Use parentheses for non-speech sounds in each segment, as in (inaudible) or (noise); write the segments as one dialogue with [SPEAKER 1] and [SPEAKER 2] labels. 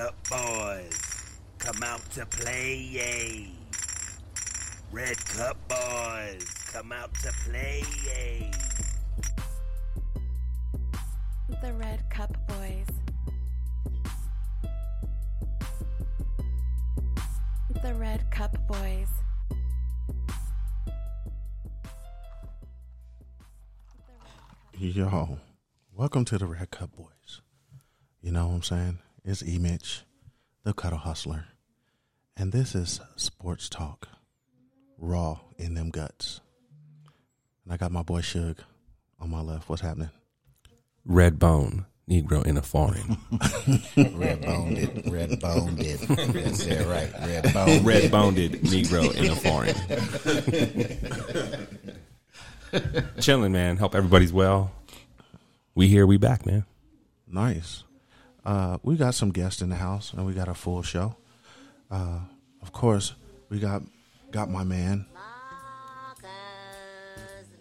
[SPEAKER 1] up, boys? Come out to play, yay. Red Cup boys, come out to play, yay.
[SPEAKER 2] The Red Cup Boys. The Red Cup Boys.
[SPEAKER 3] Yo, welcome to the Red Cup Boys. You know what I'm saying? It's E Mitch, the Cuddle Hustler, and this is Sports Talk, raw in them guts. And I got my boy Suge on my left. What's happening?
[SPEAKER 4] red bone Negro in a foreign.
[SPEAKER 5] Red boned (laughs) it. Red boned it. That's it, right. Red boned.
[SPEAKER 4] (laughs) red boned Negro in a foreign. (laughs) Chilling, man. Hope everybody's well. We here, we back, man.
[SPEAKER 3] Nice. Uh, we got some guests in the house, and we got a full show. Uh, of course, we got got my man
[SPEAKER 6] Marcus,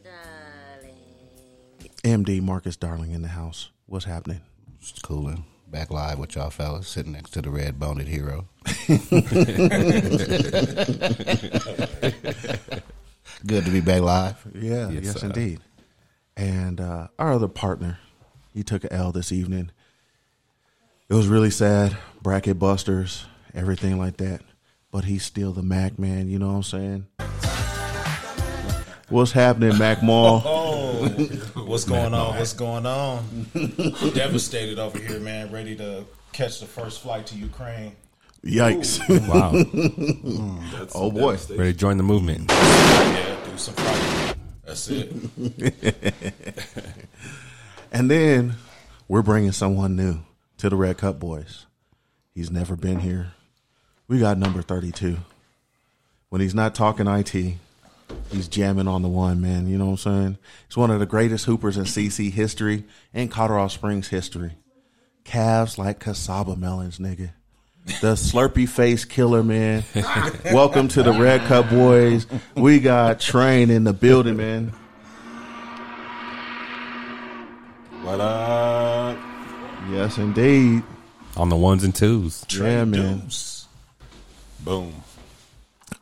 [SPEAKER 6] darling.
[SPEAKER 3] MD Marcus Darling in the house. What's happening?
[SPEAKER 5] It's cooling. Back live with y'all fellas, sitting next to the red boned (laughs) hero. Good to be back live.
[SPEAKER 3] Yeah, yes,
[SPEAKER 4] Yes, sir.
[SPEAKER 3] indeed. And uh, our other partner, he took an L this evening. It was really sad, bracket busters, everything like that. But he's still the Mac man, you know what I'm saying? What's happening, Mac Mall?
[SPEAKER 7] Oh, what's going on? What's going on? (laughs) Devastated over here, man. Ready to catch the first flight to Ukraine.
[SPEAKER 3] Yikes.
[SPEAKER 4] (laughs) Wow.
[SPEAKER 3] (laughs)
[SPEAKER 5] Oh boy,
[SPEAKER 4] Ready to join the movement.
[SPEAKER 7] Yeah, do some fighting. That's (laughs) it.
[SPEAKER 3] and then we're bringing someone new to the Red Cup Boys. He's never been here. We got number 32. When he's not talking IT, he's jamming on the one, man. You know what I'm saying? He's one of the greatest hoopers in CC history and Colorado Springs history. Calves like cassava melons, nigga. The slurpy face killer, man. Welcome to the Red Cup Boys. We got Train in the building, man.
[SPEAKER 8] What up?
[SPEAKER 3] Yes, indeed.
[SPEAKER 4] On the ones and twos.
[SPEAKER 3] Yeah, man.
[SPEAKER 7] Deuce.
[SPEAKER 8] Boom.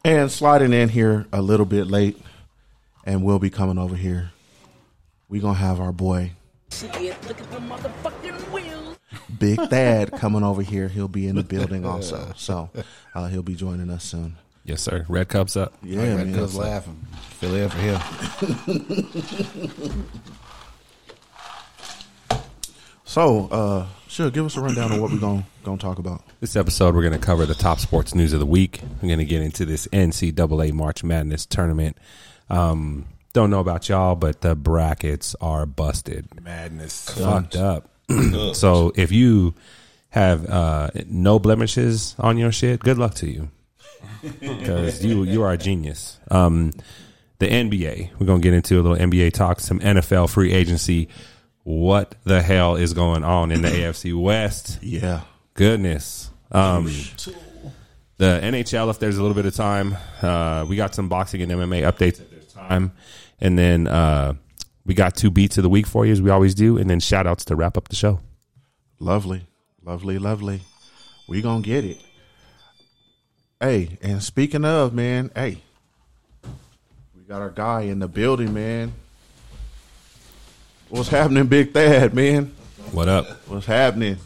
[SPEAKER 3] And sliding in here a little bit late, and we'll be coming over here. we going to have our boy, Big Thad, coming over here. He'll be in the building also. So uh, he'll be joining us soon.
[SPEAKER 4] Yes, sir. Red cups up.
[SPEAKER 3] Yeah,
[SPEAKER 5] red
[SPEAKER 3] man.
[SPEAKER 5] cuz laughing. Fill in for him.
[SPEAKER 3] So, uh, sure, give us a rundown of what we're going to talk about.
[SPEAKER 4] This episode, we're going to cover the top sports news of the week. We're going to get into this NCAA March Madness tournament. Um, don't know about y'all, but the brackets are busted.
[SPEAKER 8] Madness.
[SPEAKER 4] fucked up. (clears throat) so if you have uh, no blemishes on your shit, good luck to you because you you are a genius. Um, the NBA, we're gonna get into a little NBA talk, some NFL free agency. What the hell is going on in the AFC West?
[SPEAKER 3] Yeah.
[SPEAKER 4] Goodness. Um, the NHL, if there's a little bit of time, uh, we got some boxing and MMA updates if there's time. And then uh, we got two beats of the week for you, as we always do. And then shout outs to wrap up the show.
[SPEAKER 3] Lovely, lovely, lovely. We gonna get it. Hey, and speaking of man, hey, we got our guy in the building, man. What's happening, Big Thad, man?
[SPEAKER 4] What up?
[SPEAKER 3] What's happening?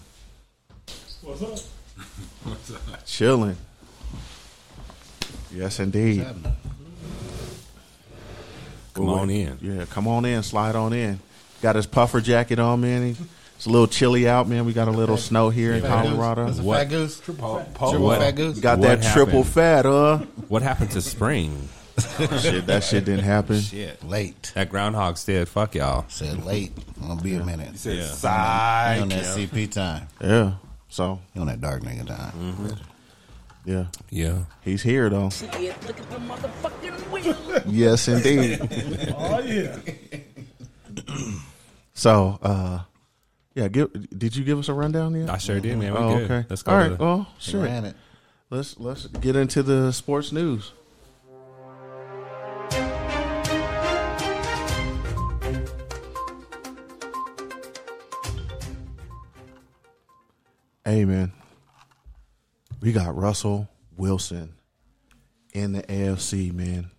[SPEAKER 3] What's up? Chilling. Yes, indeed.
[SPEAKER 4] Come on in.
[SPEAKER 3] Yeah, come on in, slide on in. Got his puffer jacket on, man. He- It's a little chilly out, man. We got a little snow here in Colorado.
[SPEAKER 5] That's a
[SPEAKER 4] What?
[SPEAKER 5] fat goose. Triple,
[SPEAKER 4] What?
[SPEAKER 5] fat goose.
[SPEAKER 3] Got
[SPEAKER 4] What
[SPEAKER 3] that triple
[SPEAKER 4] happened?
[SPEAKER 3] fat, uh.
[SPEAKER 4] What happened to spring?
[SPEAKER 3] shit, that shit didn't happen.
[SPEAKER 5] Shit, late.
[SPEAKER 4] That groundhog said, fuck y'all.
[SPEAKER 5] Said late. Gonna be a minute.
[SPEAKER 8] Said
[SPEAKER 4] Yeah.
[SPEAKER 5] He
[SPEAKER 8] side.
[SPEAKER 5] on that CP time.
[SPEAKER 3] Yeah. So,
[SPEAKER 5] He on that dark nigga time.
[SPEAKER 3] yeah.
[SPEAKER 4] Yeah.
[SPEAKER 3] He's here, though. yes, (laughs) indeed. oh, yeah. so, uh, yeah, give, did you give us a rundown yet?
[SPEAKER 4] I sure did, man. We
[SPEAKER 3] oh,
[SPEAKER 4] good.
[SPEAKER 3] okay.
[SPEAKER 4] Let's go.
[SPEAKER 3] All
[SPEAKER 4] to
[SPEAKER 3] right.
[SPEAKER 4] the-
[SPEAKER 3] Well,
[SPEAKER 5] He
[SPEAKER 3] sure.
[SPEAKER 5] ran it.
[SPEAKER 3] Let's let's get into the sports news. Hey man, We got Russell Wilson in the AFC, man.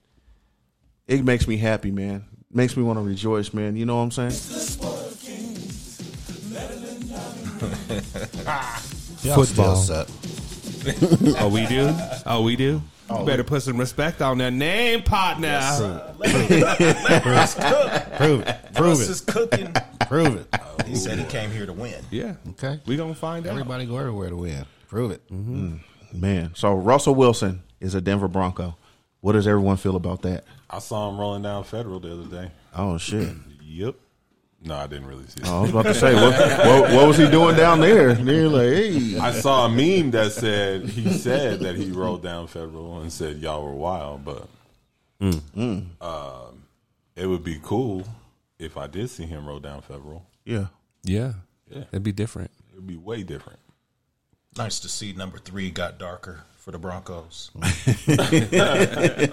[SPEAKER 3] It makes me happy, man. Makes me want to rejoice, man. You know what I'm saying?
[SPEAKER 5] Y'all still
[SPEAKER 4] Football.
[SPEAKER 5] suck.
[SPEAKER 4] Oh, we do. Oh, we do. You better put some respect on that name, partner.
[SPEAKER 5] Prove it.
[SPEAKER 3] (laughs)
[SPEAKER 5] Prove
[SPEAKER 7] Russ is (laughs) cooking.
[SPEAKER 5] it. Prove it.
[SPEAKER 7] He said he came here to win.
[SPEAKER 4] yeah.
[SPEAKER 5] Okay.
[SPEAKER 4] We gonna find out.
[SPEAKER 5] Everybody go everywhere to win. Prove it.
[SPEAKER 3] Man. So Russell Wilson is a Denver Bronco. What does everyone feel about that?
[SPEAKER 8] I saw him rolling down Federal the other day.
[SPEAKER 3] Oh shit. Oh,
[SPEAKER 8] Yep. No, I didn't really see it.
[SPEAKER 3] I was about to say, what, what, what was he doing down there? They're like, hey.
[SPEAKER 8] I saw a meme that said he said that he rolled down federal and said y'all were wild, but
[SPEAKER 3] Mm.
[SPEAKER 8] um, it would be cool if I did see him roll down federal.
[SPEAKER 3] Yeah.
[SPEAKER 4] Yeah.
[SPEAKER 8] Yeah.
[SPEAKER 4] It'd be different.
[SPEAKER 8] It would be way different.
[SPEAKER 7] Nice to see number three got darker for the
[SPEAKER 3] (laughs)
[SPEAKER 7] Broncos. I, like that.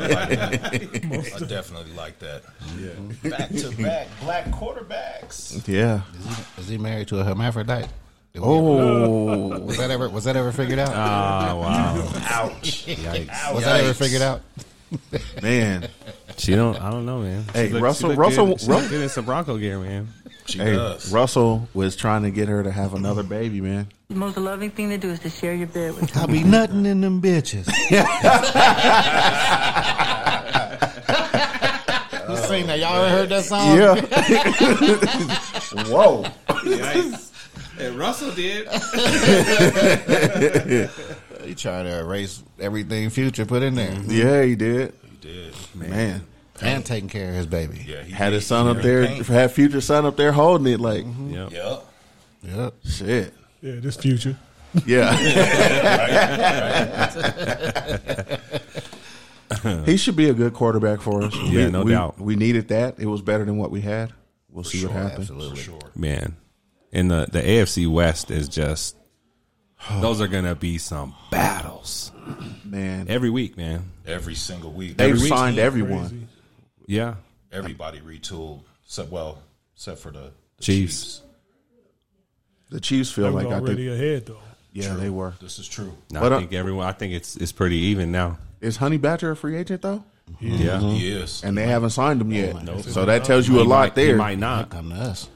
[SPEAKER 7] I definitely like that. Yeah. Back to back black quarterbacks.
[SPEAKER 3] Yeah.
[SPEAKER 5] Is he, is he married to a hermaphrodite? Did we-
[SPEAKER 3] Oh.
[SPEAKER 5] Was that ever was that ever figured out?
[SPEAKER 3] Ah,
[SPEAKER 7] (laughs) Ouch.
[SPEAKER 5] was that ever figured out?
[SPEAKER 3] Man.
[SPEAKER 4] She don't. I don't know, man. She
[SPEAKER 3] Hey,
[SPEAKER 4] look- she
[SPEAKER 3] Russell-
[SPEAKER 4] look
[SPEAKER 3] Russell-
[SPEAKER 4] Good. She
[SPEAKER 3] Ru-
[SPEAKER 4] look good in some Bronco gear, man.
[SPEAKER 7] She
[SPEAKER 3] Hey,
[SPEAKER 7] does.
[SPEAKER 3] Russell was trying to get her to have another baby, man.
[SPEAKER 9] The most loving thing to do is to share your bed with
[SPEAKER 5] I'll be nothing in them bitches. you seen that? Y'all ever heard that song?
[SPEAKER 3] Yeah. Whoa.
[SPEAKER 4] Hey, Russell did.
[SPEAKER 5] You trying to erase everything future put in there.
[SPEAKER 3] Yeah, he did.
[SPEAKER 7] He
[SPEAKER 10] (laughs)
[SPEAKER 7] did.
[SPEAKER 3] Man.
[SPEAKER 5] And taking care of his baby.
[SPEAKER 7] Yeah, he
[SPEAKER 3] Had
[SPEAKER 7] did.
[SPEAKER 3] his son up
[SPEAKER 7] Yeah.
[SPEAKER 3] there,
[SPEAKER 7] Paint.
[SPEAKER 3] had future son up there holding it like,
[SPEAKER 4] Yep.
[SPEAKER 7] Yep.
[SPEAKER 5] Yep.
[SPEAKER 3] shit.
[SPEAKER 10] Yeah, this future.
[SPEAKER 3] Yeah. he should be a good quarterback for us.
[SPEAKER 4] Yeah,
[SPEAKER 3] We-
[SPEAKER 4] no
[SPEAKER 3] we-
[SPEAKER 4] doubt.
[SPEAKER 3] We needed that. It was better than what we had. We'll see what happens.
[SPEAKER 5] Absolutely.
[SPEAKER 4] man. And the the AFC West is just (sighs) those are gonna be some battles
[SPEAKER 3] Man,
[SPEAKER 4] every week, man.
[SPEAKER 7] Every single week.
[SPEAKER 3] they
[SPEAKER 4] every week-
[SPEAKER 3] signed everyone.
[SPEAKER 4] Yeah,
[SPEAKER 7] Everybody retooled. Except, well, except for the, the
[SPEAKER 4] Chiefs.
[SPEAKER 3] The Chiefs feel
[SPEAKER 10] I was
[SPEAKER 3] like I
[SPEAKER 10] already
[SPEAKER 3] think.
[SPEAKER 10] ahead though.
[SPEAKER 3] Yeah, they were.
[SPEAKER 7] This is true.
[SPEAKER 4] No,
[SPEAKER 3] But, uh,
[SPEAKER 4] I think everyone. I think it's it's pretty even now.
[SPEAKER 3] Is Honey Badger a free agent though?
[SPEAKER 4] Yeah,
[SPEAKER 7] Yes.
[SPEAKER 3] And they haven't signed him yet. So that tells you a lot
[SPEAKER 4] They
[SPEAKER 3] there.
[SPEAKER 4] might not.
[SPEAKER 5] Come to us.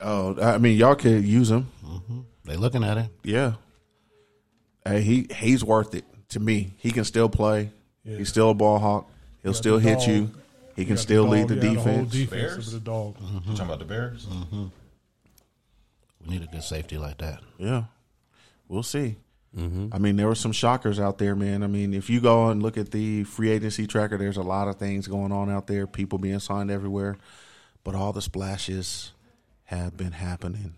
[SPEAKER 3] Oh, I mean, y'all could use him.
[SPEAKER 5] They looking at him.
[SPEAKER 3] Yeah. Hey, he he's worth it to me. He can still play. He's still a ball hawk. He'll still
[SPEAKER 10] the
[SPEAKER 3] hit
[SPEAKER 10] dog.
[SPEAKER 3] you. He can
[SPEAKER 10] Got
[SPEAKER 3] still
[SPEAKER 10] dog,
[SPEAKER 3] lead the
[SPEAKER 10] yeah, The whole
[SPEAKER 3] defense.
[SPEAKER 10] defense
[SPEAKER 7] Bears?
[SPEAKER 10] of the dog.
[SPEAKER 7] You talking about the Bears?
[SPEAKER 5] We need a good safety like that.
[SPEAKER 3] Yeah, we'll see. I mean, there were some shockers out there, man. I mean, if you go and look at the free agency tracker, there's a lot of things going on out there. People being signed everywhere, but all the splashes have been happening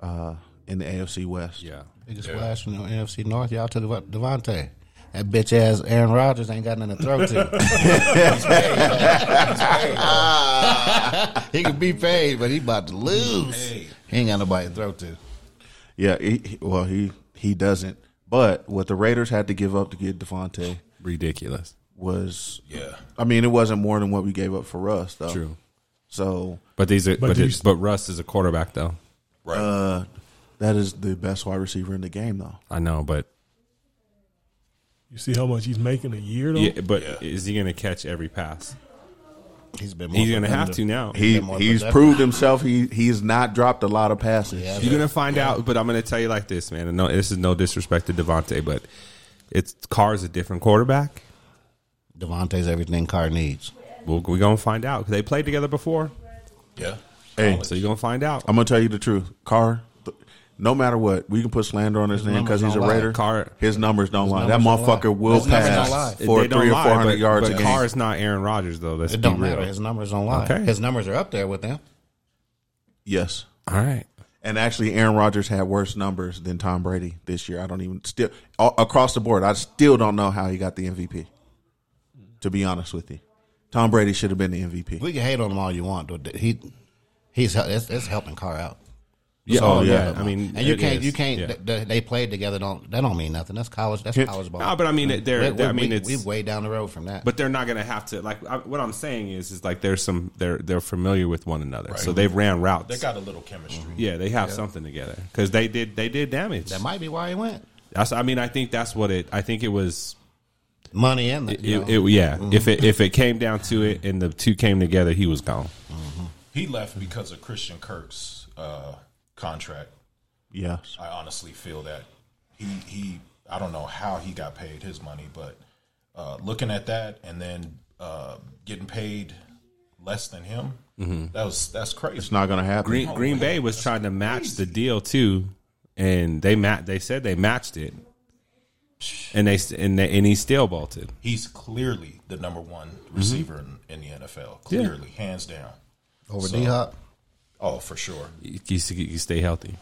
[SPEAKER 3] uh, in the AFC West.
[SPEAKER 4] Yeah,
[SPEAKER 5] Biggest splash in the NFC North. Y'all took about Devontae. That bitch ass Aaron Rodgers ain't got nothing to throw to. (laughs) he could be paid, but he about to lose.
[SPEAKER 7] Hey.
[SPEAKER 5] He ain't got nobody to throw to.
[SPEAKER 3] yeah. He, he- well, he he doesn't. But what the Raiders had to give up to get Devontae
[SPEAKER 4] ridiculous.
[SPEAKER 3] was,
[SPEAKER 10] Mm-hmm.
[SPEAKER 7] Yeah.
[SPEAKER 3] I mean, it wasn't more than what we gave up for Russ, though.
[SPEAKER 4] True,
[SPEAKER 3] So
[SPEAKER 4] but these are but but,
[SPEAKER 10] these-
[SPEAKER 4] it- but Russ is a quarterback though.
[SPEAKER 7] Right.
[SPEAKER 3] that is the best wide receiver in the game, though.
[SPEAKER 4] I know, but
[SPEAKER 10] You see how much he's making a year though.
[SPEAKER 4] yeah, but is he gonna catch every pass?
[SPEAKER 5] He's been.
[SPEAKER 4] He's gonna have to now.
[SPEAKER 3] He
[SPEAKER 5] more
[SPEAKER 3] he's
[SPEAKER 5] productive.
[SPEAKER 3] proved himself. He he's not dropped a lot of passes.
[SPEAKER 5] Yeah.
[SPEAKER 4] You're gonna find out, but I'm gonna tell you like this, man. And no, this is no disrespect to Devontae, but it's Carr's a different quarterback.
[SPEAKER 5] Devontae's everything Carr needs.
[SPEAKER 4] We'll, we're gonna find out 'Cause they played together before,
[SPEAKER 7] yeah.
[SPEAKER 3] Hey,
[SPEAKER 4] so you're gonna find out.
[SPEAKER 3] I'm gonna tell you the truth, Carr. th- No matter what, we can put slander on his, name because he's
[SPEAKER 5] numbers
[SPEAKER 3] a
[SPEAKER 5] don't lie.
[SPEAKER 3] Raider.
[SPEAKER 4] Carr-
[SPEAKER 3] his numbers don't lie. That
[SPEAKER 5] numbers don't
[SPEAKER 3] motherfucker
[SPEAKER 5] lie.
[SPEAKER 3] will
[SPEAKER 5] His numbers don't lie.
[SPEAKER 3] pass for
[SPEAKER 4] They don't
[SPEAKER 3] three or
[SPEAKER 4] lie,
[SPEAKER 3] four hundred
[SPEAKER 4] but-
[SPEAKER 3] yards
[SPEAKER 4] but
[SPEAKER 3] a game.
[SPEAKER 4] Carr is not Aaron Rodgers though. Let's
[SPEAKER 5] It
[SPEAKER 4] be
[SPEAKER 5] don't
[SPEAKER 4] real.
[SPEAKER 5] matter. His numbers don't lie.
[SPEAKER 4] Okay.
[SPEAKER 5] His numbers are up there with them.
[SPEAKER 3] yes,
[SPEAKER 4] All right.
[SPEAKER 3] and actually, Aaron Rodgers had worse numbers than Tom Brady this year. I don't even still a- across the board. I still don't know how he got the MVP. To be honest with you, Tom Brady should have been the MVP.
[SPEAKER 5] We can hate on him all you want, but he he's it's, it's helping Carr out.
[SPEAKER 4] Yeah.
[SPEAKER 3] all
[SPEAKER 4] Oh, yeah.
[SPEAKER 3] good.
[SPEAKER 4] I mean,
[SPEAKER 5] And you
[SPEAKER 4] it
[SPEAKER 5] can't,
[SPEAKER 4] is.
[SPEAKER 5] you can't.
[SPEAKER 4] Yeah.
[SPEAKER 5] th- th- they played together. Don't that don't mean nothing? That's college. That's
[SPEAKER 3] Yeah.
[SPEAKER 5] college ball.
[SPEAKER 4] No, but I mean, it- they're.
[SPEAKER 5] We're-
[SPEAKER 4] they're- I
[SPEAKER 5] we're-
[SPEAKER 4] mean,
[SPEAKER 5] we,
[SPEAKER 4] it's.
[SPEAKER 5] we way down the road from that.
[SPEAKER 4] but they're not going to have to like. I, what I'm saying is, is like there's some. They're they're familiar with one another, so they've ran routes.
[SPEAKER 7] They got a little chemistry.
[SPEAKER 4] yeah, they have something together because they did they did damage.
[SPEAKER 5] that might be why he went.
[SPEAKER 4] That's. I mean, I think that's what it. I think it was
[SPEAKER 5] money in
[SPEAKER 4] it.
[SPEAKER 5] it. you
[SPEAKER 4] it-
[SPEAKER 5] know.
[SPEAKER 4] it- yeah.
[SPEAKER 5] Mhm.
[SPEAKER 4] If it if it came down to it, and the two came together, he was gone.
[SPEAKER 7] He left because of Christian Kirk's uh, contract.
[SPEAKER 3] Yeah.
[SPEAKER 7] I honestly feel that he he I don't know how he got paid his money, but uh, looking at that and then uh, getting paid less than him,
[SPEAKER 4] Mhm.
[SPEAKER 7] that was that's crazy.
[SPEAKER 3] It's not gonna happen.
[SPEAKER 4] Green Green Bay was trying to match the deal too, and they ma- They said they matched it, and they s- and they, and he still bolted.
[SPEAKER 7] He's clearly the number one receiver in, in the NFL. Clearly, hands down.
[SPEAKER 5] Over D-Hop?
[SPEAKER 7] Oh, for sure,
[SPEAKER 4] You, you- you stay healthy.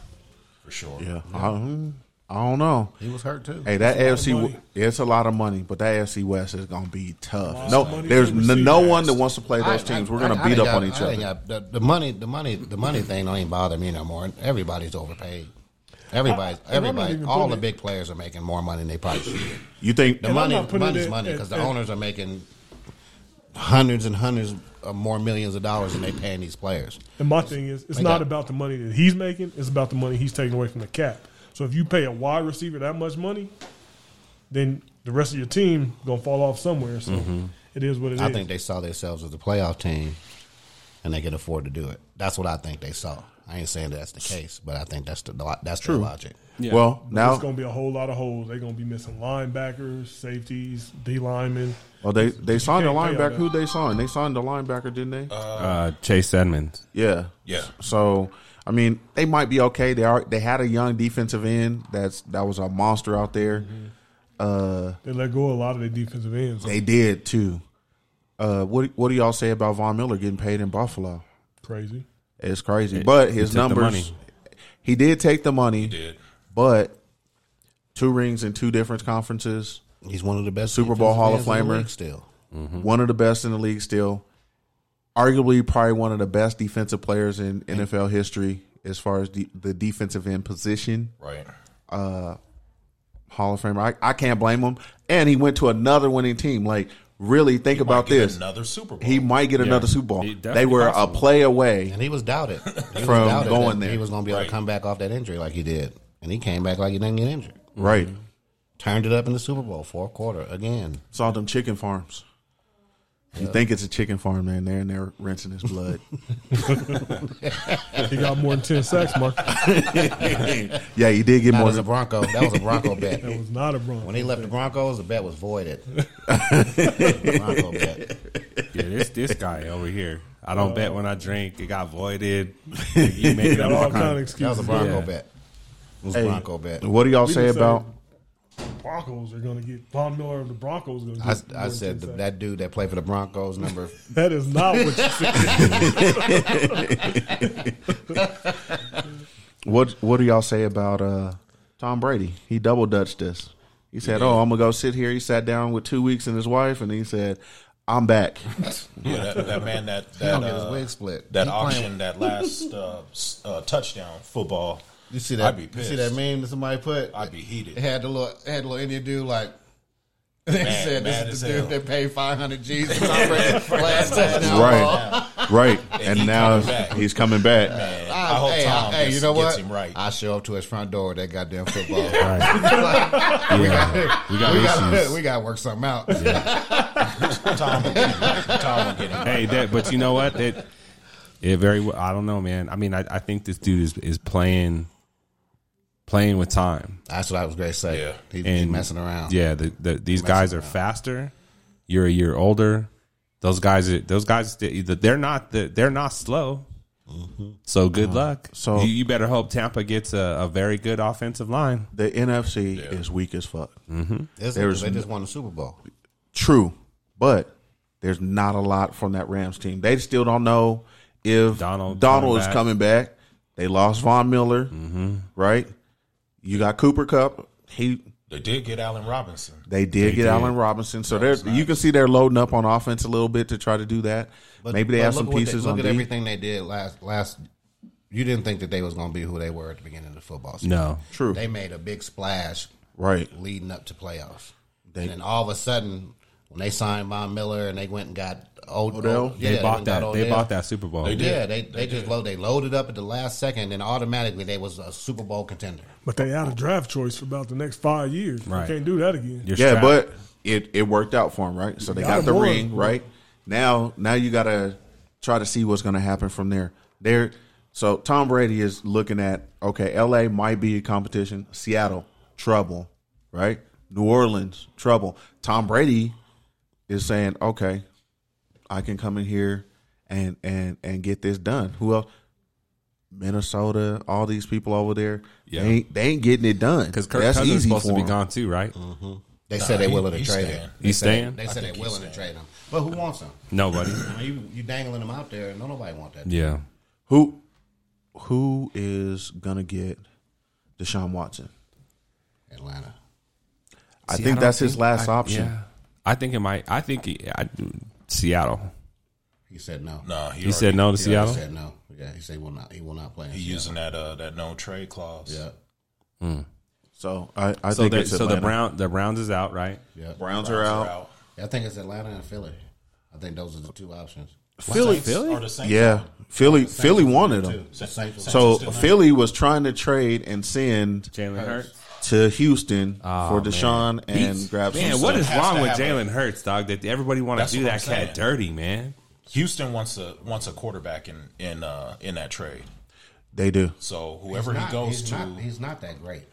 [SPEAKER 7] for sure.
[SPEAKER 3] Yeah. I, don't- I don't know.
[SPEAKER 5] He was hurt too.
[SPEAKER 3] Hey, that
[SPEAKER 10] It's a
[SPEAKER 3] AFC,
[SPEAKER 10] lot of
[SPEAKER 3] w- it's a lot of money, but that AFC West is gonna be tough.
[SPEAKER 10] Lots of
[SPEAKER 3] No,
[SPEAKER 10] money
[SPEAKER 3] there's
[SPEAKER 10] for
[SPEAKER 3] n-
[SPEAKER 10] receivers.
[SPEAKER 3] no one that wants to play those
[SPEAKER 5] I-
[SPEAKER 3] teams.
[SPEAKER 5] I-
[SPEAKER 3] We're gonna
[SPEAKER 5] I- I
[SPEAKER 3] beat
[SPEAKER 5] ain't
[SPEAKER 3] up
[SPEAKER 5] got-
[SPEAKER 3] on each
[SPEAKER 5] I ain't
[SPEAKER 3] other.
[SPEAKER 5] got- the, the money, the money, the money thing don't even bother me no more. Everybody's overpaid. Everybody's,
[SPEAKER 10] I- and I'm not
[SPEAKER 5] everybody,
[SPEAKER 10] even
[SPEAKER 5] all
[SPEAKER 10] putting
[SPEAKER 5] the
[SPEAKER 10] it-
[SPEAKER 5] big players are making more money than they probably should.
[SPEAKER 3] You think
[SPEAKER 5] The
[SPEAKER 10] And I'm
[SPEAKER 5] money,
[SPEAKER 10] not putting
[SPEAKER 5] money's
[SPEAKER 10] it
[SPEAKER 5] money
[SPEAKER 10] at-
[SPEAKER 5] because the
[SPEAKER 10] at-
[SPEAKER 5] owners are making hundreds and hundreds of more millions of dollars than they paying these players.
[SPEAKER 10] And my thing is, it's
[SPEAKER 5] Like
[SPEAKER 10] not
[SPEAKER 5] that.
[SPEAKER 10] about the money that he's making; it's about the money he's taking away from the cap. So if you pay a wide receiver that much money, then the rest of your team gonna fall off somewhere. So it is what it is.
[SPEAKER 5] Mm-hmm. I think they saw themselves as a playoff team, and they could afford to do it. That's what I think they saw. I ain't saying that's the case, but I think that's the lo- that's the logic.
[SPEAKER 3] Well, now
[SPEAKER 10] it's gonna be a whole lot of holes. They're gonna be missing linebackers, safeties, D linemen.
[SPEAKER 3] Well, oh, they they signed a
[SPEAKER 10] You can't pay all
[SPEAKER 3] linebacker. Who they signed? They signed the linebacker, didn't they?
[SPEAKER 4] Uh, Chase Edmonds.
[SPEAKER 3] yeah,
[SPEAKER 7] Yeah.
[SPEAKER 3] So I mean, they might be okay. They are. They had a young defensive end that's that was a monster out there. Uh,
[SPEAKER 10] They let go a lot of their defensive ends.
[SPEAKER 3] they did too. Uh, what what do y'all say about Von Miller getting paid in Buffalo?
[SPEAKER 10] Crazy.
[SPEAKER 3] It's crazy, but his
[SPEAKER 4] took the
[SPEAKER 3] numbers.
[SPEAKER 4] money.
[SPEAKER 3] He did take the money,
[SPEAKER 7] Did
[SPEAKER 3] but two rings in two different conferences.
[SPEAKER 5] He's one of the best
[SPEAKER 3] Super Bowl Hall of
[SPEAKER 5] defensive ends in the
[SPEAKER 3] Famer.
[SPEAKER 5] league still.
[SPEAKER 3] one of the best in the league still. Arguably, probably one of the best defensive players in NFL history as far as de- the defensive end position.
[SPEAKER 7] right.
[SPEAKER 3] Hall of Famer. I, I can't blame him. And he went to another winning team. Like, really think about
[SPEAKER 7] Get
[SPEAKER 3] this.
[SPEAKER 7] another Super Bowl.
[SPEAKER 3] He might get another Super Bowl.
[SPEAKER 4] He definitely
[SPEAKER 3] They were a
[SPEAKER 4] possible.
[SPEAKER 3] play away.
[SPEAKER 5] And he was doubted He was
[SPEAKER 3] From
[SPEAKER 5] doubted
[SPEAKER 3] going
[SPEAKER 5] that
[SPEAKER 3] there.
[SPEAKER 5] He was going to be able
[SPEAKER 7] Right.
[SPEAKER 5] to come back off that injury like he did, and he came back like he didn't get injured.
[SPEAKER 7] Mm-hmm.
[SPEAKER 3] Right.
[SPEAKER 5] Turned it up in the Super Bowl fourth quarter again.
[SPEAKER 3] Saw them chicken farms. You think it's a chicken farm, man. They're in there rinsing his
[SPEAKER 7] (laughs)
[SPEAKER 3] blood. (laughs)
[SPEAKER 10] He got more than ten sacks, Mark.
[SPEAKER 3] yeah, he did get
[SPEAKER 5] That
[SPEAKER 3] more
[SPEAKER 5] was a
[SPEAKER 3] than
[SPEAKER 5] Bronco. That was
[SPEAKER 3] (laughs)
[SPEAKER 5] a Bronco bet.
[SPEAKER 10] That was not a Bronco.
[SPEAKER 5] When he left the Broncos, the bet was voided. Bronco bet.
[SPEAKER 4] Yeah, this this guy over here. I don't bet when I drink. It got voided. You making up
[SPEAKER 10] got
[SPEAKER 4] all
[SPEAKER 10] all
[SPEAKER 4] kind
[SPEAKER 10] kinds of
[SPEAKER 4] of
[SPEAKER 5] That was
[SPEAKER 10] excuses.
[SPEAKER 5] a Bronco
[SPEAKER 4] Yeah.
[SPEAKER 5] bet. It was
[SPEAKER 3] Hey,
[SPEAKER 5] Bronco bet.
[SPEAKER 3] What do y'all
[SPEAKER 10] We
[SPEAKER 3] say
[SPEAKER 10] just
[SPEAKER 3] about
[SPEAKER 10] Broncos are going to get Von Miller of the Broncos. Going to
[SPEAKER 5] I,
[SPEAKER 10] get more
[SPEAKER 5] I
[SPEAKER 10] than
[SPEAKER 5] said
[SPEAKER 10] 10
[SPEAKER 5] th-
[SPEAKER 10] sacks.
[SPEAKER 5] that dude that played for the Broncos,
[SPEAKER 7] (laughs)
[SPEAKER 5] number
[SPEAKER 10] that is not what you
[SPEAKER 5] (laughs)
[SPEAKER 10] said.
[SPEAKER 3] What What do y'all say about uh, Tom Brady? He double dutched this. He said, "Oh, I'm gonna go sit here." He sat down with two weeks and his wife, and he said, "I'm back."
[SPEAKER 7] Yeah, that, that man that
[SPEAKER 5] (laughs) He
[SPEAKER 7] that
[SPEAKER 5] don't get his
[SPEAKER 7] uh,
[SPEAKER 5] wig split.
[SPEAKER 7] that
[SPEAKER 5] He playing-
[SPEAKER 7] auction that last uh, s- uh, touchdown football.
[SPEAKER 5] You see that?
[SPEAKER 7] I'd be
[SPEAKER 5] you
[SPEAKER 7] pissed.
[SPEAKER 5] see that meme that somebody put?
[SPEAKER 7] I'd be heated.
[SPEAKER 5] It had the little, it had the little Indian dude like. (laughs) They
[SPEAKER 7] Mad-
[SPEAKER 5] said
[SPEAKER 7] mad
[SPEAKER 5] this is the
[SPEAKER 7] as
[SPEAKER 5] dude
[SPEAKER 7] hell.
[SPEAKER 5] that paid five hundred G's
[SPEAKER 7] (laughs)
[SPEAKER 5] for Tom Brady for last
[SPEAKER 4] (laughs)
[SPEAKER 5] touchdown. ball.
[SPEAKER 3] right, right. And
[SPEAKER 7] he
[SPEAKER 3] now
[SPEAKER 7] coming back.
[SPEAKER 3] he's coming back.
[SPEAKER 7] Man,
[SPEAKER 5] I,
[SPEAKER 7] I hope
[SPEAKER 5] hey,
[SPEAKER 7] Tom
[SPEAKER 5] I, hey,
[SPEAKER 7] gets,
[SPEAKER 5] you know what?
[SPEAKER 7] gets him right.
[SPEAKER 5] I show up to his front door with that
[SPEAKER 7] (laughs)
[SPEAKER 5] goddamn football.
[SPEAKER 4] Yeah. We got
[SPEAKER 5] we got
[SPEAKER 4] issues.
[SPEAKER 5] we got to work something out.
[SPEAKER 7] Tom will get him right. Tom will get him right.
[SPEAKER 4] hey, that, but you know what? That it very well. I don't know, man. I mean, I, I think this dude is is playing playing with time.
[SPEAKER 5] That's what I was going to say.
[SPEAKER 7] Yeah.
[SPEAKER 5] He, he
[SPEAKER 4] And
[SPEAKER 5] messing around.
[SPEAKER 4] Yeah, the, the, these guys are faster. You're a year older. Those guys, are, those guys, they- they're not the, they're not slow.
[SPEAKER 5] Mm-hmm.
[SPEAKER 4] So good
[SPEAKER 5] Uh-huh.
[SPEAKER 4] luck.
[SPEAKER 3] So-
[SPEAKER 4] you, you better hope Tampa gets a, a very good offensive line.
[SPEAKER 3] The NFC is weak as fuck.
[SPEAKER 5] It's-
[SPEAKER 3] There's-
[SPEAKER 5] they just won the Super Bowl.
[SPEAKER 3] True, but there's not a lot from that Rams team. They still don't know if Donald,
[SPEAKER 4] Donald
[SPEAKER 3] Donald
[SPEAKER 4] coming
[SPEAKER 3] is
[SPEAKER 4] back.
[SPEAKER 3] coming back. Mm-hmm. They lost Von Miller, right? You got Cooper Cup. He
[SPEAKER 7] They did get Allen Robinson.
[SPEAKER 3] They did get
[SPEAKER 4] did.
[SPEAKER 3] Allen Robinson, so they're you can see they're loading up on offense a little bit to try to do that. Maybe they
[SPEAKER 5] but
[SPEAKER 3] have
[SPEAKER 5] look
[SPEAKER 3] some
[SPEAKER 5] at what they-
[SPEAKER 3] pieces
[SPEAKER 5] look
[SPEAKER 3] on
[SPEAKER 5] at
[SPEAKER 3] D.
[SPEAKER 5] everything they did last last. You didn't think that they was going to be who they were at the beginning of the football season.
[SPEAKER 4] No,
[SPEAKER 3] True,
[SPEAKER 5] they made a big splash
[SPEAKER 3] right?
[SPEAKER 5] leading up to playoffs,
[SPEAKER 3] They-
[SPEAKER 5] and then all of a sudden, when they signed Von Miller and they went and got Od-
[SPEAKER 3] Odell?
[SPEAKER 5] yeah,
[SPEAKER 4] they bought
[SPEAKER 5] went and
[SPEAKER 4] that.
[SPEAKER 5] got
[SPEAKER 4] They
[SPEAKER 5] Odell.
[SPEAKER 4] bought that Super Bowl.
[SPEAKER 8] They did.
[SPEAKER 5] Yeah, they, they, just load they loaded up at the last second and automatically they was a Super Bowl contender.
[SPEAKER 10] But they had a draft choice for about the next five years.
[SPEAKER 4] Right.
[SPEAKER 10] You can't do that again.
[SPEAKER 4] You're
[SPEAKER 3] yeah,
[SPEAKER 4] strapped.
[SPEAKER 3] but it, it worked out for him, right? So they
[SPEAKER 10] Got
[SPEAKER 3] got,
[SPEAKER 10] him
[SPEAKER 3] the
[SPEAKER 10] one.
[SPEAKER 3] ring, right? Now now you gotta try to see what's gonna happen from there. There so Tom Brady is looking at okay, LA might be a competition, Seattle, trouble, right? New Orleans, trouble. Tom Brady is saying, Okay, I can come in here and and and get this done. Who else? Minnesota, all these people over there,
[SPEAKER 4] Yeah.
[SPEAKER 3] they, ain't, they ain't getting it done.
[SPEAKER 4] because Kirk
[SPEAKER 3] That's
[SPEAKER 4] Cousins is
[SPEAKER 3] easy
[SPEAKER 4] supposed to
[SPEAKER 3] for
[SPEAKER 4] be
[SPEAKER 3] 'em.
[SPEAKER 4] gone too, right?
[SPEAKER 5] They said they
[SPEAKER 7] he-
[SPEAKER 5] willing to
[SPEAKER 7] he's
[SPEAKER 5] trade
[SPEAKER 7] staying.
[SPEAKER 5] him.
[SPEAKER 4] He's staying.
[SPEAKER 5] Mm-hmm. They said they willing to trade him. But who wants him?
[SPEAKER 4] Nobody.
[SPEAKER 5] I mean, you, you dangling him out there and nobody want that.
[SPEAKER 4] Yeah.
[SPEAKER 3] Who who is gonna get Deshaun Watson?
[SPEAKER 5] Atlanta.
[SPEAKER 3] I
[SPEAKER 4] See,
[SPEAKER 3] think
[SPEAKER 4] don't
[SPEAKER 3] that's his last
[SPEAKER 4] I-
[SPEAKER 3] option.
[SPEAKER 4] yeah. I think it might. I think he, I, Seattle.
[SPEAKER 5] He said no.
[SPEAKER 7] Nah,
[SPEAKER 4] He said no to
[SPEAKER 5] He
[SPEAKER 4] Seattle.
[SPEAKER 5] said no. Yeah, he said he will not he will not play. in
[SPEAKER 7] He
[SPEAKER 5] Seattle.
[SPEAKER 7] using that uh that no trade clause.
[SPEAKER 5] Yeah.
[SPEAKER 3] So I, I
[SPEAKER 4] So,
[SPEAKER 3] think
[SPEAKER 4] the,
[SPEAKER 3] it's
[SPEAKER 4] so the
[SPEAKER 3] Atlanta.
[SPEAKER 4] Brown the Browns is out, right?
[SPEAKER 5] Yeah.
[SPEAKER 3] Browns are out.
[SPEAKER 5] I think it's Atlanta and Philly. I think those are the two options.
[SPEAKER 3] Philly,
[SPEAKER 4] Philly?
[SPEAKER 7] Or the Saints
[SPEAKER 3] yeah, Philly, Philly wanted
[SPEAKER 5] Two.
[SPEAKER 3] him.
[SPEAKER 5] The Saints will-
[SPEAKER 3] So Philly was trying to trade and send
[SPEAKER 4] Jalen Hurts.
[SPEAKER 3] to Houston
[SPEAKER 4] Aw,
[SPEAKER 3] for Deshaun
[SPEAKER 4] He's-
[SPEAKER 3] and grab
[SPEAKER 4] Oh, man,
[SPEAKER 3] some
[SPEAKER 4] what
[SPEAKER 3] stuff.
[SPEAKER 4] is
[SPEAKER 7] Has
[SPEAKER 4] wrong
[SPEAKER 7] to
[SPEAKER 4] with
[SPEAKER 7] happen.
[SPEAKER 4] Jalen Hurts, dog? That everybody want
[SPEAKER 7] That's
[SPEAKER 4] to do
[SPEAKER 7] what
[SPEAKER 4] that
[SPEAKER 7] I'm
[SPEAKER 4] cat
[SPEAKER 7] saying.
[SPEAKER 4] dirty, man.
[SPEAKER 7] Houston wants a wants a quarterback in in uh in that trade.
[SPEAKER 3] they do?
[SPEAKER 7] So whoever
[SPEAKER 5] He's not-
[SPEAKER 7] he goes
[SPEAKER 5] he's
[SPEAKER 7] to,
[SPEAKER 5] Not, he's not that great.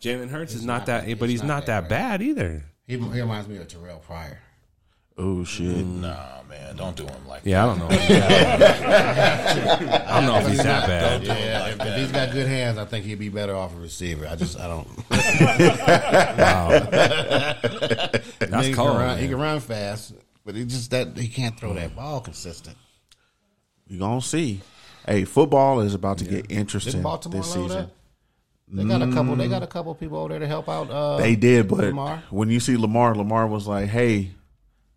[SPEAKER 4] Jalen Hurts is
[SPEAKER 5] He's
[SPEAKER 4] not
[SPEAKER 5] not-
[SPEAKER 4] that, but he's not that bad either.
[SPEAKER 5] He, he reminds me of Terrell Pryor.
[SPEAKER 3] Oh shit!
[SPEAKER 7] nah, man, don't do him like
[SPEAKER 4] Yeah, (laughs) I don't
[SPEAKER 7] (laughs)
[SPEAKER 4] know. I don't know if he's that bad.
[SPEAKER 5] Yeah, if, if he's got good hands, I think he'd be better off a receiver. I just,
[SPEAKER 3] (laughs)
[SPEAKER 5] I don't.
[SPEAKER 4] That's
[SPEAKER 5] he,
[SPEAKER 4] cold.
[SPEAKER 5] can run, he
[SPEAKER 4] man.
[SPEAKER 5] can run fast, but he just that he can't throw that ball consistent.
[SPEAKER 3] You gonna see? Hey, football is about to get
[SPEAKER 5] Did
[SPEAKER 3] interesting
[SPEAKER 5] Baltimore
[SPEAKER 3] this
[SPEAKER 5] load
[SPEAKER 3] season.
[SPEAKER 5] up? They got a couple. They got a couple people over there to help out. Uh,
[SPEAKER 3] Mm. They did, but
[SPEAKER 5] Lamar?
[SPEAKER 3] when you see Lamar, Lamar was like, "Hey,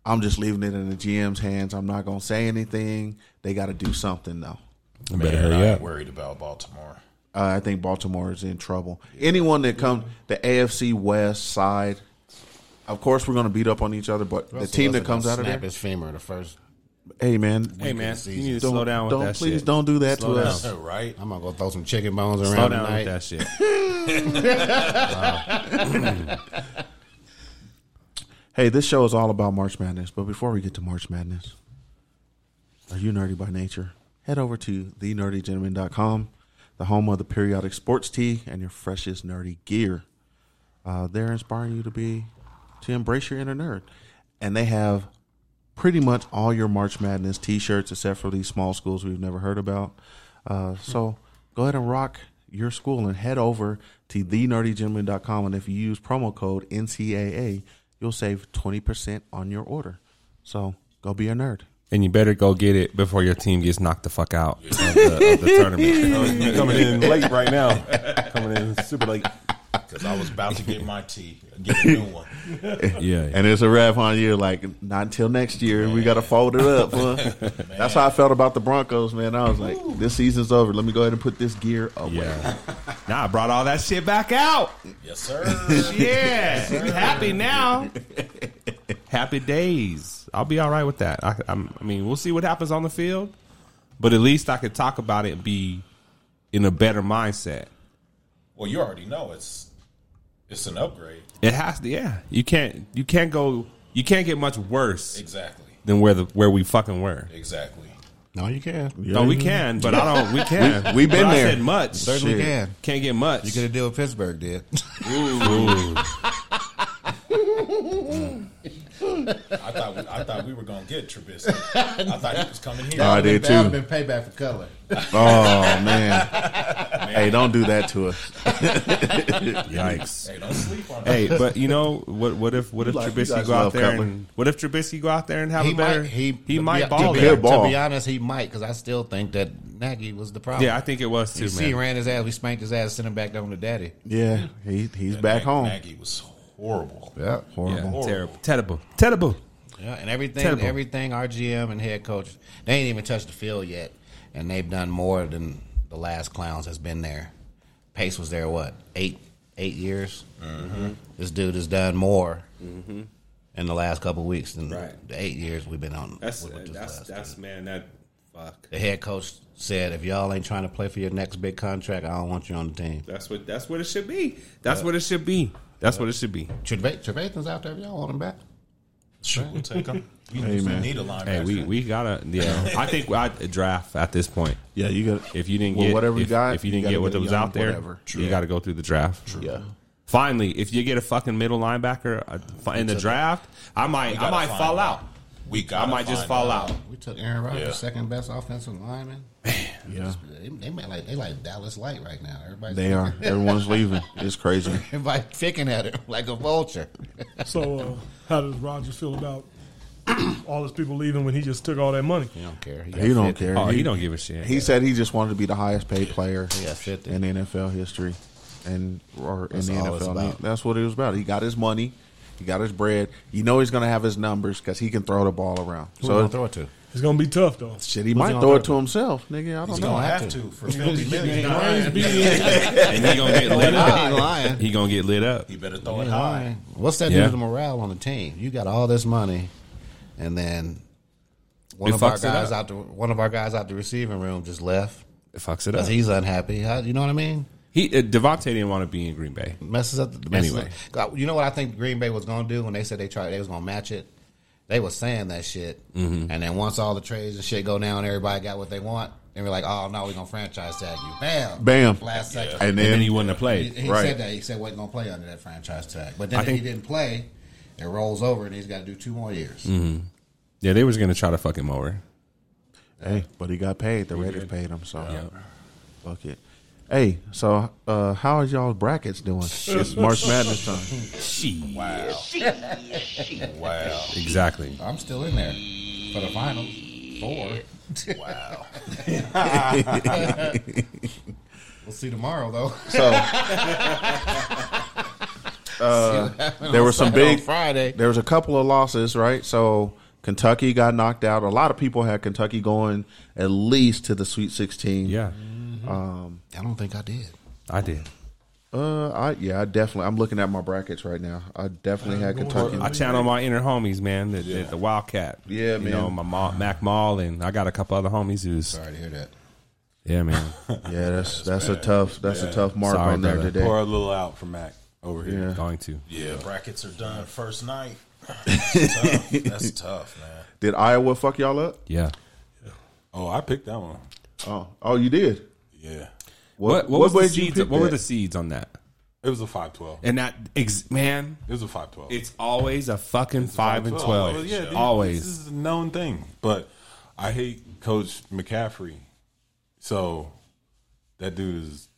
[SPEAKER 3] I'm just leaving it in the GM's hands. I'm not gonna say anything. They got to do something though."
[SPEAKER 4] I
[SPEAKER 7] that.
[SPEAKER 4] better
[SPEAKER 7] Man, I
[SPEAKER 4] hurry
[SPEAKER 7] ain't
[SPEAKER 4] up.
[SPEAKER 7] worried about Baltimore.
[SPEAKER 3] Uh, I think Baltimore is in trouble. Anyone that comes the AFC West side, of course, we're gonna beat up on each other. But the
[SPEAKER 5] Russell
[SPEAKER 3] team
[SPEAKER 5] Wilson
[SPEAKER 3] that comes
[SPEAKER 5] gonna
[SPEAKER 3] out of
[SPEAKER 5] snap
[SPEAKER 3] there,
[SPEAKER 5] his femur the first.
[SPEAKER 3] hey man,
[SPEAKER 4] Hey man, you need to
[SPEAKER 3] don't
[SPEAKER 4] slow down with
[SPEAKER 3] don't
[SPEAKER 4] that
[SPEAKER 3] please
[SPEAKER 4] shit.
[SPEAKER 3] don't do that
[SPEAKER 4] Slow
[SPEAKER 3] to
[SPEAKER 4] down.
[SPEAKER 3] us.
[SPEAKER 7] right?
[SPEAKER 5] I'm gonna go throw some chicken bones around
[SPEAKER 4] Slow down
[SPEAKER 5] tonight.
[SPEAKER 4] with that shit.
[SPEAKER 3] Hey, this show is all about March Madness. But before we get to March Madness, are you nerdy by nature? Head over to thenerdygentleman.com, the home of the periodic sports tee and your freshest nerdy gear. Uh, they're inspiring you to be to embrace your inner nerd, and they have pretty much all your March Madness T-shirts, except for these small schools we've never heard about. Uh, so go ahead and rock your school and head over to thenerdygentleman.com. And if you use promo code NCAA, you'll save 20% on your order. So go be a nerd.
[SPEAKER 4] And you better go get it before your team gets knocked the fuck out of the, of the
[SPEAKER 8] (laughs)
[SPEAKER 4] tournament.
[SPEAKER 8] You coming in late right now. (laughs) Coming in super late.
[SPEAKER 7] Because I was about to get my tea, get a new one.
[SPEAKER 4] yeah,
[SPEAKER 3] And it's a wrap on you. Like, not until next year. We got to fold it up. huh? (laughs) That's how I felt about the Broncos, man. I was like, this season's over. Let me go ahead and put this gear away.
[SPEAKER 4] yeah. Nah, I brought all that shit back out.
[SPEAKER 7] Yes, sir.
[SPEAKER 8] (laughs)
[SPEAKER 4] Yeah, happy now. happy days. I'll be all right with that. I, I'm, I mean, we'll see what happens on the field, but at least I could talk about it and be in a better mindset.
[SPEAKER 7] Well, you already know it's it's an upgrade.
[SPEAKER 4] It has to. Yeah, you can't. You can't go. You can't get much worse
[SPEAKER 7] Exactly.
[SPEAKER 4] than where the where we fucking were.
[SPEAKER 7] Exactly.
[SPEAKER 5] No, you can.
[SPEAKER 4] No, we can, but I don't. We can.
[SPEAKER 5] (laughs)
[SPEAKER 3] We- we been
[SPEAKER 4] But I
[SPEAKER 3] there.
[SPEAKER 4] said much.
[SPEAKER 5] Certainly
[SPEAKER 3] Shit.
[SPEAKER 5] can.
[SPEAKER 4] Can't get much.
[SPEAKER 5] You could have did what Pittsburgh did.
[SPEAKER 7] I thought we, I thought we were gonna get Trubisky. I thought he was coming here.
[SPEAKER 3] I
[SPEAKER 5] (laughs)
[SPEAKER 3] did
[SPEAKER 5] That would
[SPEAKER 3] too.
[SPEAKER 5] have been payback for color.
[SPEAKER 3] Oh, man. Hey, don't do that to us.
[SPEAKER 4] Yikes.
[SPEAKER 5] (laughs)
[SPEAKER 7] Hey, don't sleep on
[SPEAKER 4] Hey,
[SPEAKER 7] hey.
[SPEAKER 4] but you know what? What if what if
[SPEAKER 3] like- you
[SPEAKER 4] Trubisky
[SPEAKER 3] guys
[SPEAKER 4] go out
[SPEAKER 3] love
[SPEAKER 4] there
[SPEAKER 3] Cutler.
[SPEAKER 4] and what if Trubisky go out there and have
[SPEAKER 5] He
[SPEAKER 4] a better?
[SPEAKER 5] might. He,
[SPEAKER 4] might
[SPEAKER 5] yeah,
[SPEAKER 4] ball
[SPEAKER 5] to
[SPEAKER 4] there.
[SPEAKER 5] Be,
[SPEAKER 3] ball.
[SPEAKER 5] To be honest, he might because I still think that Nagy was the problem.
[SPEAKER 4] Yeah, I think it was too,
[SPEAKER 5] You see, he
[SPEAKER 4] man.
[SPEAKER 5] ran his ass. We spanked his ass, sent him back down to daddy.
[SPEAKER 3] Yeah, he, he's back
[SPEAKER 7] Mag-
[SPEAKER 3] home.
[SPEAKER 7] Maggie was horrible.
[SPEAKER 5] Yeah,
[SPEAKER 4] Yeah,
[SPEAKER 3] Horrible.
[SPEAKER 4] terrible, terrible, terrible.
[SPEAKER 5] yeah. And everything,
[SPEAKER 4] Terrible.
[SPEAKER 5] everything. Our GM and head coach, they ain't even touched the field yet, and they've done more than the last clowns has been there. Pace was
[SPEAKER 4] Mm-hmm.
[SPEAKER 5] there what eight eight years. This dude has done more in the last couple of weeks. In
[SPEAKER 4] Right.
[SPEAKER 5] the eight years we've been on.
[SPEAKER 4] That's
[SPEAKER 5] with- with this
[SPEAKER 4] that's
[SPEAKER 5] class.
[SPEAKER 4] that's man. That fuck.
[SPEAKER 5] the head coach said, "If y'all ain't trying to play for your next big contract, I don't want you on the team."
[SPEAKER 4] That's what that's what it should be. That's what it should be. That's what it should be.
[SPEAKER 5] Trevathan's out there. If y'all want him back,
[SPEAKER 11] Sure, we'll take him. You
[SPEAKER 4] Hey, man.
[SPEAKER 11] need a linebacker.
[SPEAKER 4] Hey, we we gotta.
[SPEAKER 5] (laughs)
[SPEAKER 4] Yeah, I think I draft at this point.
[SPEAKER 3] Yeah, you got.
[SPEAKER 4] If you didn't
[SPEAKER 3] Well,
[SPEAKER 4] get
[SPEAKER 3] whatever you
[SPEAKER 4] if,
[SPEAKER 3] got,
[SPEAKER 4] if you
[SPEAKER 3] you
[SPEAKER 4] didn't
[SPEAKER 3] gotta
[SPEAKER 4] get what
[SPEAKER 3] get
[SPEAKER 4] was
[SPEAKER 3] young,
[SPEAKER 4] out there,
[SPEAKER 3] whatever. True.
[SPEAKER 4] you got to go through the draft.
[SPEAKER 3] Yeah.
[SPEAKER 4] Finally, if you get a fucking middle linebacker uh, in the draft, I might I
[SPEAKER 5] gotta
[SPEAKER 4] might
[SPEAKER 5] find
[SPEAKER 4] fall
[SPEAKER 5] out.
[SPEAKER 4] out. I might just fall out.
[SPEAKER 5] We took Aaron Rodgers,
[SPEAKER 4] Yeah.
[SPEAKER 5] second best offensive lineman.
[SPEAKER 3] Yeah.
[SPEAKER 5] They, they might like they like Dallas Light right now. Everybody's
[SPEAKER 3] They are. Everyone's leaving. It's crazy.
[SPEAKER 5] (laughs) Everybody picking at him like a vulture.
[SPEAKER 8] (laughs) So, uh, how does Rogers feel about (clears throat) all his people leaving when he just took all that money? He
[SPEAKER 5] don't care.
[SPEAKER 3] He don't care.
[SPEAKER 4] Oh,
[SPEAKER 3] Oh, He
[SPEAKER 4] (laughs)
[SPEAKER 8] He
[SPEAKER 3] said he just wanted to be the highest paid player
[SPEAKER 5] got 50.
[SPEAKER 3] in NFL history, and or
[SPEAKER 5] That's
[SPEAKER 3] in the
[SPEAKER 5] all it's
[SPEAKER 3] NFL.
[SPEAKER 5] about.
[SPEAKER 3] That's what it was about. He got his money, he got his bread. You know he's going to have his numbers because he can throw the ball around.
[SPEAKER 5] Who gonna throw it to?
[SPEAKER 8] It's gonna be tough though.
[SPEAKER 3] Shit, he might throw it to himself, nigga. I don't
[SPEAKER 8] He's
[SPEAKER 3] know.
[SPEAKER 8] gonna have
[SPEAKER 11] to for
[SPEAKER 8] He's gonna
[SPEAKER 11] 50
[SPEAKER 8] be
[SPEAKER 11] million.
[SPEAKER 8] getting
[SPEAKER 11] Lions
[SPEAKER 8] beat
[SPEAKER 4] and he gonna
[SPEAKER 3] (laughs)
[SPEAKER 4] get lit up. He gonna get lit up.
[SPEAKER 11] He better throw
[SPEAKER 5] You
[SPEAKER 11] it
[SPEAKER 5] know,
[SPEAKER 11] high.
[SPEAKER 5] What's that
[SPEAKER 4] Yeah.
[SPEAKER 5] do to morale on the team? You got all this money, and then one
[SPEAKER 4] It
[SPEAKER 5] of our
[SPEAKER 4] fucks it
[SPEAKER 5] guys
[SPEAKER 4] up.
[SPEAKER 5] out the one of our guys out the receiving room just left.
[SPEAKER 4] It fucks it up.
[SPEAKER 5] Because he's unhappy. How- you know what I mean?
[SPEAKER 4] He uh, Devontae didn't want to be in Green Bay.
[SPEAKER 5] Messes up. the messes
[SPEAKER 4] Anyway.
[SPEAKER 5] up. God, You know what I think Green Bay was going to do when they said they tried they was going to match it. They was saying that shit,
[SPEAKER 3] Mm-hmm.
[SPEAKER 4] Mhm.
[SPEAKER 5] and then once all the trades and shit go down, everybody got what they want. They were like, "Oh no, we're gonna franchise tag you." Bam,
[SPEAKER 3] Bam.
[SPEAKER 5] Last
[SPEAKER 3] Yeah.
[SPEAKER 5] second,
[SPEAKER 3] And And then- then he wouldn't have played.
[SPEAKER 5] He, he
[SPEAKER 3] Right.
[SPEAKER 5] said that he said wasn't gonna play under that franchise tag, but then
[SPEAKER 4] I
[SPEAKER 5] if
[SPEAKER 4] think-
[SPEAKER 5] he didn't play. It rolls over, and he's got to do two more years.
[SPEAKER 3] Mm-hmm.
[SPEAKER 4] hmm Yeah, they was gonna try to fuck him over.
[SPEAKER 3] Hey, but he got paid. The Raiders paid him, so
[SPEAKER 4] Yeah.
[SPEAKER 3] fuck it. Hey, so uh, how is y'all brackets doing? It's March Madness time.
[SPEAKER 4] She.
[SPEAKER 11] Wow. wow.
[SPEAKER 4] Exactly.
[SPEAKER 5] I'm still in there for the final four.
[SPEAKER 11] Wow.
[SPEAKER 5] we'll see tomorrow, though. (laughs)
[SPEAKER 3] So,
[SPEAKER 5] See what
[SPEAKER 3] Uh,
[SPEAKER 5] happened
[SPEAKER 3] there
[SPEAKER 5] on
[SPEAKER 3] were some
[SPEAKER 5] Saturday on
[SPEAKER 3] big
[SPEAKER 5] Friday.
[SPEAKER 3] There was a couple of losses, right? So Kentucky got knocked out. A lot of people had Kentucky going at least to the Sweet Sixteen.
[SPEAKER 4] Yeah,
[SPEAKER 3] um,
[SPEAKER 5] I don't think I did.
[SPEAKER 4] I did.
[SPEAKER 3] Uh, I yeah, I definitely. I'm looking at my brackets right now. I definitely
[SPEAKER 4] Uh,
[SPEAKER 3] had Kentucky.
[SPEAKER 4] I channel my inner homies, man. The, the, the Wildcat.
[SPEAKER 3] Yeah,
[SPEAKER 4] you
[SPEAKER 3] man.
[SPEAKER 4] know my Ma, Mac Mall, and I got a couple other homies who's.
[SPEAKER 5] Sorry to hear that.
[SPEAKER 4] Yeah, man.
[SPEAKER 3] yeah, that's that's a tough that's a
[SPEAKER 7] Yeah.
[SPEAKER 3] tough mark
[SPEAKER 4] Sorry,
[SPEAKER 3] on there
[SPEAKER 4] brother.
[SPEAKER 3] today.
[SPEAKER 7] Pour a little out for Mac over here.
[SPEAKER 3] Yeah.
[SPEAKER 4] Going to.
[SPEAKER 11] Yeah, brackets are done first
[SPEAKER 7] (laughs)
[SPEAKER 11] night. That's tough. That's tough, man.
[SPEAKER 3] Did Iowa fuck y'all up?
[SPEAKER 4] Yeah.
[SPEAKER 7] Oh, I picked that one.
[SPEAKER 3] Oh, oh, you did.
[SPEAKER 7] Yeah.
[SPEAKER 4] What, what, was
[SPEAKER 3] made
[SPEAKER 4] the
[SPEAKER 3] you
[SPEAKER 4] seeds?
[SPEAKER 3] pick
[SPEAKER 4] What were
[SPEAKER 3] that?
[SPEAKER 4] the seeds on that?
[SPEAKER 7] It was a five twelve.
[SPEAKER 4] And that ex- man,
[SPEAKER 7] It was a five twelve.
[SPEAKER 4] it's always a fucking five and twelve.
[SPEAKER 7] Oh, Well, yeah, dude,
[SPEAKER 4] always.
[SPEAKER 7] This is a known thing, but I hate Coach McCaffrey. So that dude is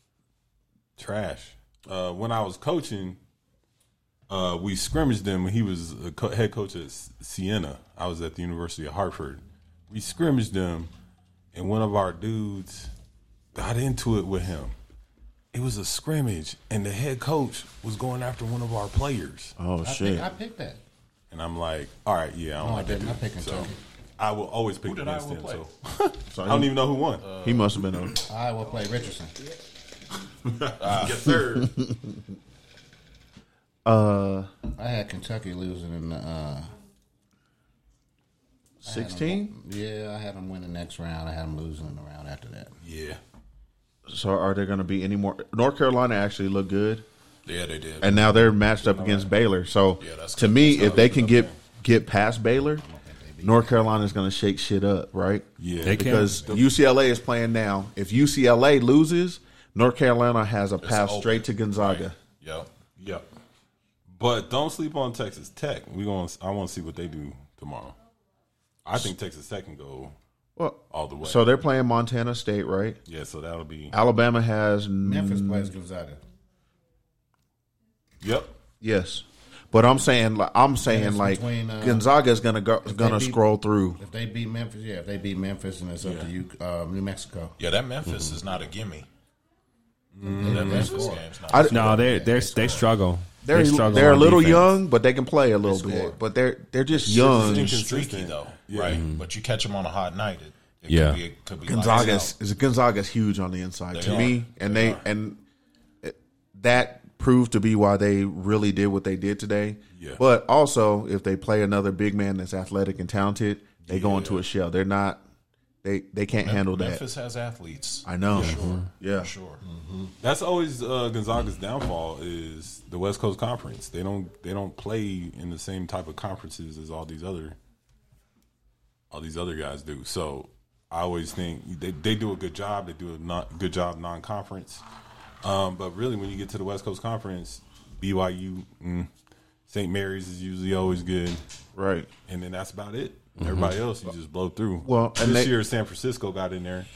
[SPEAKER 7] trash. Uh, when I was coaching, uh, we scrimmaged him. when He was a co- head coach at S- Siena. I was at the University of Hartford. We scrimmaged them, and one of our dudes got into it with him. It was a scrimmage, and the head coach was going after one of our players.
[SPEAKER 3] Oh
[SPEAKER 5] I
[SPEAKER 3] shit!
[SPEAKER 5] think I picked that.
[SPEAKER 7] And I'm like, all right, yeah, I don't
[SPEAKER 5] No, I
[SPEAKER 7] like that.
[SPEAKER 5] didn't.
[SPEAKER 7] dude.
[SPEAKER 5] I picked
[SPEAKER 7] so
[SPEAKER 5] Kentucky.
[SPEAKER 7] I will always pick
[SPEAKER 11] Who did
[SPEAKER 7] against
[SPEAKER 11] Iowa
[SPEAKER 7] him.
[SPEAKER 11] play? Uh,
[SPEAKER 7] So
[SPEAKER 3] So
[SPEAKER 5] (laughs)
[SPEAKER 7] I don't even know who won.
[SPEAKER 3] He must have been on.
[SPEAKER 5] I will play Richardson.
[SPEAKER 11] Yes,
[SPEAKER 7] (laughs)
[SPEAKER 11] sir.
[SPEAKER 3] Uh,
[SPEAKER 5] I had Kentucky losing in the. Uh,
[SPEAKER 3] sixteen.
[SPEAKER 5] yeah, I had them win the next round. I had them losing in the round after that.
[SPEAKER 11] yeah.
[SPEAKER 3] So are there going to be any more? North Carolina actually looked good.
[SPEAKER 11] Yeah, they did.
[SPEAKER 3] and now they're matched up against Baylor. So
[SPEAKER 11] Yeah, that's
[SPEAKER 3] to
[SPEAKER 11] good.
[SPEAKER 3] me,
[SPEAKER 11] That's
[SPEAKER 3] if they can get get past Baylor, North Carolina's going to shake shit up, right?
[SPEAKER 7] Yeah. They
[SPEAKER 4] can.
[SPEAKER 3] because UCLA is playing now. If UCLA loses, North Carolina has a path
[SPEAKER 11] open.
[SPEAKER 3] straight to Gonzaga.
[SPEAKER 11] Yep.
[SPEAKER 7] Yep. But don't sleep on Texas Tech. We going to I want to see what they do tomorrow. I think Texas Tech can go
[SPEAKER 3] Well,
[SPEAKER 7] all the way.
[SPEAKER 3] so they're playing Montana State, right?
[SPEAKER 7] yeah, so that'll be
[SPEAKER 3] Alabama has
[SPEAKER 5] Memphis plays Gonzaga.
[SPEAKER 7] Yep.
[SPEAKER 3] yes, but I'm saying like I'm saying
[SPEAKER 5] it's
[SPEAKER 3] like
[SPEAKER 5] between, uh,
[SPEAKER 3] Gonzaga is going to go
[SPEAKER 5] if they
[SPEAKER 3] going to
[SPEAKER 5] beat-
[SPEAKER 3] scroll through.
[SPEAKER 5] If they beat Memphis, yeah. If they beat Memphis, and it's up to you, um, New Mexico.
[SPEAKER 11] Yeah, that Memphis
[SPEAKER 7] Mm-hmm.
[SPEAKER 11] is not a gimme.
[SPEAKER 5] They-
[SPEAKER 11] That
[SPEAKER 5] they
[SPEAKER 11] Memphis
[SPEAKER 5] score.
[SPEAKER 11] game's not.
[SPEAKER 3] I-
[SPEAKER 4] no, they they they struggle.
[SPEAKER 3] They're
[SPEAKER 4] they struggle
[SPEAKER 3] they're a
[SPEAKER 4] on
[SPEAKER 3] little
[SPEAKER 4] defense.
[SPEAKER 3] young, but they can play a little bit. But they're they're just young.
[SPEAKER 11] It's streaky though,
[SPEAKER 7] Yeah.
[SPEAKER 11] right?
[SPEAKER 3] Mm-hmm.
[SPEAKER 11] But you catch them on a hot night, it, it
[SPEAKER 4] Yeah.
[SPEAKER 11] could be, it could be lights
[SPEAKER 3] Gonzaga's
[SPEAKER 11] out.
[SPEAKER 3] is Gonzaga's huge on the inside
[SPEAKER 11] They
[SPEAKER 3] to
[SPEAKER 11] are.
[SPEAKER 3] me, and they, and it- that prove to be why they really did what they did today.
[SPEAKER 8] Yeah.
[SPEAKER 3] But also, if they play another big man that's athletic and talented, they go into a shell. They're not. They they can't handle that.
[SPEAKER 7] Memphis has athletes.
[SPEAKER 3] I know.
[SPEAKER 7] For sure.
[SPEAKER 3] Yeah.
[SPEAKER 7] For sure.
[SPEAKER 8] That's always uh, Gonzaga's downfall is the West Coast Conference. They don't they don't play in the same type of conferences as all these other all these other guys do. So I always think they, they do a good job. They do a not, good job non conference. Um, but really, when you get to the West Coast Conference, BYU, mm, St. Mary's is usually always good,
[SPEAKER 3] right?
[SPEAKER 8] And then that's about it. Everybody else, you just blow through.
[SPEAKER 3] Mm-hmm. Well, and
[SPEAKER 8] this
[SPEAKER 3] they-
[SPEAKER 8] year San Francisco got in there,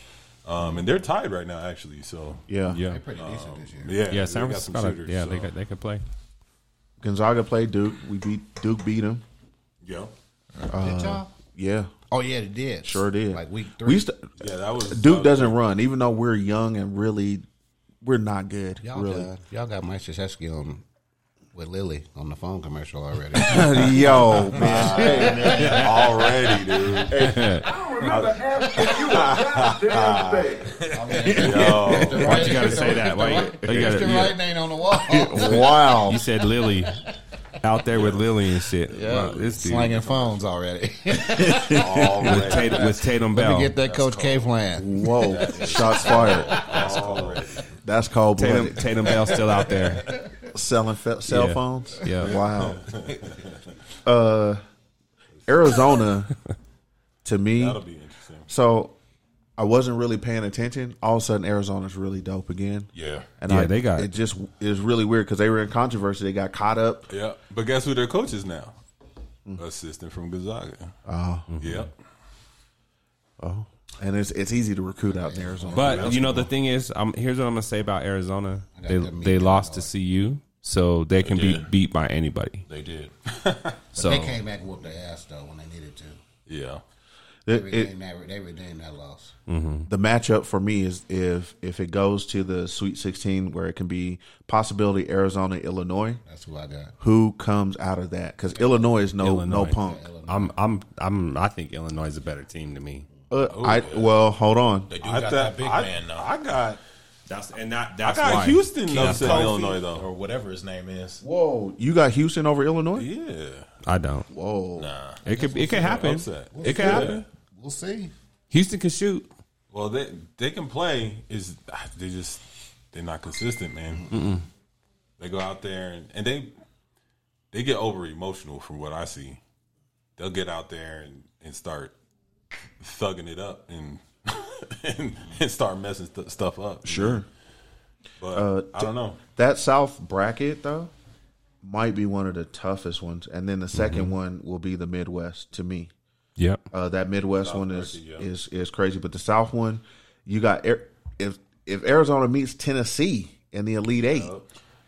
[SPEAKER 8] um, and they're tied right now, actually. So
[SPEAKER 3] Yeah. Yeah. They're
[SPEAKER 4] pretty decent this year.
[SPEAKER 8] Yeah,
[SPEAKER 4] Yeah,
[SPEAKER 8] they
[SPEAKER 4] San
[SPEAKER 8] got some
[SPEAKER 4] Francisco,
[SPEAKER 8] shooters,
[SPEAKER 4] yeah, they
[SPEAKER 8] so.
[SPEAKER 4] could they could play.
[SPEAKER 3] Gonzaga played Duke. We beat Duke. Beat them.
[SPEAKER 8] Yeah.
[SPEAKER 5] Did y'all?
[SPEAKER 3] Yeah.
[SPEAKER 5] Oh yeah, it did.
[SPEAKER 3] Sure did.
[SPEAKER 5] Like week three.
[SPEAKER 3] We used to,
[SPEAKER 8] Yeah, that was-
[SPEAKER 3] Duke
[SPEAKER 8] that was-
[SPEAKER 3] doesn't run, even though we're young and really we're not good.
[SPEAKER 5] Y'all
[SPEAKER 3] really.
[SPEAKER 5] got y'all got Mike Krzyzewski on with Lily on the phone commercial already.
[SPEAKER 3] (laughs) Yo, man.
[SPEAKER 4] (laughs)
[SPEAKER 3] Hey,
[SPEAKER 8] man. (laughs)
[SPEAKER 12] (laughs)
[SPEAKER 8] Already, dude.
[SPEAKER 5] I
[SPEAKER 12] don't remember half of you goddamn
[SPEAKER 8] (laughs)
[SPEAKER 4] Yo, why'd you
[SPEAKER 5] (laughs)
[SPEAKER 4] gotta say that? Why you, why you
[SPEAKER 5] Mr.
[SPEAKER 4] gotta,
[SPEAKER 5] Wright ain't on the wall.
[SPEAKER 4] You said Lily out there with Lily and shit.
[SPEAKER 5] Yeah,
[SPEAKER 4] Wow, this dude.
[SPEAKER 5] slanging phones already. (laughs)
[SPEAKER 4] With Tatum, with Tatum
[SPEAKER 5] Let
[SPEAKER 4] Bell.
[SPEAKER 5] me get that Coach K plan.
[SPEAKER 3] Whoa, shots fired.
[SPEAKER 8] That's already.
[SPEAKER 3] That's cold (laughs)
[SPEAKER 4] Tatum,
[SPEAKER 3] blooded.
[SPEAKER 4] Tatum Bell still out there.
[SPEAKER 3] selling fe- cell
[SPEAKER 4] Yeah.
[SPEAKER 3] phones.
[SPEAKER 4] Yeah.
[SPEAKER 3] wow. Uh, Arizona, to me,
[SPEAKER 8] That'll be interesting.
[SPEAKER 3] So, I wasn't really paying attention. All of a sudden, Arizona's really dope again.
[SPEAKER 8] Yeah.
[SPEAKER 3] and
[SPEAKER 4] Yeah,
[SPEAKER 3] I,
[SPEAKER 4] they got-
[SPEAKER 3] it. Just is really weird because they were in controversy. They got caught up.
[SPEAKER 8] Yeah, but guess who their coach is now?
[SPEAKER 12] Hmm.
[SPEAKER 8] Assistant from Gonzaga.
[SPEAKER 3] Oh.
[SPEAKER 8] Yep.
[SPEAKER 3] Oh, and it's it's easy to recruit out in Arizona.
[SPEAKER 4] But you know the thing is, i here's what I'm gonna say about Arizona.
[SPEAKER 5] got
[SPEAKER 4] They
[SPEAKER 5] that meat
[SPEAKER 4] they lost to CU, so they can be
[SPEAKER 8] did.
[SPEAKER 4] beat by anybody.
[SPEAKER 8] They did.
[SPEAKER 4] So
[SPEAKER 5] they came back and whooped their ass though when they needed to.
[SPEAKER 8] (laughs) yeah.
[SPEAKER 5] They
[SPEAKER 3] It- it-
[SPEAKER 5] redeemed, that, they redeemed that loss.
[SPEAKER 3] the matchup for me is if if it goes to the Sweet 16, where it can be possibility Arizona, Illinois.
[SPEAKER 5] That's who I got.
[SPEAKER 3] Who comes out of that? Because Illinois is no no
[SPEAKER 4] Illinois.
[SPEAKER 3] punk.
[SPEAKER 4] I'm I'm I'm I think Illinois is a better team to me.
[SPEAKER 3] Uh, I well, hold on.
[SPEAKER 7] They do got
[SPEAKER 8] I thought-
[SPEAKER 7] that big
[SPEAKER 8] I-
[SPEAKER 7] man though.
[SPEAKER 8] I got
[SPEAKER 4] That's and that
[SPEAKER 8] I
[SPEAKER 4] that's
[SPEAKER 8] got
[SPEAKER 4] why.
[SPEAKER 8] Houston
[SPEAKER 4] That's
[SPEAKER 8] upset
[SPEAKER 4] why.
[SPEAKER 8] Illinois though.
[SPEAKER 7] or whatever his name is.
[SPEAKER 3] Whoa, you got Houston over Illinois?
[SPEAKER 8] Yeah.
[SPEAKER 4] I don't.
[SPEAKER 3] Whoa,
[SPEAKER 7] Nah.
[SPEAKER 4] It could it could happen.
[SPEAKER 8] Upset.
[SPEAKER 4] It could happen.
[SPEAKER 5] We'll see.
[SPEAKER 4] Houston could shoot.
[SPEAKER 8] Well, they they can play. Is ah, they just they're not consistent, man. They go out there and, and they they get over emotional from what I see. They'll get out there and, and start thugging it up and (laughs) and, and start messing stu stuff up.
[SPEAKER 3] sure.
[SPEAKER 8] but
[SPEAKER 3] Uh,
[SPEAKER 8] I don't know.
[SPEAKER 3] That South bracket though might be one of the toughest ones, and then the 2nd one will be the Midwest to me.
[SPEAKER 4] Yep.
[SPEAKER 3] Uh, that Midwest one is
[SPEAKER 8] bracket, yeah.
[SPEAKER 3] is is crazy, but the South one, you got Ar- if if Arizona meets Tennessee in the Elite Eight,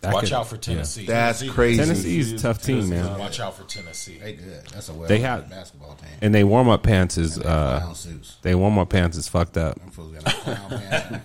[SPEAKER 4] That
[SPEAKER 7] Watch
[SPEAKER 4] could-
[SPEAKER 7] out for Tennessee.
[SPEAKER 3] that's
[SPEAKER 7] Tennessee-
[SPEAKER 3] crazy.
[SPEAKER 4] Tennessee's a tough team, man.
[SPEAKER 7] Watch out for Tennessee.
[SPEAKER 5] They good. That's a well
[SPEAKER 4] They have-
[SPEAKER 5] basketball team.
[SPEAKER 4] And they warm up pants is uh
[SPEAKER 5] clown suits.
[SPEAKER 4] they warm up pants is fucked up.
[SPEAKER 5] Them fools got a clown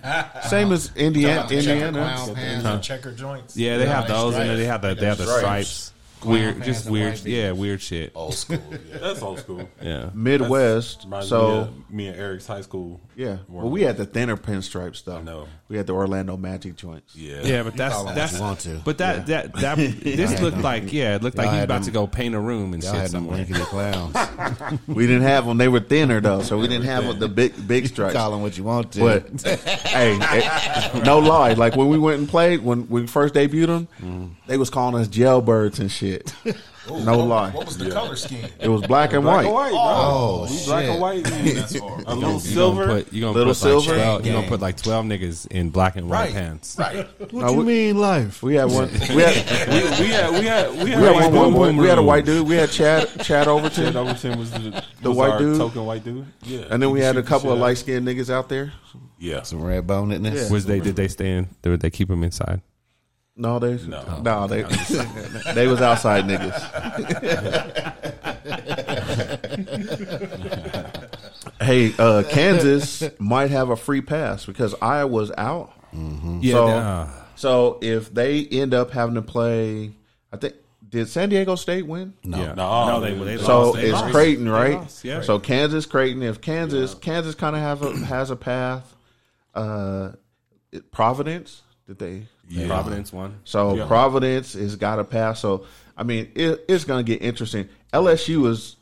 [SPEAKER 5] pants.
[SPEAKER 3] Same as Indiana.
[SPEAKER 5] Talking about the
[SPEAKER 3] Indiana.
[SPEAKER 5] clown
[SPEAKER 7] And
[SPEAKER 5] pants.
[SPEAKER 7] the checker joints.
[SPEAKER 4] Yeah, they have
[SPEAKER 5] they
[SPEAKER 4] those, and
[SPEAKER 5] stripes.
[SPEAKER 4] then they have the
[SPEAKER 5] They
[SPEAKER 4] they have the
[SPEAKER 5] got
[SPEAKER 4] stripes. Weird, just
[SPEAKER 5] Clown pants and
[SPEAKER 4] weird.
[SPEAKER 5] white
[SPEAKER 4] Yeah,
[SPEAKER 5] beaters.
[SPEAKER 4] weird shit.
[SPEAKER 7] Old school. Yeah.
[SPEAKER 8] That's old school.
[SPEAKER 4] Yeah,
[SPEAKER 3] Midwest.
[SPEAKER 8] Reminds me
[SPEAKER 3] So
[SPEAKER 8] of me and Eric's high school.
[SPEAKER 3] yeah,
[SPEAKER 8] warm-up.
[SPEAKER 3] well, we had the thinner pinstripe stuff.
[SPEAKER 8] know.
[SPEAKER 3] We had the Orlando Magic joints.
[SPEAKER 8] yeah,
[SPEAKER 4] yeah, but that's
[SPEAKER 5] all want
[SPEAKER 4] that's
[SPEAKER 5] you want to.
[SPEAKER 4] but that that (laughs) that this looked like yeah, it looked like
[SPEAKER 5] Y'all
[SPEAKER 4] he was
[SPEAKER 5] had
[SPEAKER 4] about
[SPEAKER 5] them-
[SPEAKER 4] to go paint a room and
[SPEAKER 5] Y'all
[SPEAKER 4] shit
[SPEAKER 5] had them
[SPEAKER 4] somewhere.
[SPEAKER 5] winkety clowns.
[SPEAKER 3] We didn't have them; they were thinner though, so we didn't have the big big stripes.
[SPEAKER 5] Call them what you want to.
[SPEAKER 3] But (laughs) hey, it- no lie. Like when we went and played, when we first debuted them, they was calling us jailbirds and shit. no
[SPEAKER 7] what,
[SPEAKER 3] lie,
[SPEAKER 7] What was the color scheme?
[SPEAKER 3] it was black and white.
[SPEAKER 8] black and white. Oh,
[SPEAKER 5] Oh,
[SPEAKER 8] bro. black
[SPEAKER 5] shit.
[SPEAKER 8] and (laughs) white. Man.
[SPEAKER 7] That's hard.
[SPEAKER 8] A little
[SPEAKER 4] You gonna
[SPEAKER 8] silver.
[SPEAKER 4] put you gonna
[SPEAKER 3] Little
[SPEAKER 4] put like
[SPEAKER 3] silver?
[SPEAKER 4] 12 you
[SPEAKER 5] Gang,
[SPEAKER 4] gonna put
[SPEAKER 5] gang.
[SPEAKER 4] like twelve niggas in black and white
[SPEAKER 7] Right.
[SPEAKER 4] pants.
[SPEAKER 7] Right.
[SPEAKER 5] What
[SPEAKER 3] No,
[SPEAKER 5] you
[SPEAKER 3] we-
[SPEAKER 5] mean life?
[SPEAKER 3] We had one. We had,
[SPEAKER 8] we, we had we had we had,
[SPEAKER 3] we had
[SPEAKER 8] white
[SPEAKER 3] one white
[SPEAKER 8] boom
[SPEAKER 3] boy.
[SPEAKER 8] boom
[SPEAKER 3] We had a
[SPEAKER 8] room.
[SPEAKER 3] white dude. We had Chad Chad
[SPEAKER 8] Chad
[SPEAKER 3] Overton,
[SPEAKER 8] Overton was the,
[SPEAKER 3] The
[SPEAKER 8] was
[SPEAKER 3] white
[SPEAKER 8] our
[SPEAKER 3] dude?
[SPEAKER 8] token white dude. Yeah,
[SPEAKER 3] and then we had a couple of
[SPEAKER 8] Shit.
[SPEAKER 3] light skinned niggas out there.
[SPEAKER 8] Yeah,
[SPEAKER 5] Some red bone in this.
[SPEAKER 4] Was they did they stay in? Did they keep them inside?
[SPEAKER 3] No, they no,
[SPEAKER 8] No.
[SPEAKER 3] they (laughs) they was outside niggas. hey, uh, Kansas might have a free pass because Iowa's out.
[SPEAKER 4] Yeah,
[SPEAKER 3] So,
[SPEAKER 4] nah.
[SPEAKER 3] so if they end up having to play, I think did San Diego State win?
[SPEAKER 4] yeah.
[SPEAKER 8] No,
[SPEAKER 4] they, they
[SPEAKER 3] So
[SPEAKER 4] lost. They
[SPEAKER 3] it's
[SPEAKER 4] lost.
[SPEAKER 3] Creighton,
[SPEAKER 4] They
[SPEAKER 3] right?
[SPEAKER 4] lost, yeah.
[SPEAKER 3] So Kansas, Creighton. If Kansas, Kansas kind of have a, has a path. Uh, Providence, that they
[SPEAKER 4] Yeah. Providence won.
[SPEAKER 3] So
[SPEAKER 4] Yeah.
[SPEAKER 3] Providence has got to pass. So I mean, it, it's going to get interesting. LSU is.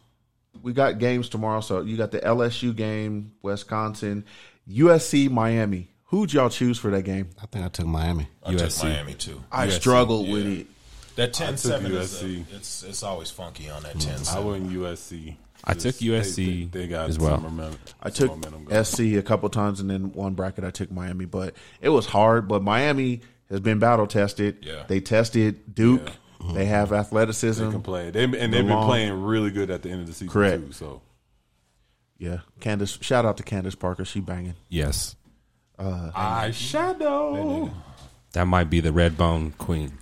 [SPEAKER 3] We got games tomorrow, so you got the LSU game, Wisconsin, USC, Miami. Who'd y'all choose for that game?
[SPEAKER 5] I think I took Miami.
[SPEAKER 7] I took USC. Miami, too.
[SPEAKER 3] I
[SPEAKER 7] USC,
[SPEAKER 3] struggled with
[SPEAKER 7] yeah.
[SPEAKER 3] it.
[SPEAKER 7] That 10-7 is a,
[SPEAKER 8] USC.
[SPEAKER 7] it's it's always funky on that
[SPEAKER 8] Mm.
[SPEAKER 7] 10-7.
[SPEAKER 8] I went USC.
[SPEAKER 4] I took
[SPEAKER 8] Just- they-
[SPEAKER 4] USC
[SPEAKER 8] They, they got
[SPEAKER 4] as well.
[SPEAKER 8] Some momentum,
[SPEAKER 3] I took
[SPEAKER 8] some momentum going.
[SPEAKER 3] SC a couple times, and then one bracket I took Miami, but it was hard. But Miami has been battle tested.
[SPEAKER 8] Yeah.
[SPEAKER 3] They tested Duke. They have athleticism.
[SPEAKER 8] They can play. They, and they've
[SPEAKER 3] The
[SPEAKER 8] been
[SPEAKER 3] long-
[SPEAKER 8] playing really good at the end of the season
[SPEAKER 3] Correct.
[SPEAKER 8] too. So
[SPEAKER 3] Yeah, Candace. Shout out to Candace Parker. She banging.
[SPEAKER 4] Yes.
[SPEAKER 3] Uh,
[SPEAKER 8] I shadow.
[SPEAKER 4] That might be the red bone queen.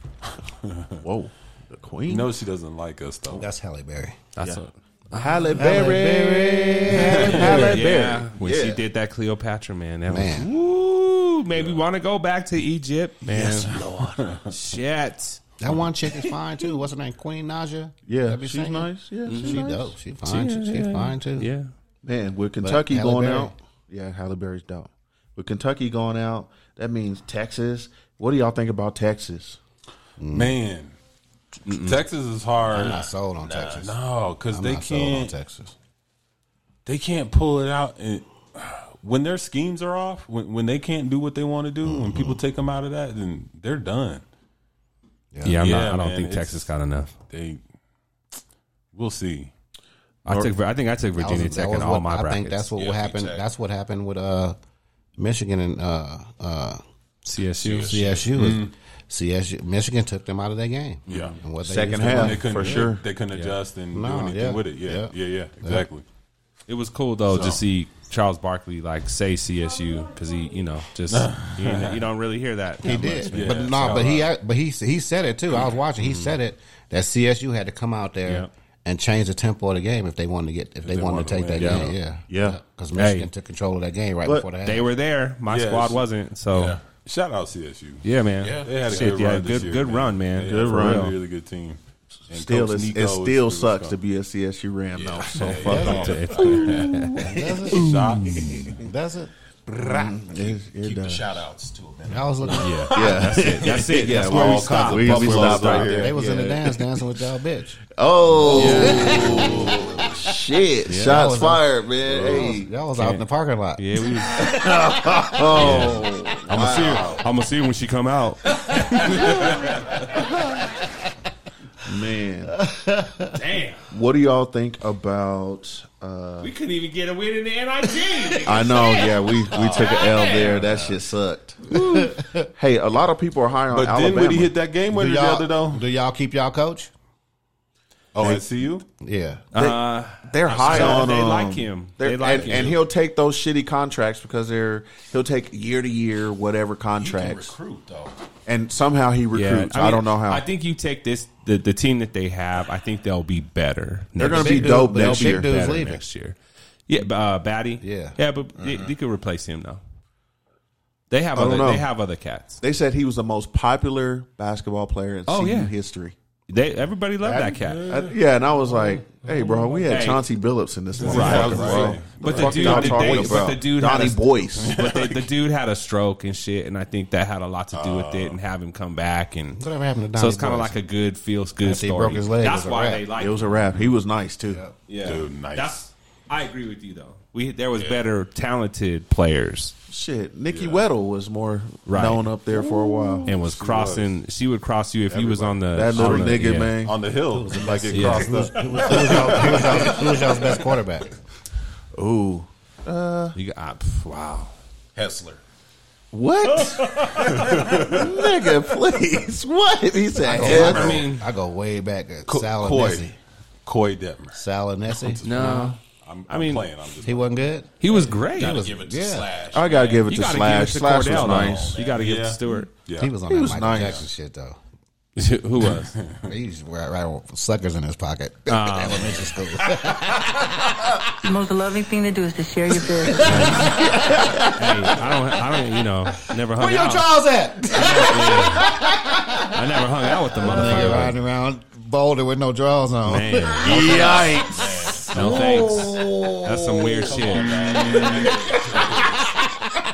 [SPEAKER 3] Whoa, the queen.
[SPEAKER 8] You know she doesn't like us though.
[SPEAKER 5] That's Halle Berry.
[SPEAKER 4] That's
[SPEAKER 8] Yeah.
[SPEAKER 4] a
[SPEAKER 3] Halle Berry. Halle
[SPEAKER 4] yeah,
[SPEAKER 3] Berry.
[SPEAKER 4] when she
[SPEAKER 3] Yeah.
[SPEAKER 4] did that Cleopatra, man, that was
[SPEAKER 5] Man.
[SPEAKER 4] ooh, made me want to go back to Egypt, man.
[SPEAKER 5] Yes,
[SPEAKER 4] Lord, shit.
[SPEAKER 5] That one chick is fine too. What's her name? Queen Naja.
[SPEAKER 3] Yeah,
[SPEAKER 5] That be
[SPEAKER 3] she's
[SPEAKER 5] singing?
[SPEAKER 3] nice. Yeah, she's
[SPEAKER 5] she
[SPEAKER 3] nice.
[SPEAKER 5] dope. She fine. She, she fine too.
[SPEAKER 4] Yeah,
[SPEAKER 3] Man, with
[SPEAKER 5] But
[SPEAKER 3] Kentucky
[SPEAKER 5] Halle
[SPEAKER 3] going
[SPEAKER 5] Berry.
[SPEAKER 3] out, yeah, Halle Berry's dope. With Kentucky going out, that means Texas. What do y'all think about Texas?
[SPEAKER 8] Man, Texas is hard.
[SPEAKER 5] I'm not sold on Texas.
[SPEAKER 8] No, because
[SPEAKER 5] I'm
[SPEAKER 8] they
[SPEAKER 5] not sold on
[SPEAKER 8] can't.
[SPEAKER 5] Texas.
[SPEAKER 8] They can't pull it out. And (sighs) when their schemes are off, when when they can't do what they want to do, when people take them out of that, then they're done.
[SPEAKER 4] Yeah, I'm not,
[SPEAKER 8] Yeah,
[SPEAKER 4] I don't
[SPEAKER 8] man,
[SPEAKER 4] think
[SPEAKER 8] it's-
[SPEAKER 4] Texas got enough.
[SPEAKER 8] They. We'll see.
[SPEAKER 4] I took. I think I took
[SPEAKER 5] That was-
[SPEAKER 4] Virginia
[SPEAKER 5] that
[SPEAKER 4] Tech
[SPEAKER 5] was
[SPEAKER 4] in all
[SPEAKER 5] what-
[SPEAKER 4] my
[SPEAKER 5] I
[SPEAKER 4] brackets.
[SPEAKER 5] think that's what will happen.
[SPEAKER 7] Tech.
[SPEAKER 5] That's what happened with uh, Michigan and uh, uh,
[SPEAKER 4] CSU.
[SPEAKER 5] CSU. is- CSU. Michigan took them out of that game.
[SPEAKER 8] Yeah.
[SPEAKER 5] And what they
[SPEAKER 3] Second
[SPEAKER 5] used to
[SPEAKER 3] half.
[SPEAKER 5] win.
[SPEAKER 8] They couldn't,
[SPEAKER 3] For sure.
[SPEAKER 8] They couldn't adjust and
[SPEAKER 5] No,
[SPEAKER 8] do anything
[SPEAKER 5] yeah,
[SPEAKER 8] with it. Yeah,
[SPEAKER 5] yeah.
[SPEAKER 8] yeah, yeah. Exactly.
[SPEAKER 4] It was cool though
[SPEAKER 8] So.
[SPEAKER 4] to see Charles Barkley like say CSU because he, you know, just you, know, you don't really hear that.
[SPEAKER 5] He
[SPEAKER 4] that
[SPEAKER 5] did,
[SPEAKER 4] much, man.
[SPEAKER 5] but no,
[SPEAKER 8] so,
[SPEAKER 5] but he, but he, he said it too. I was watching. He said it that CSU had to come out there
[SPEAKER 4] Yeah.
[SPEAKER 5] and change the tempo of the game if they wanted to get if, they, wanted to take that
[SPEAKER 8] win, yeah.
[SPEAKER 5] game. Yeah,
[SPEAKER 3] Yeah.
[SPEAKER 5] because Michigan
[SPEAKER 4] Hey.
[SPEAKER 5] took control of that game right
[SPEAKER 3] But
[SPEAKER 5] before that.
[SPEAKER 4] they were there. My
[SPEAKER 8] Yeah,
[SPEAKER 4] squad
[SPEAKER 8] so-
[SPEAKER 4] wasn't. So Oh. yeah,
[SPEAKER 8] Yeah. Shout out CSU.
[SPEAKER 4] man.
[SPEAKER 8] Yeah, they had a
[SPEAKER 4] Shit,
[SPEAKER 8] good
[SPEAKER 4] yeah,
[SPEAKER 8] run. this
[SPEAKER 4] good-
[SPEAKER 8] year,
[SPEAKER 4] good
[SPEAKER 8] man.
[SPEAKER 4] run, man.
[SPEAKER 8] They
[SPEAKER 4] Good
[SPEAKER 8] had a
[SPEAKER 4] run.
[SPEAKER 8] really,
[SPEAKER 4] (laughs)
[SPEAKER 8] really good team. And
[SPEAKER 3] Still,
[SPEAKER 8] Coach
[SPEAKER 3] it's,
[SPEAKER 8] Nico
[SPEAKER 3] it
[SPEAKER 8] is
[SPEAKER 3] still
[SPEAKER 8] pretty
[SPEAKER 3] sucks to
[SPEAKER 8] strong.
[SPEAKER 3] be a CSU Ram though. So
[SPEAKER 8] Yeah,
[SPEAKER 3] fuck
[SPEAKER 8] yeah.
[SPEAKER 3] off.
[SPEAKER 5] That's
[SPEAKER 8] (laughs)
[SPEAKER 5] it.
[SPEAKER 8] Shots.
[SPEAKER 5] That's it.
[SPEAKER 3] Mm, It, it
[SPEAKER 7] Keep the
[SPEAKER 3] does.
[SPEAKER 7] shout outs to it, man.
[SPEAKER 5] I was looking. Yeah,
[SPEAKER 3] Yeah,
[SPEAKER 4] That's it. That's it.
[SPEAKER 3] (laughs) Yeah,
[SPEAKER 4] That's
[SPEAKER 3] we're
[SPEAKER 4] where we
[SPEAKER 3] all
[SPEAKER 4] stopped.
[SPEAKER 3] confident. We- we
[SPEAKER 4] Buffalo
[SPEAKER 3] stopped right
[SPEAKER 4] stopped.
[SPEAKER 3] there.
[SPEAKER 5] they was in the
[SPEAKER 3] Yeah.
[SPEAKER 5] dance dancing with y'all, bitch.
[SPEAKER 3] Oh shit!
[SPEAKER 5] Y'all
[SPEAKER 3] Shots
[SPEAKER 5] was-
[SPEAKER 3] fired, man.
[SPEAKER 5] Y'all was,
[SPEAKER 3] Hey,
[SPEAKER 5] y'all was out in the parking lot.
[SPEAKER 4] Yeah,
[SPEAKER 8] (laughs)
[SPEAKER 4] we was,
[SPEAKER 3] oh,
[SPEAKER 4] I'm gonna see her. I'm gonna see her when she come out.
[SPEAKER 3] man.
[SPEAKER 13] Damn.
[SPEAKER 3] What do y'all think about? Uh,
[SPEAKER 13] We couldn't even get a win in the NIT.
[SPEAKER 3] I know, yeah, we we took an L there. That shit sucked. hey, a lot of people are high on
[SPEAKER 8] But
[SPEAKER 3] Alabama.
[SPEAKER 8] Dinwiddie hit that game
[SPEAKER 5] Do
[SPEAKER 8] winner the other
[SPEAKER 5] y'all,
[SPEAKER 8] though.
[SPEAKER 5] do y'all keep y'all coach?
[SPEAKER 8] Oh, at CU.
[SPEAKER 5] Yeah,
[SPEAKER 4] Uh,
[SPEAKER 3] they're high
[SPEAKER 4] sure
[SPEAKER 3] on
[SPEAKER 4] they
[SPEAKER 3] um,
[SPEAKER 4] like him.
[SPEAKER 3] they're-
[SPEAKER 4] They like
[SPEAKER 3] and,
[SPEAKER 4] him.
[SPEAKER 3] and he'll take those shitty contracts because they're he'll take year to year whatever
[SPEAKER 7] You can
[SPEAKER 3] contracts,
[SPEAKER 7] recruit, though.
[SPEAKER 3] and somehow he recruits. I,
[SPEAKER 4] mean,
[SPEAKER 3] don't know how.
[SPEAKER 4] I think you take this the, the team that they have. I think they'll be better.
[SPEAKER 3] They're
[SPEAKER 4] next
[SPEAKER 3] gonna be
[SPEAKER 4] year.
[SPEAKER 5] dude,
[SPEAKER 3] dope
[SPEAKER 5] but
[SPEAKER 3] next
[SPEAKER 5] big
[SPEAKER 3] year.
[SPEAKER 5] dude's
[SPEAKER 4] Better
[SPEAKER 5] leaving.
[SPEAKER 4] next year. Yeah, but, uh, Batty.
[SPEAKER 5] Yeah. Mm-hmm.
[SPEAKER 4] yeah, but they, they could replace him though. They have
[SPEAKER 3] I don't
[SPEAKER 4] other.
[SPEAKER 3] know.
[SPEAKER 4] They have other cats.
[SPEAKER 3] They said he was the most popular basketball player in
[SPEAKER 4] Oh,
[SPEAKER 3] CU
[SPEAKER 4] yeah.
[SPEAKER 3] history.
[SPEAKER 4] They everybody loved that cat.
[SPEAKER 3] I- yeah, and I was like, "Hey, bro, we had
[SPEAKER 4] Hey.
[SPEAKER 3] Chauncey Billups in this one,
[SPEAKER 4] Right,
[SPEAKER 8] right.
[SPEAKER 3] bro.
[SPEAKER 4] But the
[SPEAKER 3] fuck
[SPEAKER 4] dude-
[SPEAKER 3] y'all
[SPEAKER 4] the
[SPEAKER 3] talking
[SPEAKER 4] dude- but
[SPEAKER 3] about?
[SPEAKER 4] the dude had
[SPEAKER 3] Donnie
[SPEAKER 4] a-
[SPEAKER 3] Boyce.
[SPEAKER 4] But they, the dude had a stroke and shit, and I think that had a lot to do with it, and have him come back, and
[SPEAKER 5] Oh. Whatever happened to
[SPEAKER 4] so it's
[SPEAKER 5] Donnie
[SPEAKER 4] kind of
[SPEAKER 5] Boyce?
[SPEAKER 4] like a good feels good
[SPEAKER 5] After he
[SPEAKER 4] story.
[SPEAKER 5] broke his leg, it
[SPEAKER 4] That's
[SPEAKER 5] was a
[SPEAKER 4] why
[SPEAKER 5] wrap.
[SPEAKER 4] they like.
[SPEAKER 3] It was a wrap. He was nice too.
[SPEAKER 4] yeah,
[SPEAKER 8] Dude, nice.
[SPEAKER 4] That's, I agree with you though. We there was better talented players.
[SPEAKER 3] Shit, Nikki Weddle was more
[SPEAKER 4] Right.
[SPEAKER 3] known up there for a while.
[SPEAKER 4] and was crossing. She would cross you if you was on the
[SPEAKER 3] that little
[SPEAKER 4] on the-
[SPEAKER 3] nigga,
[SPEAKER 4] yeah.
[SPEAKER 3] man.
[SPEAKER 8] On the hill, like it
[SPEAKER 4] Yeah.
[SPEAKER 8] crossed up.
[SPEAKER 5] who was, who was y'all, who was y'all- who was y'all's best quarterback?
[SPEAKER 3] Ooh,
[SPEAKER 4] You got, ah, pff, wow.
[SPEAKER 7] Hessler.
[SPEAKER 3] what? nigga, please, what? He said,
[SPEAKER 5] I,
[SPEAKER 3] "Hell."
[SPEAKER 5] go,
[SPEAKER 4] mean-
[SPEAKER 5] I go way back at
[SPEAKER 8] Co-
[SPEAKER 5] Salinesi.
[SPEAKER 8] Coy, Coy Detmer.
[SPEAKER 5] Salinesi.
[SPEAKER 4] No,
[SPEAKER 8] I'm,
[SPEAKER 4] I
[SPEAKER 8] I'm
[SPEAKER 4] mean-
[SPEAKER 8] playing. I'm just
[SPEAKER 5] He wasn't good.
[SPEAKER 4] he was great.
[SPEAKER 7] Gotta
[SPEAKER 4] was,
[SPEAKER 7] give it to
[SPEAKER 5] yeah.
[SPEAKER 7] Slash.
[SPEAKER 3] I gotta give it
[SPEAKER 4] you
[SPEAKER 3] to
[SPEAKER 4] got to give it
[SPEAKER 3] Slash.
[SPEAKER 4] to
[SPEAKER 3] Slash was
[SPEAKER 4] Cordell.
[SPEAKER 3] nice.
[SPEAKER 4] though. You got to give it
[SPEAKER 8] Yeah.
[SPEAKER 4] to Stewart.
[SPEAKER 8] yeah.
[SPEAKER 5] He was on
[SPEAKER 3] He
[SPEAKER 5] that
[SPEAKER 3] was
[SPEAKER 5] Michael
[SPEAKER 3] nice.
[SPEAKER 5] Jackson shit though.
[SPEAKER 4] Who was?
[SPEAKER 5] He used to wear right with suckers in his pocket. (laughs) Elementary school.
[SPEAKER 9] The most loving thing to do is to share your bed.
[SPEAKER 4] hey, I don't. I don't. You know, never hung
[SPEAKER 5] Where your
[SPEAKER 4] out.
[SPEAKER 5] jaws (laughs) at?
[SPEAKER 4] I never hung out with the
[SPEAKER 5] Nigga
[SPEAKER 4] motherfucker.
[SPEAKER 5] riding around Boulder with no jaws on.
[SPEAKER 4] Man,
[SPEAKER 3] Yikes!
[SPEAKER 4] no thanks. That's some weird shit.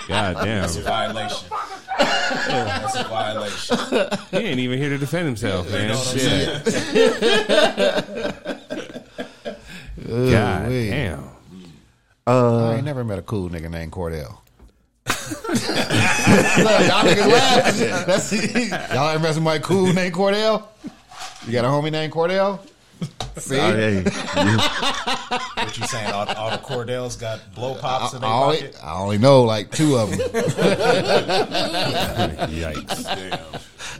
[SPEAKER 4] God damn.
[SPEAKER 7] Violation. That's a violation.
[SPEAKER 4] He ain't even here to defend himself,
[SPEAKER 7] You know
[SPEAKER 4] man.
[SPEAKER 7] what I'm
[SPEAKER 4] Shit. (laughs) God damn.
[SPEAKER 5] Uh, I ain't never met a cool nigga named Cordell. Look, y'all niggas laugh. That's, (laughs) y'all ever met somebody cool named Cordell? You got a homie named Cordell? See?
[SPEAKER 3] Oh, hey.
[SPEAKER 7] What you saying? All, all the Cordells got blow pops
[SPEAKER 5] I,
[SPEAKER 7] in
[SPEAKER 5] I
[SPEAKER 7] their
[SPEAKER 5] only,
[SPEAKER 7] pocket.
[SPEAKER 5] I only know like two of them.
[SPEAKER 8] (laughs)
[SPEAKER 4] Yikes.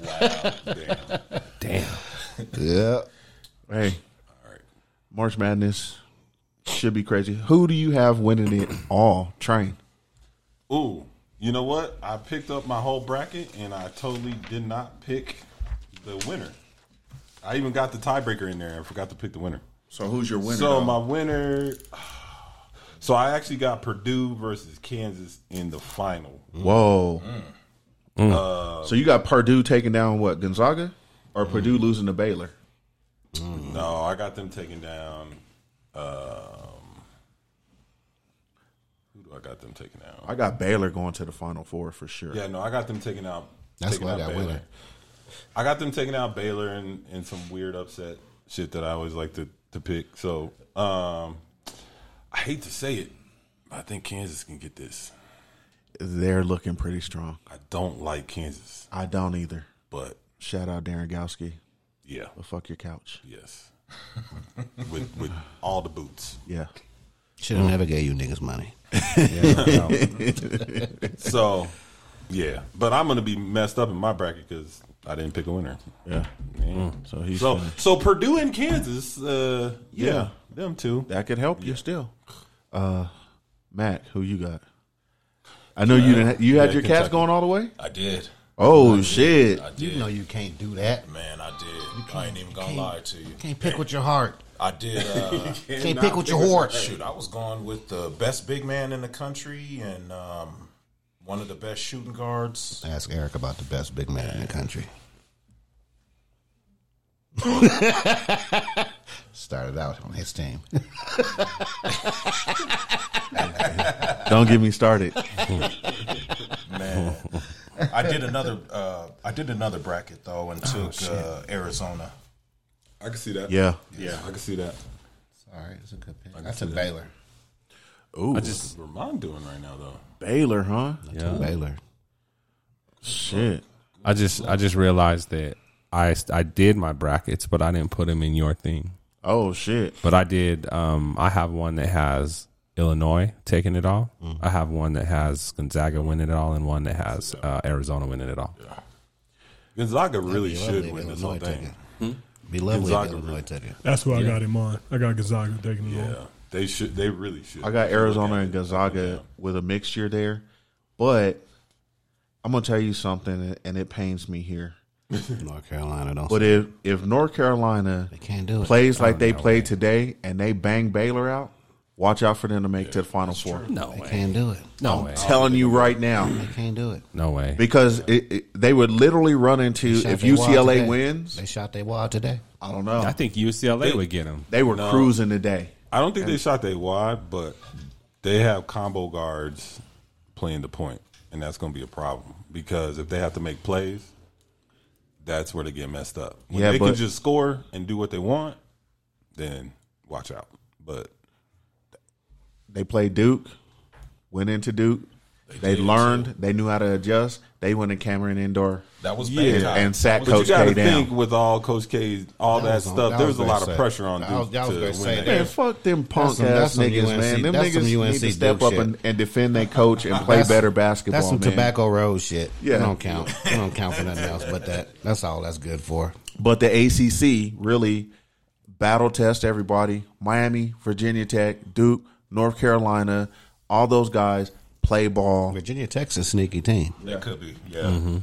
[SPEAKER 7] Damn. Wow. Damn.
[SPEAKER 5] yeah.
[SPEAKER 3] (laughs) Hey, March Madness should be crazy. Who do you have winning it all? Train.
[SPEAKER 8] Ooh, you know what? I picked up my whole bracket and I totally did not pick the winner. I even got the tiebreaker in there. I forgot to pick the winner.
[SPEAKER 3] So who's your winner, though?
[SPEAKER 8] So my winner. (sighs) So I actually got Purdue versus Kansas in the final.
[SPEAKER 3] Whoa.
[SPEAKER 8] Mm.
[SPEAKER 3] Uh, so you got Purdue taking down what Gonzaga, or
[SPEAKER 8] Mm-hmm.
[SPEAKER 3] Purdue losing to Baylor? Mm-hmm.
[SPEAKER 8] No, I got them taken down. Um, who do I got them taken down?
[SPEAKER 3] I got Baylor going to the Final Four for sure.
[SPEAKER 8] Yeah, no, I got them taking out.
[SPEAKER 5] That's
[SPEAKER 8] taking
[SPEAKER 5] why I
[SPEAKER 8] out
[SPEAKER 5] got
[SPEAKER 8] Baylor.
[SPEAKER 5] winner.
[SPEAKER 8] I got them taking out Baylor and, and some weird upset shit that I always like to, to pick. So um, I hate to say it, but I think Kansas can get this.
[SPEAKER 3] They're looking pretty strong.
[SPEAKER 8] I don't like Kansas,
[SPEAKER 3] I don't either.
[SPEAKER 8] but
[SPEAKER 3] Shout out Darren Gowski.
[SPEAKER 8] Yeah.
[SPEAKER 3] But fuck your couch.
[SPEAKER 8] yes, (laughs) with with all the boots.
[SPEAKER 3] Yeah.
[SPEAKER 5] Should have never gave you niggas money.
[SPEAKER 8] so yeah, but I'm gonna be messed up in my bracket because I didn't pick a winner.
[SPEAKER 3] Yeah.
[SPEAKER 8] Man.
[SPEAKER 5] Mm,
[SPEAKER 3] So he's
[SPEAKER 8] so
[SPEAKER 3] finished.
[SPEAKER 8] so Purdue and Kansas. Uh, yeah,
[SPEAKER 3] Yeah.
[SPEAKER 8] them two.
[SPEAKER 3] That could help you still. Uh, Matt, who you got? I know you didn't. You had
[SPEAKER 8] yeah,
[SPEAKER 3] your cats
[SPEAKER 8] Kentucky.
[SPEAKER 3] going all the way.
[SPEAKER 7] I did.
[SPEAKER 3] Oh shit!
[SPEAKER 7] I did.
[SPEAKER 5] You know you can't do that.
[SPEAKER 7] Man, I did. I ain't even gonna
[SPEAKER 5] can't-
[SPEAKER 7] lie to you.
[SPEAKER 5] Can't pick with your heart.
[SPEAKER 7] I
[SPEAKER 5] (laughs)
[SPEAKER 7] did. Uh,
[SPEAKER 5] Can't pick with your horse.
[SPEAKER 7] Shoot, I was going with the best big man in the country and um, one of the best shooting guards.
[SPEAKER 5] Ask Eric about the best big man in the country. Started out on his team.
[SPEAKER 3] Don't get me
[SPEAKER 8] (laughs)
[SPEAKER 3] started.
[SPEAKER 7] Man, I did another. Uh, I did another bracket though, and took uh, Arizona.
[SPEAKER 8] I can see that.
[SPEAKER 3] Yeah.
[SPEAKER 8] yeah, I can see that.
[SPEAKER 5] Sorry, it's a good pick.
[SPEAKER 8] can
[SPEAKER 5] That's
[SPEAKER 8] see
[SPEAKER 5] a
[SPEAKER 8] that.
[SPEAKER 5] Baylor.
[SPEAKER 3] Ooh,
[SPEAKER 8] I just Vermont doing right now though.
[SPEAKER 3] Baylor, huh?
[SPEAKER 5] Baylor.
[SPEAKER 3] Shit.
[SPEAKER 4] I just I just realized that I I did my brackets, but I didn't put them in your thing.
[SPEAKER 3] Oh shit.
[SPEAKER 4] But I did. Um, I have one that has Illinois taking it all.
[SPEAKER 5] Mm-hmm.
[SPEAKER 4] I have one that has Gonzaga winning it all, and one that has uh, Arizona winning it all.
[SPEAKER 8] Gonzaga really
[SPEAKER 5] be
[SPEAKER 8] should
[SPEAKER 5] lovely
[SPEAKER 8] win
[SPEAKER 5] if
[SPEAKER 8] this whole
[SPEAKER 5] Illinois took
[SPEAKER 8] thing.
[SPEAKER 5] Be lovely if
[SPEAKER 8] Gonzaga
[SPEAKER 5] Illinois took it.
[SPEAKER 10] That's what I got in mind. I got Gonzaga taking it
[SPEAKER 8] Yeah, they should. They really should.
[SPEAKER 3] I got Arizona and Gonzaga with a mixture there, but I'm gonna tell you something, and it pains me here.
[SPEAKER 5] North Carolina don't.
[SPEAKER 3] But if if North Carolina
[SPEAKER 5] they can't do it.
[SPEAKER 3] plays like they played today and they bang Baylor out, watch out for them to make to the Final Four.
[SPEAKER 4] No
[SPEAKER 5] They
[SPEAKER 4] way.
[SPEAKER 5] can't do it.
[SPEAKER 4] No
[SPEAKER 3] I'm
[SPEAKER 4] way.
[SPEAKER 3] telling you right now,
[SPEAKER 5] They can't do it.
[SPEAKER 4] No way.
[SPEAKER 3] because it, it, they would literally run into
[SPEAKER 5] Shot
[SPEAKER 3] if
[SPEAKER 5] they wall
[SPEAKER 3] UCLA
[SPEAKER 5] today.
[SPEAKER 3] wins.
[SPEAKER 5] they shot their wall today.
[SPEAKER 3] I don't know.
[SPEAKER 4] I think UCLA would get them.
[SPEAKER 3] They were cruising today.
[SPEAKER 8] I don't think they shot they wide, but they have combo guards playing the point, and that's going to be a problem because if they have to make plays, that's where they get messed up. When
[SPEAKER 3] Yeah,
[SPEAKER 8] they
[SPEAKER 3] but-
[SPEAKER 8] can just score and do what they want, then watch out. But
[SPEAKER 3] They played Duke, went into Duke. They, learned. They knew how to adjust. They went to Cameron Indoor.
[SPEAKER 7] That was
[SPEAKER 8] Yeah,
[SPEAKER 7] bad.
[SPEAKER 3] and sack
[SPEAKER 8] but
[SPEAKER 3] Coach
[SPEAKER 8] you got
[SPEAKER 3] K
[SPEAKER 8] to
[SPEAKER 3] down.
[SPEAKER 8] think with all Coach K's, all that,
[SPEAKER 5] was on-
[SPEAKER 8] stuff,
[SPEAKER 5] that
[SPEAKER 8] there
[SPEAKER 5] was
[SPEAKER 8] was a lot
[SPEAKER 5] great
[SPEAKER 8] of
[SPEAKER 5] say.
[SPEAKER 8] pressure on
[SPEAKER 5] That
[SPEAKER 8] Duke
[SPEAKER 5] was- that was
[SPEAKER 8] to
[SPEAKER 5] great
[SPEAKER 8] win
[SPEAKER 5] say
[SPEAKER 8] that
[SPEAKER 5] there.
[SPEAKER 3] Man,
[SPEAKER 8] game.
[SPEAKER 3] fuck them punk
[SPEAKER 5] some-
[SPEAKER 3] ass
[SPEAKER 5] that's some
[SPEAKER 3] niggas,
[SPEAKER 5] UNC
[SPEAKER 3] man. Them
[SPEAKER 5] that's some
[SPEAKER 3] niggas need
[SPEAKER 5] UNC
[SPEAKER 3] to step
[SPEAKER 5] Duke
[SPEAKER 3] up
[SPEAKER 5] shit.
[SPEAKER 3] and, and defend their coach and play
[SPEAKER 5] That's-
[SPEAKER 3] better basketball.
[SPEAKER 5] That's some
[SPEAKER 3] man.
[SPEAKER 5] tobacco road shit.
[SPEAKER 3] Yeah.
[SPEAKER 5] It don't count. It don't count for nothing else but that. That's all that's good for.
[SPEAKER 3] But the ACC really battle test everybody. Miami, Virginia Tech, Duke, North Carolina, all those guys play ball.
[SPEAKER 5] Virginia Tech's a sneaky team.
[SPEAKER 7] That could be. Yeah,
[SPEAKER 8] Mm-hmm.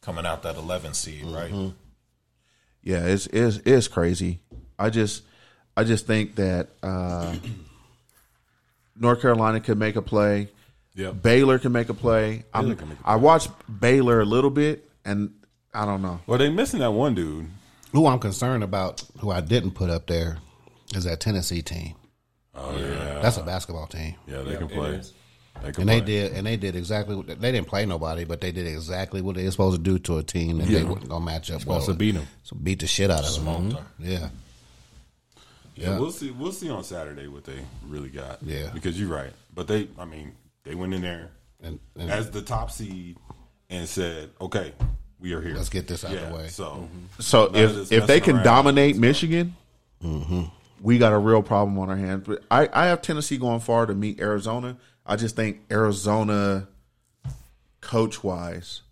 [SPEAKER 7] coming out that 11 seed, right?
[SPEAKER 5] Mm-hmm.
[SPEAKER 3] Yeah, it's it's it's crazy. I just I just think that uh, North Carolina could make a play.
[SPEAKER 8] Yeah.
[SPEAKER 3] Baylor can make a play. I'm,
[SPEAKER 8] can make a
[SPEAKER 3] I watched Baylor a little bit, and I don't know.
[SPEAKER 8] Well, they missing that one dude.
[SPEAKER 5] Who I'm concerned about, who I didn't put up there, is that Tennessee team.
[SPEAKER 8] Oh yeah,
[SPEAKER 5] That's a basketball team.
[SPEAKER 8] yeah, they can play. They
[SPEAKER 5] and they did, and they did exactly. What, they didn't play nobody, but they did exactly what they were supposed to do to a team that
[SPEAKER 8] Yeah.
[SPEAKER 5] they weren't gonna match up well.
[SPEAKER 8] Supposed to beat 'em.
[SPEAKER 5] so beat the shit out of them.
[SPEAKER 8] Smoked
[SPEAKER 5] Mhm. Yeah,
[SPEAKER 8] Yeah,
[SPEAKER 5] Yeah.
[SPEAKER 8] we'll see. We'll see on Saturday what they really got.
[SPEAKER 5] Yeah.
[SPEAKER 8] because you're right. But they, I mean, they went in there
[SPEAKER 5] And- and-
[SPEAKER 8] as the top seed and said, "Okay, we are here.
[SPEAKER 5] Let's get this out of the way.
[SPEAKER 8] So,
[SPEAKER 3] So
[SPEAKER 8] none of
[SPEAKER 3] if
[SPEAKER 8] this
[SPEAKER 3] if they
[SPEAKER 8] messing
[SPEAKER 3] can
[SPEAKER 8] around. Mm-hmm.
[SPEAKER 3] dominate Michigan, we got a real problem on our hands. But I, I have Tennessee going far to meet Arizona. I just think Arizona, coach wise,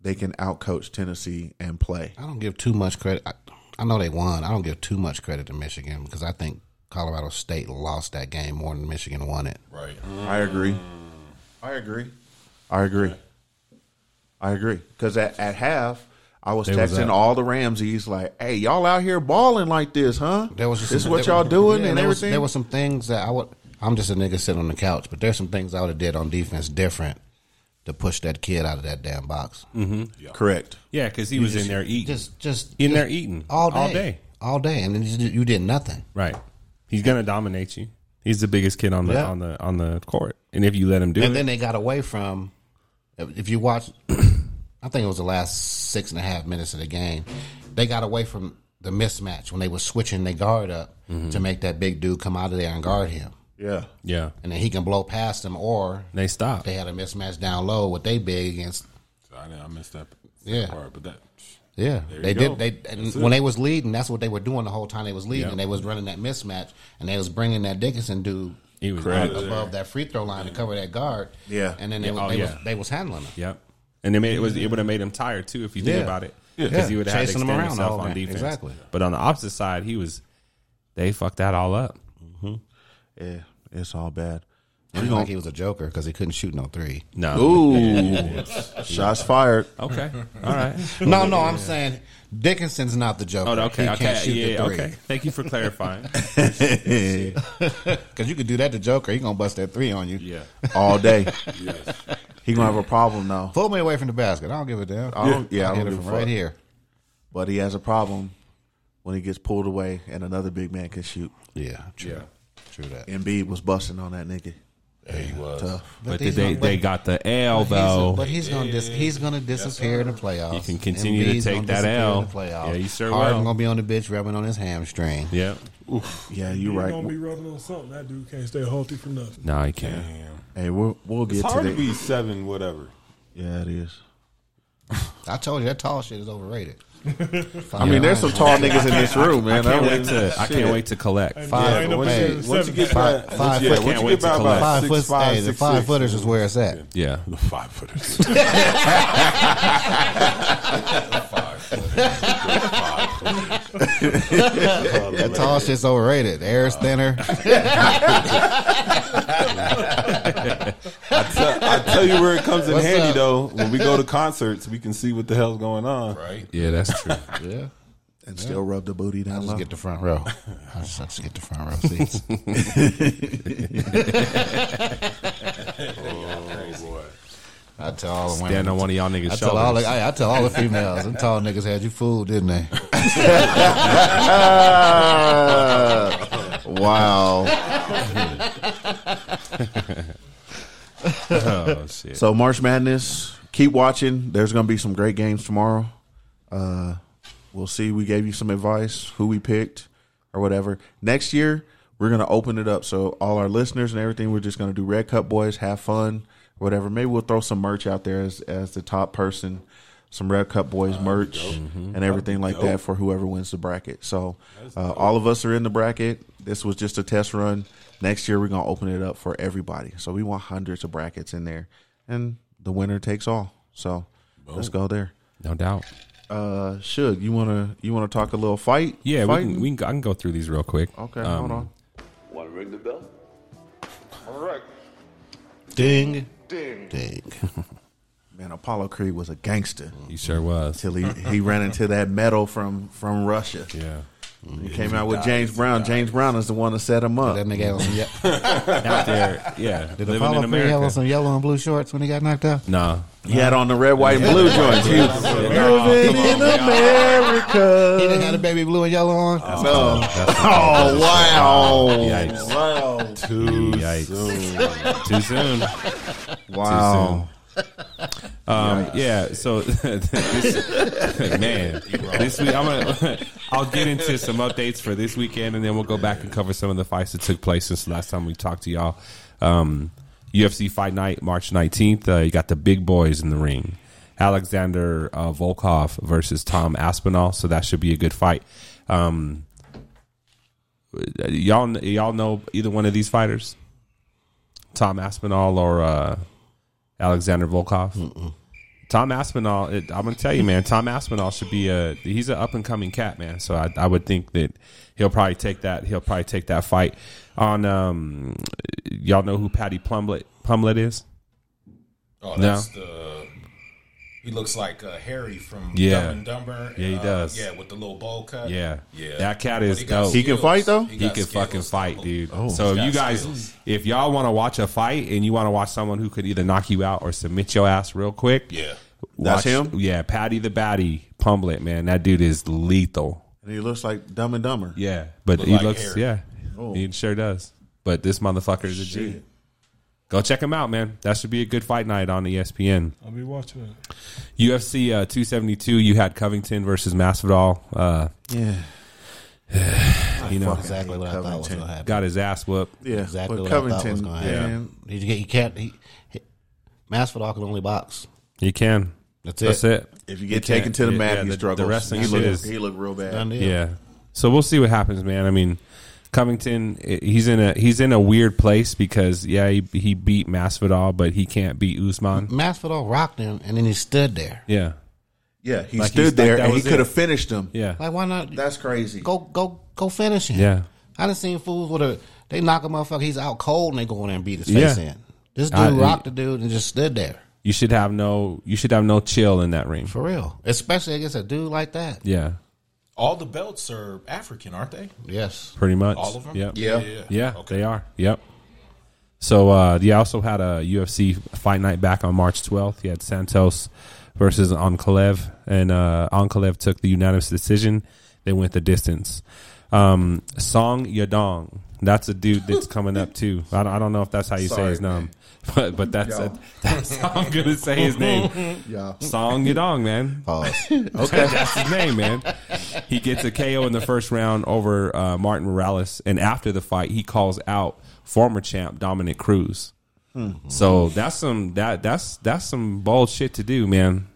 [SPEAKER 3] they can outcoach Tennessee and play.
[SPEAKER 5] I don't give too much credit. I, I know they won. I don't give too much credit to Michigan because I think Colorado State lost that game more than Michigan won it.
[SPEAKER 8] Mm-hmm. right,
[SPEAKER 3] I agree. I agree. I agree. I agree. Because at, at half, I was
[SPEAKER 5] They was
[SPEAKER 3] texting
[SPEAKER 5] up.
[SPEAKER 3] all the Ramses like, "Hey, y'all out here balling like this, huh?
[SPEAKER 5] There was just
[SPEAKER 3] this
[SPEAKER 5] some-
[SPEAKER 3] what
[SPEAKER 5] there-
[SPEAKER 3] y'all doing
[SPEAKER 5] yeah,
[SPEAKER 3] and
[SPEAKER 5] there was-
[SPEAKER 3] everything."
[SPEAKER 5] there was some things that I would. I'm just a nigga sitting on the couch, but there's some things I would have did on defense different to push that kid out of that damn box.
[SPEAKER 4] Mm-hmm.
[SPEAKER 3] Correct.
[SPEAKER 4] Yeah, because he
[SPEAKER 5] You
[SPEAKER 4] was
[SPEAKER 5] just-
[SPEAKER 4] in there eating.
[SPEAKER 5] Just, just
[SPEAKER 4] in
[SPEAKER 5] just
[SPEAKER 4] there eating
[SPEAKER 5] all day,
[SPEAKER 4] all day.
[SPEAKER 5] all day, and then you, did- you did nothing.
[SPEAKER 4] Right. He's gonna dominate you. He's the biggest kid on the
[SPEAKER 5] Yeah.
[SPEAKER 4] on the on the court. And if you let him do
[SPEAKER 5] and
[SPEAKER 4] it,
[SPEAKER 5] then they got away from. If you watch, (clears throat) I think it was the last six and a half minutes of the game, they got away from the mismatch when they were switching their guard up
[SPEAKER 4] Mm-hmm.
[SPEAKER 5] to make that big dude come out of there and guard him.
[SPEAKER 3] yeah,
[SPEAKER 4] yeah,
[SPEAKER 5] and then he can blow past them, or
[SPEAKER 4] they stop.
[SPEAKER 5] They had a mismatch down low with they big against.
[SPEAKER 8] I, I missed that.
[SPEAKER 5] Yeah.
[SPEAKER 8] part, but that.
[SPEAKER 5] Yeah,
[SPEAKER 8] There
[SPEAKER 5] they
[SPEAKER 8] you go.
[SPEAKER 5] did. They and
[SPEAKER 8] That's
[SPEAKER 5] when
[SPEAKER 8] it.
[SPEAKER 5] they was leading, that's what they were doing the whole time they was leading.
[SPEAKER 8] Yeah.
[SPEAKER 5] And they was running that mismatch, and they was bringing that Dickinson dude
[SPEAKER 4] He was
[SPEAKER 5] up
[SPEAKER 4] out of there.
[SPEAKER 5] above that free throw line to cover that guard.
[SPEAKER 4] Yeah.
[SPEAKER 5] and then they,
[SPEAKER 4] Yeah,
[SPEAKER 5] was,
[SPEAKER 4] oh,
[SPEAKER 5] they,
[SPEAKER 4] yeah.
[SPEAKER 5] was, they was handling him.
[SPEAKER 4] Yep. And it made it was it would have made him tired too if you think
[SPEAKER 5] Yeah.
[SPEAKER 4] about it.
[SPEAKER 5] Yeah.
[SPEAKER 4] Because he would have had to
[SPEAKER 5] Chasing him
[SPEAKER 4] extend
[SPEAKER 5] around
[SPEAKER 4] himself
[SPEAKER 5] all
[SPEAKER 4] on
[SPEAKER 5] day.
[SPEAKER 4] defense.
[SPEAKER 5] Exactly.
[SPEAKER 4] But on the opposite side, he was they fucked that all up.
[SPEAKER 3] yeah, it's all
[SPEAKER 5] (laughs)
[SPEAKER 3] bad.
[SPEAKER 5] I feel like he was a joker because he couldn't shoot no three.
[SPEAKER 4] No. (laughs)
[SPEAKER 3] Ooh. Shots fired.
[SPEAKER 4] Okay. All right.
[SPEAKER 5] no, no, I'm saying Dickinson's not the joker.
[SPEAKER 4] Oh, okay,
[SPEAKER 5] He
[SPEAKER 4] okay,
[SPEAKER 5] can't shoot
[SPEAKER 4] yeah,
[SPEAKER 5] the three.
[SPEAKER 4] okay. Thank you for
[SPEAKER 5] (laughs)
[SPEAKER 4] clarifying.
[SPEAKER 5] Because you could do that to Joker, he gonna bust that three on you.
[SPEAKER 4] Yeah,
[SPEAKER 3] all day. He gonna have a problem now.
[SPEAKER 5] Pull me away from the basket. I don't give a damn.
[SPEAKER 3] I don't, yeah,
[SPEAKER 5] I'll
[SPEAKER 3] I don't
[SPEAKER 5] hit it
[SPEAKER 3] give a
[SPEAKER 5] from right
[SPEAKER 3] fuck.
[SPEAKER 5] here.
[SPEAKER 3] But he has a problem when he gets pulled away and another big man can shoot.
[SPEAKER 5] Yeah, true. True that.
[SPEAKER 3] Embiid was busting on that nigga.
[SPEAKER 8] Yeah, he was.
[SPEAKER 3] Tough.
[SPEAKER 4] But,
[SPEAKER 5] he's
[SPEAKER 4] they,
[SPEAKER 5] not-
[SPEAKER 4] they got the L
[SPEAKER 5] But he's-
[SPEAKER 4] though.
[SPEAKER 5] But he's gonna dis- he's gonna disappear in the playoffs.
[SPEAKER 4] He can continue to
[SPEAKER 5] Embiid's
[SPEAKER 4] take
[SPEAKER 5] gonna
[SPEAKER 4] that
[SPEAKER 5] disappear
[SPEAKER 4] L.
[SPEAKER 5] In the playoffs.
[SPEAKER 4] Yeah, he sure
[SPEAKER 5] Harden
[SPEAKER 4] will.
[SPEAKER 5] gonna be on the bitch rubbing on his hamstring.
[SPEAKER 4] yeah.
[SPEAKER 3] Yeah, you
[SPEAKER 10] You're
[SPEAKER 3] right.
[SPEAKER 10] gonna be rubbing on something. That dude can't stay healthy for nothing.
[SPEAKER 4] No, he can't.
[SPEAKER 3] Hey, we'll we'll
[SPEAKER 8] It's
[SPEAKER 3] get to
[SPEAKER 8] hard to
[SPEAKER 3] that.
[SPEAKER 8] be seven, whatever.
[SPEAKER 3] Yeah, it is.
[SPEAKER 5] I told you that tall shit is overrated.
[SPEAKER 3] I mean, there's some tall niggas in this room, man.
[SPEAKER 4] I can't
[SPEAKER 3] That
[SPEAKER 4] wait
[SPEAKER 3] was-
[SPEAKER 4] to I can't
[SPEAKER 3] shit.
[SPEAKER 4] wait to collect.
[SPEAKER 5] Five,
[SPEAKER 10] ain't no
[SPEAKER 5] hey,
[SPEAKER 10] better than
[SPEAKER 5] once
[SPEAKER 8] Once you
[SPEAKER 10] seven.
[SPEAKER 8] get
[SPEAKER 5] Five-
[SPEAKER 8] by,
[SPEAKER 5] five
[SPEAKER 8] once,
[SPEAKER 5] foot-
[SPEAKER 8] yeah, once
[SPEAKER 4] Can't
[SPEAKER 8] you
[SPEAKER 4] wait
[SPEAKER 8] get
[SPEAKER 4] to
[SPEAKER 8] by
[SPEAKER 4] collect.
[SPEAKER 8] about
[SPEAKER 5] five
[SPEAKER 8] six,
[SPEAKER 5] foot.
[SPEAKER 8] five,
[SPEAKER 5] hey, the
[SPEAKER 8] six,
[SPEAKER 5] five
[SPEAKER 8] six,
[SPEAKER 5] footers is where it's at.
[SPEAKER 4] Yeah.
[SPEAKER 8] The five footers. five
[SPEAKER 5] (laughs)
[SPEAKER 8] footers. Five
[SPEAKER 5] That tall shit's overrated. Air is thinner.
[SPEAKER 8] I tell, I tell you where it comes in
[SPEAKER 5] What's
[SPEAKER 8] handy
[SPEAKER 5] up?
[SPEAKER 8] though. When we go to concerts, we can see what the hell's going on.
[SPEAKER 7] Right?
[SPEAKER 4] (laughs) Yeah, that's
[SPEAKER 3] (laughs)
[SPEAKER 4] true.
[SPEAKER 5] yeah.
[SPEAKER 3] and still rub the booty
[SPEAKER 5] I
[SPEAKER 3] down
[SPEAKER 5] just
[SPEAKER 3] low.
[SPEAKER 5] get the front row. I just, I just get the front row
[SPEAKER 4] (laughs)
[SPEAKER 5] seats.
[SPEAKER 8] Oh boy.
[SPEAKER 5] I tell all the women.
[SPEAKER 4] Stand on one of y'all niggas' shoulders.
[SPEAKER 5] I tell all the I, I tell all the females. Them tall niggas had you fooled, didn't they?
[SPEAKER 3] Ah, (laughs)
[SPEAKER 5] (laughs)
[SPEAKER 3] wow. (laughs)
[SPEAKER 4] oh shit.
[SPEAKER 3] So March Madness. Keep watching. There's gonna be some great games tomorrow. Uh, we'll see. We gave you some advice, who we picked, or whatever. Next year, we're gonna open it up. So all our listeners and everything, we're just gonna do Red Cup Boys, have fun, whatever. Maybe we'll throw some merch out there as as the top person, some Red Cup Boys merch and everything like that for whoever wins the bracket. So uh, all of us are in the bracket. This was just a test run. Next year, we're gonna open it up for everybody. So we want hundreds of brackets in there, and the winner takes all. So let's go there.
[SPEAKER 4] No doubt.
[SPEAKER 3] Uh, Suge, you wanna you wanna talk a little fight?
[SPEAKER 4] Yeah, we
[SPEAKER 3] Fighting?
[SPEAKER 4] can, we can, I can go through these real quick.
[SPEAKER 3] okay.
[SPEAKER 4] Um,
[SPEAKER 3] hold on.
[SPEAKER 14] Want to ring the bell? All right.
[SPEAKER 5] Ding,
[SPEAKER 14] Ding.
[SPEAKER 5] ding.
[SPEAKER 3] Man, Apollo Creed
[SPEAKER 4] Mm.
[SPEAKER 3] was a gangster
[SPEAKER 4] He sure was.
[SPEAKER 3] till he he ran into that metal from from Russia.
[SPEAKER 4] Yeah.
[SPEAKER 3] He came out with James Brown. James Brown is the one that set him up. That
[SPEAKER 5] nigga
[SPEAKER 3] (laughs)
[SPEAKER 5] was- yeah.
[SPEAKER 4] out there, yeah,
[SPEAKER 5] Did
[SPEAKER 4] living
[SPEAKER 5] Apollo
[SPEAKER 4] in
[SPEAKER 5] Creed have on
[SPEAKER 4] America.
[SPEAKER 5] some yellow and blue shorts when he got knocked out?
[SPEAKER 4] No,
[SPEAKER 3] He had on the red, white, and blue joints. He was living in America.
[SPEAKER 5] He didn't have the baby blue and yellow on.
[SPEAKER 3] No. Oh wow! Wow! Too
[SPEAKER 4] Yikes. Too soon.
[SPEAKER 3] Wow.
[SPEAKER 4] Too soon. Um, yeah. So, (laughs) this, (laughs) man, this week I'm gonna. (laughs) I'll get into some updates for this weekend, and then we'll go back and cover some of the fights that took place since the last time we talked to y'all. Um, UFC Fight Night, March 19th. Uh, you got the big boys in the ring. Alexander uh, Volkov versus Tom Aspinall. So that should be a good fight. Um, y'all y'all know either one of these fighters, Tom Aspinall or uh, Alexander Volkov. Tom Aspinall, it, I'm gonna tell you, man. Tom Aspinall should be a he's an up and coming cat, man. So I, I would think that he'll probably take that he'll probably take that fight on. Um, y'all know who Patty Plumlet Plumlet is?
[SPEAKER 7] Oh, that's the. He looks like uh, Harry from
[SPEAKER 4] Yeah.
[SPEAKER 7] Dumb and Dumber.
[SPEAKER 4] Yeah, he
[SPEAKER 7] uh,
[SPEAKER 4] does.
[SPEAKER 7] Yeah, with the little bowl cut.
[SPEAKER 4] Yeah,
[SPEAKER 7] yeah.
[SPEAKER 4] That cat
[SPEAKER 7] But
[SPEAKER 4] is
[SPEAKER 7] got
[SPEAKER 4] dope.
[SPEAKER 7] skills.
[SPEAKER 4] He,
[SPEAKER 7] got
[SPEAKER 4] can
[SPEAKER 7] skills.
[SPEAKER 4] fucking fight, dude.
[SPEAKER 7] Oh.
[SPEAKER 4] So if
[SPEAKER 7] He's got
[SPEAKER 4] you guys,
[SPEAKER 7] skills.
[SPEAKER 4] if y'all want to watch a fight and you want to watch someone who could either knock you out or submit your ass real quick,
[SPEAKER 7] Yeah.
[SPEAKER 3] That's
[SPEAKER 4] watch-
[SPEAKER 3] him?
[SPEAKER 4] Yeah, Patty the Batty Pumblet, man. That dude is lethal.
[SPEAKER 3] And he looks like Dumb and Dumber.
[SPEAKER 4] Yeah, but
[SPEAKER 3] Look
[SPEAKER 4] he
[SPEAKER 3] like
[SPEAKER 4] looks
[SPEAKER 3] Harry.
[SPEAKER 4] yeah,
[SPEAKER 3] Oh.
[SPEAKER 4] he sure does. But this motherfucker is a G.
[SPEAKER 10] Shit.
[SPEAKER 4] Go check him out, man. That should be a good fight night on E ESPN.
[SPEAKER 10] I'll be watching it.
[SPEAKER 4] UFC uh, 272. You had Covington versus Masvidal. Uh,
[SPEAKER 3] Yeah. (sighs)
[SPEAKER 4] you know
[SPEAKER 5] exactly what I thought was going to happen.
[SPEAKER 4] Got his ass whooped.
[SPEAKER 3] Yeah,
[SPEAKER 5] exactly
[SPEAKER 3] but
[SPEAKER 5] what I thought was
[SPEAKER 3] Covington,
[SPEAKER 5] going to happen. He, he can't. He, he, Masvidal can only box.
[SPEAKER 4] He can.
[SPEAKER 5] That's
[SPEAKER 4] That's
[SPEAKER 5] it.
[SPEAKER 4] it.
[SPEAKER 3] If you get
[SPEAKER 4] He can't.
[SPEAKER 3] taken to the
[SPEAKER 4] Yeah,
[SPEAKER 3] mat,
[SPEAKER 4] yeah,
[SPEAKER 3] he
[SPEAKER 4] the-
[SPEAKER 3] struggles.
[SPEAKER 4] The wrestling
[SPEAKER 3] he
[SPEAKER 4] shit
[SPEAKER 3] looked,
[SPEAKER 4] is-
[SPEAKER 3] he looked real bad.
[SPEAKER 5] Done deal.
[SPEAKER 4] Yeah. So we'll see what happens, man. I mean, Covington, eh, he's in a he's in a weird place because yeah, he, he beat Masvidal, but he can't beat
[SPEAKER 5] Mm-hmm.
[SPEAKER 4] Usman.
[SPEAKER 5] Masvidal rocked him, and then he stood there.
[SPEAKER 4] Yeah.
[SPEAKER 3] Yeah, he
[SPEAKER 4] Like, he's-
[SPEAKER 3] stood
[SPEAKER 4] like,
[SPEAKER 3] there
[SPEAKER 4] that
[SPEAKER 3] and he
[SPEAKER 4] was
[SPEAKER 3] could have
[SPEAKER 4] it.
[SPEAKER 3] finished him.
[SPEAKER 4] Yeah.
[SPEAKER 5] Like, why not?
[SPEAKER 3] That's crazy.
[SPEAKER 5] Go, go, go! Finish him.
[SPEAKER 4] Yeah.
[SPEAKER 5] I done seen fools with a they knock a motherfucker. He's out cold, and they go in there and beat his
[SPEAKER 4] Yeah.
[SPEAKER 5] face in. This dude
[SPEAKER 4] I-
[SPEAKER 5] rocked the dude and just stood there
[SPEAKER 4] You should have no you should have no chill in that ring.
[SPEAKER 5] for real, especially against a dude like that.
[SPEAKER 4] Yeah.
[SPEAKER 7] All the belts are African, aren't they?
[SPEAKER 5] Yes,
[SPEAKER 4] Pretty much.
[SPEAKER 7] All of them?
[SPEAKER 4] Yep.
[SPEAKER 7] Yeah. Yeah.
[SPEAKER 4] Yeah, they are. Yep. So uh you also had a UFC fight night back on March 12th. You had Santos versus Ankalev and uh Ankalev took the unanimous decision. They went the distance. Um Song Yadong. That's a
[SPEAKER 13] (laughs)
[SPEAKER 4] dude that's coming up too. I don't, I don't know if that's how you say
[SPEAKER 13] Sorry,
[SPEAKER 4] his name, (laughs) but but that's
[SPEAKER 13] Yo.
[SPEAKER 4] a, (laughs) that's how I'm gonna say
[SPEAKER 13] (laughs)
[SPEAKER 4] his name.
[SPEAKER 13] Yo.
[SPEAKER 4] Song Yadong, man.
[SPEAKER 5] (laughs)
[SPEAKER 13] Okay.
[SPEAKER 4] that's his name, man. He gets a KO in the first round over uh, Martin Morales, and after the fight, he calls out former champ Dominic Cruz.
[SPEAKER 13] Hmm.
[SPEAKER 4] So that's some that that's that's some bold shit to do, man.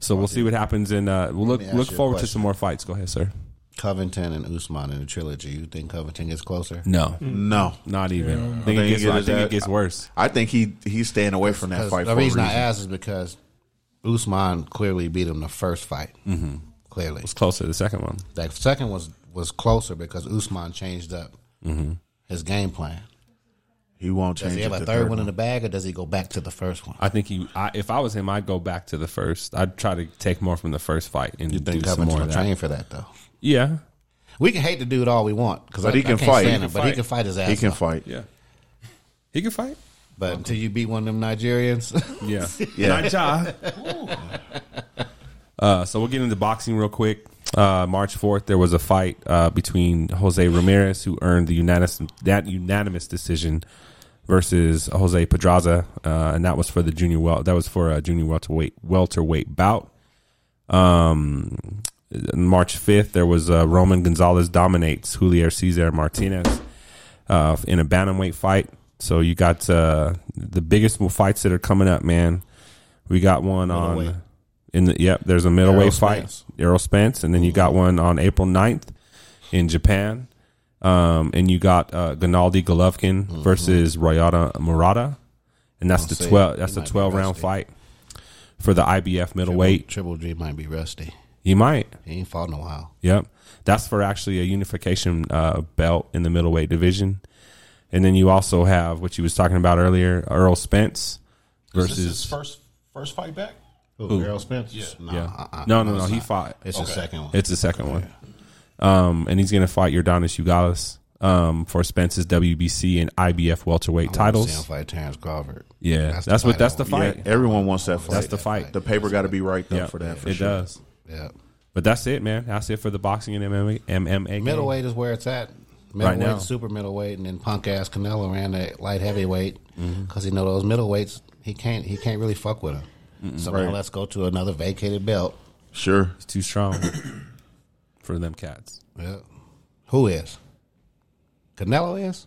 [SPEAKER 4] So we'll see what happens, and uh, we'll look
[SPEAKER 5] Let me ask
[SPEAKER 4] look
[SPEAKER 5] you a
[SPEAKER 4] forward to
[SPEAKER 5] question.
[SPEAKER 4] some more fights. Go ahead, sir.
[SPEAKER 5] Covington and Usman in the trilogy. You think Covington gets closer?
[SPEAKER 4] No.
[SPEAKER 3] No,
[SPEAKER 4] Mm. not even. I think, it gets,
[SPEAKER 3] he
[SPEAKER 4] I
[SPEAKER 3] did
[SPEAKER 4] think
[SPEAKER 3] that-
[SPEAKER 4] it gets worse.
[SPEAKER 3] I think he he's staying away from that
[SPEAKER 5] 'Cause
[SPEAKER 3] fight.
[SPEAKER 5] The
[SPEAKER 3] for a
[SPEAKER 5] reason, I
[SPEAKER 3] reason.
[SPEAKER 5] asked is because Usman clearly beat him the first fight.
[SPEAKER 4] Mhm.
[SPEAKER 5] Clearly,
[SPEAKER 4] It's closer to the second one.
[SPEAKER 5] that second was was closer because Usman changed up his game plan.
[SPEAKER 3] He won't
[SPEAKER 5] Does
[SPEAKER 3] change.
[SPEAKER 5] he have
[SPEAKER 3] it
[SPEAKER 5] a
[SPEAKER 3] to
[SPEAKER 5] third, one in the bag, or does he go back to the first one?
[SPEAKER 4] I think he. I, if I was him, I'd go back to the first. I'd try to take more from the first fight and
[SPEAKER 5] You think
[SPEAKER 4] do some more
[SPEAKER 5] Covington
[SPEAKER 4] of
[SPEAKER 5] will
[SPEAKER 4] that.
[SPEAKER 5] train for that though?
[SPEAKER 4] Yeah,
[SPEAKER 5] we can hate the dude all we want because
[SPEAKER 3] But
[SPEAKER 5] I,
[SPEAKER 3] he
[SPEAKER 5] I
[SPEAKER 3] can
[SPEAKER 5] can't
[SPEAKER 3] fight.
[SPEAKER 5] stand
[SPEAKER 3] He
[SPEAKER 5] him,
[SPEAKER 3] can
[SPEAKER 5] but he
[SPEAKER 3] fight.
[SPEAKER 5] can fight his ass.
[SPEAKER 3] He can
[SPEAKER 5] off.
[SPEAKER 3] fight.
[SPEAKER 4] Yeah, he can fight.
[SPEAKER 5] But until you beat one of them Nigerians, (laughs)
[SPEAKER 4] Yeah.
[SPEAKER 5] yeah,
[SPEAKER 4] Nice job. (laughs) Uh, so we'll get into boxing real quick. Uh, March fourth, there was a fight uh, between Jose Ramirez, who earned the unanimous that unanimous decision, versus Jose Pedraza, uh, and that was for the junior wel- that was for a junior welterweight welterweight bout. Um, March fifth, there was uh, Roman Gonzalez dominates Julio Cesar Martinez uh, in a bantamweight fight. So you got uh, the biggest fights that are coming up, man. We got one
[SPEAKER 13] Middleweight.
[SPEAKER 4] on in the yep. There's a middleweight
[SPEAKER 13] Errol
[SPEAKER 4] fight,
[SPEAKER 13] Spence.
[SPEAKER 4] Errol Spence, and then you got one on April 9th in Japan. Um, and you got uh, Gennady Golovkin versus Ryota Murata, and that's
[SPEAKER 5] I'll
[SPEAKER 4] the
[SPEAKER 5] say
[SPEAKER 4] twelve.
[SPEAKER 5] he
[SPEAKER 4] That's the
[SPEAKER 5] might be
[SPEAKER 4] twelve round
[SPEAKER 5] rusty.
[SPEAKER 4] fight for the IBF middleweight.
[SPEAKER 5] Triple G might be rusty.
[SPEAKER 4] You might.
[SPEAKER 5] He ain't fought in a while.
[SPEAKER 4] Yep. That's for actually a unification uh, belt in the middleweight division. And then you also have what you was talking about earlier, Earl Spence
[SPEAKER 7] Is this his
[SPEAKER 4] versus
[SPEAKER 7] first first fight back?
[SPEAKER 5] Who,
[SPEAKER 4] Who?
[SPEAKER 5] Errol Spence?
[SPEAKER 7] Yeah.
[SPEAKER 5] No,
[SPEAKER 4] yeah.
[SPEAKER 5] uh-uh.
[SPEAKER 4] no, no, no,
[SPEAKER 5] it's
[SPEAKER 4] He
[SPEAKER 5] not.
[SPEAKER 4] fought.
[SPEAKER 5] It's the second one.
[SPEAKER 4] It's the second one. Um, and he's going to fight Jordanis Ugalis um, for Spence's WBC and IBF welterweight titles.
[SPEAKER 5] see him fight Terrence Crawford.
[SPEAKER 4] Yeah, that's,
[SPEAKER 5] That's the
[SPEAKER 4] what.
[SPEAKER 5] fight I
[SPEAKER 4] that's the
[SPEAKER 5] want.
[SPEAKER 4] fight.
[SPEAKER 5] Yeah,
[SPEAKER 3] everyone wants that fight.
[SPEAKER 4] That's the fight.
[SPEAKER 3] The paper got to be right though
[SPEAKER 4] Yeah,
[SPEAKER 3] for that. For
[SPEAKER 4] it
[SPEAKER 3] sure.
[SPEAKER 4] does.
[SPEAKER 5] Yeah.
[SPEAKER 4] But that's it, man. That's it for the boxing and MMA. MMA game.
[SPEAKER 5] Middleweight is where it's at.
[SPEAKER 4] Right
[SPEAKER 5] Middleweight,
[SPEAKER 4] now.
[SPEAKER 5] super middleweight, and then punk ass Canelo ran that light heavyweight
[SPEAKER 4] Mm-hmm.
[SPEAKER 5] because he know those middleweights he can't he can't really fuck with him. So now
[SPEAKER 3] Right.
[SPEAKER 5] let's go to another vacated belt.
[SPEAKER 3] Sure.
[SPEAKER 4] It's too strong (coughs) for them cats.
[SPEAKER 5] Yeah. Who is? Canelo is?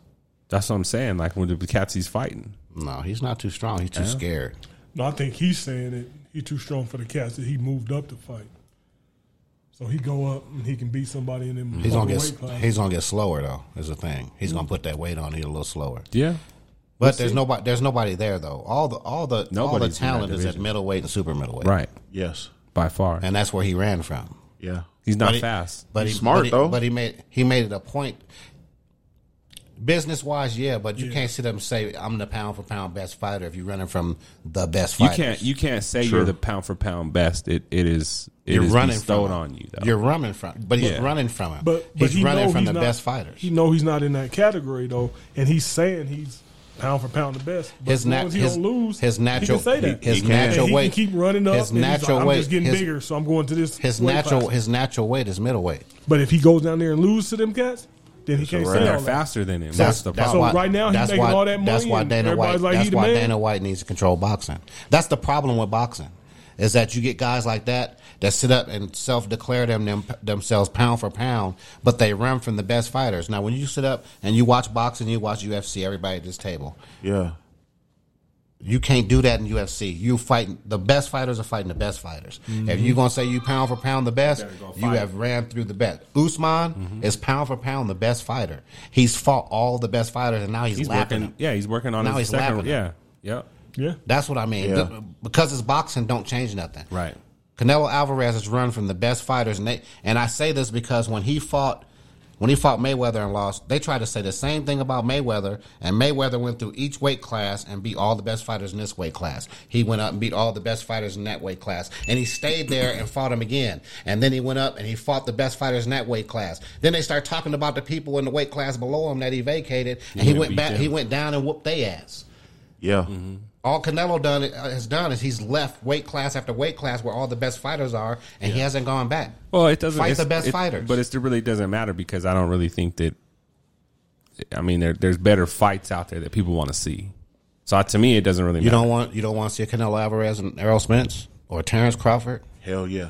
[SPEAKER 4] That's what I'm saying. Like when the cats he's fighting.
[SPEAKER 5] No, he's not too strong. He's too
[SPEAKER 4] Yeah.
[SPEAKER 5] scared.
[SPEAKER 10] No, I think he's saying that he too strong for the cats that he moved up to fight. So he go up and he can beat somebody in them.
[SPEAKER 5] He's gonna get
[SPEAKER 10] weight class.
[SPEAKER 5] he's gonna get slower though. Is the thing. He's gonna put that weight on. He's a little slower.
[SPEAKER 4] Yeah.
[SPEAKER 5] But there's nobody there's nobody there though. All the all the all the
[SPEAKER 4] Nobody's in that
[SPEAKER 5] talent is at
[SPEAKER 4] division.
[SPEAKER 5] middleweight and super middleweight.
[SPEAKER 4] Right.
[SPEAKER 3] Yes.
[SPEAKER 4] By far.
[SPEAKER 5] and that's where he ran from.
[SPEAKER 3] Yeah.
[SPEAKER 4] He's not
[SPEAKER 5] But he-
[SPEAKER 4] fast.
[SPEAKER 5] but
[SPEAKER 3] He's
[SPEAKER 5] he,
[SPEAKER 3] smart,
[SPEAKER 5] but he-
[SPEAKER 3] though.
[SPEAKER 5] But he made he made it a point. Business wise, yeah, but you can't sit up and say I'm the pound for pound best fighter if you're running from the best
[SPEAKER 4] You
[SPEAKER 5] fighter.
[SPEAKER 4] can't. You can't say
[SPEAKER 3] Sure.
[SPEAKER 4] you're the pound for pound best. It. It is. it
[SPEAKER 5] You're
[SPEAKER 4] is
[SPEAKER 5] running
[SPEAKER 4] bestowed
[SPEAKER 5] from it.
[SPEAKER 4] on you. Though.
[SPEAKER 5] You're running from, but he's
[SPEAKER 4] Yeah.
[SPEAKER 5] running from him.
[SPEAKER 10] But, but
[SPEAKER 5] he's
[SPEAKER 10] he
[SPEAKER 5] running
[SPEAKER 10] know
[SPEAKER 5] from
[SPEAKER 10] he's
[SPEAKER 5] the
[SPEAKER 10] not-
[SPEAKER 5] best fighters.
[SPEAKER 10] He know he's not in that category though, and he's saying he's pound for pound the best. But
[SPEAKER 5] His
[SPEAKER 10] as long
[SPEAKER 5] nat-
[SPEAKER 10] as he
[SPEAKER 5] his-
[SPEAKER 10] don't lose,
[SPEAKER 5] his natural-
[SPEAKER 10] he can say that.
[SPEAKER 5] his
[SPEAKER 10] And
[SPEAKER 5] natural
[SPEAKER 10] he
[SPEAKER 5] weight-
[SPEAKER 10] can keep running up.
[SPEAKER 5] his
[SPEAKER 10] and he's
[SPEAKER 5] natural
[SPEAKER 10] like, I'm
[SPEAKER 5] weight-
[SPEAKER 10] just getting
[SPEAKER 5] his-
[SPEAKER 10] bigger, so I'm going to this.
[SPEAKER 5] His
[SPEAKER 10] weight
[SPEAKER 5] natural
[SPEAKER 10] class.
[SPEAKER 5] his natural weight is middleweight.
[SPEAKER 10] But if he goes down there and loses to them cats, then he can't
[SPEAKER 4] And
[SPEAKER 10] say
[SPEAKER 4] they're
[SPEAKER 10] all that.
[SPEAKER 4] faster than him.
[SPEAKER 5] That's,
[SPEAKER 4] That's the
[SPEAKER 5] that's
[SPEAKER 4] problem.
[SPEAKER 5] why,
[SPEAKER 10] right now he's
[SPEAKER 5] that's
[SPEAKER 10] making
[SPEAKER 5] why,
[SPEAKER 10] all that
[SPEAKER 5] That's
[SPEAKER 10] money
[SPEAKER 5] why
[SPEAKER 10] and
[SPEAKER 5] Dana White.
[SPEAKER 10] everybody's like, he
[SPEAKER 5] that's
[SPEAKER 10] the
[SPEAKER 5] why
[SPEAKER 10] man.
[SPEAKER 5] Dana White needs to control boxing. That's the problem with boxing, is that you get guys like that that sit up and self declare them, them themselves pound for pound, but they run from the best fighters. Now, when you sit up and you watch boxing, you watch UFC. Everybody at this table,
[SPEAKER 3] Yeah.
[SPEAKER 5] you can't do that in UFC. You fighting the best fighters are fighting the best fighters.
[SPEAKER 4] Mm-hmm.
[SPEAKER 5] If you're gonna say you pound for pound the best, you, have ran through the best. Usman
[SPEAKER 4] Mm-hmm.
[SPEAKER 5] is pound for pound the best fighter. He's fought all the best fighters, and now he's,
[SPEAKER 4] He's
[SPEAKER 5] lapping.
[SPEAKER 4] working.
[SPEAKER 5] them.
[SPEAKER 4] Yeah, he's working on
[SPEAKER 5] Now
[SPEAKER 4] his
[SPEAKER 5] he's
[SPEAKER 4] second.
[SPEAKER 5] lapping
[SPEAKER 4] Yeah.
[SPEAKER 5] him.
[SPEAKER 4] Yep.
[SPEAKER 10] Yeah,
[SPEAKER 5] That's what I mean.
[SPEAKER 3] Yeah.
[SPEAKER 5] The- because it's boxing, don't change nothing.
[SPEAKER 4] Right.
[SPEAKER 5] Canelo Alvarez has run from the best fighters, and they, and I say this because when he fought. When he fought Mayweather and lost, they tried to say the same thing about Mayweather, and Mayweather went through each weight class and beat all the best fighters in this weight class. He went up and beat all the best fighters in that weight class, and he stayed there and fought him again. And then he went up and he fought the best fighters in that weight class. Then they start talking about the people in the weight class below him that he vacated, and he
[SPEAKER 4] went
[SPEAKER 5] went
[SPEAKER 4] beat
[SPEAKER 5] back.
[SPEAKER 4] them.
[SPEAKER 5] He went down and whooped their ass
[SPEAKER 3] Yeah.
[SPEAKER 5] all Canelo done uh, has done is he's left weight class after weight class where all the best fighters are, and he hasn't gone back.
[SPEAKER 4] Well, it doesn't
[SPEAKER 5] Fight
[SPEAKER 4] it's-
[SPEAKER 5] the best
[SPEAKER 4] it-
[SPEAKER 5] fighters.
[SPEAKER 4] but it still really doesn't matter because I don't really think that. I mean, there, there's better fights out there that people want to see. So to me, it doesn't really
[SPEAKER 5] you
[SPEAKER 4] matter.
[SPEAKER 5] don't want you don't want to see a Canelo Alvarez and Errol Spence or Terrence Crawford.
[SPEAKER 3] Hell yeah.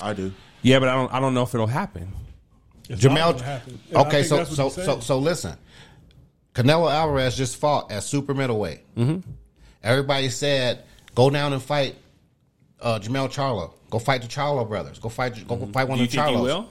[SPEAKER 3] I do.
[SPEAKER 4] yeah, but I don't. I don't know if it'll happen.
[SPEAKER 10] It's not
[SPEAKER 5] Jamel.
[SPEAKER 10] gonna happen. And I
[SPEAKER 5] Okay,
[SPEAKER 10] think
[SPEAKER 5] so
[SPEAKER 10] that's what
[SPEAKER 5] so
[SPEAKER 10] he's saying.
[SPEAKER 5] so so listen, Canelo Alvarez just fought at super middleweight. Mm-hmm. Everybody said go down and fight uh, Jamel Charlo. Go fight the Charlo brothers. Go fight go
[SPEAKER 10] Mm-hmm.
[SPEAKER 5] fight one
[SPEAKER 4] Do you
[SPEAKER 5] of the Charlos.
[SPEAKER 4] think he will?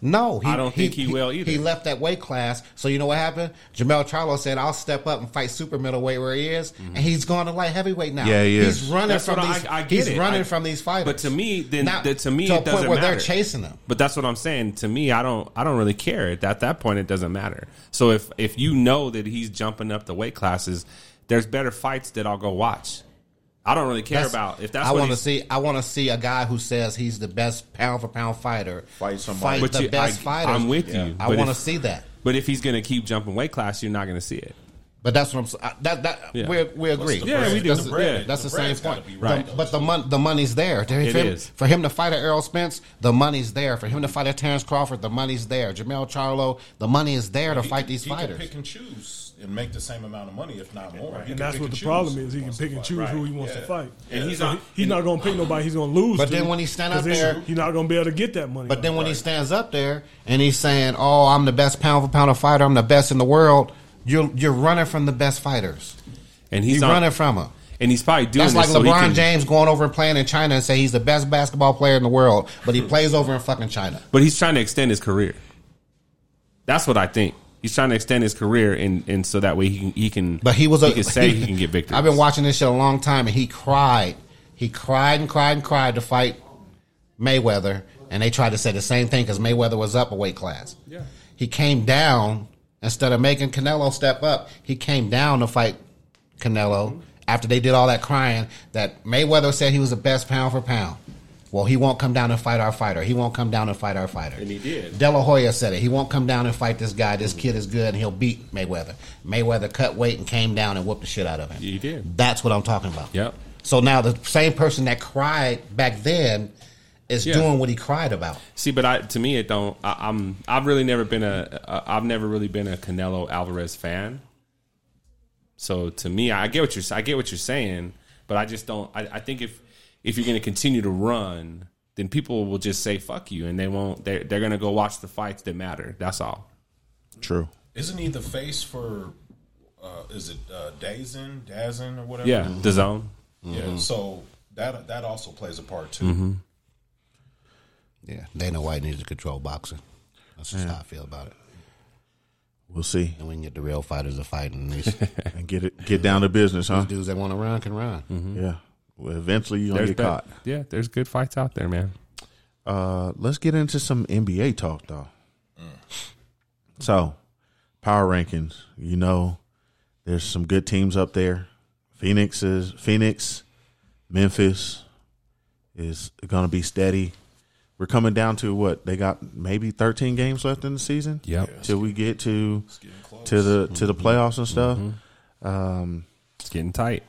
[SPEAKER 5] No, he,
[SPEAKER 4] I don't think he will either.
[SPEAKER 5] He left that weight class, so you know what happened? Jamel Charlo said, "I'll step up and fight super middleweight where he is," and he's gone to light heavyweight now.
[SPEAKER 3] Yeah, he
[SPEAKER 5] he's
[SPEAKER 3] is.
[SPEAKER 5] running
[SPEAKER 4] Mm-hmm. That's
[SPEAKER 5] from
[SPEAKER 4] what I-
[SPEAKER 5] these.
[SPEAKER 4] I get
[SPEAKER 5] he's
[SPEAKER 4] it.
[SPEAKER 5] running
[SPEAKER 4] I-
[SPEAKER 5] from these fighters.
[SPEAKER 4] But to me, then
[SPEAKER 5] Now,
[SPEAKER 4] that- to me,
[SPEAKER 5] to a
[SPEAKER 4] it
[SPEAKER 5] point
[SPEAKER 4] doesn't
[SPEAKER 5] where
[SPEAKER 4] matter.
[SPEAKER 5] they're chasing them.
[SPEAKER 4] But that's what I'm saying. To me, I don't. I don't really care. At that, that point, it doesn't matter. So if if you know that he's jumping up the weight classes, there's better fights that I'll go watch. I don't really care
[SPEAKER 5] That's-
[SPEAKER 4] about if that's.
[SPEAKER 5] I
[SPEAKER 4] what
[SPEAKER 5] want to
[SPEAKER 4] he's-
[SPEAKER 5] see. I want to see a guy who says he's the best pound for pound fighter
[SPEAKER 3] Fight somebody.
[SPEAKER 5] Fight
[SPEAKER 4] But
[SPEAKER 5] the
[SPEAKER 4] you-
[SPEAKER 5] best
[SPEAKER 4] I-
[SPEAKER 5] fighters.
[SPEAKER 4] I'm with you,
[SPEAKER 5] I
[SPEAKER 4] but
[SPEAKER 5] want to
[SPEAKER 4] if-
[SPEAKER 5] see that.
[SPEAKER 4] But if he's going to keep jumping weight class, you're not going to see it.
[SPEAKER 5] But that's what I'm. s- I- That that
[SPEAKER 4] Yeah.
[SPEAKER 5] we're, we agree.
[SPEAKER 4] Yeah, bread? we do.
[SPEAKER 5] That's,
[SPEAKER 4] The bread.
[SPEAKER 5] that's the,
[SPEAKER 7] The
[SPEAKER 5] same
[SPEAKER 7] bread's gotta
[SPEAKER 5] point.
[SPEAKER 7] be
[SPEAKER 5] The-
[SPEAKER 7] right.
[SPEAKER 5] but the mon- the money's there. To-
[SPEAKER 4] It
[SPEAKER 5] for him,
[SPEAKER 4] is.
[SPEAKER 5] for him to fight at Errol Spence. The money's there for him to fight at Terrence Crawford. The money's there. Jamel Charlo. The money is there to
[SPEAKER 7] He
[SPEAKER 5] fight
[SPEAKER 7] can-
[SPEAKER 5] these
[SPEAKER 7] he
[SPEAKER 5] fighters.
[SPEAKER 7] Can pick and choose and make the same amount of money, if not more. He can
[SPEAKER 10] and that's
[SPEAKER 7] pick
[SPEAKER 10] what the
[SPEAKER 7] choose
[SPEAKER 10] problem is. He
[SPEAKER 7] who
[SPEAKER 10] can
[SPEAKER 7] wants
[SPEAKER 10] pick
[SPEAKER 7] to
[SPEAKER 10] and
[SPEAKER 7] fight.
[SPEAKER 10] choose who he wants
[SPEAKER 7] Yeah.
[SPEAKER 10] to fight.
[SPEAKER 7] And
[SPEAKER 10] So
[SPEAKER 7] he's
[SPEAKER 10] he-
[SPEAKER 7] not-
[SPEAKER 10] he's not going to pick nobody. He's going to lose.
[SPEAKER 5] But
[SPEAKER 10] to,
[SPEAKER 5] then when he stand
[SPEAKER 10] 'cause
[SPEAKER 5] out
[SPEAKER 10] then
[SPEAKER 5] there-
[SPEAKER 10] he's not going to be able to get that money.
[SPEAKER 5] but then when he
[SPEAKER 10] Right.
[SPEAKER 5] stands up there and he's saying, "Oh, I'm the best pound for pound fighter. I'm the best in the world." You're you're running from the best fighters.
[SPEAKER 4] And he's
[SPEAKER 5] You're
[SPEAKER 4] on-
[SPEAKER 5] running from them.
[SPEAKER 4] and he's probably doing
[SPEAKER 5] That's like
[SPEAKER 4] this so he
[SPEAKER 5] LeBron
[SPEAKER 4] can-
[SPEAKER 5] James going over and playing in China and say he's the best basketball player in the world, but he plays over in fucking China.
[SPEAKER 4] But he's trying to extend his career. That's what I think. He's trying to extend his career, and, and so that way he can he can.
[SPEAKER 5] But he was a
[SPEAKER 4] he can say
[SPEAKER 5] (laughs)
[SPEAKER 4] he, can get victory.
[SPEAKER 5] I've been watching this shit a long time, and he cried. He cried and cried and cried to fight Mayweather, and they tried to say the same thing because Mayweather was up a weight class. Yeah, he came down instead of making Canelo step up. He came down to fight Canelo after they did all that crying that Mayweather said he was the best pound for pound. Well, he won't come down and fight our fighter. He won't come down and fight our fighter.
[SPEAKER 15] And he did.
[SPEAKER 5] De La Hoya said it. He won't come down and fight this guy. This kid is good, and he'll beat Mayweather. Mayweather cut weight and came down and whooped the shit out of him.
[SPEAKER 15] He did.
[SPEAKER 5] That's what I'm talking about.
[SPEAKER 15] Yep.
[SPEAKER 5] So now the same person that cried back then is
[SPEAKER 4] Yeah.
[SPEAKER 5] doing what he cried about.
[SPEAKER 4] See, but I to me it don't. I, I'm I've really never been a a- I've never really been a Canelo Alvarez fan. So to me, I get what you're I get what you're saying, but I just don't. I, I think if if you're going to continue to run, then people will just say fuck you, and they won't. They're they're going to go watch the fights that matter. That's all.
[SPEAKER 3] True.
[SPEAKER 7] Isn't he the face for? Uh, is it uh, Dazen, Dazen, or whatever?
[SPEAKER 4] Yeah,
[SPEAKER 3] Mm-hmm.
[SPEAKER 4] the zone.
[SPEAKER 7] Yeah, so that that also plays a part too.
[SPEAKER 5] Yeah, Dana White needs to control boxing. That's just how I feel about it.
[SPEAKER 3] We'll
[SPEAKER 5] (laughs)
[SPEAKER 3] see.
[SPEAKER 5] And we can get the real fighters to fight and (laughs) these
[SPEAKER 3] and get it, get down to business, huh?
[SPEAKER 5] These dudes that want to run can run.
[SPEAKER 3] Yeah. Well, eventually you're gonna
[SPEAKER 4] There's
[SPEAKER 3] get
[SPEAKER 4] bet-
[SPEAKER 3] caught.
[SPEAKER 4] Yeah, there's good fights out there, man.
[SPEAKER 3] Uh, let's get into some NBA talk, though. So, power rankings. You know, there's some good teams up there. Phoenix is Phoenix, Memphis is going to be steady. We're coming down to what they got maybe 13 games left in the season.
[SPEAKER 4] Yep.
[SPEAKER 3] Till we get to to the to the playoffs and stuff. Um,
[SPEAKER 4] it's getting tight.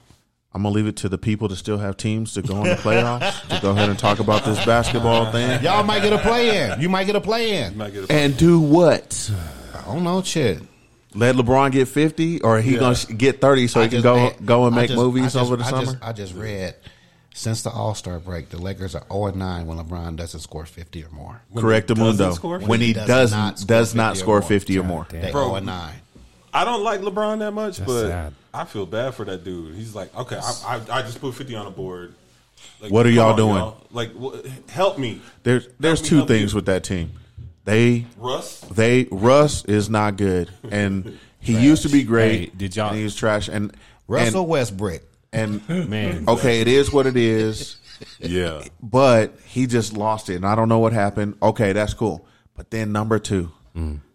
[SPEAKER 3] I'm gonna leave it to the people that still have teams to go in the playoffs to go ahead and talk about this basketball thing.
[SPEAKER 5] Y'all might get a play in. You might get a play in.
[SPEAKER 3] And do what?
[SPEAKER 5] I don't know, shit.
[SPEAKER 3] Let LeBron get fifty, or he
[SPEAKER 5] Yeah.
[SPEAKER 3] gonna sh- get thirty, so
[SPEAKER 5] I
[SPEAKER 3] he can
[SPEAKER 5] just
[SPEAKER 3] go
[SPEAKER 5] read-
[SPEAKER 3] go and
[SPEAKER 5] I
[SPEAKER 3] make
[SPEAKER 5] just-
[SPEAKER 3] movies
[SPEAKER 5] I just-
[SPEAKER 3] over the
[SPEAKER 5] I
[SPEAKER 3] summer.
[SPEAKER 5] Just, I just read since the All Star break, the Lakers are zero and nine when LeBron doesn't score fifty or more.
[SPEAKER 3] Correct, Amundo. When, he does not does not score fifty or more.
[SPEAKER 5] They zero and nine.
[SPEAKER 8] I don't like LeBron that much,
[SPEAKER 3] That's
[SPEAKER 8] but
[SPEAKER 3] sad.
[SPEAKER 8] I feel bad for that dude. He's like, okay, I, I, I just put fifty on the board. Like,
[SPEAKER 3] What are
[SPEAKER 8] come
[SPEAKER 3] y'all
[SPEAKER 8] on,
[SPEAKER 3] doing?
[SPEAKER 8] Like, wh- help me.
[SPEAKER 3] There's there's two things with that team. They
[SPEAKER 8] Russ?
[SPEAKER 3] They Russ is not good, and he used to be great. did y'all? And he was trash. And
[SPEAKER 5] Russell
[SPEAKER 3] and,
[SPEAKER 5] Westbrook.
[SPEAKER 8] (laughs)
[SPEAKER 3] And
[SPEAKER 5] Man.
[SPEAKER 3] okay, it is what it is.
[SPEAKER 8] yeah,
[SPEAKER 3] but he just lost it, and I don't know what happened. Okay, that's cool. But then number two,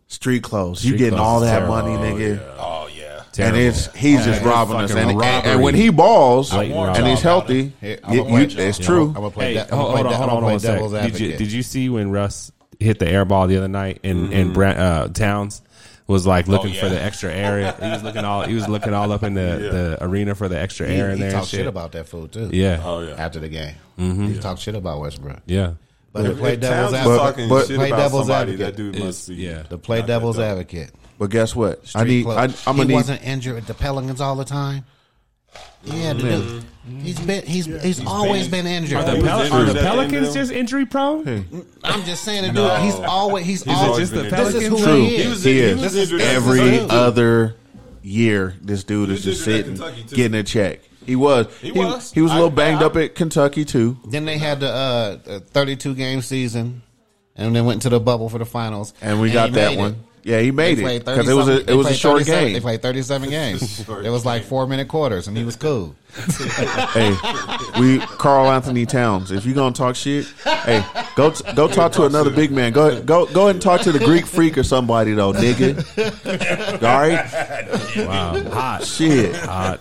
[SPEAKER 3] street clothes. you
[SPEAKER 8] Mm. Street
[SPEAKER 3] getting
[SPEAKER 8] clothes
[SPEAKER 3] all
[SPEAKER 8] is
[SPEAKER 3] that
[SPEAKER 8] terrible.
[SPEAKER 3] money,
[SPEAKER 8] Oh,
[SPEAKER 3] nigga?
[SPEAKER 8] yeah. Oh, yeah.
[SPEAKER 3] And
[SPEAKER 8] Terrible.
[SPEAKER 3] it's he's
[SPEAKER 8] Yeah,
[SPEAKER 3] just
[SPEAKER 8] it's
[SPEAKER 3] robbing us.
[SPEAKER 8] fucking
[SPEAKER 3] And, and- and
[SPEAKER 8] robbery.
[SPEAKER 3] when he balls
[SPEAKER 4] I
[SPEAKER 3] and
[SPEAKER 4] warned y'all
[SPEAKER 3] he's
[SPEAKER 4] about
[SPEAKER 3] healthy,
[SPEAKER 5] Here,
[SPEAKER 3] you-
[SPEAKER 5] I'ma play
[SPEAKER 3] you-
[SPEAKER 5] it.
[SPEAKER 3] it's
[SPEAKER 5] Yeah,
[SPEAKER 3] true.
[SPEAKER 5] I'ma- I'ma play
[SPEAKER 4] Hey,
[SPEAKER 5] that- I'ma
[SPEAKER 4] hold,
[SPEAKER 5] play
[SPEAKER 4] hold on,
[SPEAKER 5] that-
[SPEAKER 4] hold
[SPEAKER 5] I'ma
[SPEAKER 4] on,
[SPEAKER 5] play
[SPEAKER 4] one sec.
[SPEAKER 5] devil's
[SPEAKER 4] Did you
[SPEAKER 5] advocate.
[SPEAKER 4] did you see when Russ hit the air ball the other night and and Brent, uh, Towns was like looking
[SPEAKER 13] Oh,
[SPEAKER 4] for
[SPEAKER 13] yeah.
[SPEAKER 4] the extra air? he was looking all he was looking all up in the,
[SPEAKER 5] Yeah.
[SPEAKER 4] the arena for the extra
[SPEAKER 5] He-
[SPEAKER 4] air
[SPEAKER 5] he
[SPEAKER 4] in there. and
[SPEAKER 5] talked shit about that fool, too.
[SPEAKER 4] Yeah.
[SPEAKER 5] Oh, yeah. After the game,
[SPEAKER 4] Mhm.
[SPEAKER 5] he talked shit about Westbrook.
[SPEAKER 4] Yeah.
[SPEAKER 5] but to
[SPEAKER 4] If-
[SPEAKER 5] play
[SPEAKER 4] if Towns
[SPEAKER 5] devil's
[SPEAKER 4] is
[SPEAKER 5] advocate,
[SPEAKER 4] talking
[SPEAKER 5] but
[SPEAKER 4] shit
[SPEAKER 5] play
[SPEAKER 4] about
[SPEAKER 5] devil's
[SPEAKER 4] somebody, that
[SPEAKER 5] advocate.
[SPEAKER 4] dude must Is- be yeah.
[SPEAKER 5] To play
[SPEAKER 4] not
[SPEAKER 5] devil's advocate.
[SPEAKER 3] But guess what? I
[SPEAKER 5] Street
[SPEAKER 3] need.
[SPEAKER 5] clothes.
[SPEAKER 3] I, I'm gonna
[SPEAKER 5] he
[SPEAKER 3] need.
[SPEAKER 5] wasn't injured with the Pelicans all the time. Yeah, the
[SPEAKER 3] Yeah.
[SPEAKER 5] dude. He's been he's he's, always been, injured.
[SPEAKER 4] Are the, Pel- are the Pelicans just injury prone?
[SPEAKER 5] I'm just saying, dude.
[SPEAKER 4] No.
[SPEAKER 5] He's always he's,
[SPEAKER 4] Is it
[SPEAKER 5] always
[SPEAKER 4] just the
[SPEAKER 5] This is who
[SPEAKER 4] Pelicans?
[SPEAKER 3] True,
[SPEAKER 5] he is.
[SPEAKER 3] he
[SPEAKER 5] This
[SPEAKER 3] is.
[SPEAKER 5] is
[SPEAKER 3] Every other year, this dude is just
[SPEAKER 5] injured at
[SPEAKER 3] sitting,
[SPEAKER 5] Kentucky, too.
[SPEAKER 3] getting a check. He was. He,
[SPEAKER 5] was.
[SPEAKER 3] He was a little
[SPEAKER 5] I-
[SPEAKER 3] banged up at Kentucky too.
[SPEAKER 5] Then they had the uh, uh, 32 game season, and they went to the bubble for the finals.
[SPEAKER 3] And we
[SPEAKER 5] he
[SPEAKER 3] got that
[SPEAKER 5] made
[SPEAKER 3] one. Yeah, he made
[SPEAKER 5] They
[SPEAKER 3] it,
[SPEAKER 5] played
[SPEAKER 3] 'cause it was a-
[SPEAKER 5] 30-something
[SPEAKER 3] it was a
[SPEAKER 5] they played
[SPEAKER 3] short
[SPEAKER 5] 37
[SPEAKER 3] game.
[SPEAKER 5] They played (laughs) 37 games. it was like four minute quarters, and he was cool.
[SPEAKER 3] hey, we Carl Anthony Towns. If you gonna talk shit, hey, go t- go talk to another big man. Go ahead, go go ahead and talk to the Greek freak or somebody though, nigga. (laughs) All right.
[SPEAKER 4] Wow. Hot.
[SPEAKER 3] Shit.
[SPEAKER 4] (laughs) Hot.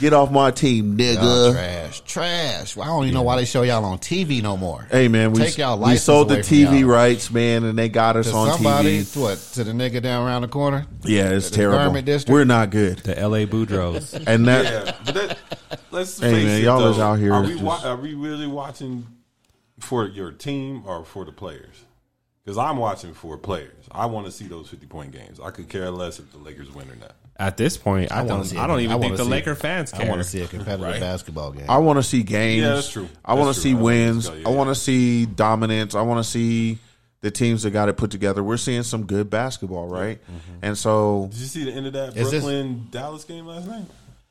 [SPEAKER 3] Get off my team,
[SPEAKER 5] Y'all
[SPEAKER 3] nigga.
[SPEAKER 5] trash, trash. Well, I don't even know why they show y'all on TV no more.
[SPEAKER 3] Hey man, we
[SPEAKER 5] take y'all
[SPEAKER 3] we
[SPEAKER 5] license
[SPEAKER 3] sold the
[SPEAKER 5] away from
[SPEAKER 3] TV
[SPEAKER 5] y'all.
[SPEAKER 3] rights, man, and they got us
[SPEAKER 5] to
[SPEAKER 3] on
[SPEAKER 5] somebody.
[SPEAKER 3] TV.
[SPEAKER 5] to What to the nigga down around the corner?
[SPEAKER 3] Yeah, it's
[SPEAKER 5] The
[SPEAKER 3] terrible.
[SPEAKER 5] garment district?
[SPEAKER 3] We're not good.
[SPEAKER 4] The L.A. Boudreaux
[SPEAKER 3] and that
[SPEAKER 8] yeah, but that, let's
[SPEAKER 3] Hey,
[SPEAKER 8] face
[SPEAKER 3] man,
[SPEAKER 8] it,
[SPEAKER 3] y'all
[SPEAKER 8] though.
[SPEAKER 3] is out here
[SPEAKER 8] Are we,
[SPEAKER 3] just-
[SPEAKER 8] wa- are we really watching for your team or for the players? Because I'm watching for players. I want to see those 50 point games. I could care less if the Lakers win or not.
[SPEAKER 4] At this point, I,
[SPEAKER 8] wanna
[SPEAKER 4] don't.
[SPEAKER 8] see
[SPEAKER 4] I
[SPEAKER 8] it.
[SPEAKER 4] don't even
[SPEAKER 8] I
[SPEAKER 4] think
[SPEAKER 8] wanna
[SPEAKER 4] the
[SPEAKER 8] see
[SPEAKER 4] Laker
[SPEAKER 8] it.
[SPEAKER 4] fans
[SPEAKER 8] I
[SPEAKER 4] care.
[SPEAKER 8] wanna see a competitive Right.
[SPEAKER 5] basketball game.
[SPEAKER 3] I want to see games.
[SPEAKER 5] Yeah, that's true.
[SPEAKER 3] I want
[SPEAKER 5] That's
[SPEAKER 3] to
[SPEAKER 5] true.
[SPEAKER 3] see
[SPEAKER 5] I like
[SPEAKER 3] wins.
[SPEAKER 5] this
[SPEAKER 3] I want to see dominance. I want to see the teams that got it put together. We're seeing some good basketball, right? And so,
[SPEAKER 8] Did you see the end of that
[SPEAKER 3] Is this-
[SPEAKER 8] Brooklyn Dallas game last night?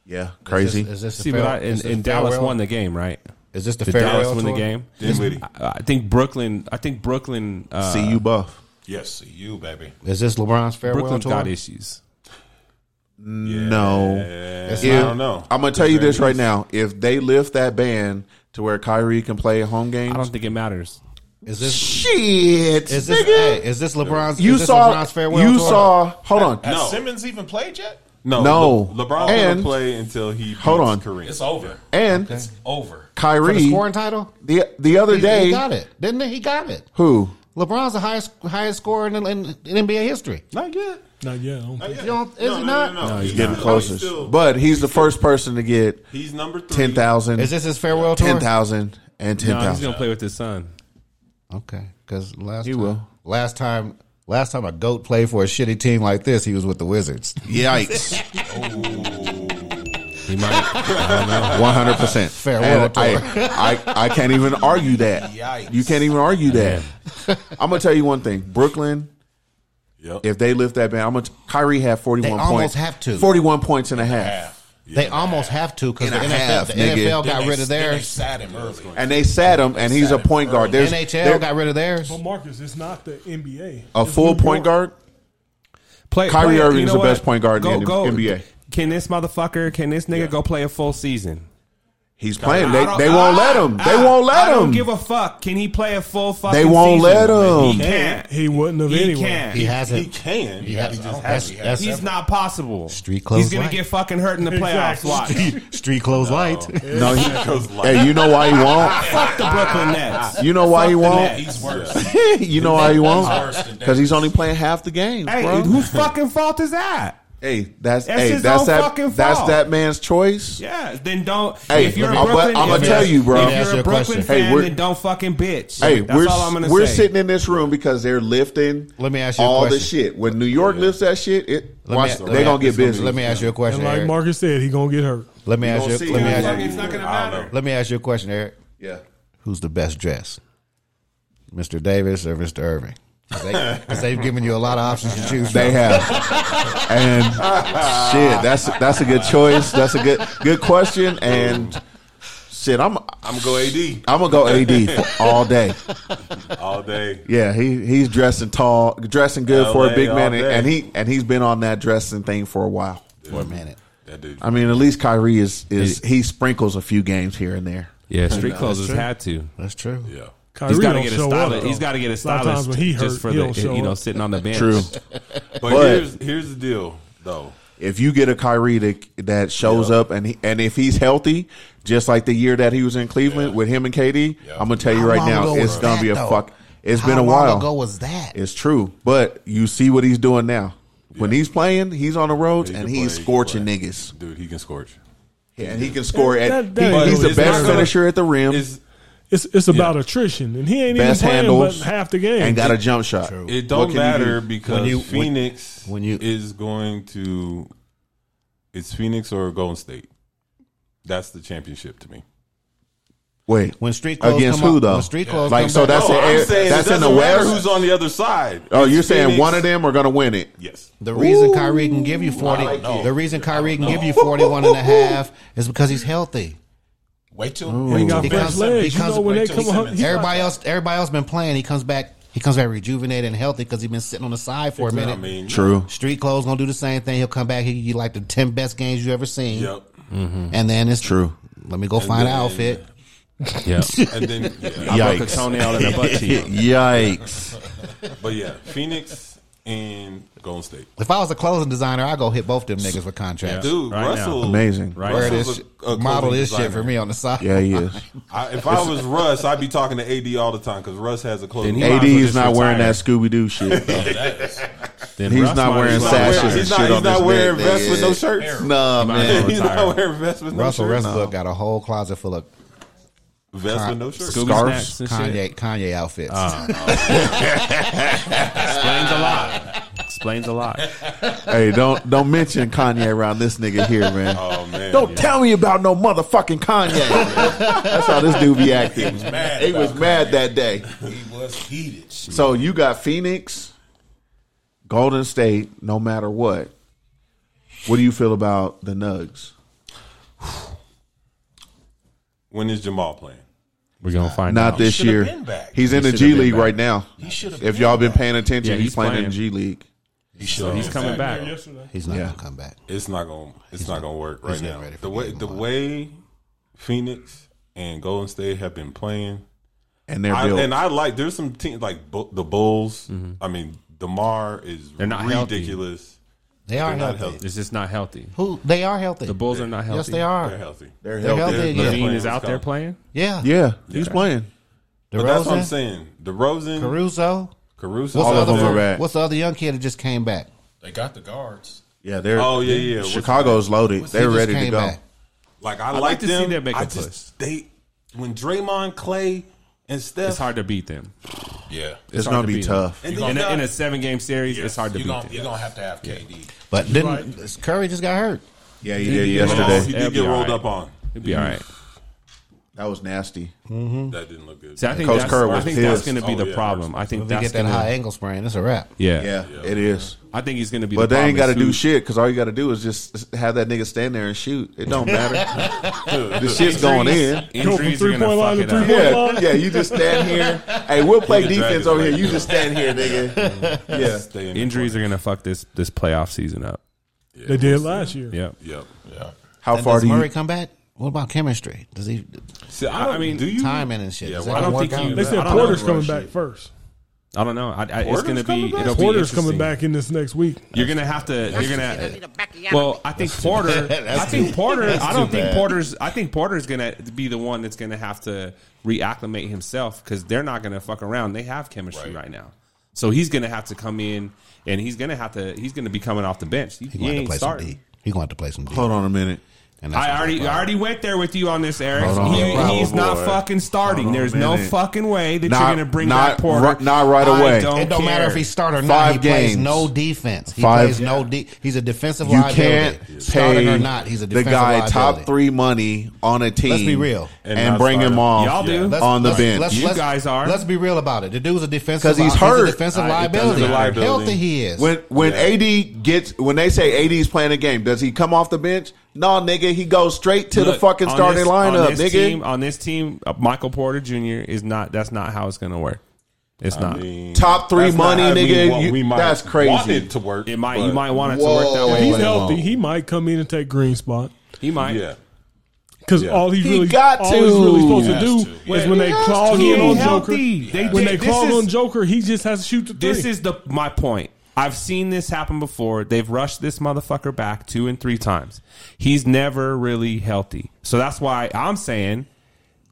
[SPEAKER 3] yeah, crazy.
[SPEAKER 4] See, but I, and, and Dallas won the game, right?
[SPEAKER 5] Is this the
[SPEAKER 4] Did Dallas
[SPEAKER 5] farewell
[SPEAKER 4] won the
[SPEAKER 5] tour?
[SPEAKER 4] game?
[SPEAKER 8] Dinwiddie.
[SPEAKER 4] I, I think Brooklyn. I think Brooklyn. Uh,
[SPEAKER 3] CU buff.
[SPEAKER 8] Yes, you baby.
[SPEAKER 5] Is this LeBron's farewell
[SPEAKER 4] Brooklyn's
[SPEAKER 5] tour?
[SPEAKER 4] got issues.
[SPEAKER 3] No,
[SPEAKER 8] It's not- I don't know.
[SPEAKER 3] am gonna tell you this
[SPEAKER 8] Very
[SPEAKER 3] right
[SPEAKER 8] easy.
[SPEAKER 3] now: if they lift that ban to where Kyrie can play home games, I don't
[SPEAKER 4] think it matters.
[SPEAKER 5] Is this
[SPEAKER 3] shit?
[SPEAKER 5] Is this
[SPEAKER 3] nigga.
[SPEAKER 5] hey, is this LeBron's?
[SPEAKER 3] You
[SPEAKER 5] is this
[SPEAKER 3] saw.
[SPEAKER 5] LeBron's farewell
[SPEAKER 3] you
[SPEAKER 5] tour?
[SPEAKER 3] saw. Hold on.
[SPEAKER 7] Has Simmons even played yet?
[SPEAKER 8] No,
[SPEAKER 3] no.
[SPEAKER 8] Le- LeBron's
[SPEAKER 3] and,
[SPEAKER 8] gonna play until he
[SPEAKER 3] hold
[SPEAKER 8] beats
[SPEAKER 3] on.
[SPEAKER 8] Kareem.
[SPEAKER 7] It's over.
[SPEAKER 3] And
[SPEAKER 7] It's over.
[SPEAKER 3] Kyrie
[SPEAKER 5] For the scoring title?
[SPEAKER 3] The the other
[SPEAKER 5] He-
[SPEAKER 3] day
[SPEAKER 5] he got it, didn't he? He got it.
[SPEAKER 3] Who?
[SPEAKER 5] LeBron's the highest highest scorer in, in, in NBA history.
[SPEAKER 8] Not yet.
[SPEAKER 10] Not yet. I don't think.
[SPEAKER 5] You don't, is he not?
[SPEAKER 3] No, he's, getting closer. but he's the first person to get
[SPEAKER 8] He's number three.
[SPEAKER 3] ten thousand.
[SPEAKER 5] Is this his farewell tour?
[SPEAKER 3] Ten thousand and ten
[SPEAKER 4] No, he's
[SPEAKER 3] thousand.
[SPEAKER 4] gonna play with his son.
[SPEAKER 5] Okay, because last
[SPEAKER 3] He
[SPEAKER 5] time,
[SPEAKER 3] will.
[SPEAKER 5] last time last time a goat played for a shitty team like this, he was with the Wizards.
[SPEAKER 3] Yikes!
[SPEAKER 4] He
[SPEAKER 3] (laughs)
[SPEAKER 4] might.
[SPEAKER 3] One hundred percent.
[SPEAKER 5] Farewell tour.
[SPEAKER 3] I, I I can't even argue that. You can't even argue that. (laughs) I'm gonna tell you one thing, Brooklyn.
[SPEAKER 8] Yep.
[SPEAKER 3] If they lift that ban, I'm gonna. Kyrie had 41
[SPEAKER 5] They
[SPEAKER 3] points.
[SPEAKER 5] almost have to.
[SPEAKER 3] 41 points and a half.
[SPEAKER 5] they almost have to because
[SPEAKER 3] And
[SPEAKER 5] the,
[SPEAKER 3] a
[SPEAKER 5] NFL,
[SPEAKER 3] half,
[SPEAKER 5] the
[SPEAKER 3] nigga.
[SPEAKER 5] NFL got
[SPEAKER 7] Then
[SPEAKER 5] rid
[SPEAKER 7] they-
[SPEAKER 5] of
[SPEAKER 7] then They
[SPEAKER 5] theirs.
[SPEAKER 7] sat him early.
[SPEAKER 3] And they sat him, and he's a point guard. There's
[SPEAKER 5] NHL
[SPEAKER 3] there-
[SPEAKER 5] got rid of theirs.
[SPEAKER 10] But Marcus, it's not the NBA.
[SPEAKER 3] a
[SPEAKER 10] It's
[SPEAKER 3] full
[SPEAKER 10] New
[SPEAKER 3] point
[SPEAKER 10] York.
[SPEAKER 3] guard.
[SPEAKER 4] Play,
[SPEAKER 3] Kyrie
[SPEAKER 4] play-
[SPEAKER 3] Irving is the
[SPEAKER 4] what?
[SPEAKER 3] best point guard in the NBA.
[SPEAKER 4] Can this motherfucker? Can this nigga go play a full season?
[SPEAKER 3] He's playing.
[SPEAKER 4] I
[SPEAKER 3] They,
[SPEAKER 4] don't-
[SPEAKER 3] they won't let him. They won't
[SPEAKER 4] I
[SPEAKER 3] let
[SPEAKER 4] don't
[SPEAKER 3] him.
[SPEAKER 4] give a fuck. Can he play a full fucking?
[SPEAKER 3] They won't
[SPEAKER 4] season?
[SPEAKER 3] let him.
[SPEAKER 4] He can't.
[SPEAKER 10] He wouldn't have
[SPEAKER 4] He
[SPEAKER 10] anyway.
[SPEAKER 4] can't.
[SPEAKER 5] He
[SPEAKER 8] He
[SPEAKER 5] hasn't.
[SPEAKER 8] can.
[SPEAKER 5] He has.
[SPEAKER 8] He just
[SPEAKER 5] That's,
[SPEAKER 8] has-
[SPEAKER 5] that's (laughs)
[SPEAKER 4] He's not possible.
[SPEAKER 5] Street clothes
[SPEAKER 4] He's gonna
[SPEAKER 5] right.
[SPEAKER 4] get fucking hurt in the playoffs.
[SPEAKER 10] Exactly.
[SPEAKER 4] Watch
[SPEAKER 5] street clothes light.
[SPEAKER 3] No,
[SPEAKER 4] (laughs)
[SPEAKER 3] he,
[SPEAKER 8] goes like-
[SPEAKER 3] hey, you know why he won't?
[SPEAKER 4] the Brooklyn
[SPEAKER 3] (laughs)
[SPEAKER 4] Nets.
[SPEAKER 3] You know why he won't?
[SPEAKER 7] He's worse.
[SPEAKER 3] (laughs) you know why he won't?
[SPEAKER 7] worse than that.
[SPEAKER 3] Because he's only playing half the game,
[SPEAKER 4] Hey,
[SPEAKER 3] bro.
[SPEAKER 4] whose fucking fault is that?
[SPEAKER 3] Hey, that's
[SPEAKER 4] That's
[SPEAKER 3] hey,
[SPEAKER 4] his
[SPEAKER 3] that's
[SPEAKER 4] own
[SPEAKER 3] that
[SPEAKER 4] fucking
[SPEAKER 3] that's
[SPEAKER 4] fault.
[SPEAKER 3] that man's choice.
[SPEAKER 4] Yeah, then don't.
[SPEAKER 3] Hey,
[SPEAKER 4] if you're a
[SPEAKER 3] but- but
[SPEAKER 4] Brooklyn,
[SPEAKER 3] I'ma
[SPEAKER 4] if
[SPEAKER 3] tell
[SPEAKER 4] you're-
[SPEAKER 3] you, bro.
[SPEAKER 4] If you're a Brooklyn
[SPEAKER 5] Hey,
[SPEAKER 4] fan,
[SPEAKER 3] we're-
[SPEAKER 4] then don't fucking bitch.
[SPEAKER 3] Hey,
[SPEAKER 4] that's
[SPEAKER 3] we're
[SPEAKER 4] all I'm gonna
[SPEAKER 3] we're
[SPEAKER 4] say.
[SPEAKER 3] sitting in this room because they're lifting.
[SPEAKER 5] Let me ask you a
[SPEAKER 3] all the
[SPEAKER 5] question.
[SPEAKER 3] shit. When New York lifts that shit, it
[SPEAKER 5] Let me-
[SPEAKER 3] watch,
[SPEAKER 5] let
[SPEAKER 3] they
[SPEAKER 5] me-
[SPEAKER 3] gonna get busy.
[SPEAKER 5] Let me ask you a question,
[SPEAKER 10] And like
[SPEAKER 5] Eric.
[SPEAKER 10] Marcus said, he gonna get hurt.
[SPEAKER 5] Let me ask
[SPEAKER 3] gonna
[SPEAKER 5] you.
[SPEAKER 3] see
[SPEAKER 5] Let me
[SPEAKER 3] him.
[SPEAKER 5] ask
[SPEAKER 8] It's
[SPEAKER 5] you.
[SPEAKER 8] not gonna
[SPEAKER 4] I don't
[SPEAKER 8] matter.
[SPEAKER 5] Let me ask you a question, Eric.
[SPEAKER 3] yeah.
[SPEAKER 5] Who's the best dressed, Mr. Davis or Mr. Irving? Because they, have given you a lot of options to choose.
[SPEAKER 3] They
[SPEAKER 5] from.
[SPEAKER 3] have.
[SPEAKER 5] (laughs)
[SPEAKER 3] and shit, that's that's a good choice. That's a good good question. And shit, I'm
[SPEAKER 8] I'm gonna go AD
[SPEAKER 3] I'm gonna go AD for all day.
[SPEAKER 8] all day.
[SPEAKER 3] (laughs) Yeah, he he's dressing tall, dressing good for a
[SPEAKER 8] LA
[SPEAKER 3] big man,
[SPEAKER 8] all
[SPEAKER 3] and,
[SPEAKER 8] day.
[SPEAKER 3] and he and he's been on that dressing thing for a while.
[SPEAKER 5] for a minute.
[SPEAKER 8] That dude.
[SPEAKER 3] I mean, at least Kyrie is is he sprinkles a few games here and there.
[SPEAKER 4] Yeah, street closers had to.
[SPEAKER 5] That's true.
[SPEAKER 8] yeah.
[SPEAKER 10] Kyrie
[SPEAKER 4] He's got to
[SPEAKER 10] don't
[SPEAKER 4] get a
[SPEAKER 10] show
[SPEAKER 4] stylist.
[SPEAKER 10] Up,
[SPEAKER 4] he's got to get a
[SPEAKER 10] lot of
[SPEAKER 4] stylist
[SPEAKER 10] times when he
[SPEAKER 4] just
[SPEAKER 10] hurt,
[SPEAKER 4] for
[SPEAKER 10] he
[SPEAKER 4] the
[SPEAKER 10] don't show
[SPEAKER 4] you know
[SPEAKER 10] up.
[SPEAKER 4] sitting on the bench.
[SPEAKER 3] True.
[SPEAKER 8] But,
[SPEAKER 3] But-
[SPEAKER 8] here's here's the deal though.
[SPEAKER 3] If you get a Kyrie that, that shows up and he, and if he's healthy, just like the year that he was in Cleveland with him and KD, I'm gonna tell you
[SPEAKER 5] How
[SPEAKER 3] right
[SPEAKER 5] long
[SPEAKER 3] now,
[SPEAKER 5] ago
[SPEAKER 3] it's
[SPEAKER 5] was
[SPEAKER 3] gonna
[SPEAKER 5] that,
[SPEAKER 3] be a
[SPEAKER 5] though?
[SPEAKER 3] fuck. It's
[SPEAKER 5] How
[SPEAKER 3] been a
[SPEAKER 5] long
[SPEAKER 3] while.
[SPEAKER 5] ago was that?
[SPEAKER 3] It's true, but you see what he's doing now. When he's playing, he's on the roads
[SPEAKER 8] He
[SPEAKER 3] and
[SPEAKER 8] can
[SPEAKER 3] he's
[SPEAKER 8] play, he can
[SPEAKER 3] scorching
[SPEAKER 8] play.
[SPEAKER 3] niggas,
[SPEAKER 8] Dude, he can scorch.
[SPEAKER 3] and he can score at.
[SPEAKER 10] That- that-
[SPEAKER 3] he-
[SPEAKER 10] that-
[SPEAKER 3] he's the
[SPEAKER 10] it's not
[SPEAKER 3] best
[SPEAKER 10] gonna-
[SPEAKER 3] finisher at the rim,
[SPEAKER 8] It's,
[SPEAKER 10] It's it's about attrition, and he ain't
[SPEAKER 3] best
[SPEAKER 10] even playing
[SPEAKER 3] handles,
[SPEAKER 10] but half the game.
[SPEAKER 3] and got a jump shot.
[SPEAKER 8] it
[SPEAKER 3] What
[SPEAKER 8] don't
[SPEAKER 3] can you
[SPEAKER 8] matter
[SPEAKER 3] do?
[SPEAKER 8] because
[SPEAKER 5] When you- when-
[SPEAKER 8] Phoenix
[SPEAKER 5] when you-
[SPEAKER 8] is going to it's Phoenix or Golden State. That's the championship to me.
[SPEAKER 3] Wait,
[SPEAKER 5] When street clothes
[SPEAKER 3] against
[SPEAKER 5] come
[SPEAKER 3] who
[SPEAKER 5] out-
[SPEAKER 3] though?
[SPEAKER 5] when street clothes
[SPEAKER 3] like
[SPEAKER 5] come
[SPEAKER 3] so
[SPEAKER 5] back-
[SPEAKER 3] that's
[SPEAKER 8] no,
[SPEAKER 3] in-
[SPEAKER 8] I'm saying
[SPEAKER 3] that's
[SPEAKER 8] it
[SPEAKER 3] in
[SPEAKER 8] doesn't
[SPEAKER 3] the
[SPEAKER 8] matter
[SPEAKER 3] West.
[SPEAKER 8] who's on the other side.
[SPEAKER 3] oh,
[SPEAKER 8] It's
[SPEAKER 3] you're saying
[SPEAKER 8] Phoenix-
[SPEAKER 3] one of them are gonna win it?
[SPEAKER 8] Yes.
[SPEAKER 5] The reason Kyrie can give you 40 the reason Kyrie can give you 41 and a half is because he's healthy.
[SPEAKER 7] Wait till
[SPEAKER 5] Oh.
[SPEAKER 10] he got fresh
[SPEAKER 5] Because-
[SPEAKER 10] legs. You
[SPEAKER 5] because-
[SPEAKER 10] know when they
[SPEAKER 7] wait till
[SPEAKER 10] come up,
[SPEAKER 7] Simmons-
[SPEAKER 10] he-
[SPEAKER 5] Everybody else everybody else been playing, he comes back he comes back rejuvenated and healthy cuz he's been sitting on the side for a
[SPEAKER 8] I
[SPEAKER 5] minute.
[SPEAKER 8] mean
[SPEAKER 3] True.
[SPEAKER 5] Street clothes going to do the same thing. He'll come back, he'll give you like the 10 best games you ever seen.
[SPEAKER 8] Yep.
[SPEAKER 5] And then it's
[SPEAKER 3] True.
[SPEAKER 5] Let me go find
[SPEAKER 8] then-
[SPEAKER 5] an outfit.
[SPEAKER 4] Yeah,
[SPEAKER 5] (laughs)
[SPEAKER 8] And then yeah.
[SPEAKER 4] I broke a toenail and a
[SPEAKER 3] (laughs)
[SPEAKER 4] butt cheek.
[SPEAKER 3] Yikes!
[SPEAKER 8] But yeah, Phoenix and Golden State.
[SPEAKER 5] If I was a clothing designer, I'd go hit both them niggas with contracts.
[SPEAKER 8] Dude,
[SPEAKER 4] Right now.
[SPEAKER 8] Russell
[SPEAKER 3] Amazing.
[SPEAKER 4] Right.
[SPEAKER 5] Wear
[SPEAKER 8] Russell's
[SPEAKER 5] this
[SPEAKER 8] a- a
[SPEAKER 5] model
[SPEAKER 8] clothing
[SPEAKER 5] this shit
[SPEAKER 8] designer.
[SPEAKER 5] for me on the side.
[SPEAKER 3] Yeah, he is.
[SPEAKER 8] I, if I was Russ, I'd be talking to AD all the time because Russ has a clothing.
[SPEAKER 4] Then he
[SPEAKER 8] line.
[SPEAKER 3] AD
[SPEAKER 8] (laughs)
[SPEAKER 4] might as well
[SPEAKER 3] is
[SPEAKER 4] just
[SPEAKER 3] not wearing
[SPEAKER 4] retire.
[SPEAKER 3] that Scooby Doo (laughs) shit. though.
[SPEAKER 4] Then
[SPEAKER 3] He's
[SPEAKER 4] Russ
[SPEAKER 3] not
[SPEAKER 4] might
[SPEAKER 3] wearing
[SPEAKER 4] as well-
[SPEAKER 3] sashes
[SPEAKER 8] wearing-
[SPEAKER 3] and
[SPEAKER 8] he's not-
[SPEAKER 3] shit
[SPEAKER 8] he's
[SPEAKER 3] on
[SPEAKER 8] not
[SPEAKER 3] his
[SPEAKER 8] wearing
[SPEAKER 3] bed.
[SPEAKER 8] vests with no shirts.
[SPEAKER 3] Yeah. Nah,
[SPEAKER 4] might
[SPEAKER 3] man.
[SPEAKER 4] as well
[SPEAKER 8] He's
[SPEAKER 4] retire.
[SPEAKER 8] not wearing vests with no
[SPEAKER 5] Russell
[SPEAKER 8] shirt.
[SPEAKER 5] Westbrook got a whole closet full of
[SPEAKER 8] Vest with no shirt.
[SPEAKER 4] Scooby
[SPEAKER 3] Scarves.
[SPEAKER 4] snacks and shit.
[SPEAKER 5] Kanye Kanye outfits.
[SPEAKER 4] Explains a lot. Explains a lot.
[SPEAKER 3] Hey, don't don't mention Kanye around this nigga here, man.
[SPEAKER 8] Oh man.
[SPEAKER 3] Don't tell me about no motherfucking Kanye. (laughs) That's how this dude be acting. He was
[SPEAKER 7] mad
[SPEAKER 3] He was
[SPEAKER 7] about
[SPEAKER 3] mad that day.
[SPEAKER 7] He was heated.
[SPEAKER 3] So you got Phoenix, Golden State, no matter what. What do you feel about the Nugs?
[SPEAKER 8] When is Jamal playing?
[SPEAKER 4] We're gonna find
[SPEAKER 3] Not
[SPEAKER 4] out.
[SPEAKER 3] this
[SPEAKER 7] should've
[SPEAKER 3] year.
[SPEAKER 7] been back.
[SPEAKER 3] He's in
[SPEAKER 4] He
[SPEAKER 3] the
[SPEAKER 4] should've
[SPEAKER 3] G
[SPEAKER 4] been
[SPEAKER 3] League
[SPEAKER 4] back.
[SPEAKER 3] right now.
[SPEAKER 7] He should've
[SPEAKER 3] If
[SPEAKER 7] been
[SPEAKER 3] y'all been
[SPEAKER 7] back.
[SPEAKER 3] paying attention,
[SPEAKER 4] Yeah,
[SPEAKER 3] he's,
[SPEAKER 4] he's
[SPEAKER 3] playing, in the G
[SPEAKER 4] playing.
[SPEAKER 3] League.
[SPEAKER 4] So he's coming back.
[SPEAKER 10] yesterday.
[SPEAKER 5] He's not gonna come back.
[SPEAKER 8] It's not gonna. It's not gonna work right
[SPEAKER 5] not
[SPEAKER 8] now.
[SPEAKER 5] ready for
[SPEAKER 8] The way
[SPEAKER 5] game
[SPEAKER 8] the
[SPEAKER 5] one.
[SPEAKER 8] way Phoenix and Golden State have been playing,
[SPEAKER 3] And they're
[SPEAKER 8] I,
[SPEAKER 3] built.
[SPEAKER 8] and I like. There's some teams like Bu- the Bulls. I mean, Demar is
[SPEAKER 4] They're not healthy.
[SPEAKER 8] ridiculous.
[SPEAKER 5] They are healthy.
[SPEAKER 4] It's just not healthy.
[SPEAKER 5] Who they are healthy.
[SPEAKER 4] The Bulls are not healthy.
[SPEAKER 5] Yes, they are.
[SPEAKER 4] They're healthy.
[SPEAKER 5] They're
[SPEAKER 4] They're
[SPEAKER 5] healthy.
[SPEAKER 4] healthy.
[SPEAKER 5] yeah.
[SPEAKER 4] Levine is out there playing?
[SPEAKER 5] Yeah,
[SPEAKER 3] Yeah, he's playing.
[SPEAKER 8] But that's what I'm
[SPEAKER 5] DeRozan?
[SPEAKER 8] saying. DeRozan,
[SPEAKER 5] Caruso.
[SPEAKER 8] Caruso,
[SPEAKER 5] What's
[SPEAKER 8] all
[SPEAKER 5] the
[SPEAKER 8] of
[SPEAKER 5] other
[SPEAKER 8] them are
[SPEAKER 5] one-
[SPEAKER 8] back.
[SPEAKER 5] What's the other young kid that just came back?
[SPEAKER 7] They got the guards.
[SPEAKER 3] Yeah, they're.
[SPEAKER 8] Oh yeah, yeah. What's-
[SPEAKER 3] Chicago's loaded.
[SPEAKER 8] what's-
[SPEAKER 3] They're
[SPEAKER 8] he just
[SPEAKER 3] ready to
[SPEAKER 8] came
[SPEAKER 3] go.
[SPEAKER 8] back. Like I
[SPEAKER 4] I'd
[SPEAKER 8] like,
[SPEAKER 4] like
[SPEAKER 8] to
[SPEAKER 4] to
[SPEAKER 8] them.
[SPEAKER 4] see them make
[SPEAKER 8] I
[SPEAKER 4] a
[SPEAKER 8] just,
[SPEAKER 4] push.
[SPEAKER 8] They when Draymond, Clay, and Steph,
[SPEAKER 4] It's hard to beat them.
[SPEAKER 7] Yeah,
[SPEAKER 4] It's,
[SPEAKER 3] It's
[SPEAKER 4] hard
[SPEAKER 3] gonna
[SPEAKER 4] to
[SPEAKER 3] be
[SPEAKER 4] beat
[SPEAKER 3] tough.
[SPEAKER 4] them.
[SPEAKER 7] And
[SPEAKER 4] In,
[SPEAKER 7] then-
[SPEAKER 4] a, in a seven game series, it's hard to
[SPEAKER 7] You're
[SPEAKER 4] beat
[SPEAKER 7] gonna,
[SPEAKER 4] them.
[SPEAKER 7] you're gonna have to have KD.
[SPEAKER 5] But didn't Curry just got hurt?
[SPEAKER 3] Yeah, he,
[SPEAKER 4] He
[SPEAKER 3] did
[SPEAKER 4] did get
[SPEAKER 3] yesterday.
[SPEAKER 4] rolled- he did That'd get be all rolled right. up on. It'd be all right.
[SPEAKER 3] That was nasty.
[SPEAKER 8] That didn't look good.
[SPEAKER 4] See, I think
[SPEAKER 3] Coach
[SPEAKER 4] that's,
[SPEAKER 3] Kerr was
[SPEAKER 4] I think that's
[SPEAKER 3] pissed.
[SPEAKER 4] going to be
[SPEAKER 3] Oh,
[SPEAKER 4] the
[SPEAKER 3] yeah.
[SPEAKER 4] problem. I think
[SPEAKER 5] If we
[SPEAKER 4] that's
[SPEAKER 5] get that
[SPEAKER 4] gonna,
[SPEAKER 5] high angle sprain, it's a wrap.
[SPEAKER 4] Yeah.
[SPEAKER 3] Yeah, it is.
[SPEAKER 4] I think he's going to be.
[SPEAKER 3] But
[SPEAKER 4] the
[SPEAKER 3] they ain't got
[SPEAKER 4] problem
[SPEAKER 3] to do
[SPEAKER 4] is who-
[SPEAKER 3] shit because all you got to do is just have that nigga stand there and shoot. It don't
[SPEAKER 4] (laughs)
[SPEAKER 3] matter. the shit's going in.
[SPEAKER 4] Injuries are gonna fuck it up.
[SPEAKER 3] Yeah, yeah. You just stand here. Hey, we'll play defense over here. You just stand here,
[SPEAKER 4] (laughs)
[SPEAKER 3] nigga. Yeah.
[SPEAKER 4] Injuries are going to fuck this this playoff season up.
[SPEAKER 10] They did last year.
[SPEAKER 4] Yep.
[SPEAKER 8] Yep. Yeah.
[SPEAKER 3] How
[SPEAKER 5] And
[SPEAKER 3] far
[SPEAKER 5] does
[SPEAKER 3] do you-
[SPEAKER 5] Murray come back? What about chemistry? Does he?
[SPEAKER 4] See, I, I mean,
[SPEAKER 5] timing and shit.
[SPEAKER 4] Yeah,
[SPEAKER 5] Does
[SPEAKER 4] well,
[SPEAKER 5] that
[SPEAKER 4] I don't
[SPEAKER 5] work
[SPEAKER 4] think
[SPEAKER 5] out?
[SPEAKER 4] you-
[SPEAKER 10] They said
[SPEAKER 4] I don't know,
[SPEAKER 10] Porter's
[SPEAKER 4] bro,
[SPEAKER 10] coming
[SPEAKER 4] shit.
[SPEAKER 10] back first.
[SPEAKER 4] I don't know. I, I, it's going to be. It'll be
[SPEAKER 10] Porter's coming
[SPEAKER 4] interesting.
[SPEAKER 10] back in this next week.
[SPEAKER 4] You're gonna have to.
[SPEAKER 10] That's
[SPEAKER 4] you're
[SPEAKER 10] too
[SPEAKER 4] gonna.
[SPEAKER 10] bad.
[SPEAKER 4] Well, I think
[SPEAKER 10] That's too
[SPEAKER 5] (laughs)
[SPEAKER 4] Porter.
[SPEAKER 10] bad. That's
[SPEAKER 4] I think
[SPEAKER 10] too-
[SPEAKER 4] Porter.
[SPEAKER 10] that's
[SPEAKER 4] I don't
[SPEAKER 10] too
[SPEAKER 4] think
[SPEAKER 10] bad.
[SPEAKER 4] Porter's. I think Porter's gonna be the one that's gonna have to reacclimate himself because they're not gonna fuck around. They have chemistry right, now, so he's gonna have to come in and he's gonna have to. He's gonna be coming off the bench. He,
[SPEAKER 5] He
[SPEAKER 4] he
[SPEAKER 5] going to
[SPEAKER 4] ain't
[SPEAKER 5] play some
[SPEAKER 4] starting.
[SPEAKER 5] D. He going to play some D.
[SPEAKER 3] Hold on a minute.
[SPEAKER 5] And that's
[SPEAKER 4] I
[SPEAKER 5] what
[SPEAKER 4] already, I already went there with you on this, Eric.
[SPEAKER 5] Hold on,
[SPEAKER 4] He-
[SPEAKER 5] hold on,
[SPEAKER 4] he's
[SPEAKER 5] boy.
[SPEAKER 4] not fucking starting.
[SPEAKER 5] Hold on a
[SPEAKER 4] There's no
[SPEAKER 5] minute.
[SPEAKER 4] fucking way that
[SPEAKER 3] Not-
[SPEAKER 4] you're gonna bring
[SPEAKER 3] not
[SPEAKER 4] back Porter.
[SPEAKER 3] ri- not right away.
[SPEAKER 4] I don't
[SPEAKER 5] It don't
[SPEAKER 4] care.
[SPEAKER 5] matter if he start or not.
[SPEAKER 3] Five
[SPEAKER 5] he plays
[SPEAKER 3] games.
[SPEAKER 5] no defense. He
[SPEAKER 3] Five-
[SPEAKER 5] plays no de- He's a defensive
[SPEAKER 3] You
[SPEAKER 5] liability.
[SPEAKER 3] can't
[SPEAKER 5] Starting
[SPEAKER 3] pay
[SPEAKER 5] or not, he's a
[SPEAKER 3] the
[SPEAKER 5] defensive
[SPEAKER 3] guy
[SPEAKER 5] liability.
[SPEAKER 3] top three money on a team.
[SPEAKER 5] Let's be real.
[SPEAKER 3] and, bring him off.
[SPEAKER 4] Y'all do.
[SPEAKER 5] Let's-
[SPEAKER 3] on the
[SPEAKER 5] let's-
[SPEAKER 3] bench.
[SPEAKER 5] let's-
[SPEAKER 3] You
[SPEAKER 5] let's-
[SPEAKER 3] guys are.
[SPEAKER 5] Let's be real about it. The dude's a defensive
[SPEAKER 3] 'Cause he's
[SPEAKER 5] li- a
[SPEAKER 3] hurt.
[SPEAKER 5] defensive
[SPEAKER 3] Uh, it doesn't
[SPEAKER 5] liability.
[SPEAKER 3] matter.
[SPEAKER 5] Healthy he is.
[SPEAKER 3] When when AD gets when they say AD is playing a game, does he come off the bench? No, nigga, he goes straight to the
[SPEAKER 4] Look,
[SPEAKER 3] fucking
[SPEAKER 4] on
[SPEAKER 3] starting
[SPEAKER 4] this-
[SPEAKER 3] lineup,
[SPEAKER 4] on this
[SPEAKER 3] nigga.
[SPEAKER 4] Team, on this team, uh, Michael Porter Jr. is not. That's not how it's going to work. It's not
[SPEAKER 3] Top three
[SPEAKER 8] That's not
[SPEAKER 3] money,
[SPEAKER 8] how we
[SPEAKER 3] nigga.
[SPEAKER 8] want-
[SPEAKER 3] you-
[SPEAKER 8] we might
[SPEAKER 3] that's crazy.
[SPEAKER 8] want it to work.
[SPEAKER 4] It might.
[SPEAKER 8] but-
[SPEAKER 4] You might want it to work that
[SPEAKER 10] If
[SPEAKER 3] Whoa.
[SPEAKER 4] way.
[SPEAKER 10] he's healthy, he might come in and take green spot.
[SPEAKER 4] He might.
[SPEAKER 8] Yeah.
[SPEAKER 10] Because
[SPEAKER 8] Yeah.
[SPEAKER 10] all he's
[SPEAKER 8] He
[SPEAKER 10] really
[SPEAKER 8] got
[SPEAKER 10] all he's
[SPEAKER 8] to.
[SPEAKER 10] really supposed
[SPEAKER 8] He
[SPEAKER 10] to do
[SPEAKER 8] has to.
[SPEAKER 10] is
[SPEAKER 8] Yeah.
[SPEAKER 10] when they
[SPEAKER 8] He has
[SPEAKER 10] clog
[SPEAKER 8] to.
[SPEAKER 10] in on
[SPEAKER 8] He
[SPEAKER 10] Joker.
[SPEAKER 4] healthy. They
[SPEAKER 10] when
[SPEAKER 4] did-
[SPEAKER 10] they
[SPEAKER 4] this
[SPEAKER 10] clog
[SPEAKER 4] is-
[SPEAKER 10] on Joker, he just has to shoot the three.
[SPEAKER 4] This is the my point. I've seen this happen before. They've rushed this motherfucker back two and three times. He's never really healthy. So that's why I'm saying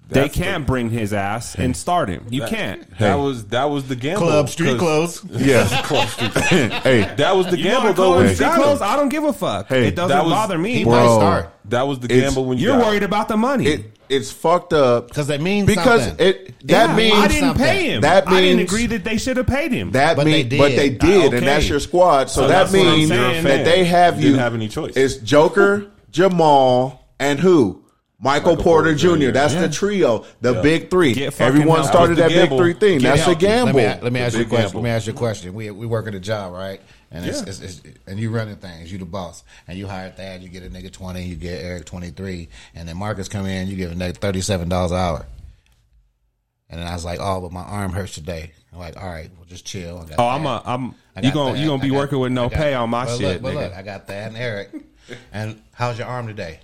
[SPEAKER 4] they
[SPEAKER 8] That's the-
[SPEAKER 4] can't bring his ass and start him. You can't.
[SPEAKER 8] That was that was the gamble.
[SPEAKER 5] Club street
[SPEAKER 8] 'cause- (laughs)
[SPEAKER 5] clothes.
[SPEAKER 3] Yeah.
[SPEAKER 8] Club street clothes.
[SPEAKER 3] hey,
[SPEAKER 8] That was the
[SPEAKER 4] You
[SPEAKER 8] gamble
[SPEAKER 4] wanna
[SPEAKER 8] though.
[SPEAKER 4] call
[SPEAKER 8] When
[SPEAKER 4] him
[SPEAKER 8] you
[SPEAKER 4] street
[SPEAKER 8] got him.
[SPEAKER 4] clothes? I don't give a fuck.
[SPEAKER 3] Hey,
[SPEAKER 4] it doesn't
[SPEAKER 8] that was-
[SPEAKER 4] bother me.
[SPEAKER 5] he
[SPEAKER 3] Bro.
[SPEAKER 5] might start
[SPEAKER 8] That was the
[SPEAKER 3] It's-
[SPEAKER 8] gamble when you
[SPEAKER 4] You're
[SPEAKER 8] got
[SPEAKER 4] worried about the money.
[SPEAKER 3] it it's fucked up
[SPEAKER 5] because that means
[SPEAKER 3] because
[SPEAKER 5] something.
[SPEAKER 3] it that
[SPEAKER 4] Yeah,
[SPEAKER 3] means
[SPEAKER 4] I didn't
[SPEAKER 5] something.
[SPEAKER 4] pay him.
[SPEAKER 3] That
[SPEAKER 4] I didn't
[SPEAKER 3] means-
[SPEAKER 4] agree that they should have paid him.
[SPEAKER 3] That
[SPEAKER 5] But they
[SPEAKER 3] means, but
[SPEAKER 5] did.
[SPEAKER 3] they did,
[SPEAKER 4] Okay.
[SPEAKER 3] and that's your squad. So,
[SPEAKER 4] So
[SPEAKER 3] that
[SPEAKER 4] that's what I'm
[SPEAKER 3] means
[SPEAKER 4] saying.
[SPEAKER 3] that they have you.
[SPEAKER 8] Didn't have any choice.
[SPEAKER 3] It's Joker, Jamal, and who? Michael,
[SPEAKER 8] Michael
[SPEAKER 3] Porter,
[SPEAKER 8] Porter
[SPEAKER 3] Jr.
[SPEAKER 8] Jr.
[SPEAKER 3] That's
[SPEAKER 8] Yeah.
[SPEAKER 3] the trio, the big three.
[SPEAKER 4] Get fucking
[SPEAKER 3] Everyone
[SPEAKER 4] healthy.
[SPEAKER 3] started that
[SPEAKER 8] That was the
[SPEAKER 3] big
[SPEAKER 8] gamble.
[SPEAKER 3] three thing.
[SPEAKER 8] Get
[SPEAKER 3] that's
[SPEAKER 8] healthy.
[SPEAKER 3] a gamble.
[SPEAKER 5] Let me, let me ask you a
[SPEAKER 8] big
[SPEAKER 5] question.
[SPEAKER 8] gamble.
[SPEAKER 5] Let me ask you a question. We we work at a job, right? And it's, it's, it's, and you running things. You the boss, and you hire Thad. You get a nigga twenty. You get Eric twenty three, and then Marcus come in. You give a nigga thirty seven dollars an hour. And then I was like, "Oh, but my arm hurts today." I'm like, "All right, well, just chill." I got
[SPEAKER 4] Oh, I'm
[SPEAKER 5] Thad.
[SPEAKER 4] a, I'm.
[SPEAKER 5] I
[SPEAKER 4] You
[SPEAKER 5] got
[SPEAKER 4] gonna
[SPEAKER 5] Thad.
[SPEAKER 4] you gonna
[SPEAKER 5] I
[SPEAKER 4] be
[SPEAKER 5] got-
[SPEAKER 4] working with
[SPEAKER 5] I
[SPEAKER 4] no
[SPEAKER 5] got-
[SPEAKER 4] pay on my
[SPEAKER 5] but
[SPEAKER 4] shit,
[SPEAKER 5] Look, but
[SPEAKER 4] nigga.
[SPEAKER 5] look, I got Thad and Eric. and how's your arm today?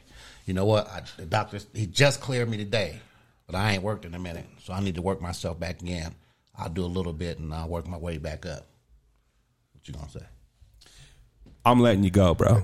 [SPEAKER 5] You know what? I, the doctor he just cleared me today, but I ain't worked in a minute, so I need to work myself back in. I'll do a little bit and I'll work my way back up. What you gonna say?
[SPEAKER 4] I'm letting you go, bro.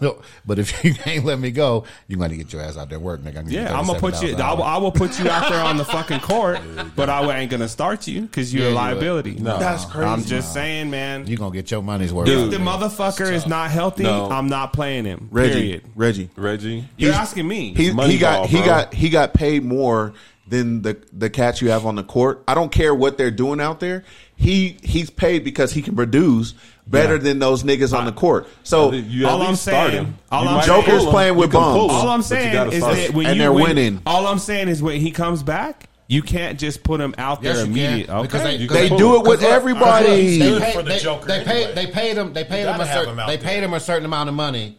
[SPEAKER 5] No, (laughs) but if you ain't let me go, you gonna get your ass out there work, nigga. gonna get
[SPEAKER 4] Yeah, I'm gonna put you.
[SPEAKER 5] $37
[SPEAKER 4] I will, I will put you out there on
[SPEAKER 5] (laughs)
[SPEAKER 4] the fucking court, but I ain't gonna start you because you're
[SPEAKER 5] Yeah,
[SPEAKER 4] a
[SPEAKER 5] you
[SPEAKER 4] liability.
[SPEAKER 5] would. No. That's
[SPEAKER 3] crazy.
[SPEAKER 4] I'm just saying, man.
[SPEAKER 5] You gonna get your money's worth.
[SPEAKER 4] if
[SPEAKER 5] out
[SPEAKER 4] the
[SPEAKER 5] there.
[SPEAKER 4] motherfucker is not healthy,
[SPEAKER 8] No.
[SPEAKER 4] I'm not playing him.
[SPEAKER 3] Reggie,
[SPEAKER 4] Period.
[SPEAKER 3] Reggie,
[SPEAKER 8] Reggie.
[SPEAKER 4] You're asking me.
[SPEAKER 3] he, he
[SPEAKER 8] Moneyball,
[SPEAKER 3] got he
[SPEAKER 8] bro.
[SPEAKER 3] got he got paid more than the the cats you have on the court. I don't care what they're doing out there. He he's paid because he can produce better than those niggas on the court. So
[SPEAKER 8] You at
[SPEAKER 4] All I'm
[SPEAKER 8] least start
[SPEAKER 4] saying-
[SPEAKER 8] him.
[SPEAKER 4] all
[SPEAKER 8] You
[SPEAKER 4] I'm
[SPEAKER 8] might
[SPEAKER 4] saying-
[SPEAKER 8] pull him.
[SPEAKER 3] Joker's playing
[SPEAKER 8] You
[SPEAKER 3] with
[SPEAKER 8] can pull
[SPEAKER 3] bums.
[SPEAKER 8] him,
[SPEAKER 4] all Oh, I'm
[SPEAKER 8] but you
[SPEAKER 4] saying
[SPEAKER 8] gotta
[SPEAKER 4] is
[SPEAKER 8] start him.
[SPEAKER 4] that when
[SPEAKER 3] And
[SPEAKER 4] you
[SPEAKER 3] they're
[SPEAKER 4] when-
[SPEAKER 3] winning.
[SPEAKER 4] all I'm saying is when he comes back, you can't just put him out
[SPEAKER 5] Yes,
[SPEAKER 4] there
[SPEAKER 5] you can,
[SPEAKER 4] immediately.
[SPEAKER 5] because
[SPEAKER 4] Okay,
[SPEAKER 5] they-
[SPEAKER 3] they do it with everybody.
[SPEAKER 5] They
[SPEAKER 7] Good
[SPEAKER 5] paid-
[SPEAKER 7] for the
[SPEAKER 5] they-
[SPEAKER 7] Joker
[SPEAKER 5] They
[SPEAKER 7] anyway.
[SPEAKER 5] paid. They paid him. They paid
[SPEAKER 7] You
[SPEAKER 5] him a
[SPEAKER 7] gotta have
[SPEAKER 5] certain.
[SPEAKER 7] him out
[SPEAKER 5] They
[SPEAKER 7] there.
[SPEAKER 5] paid him a certain amount of money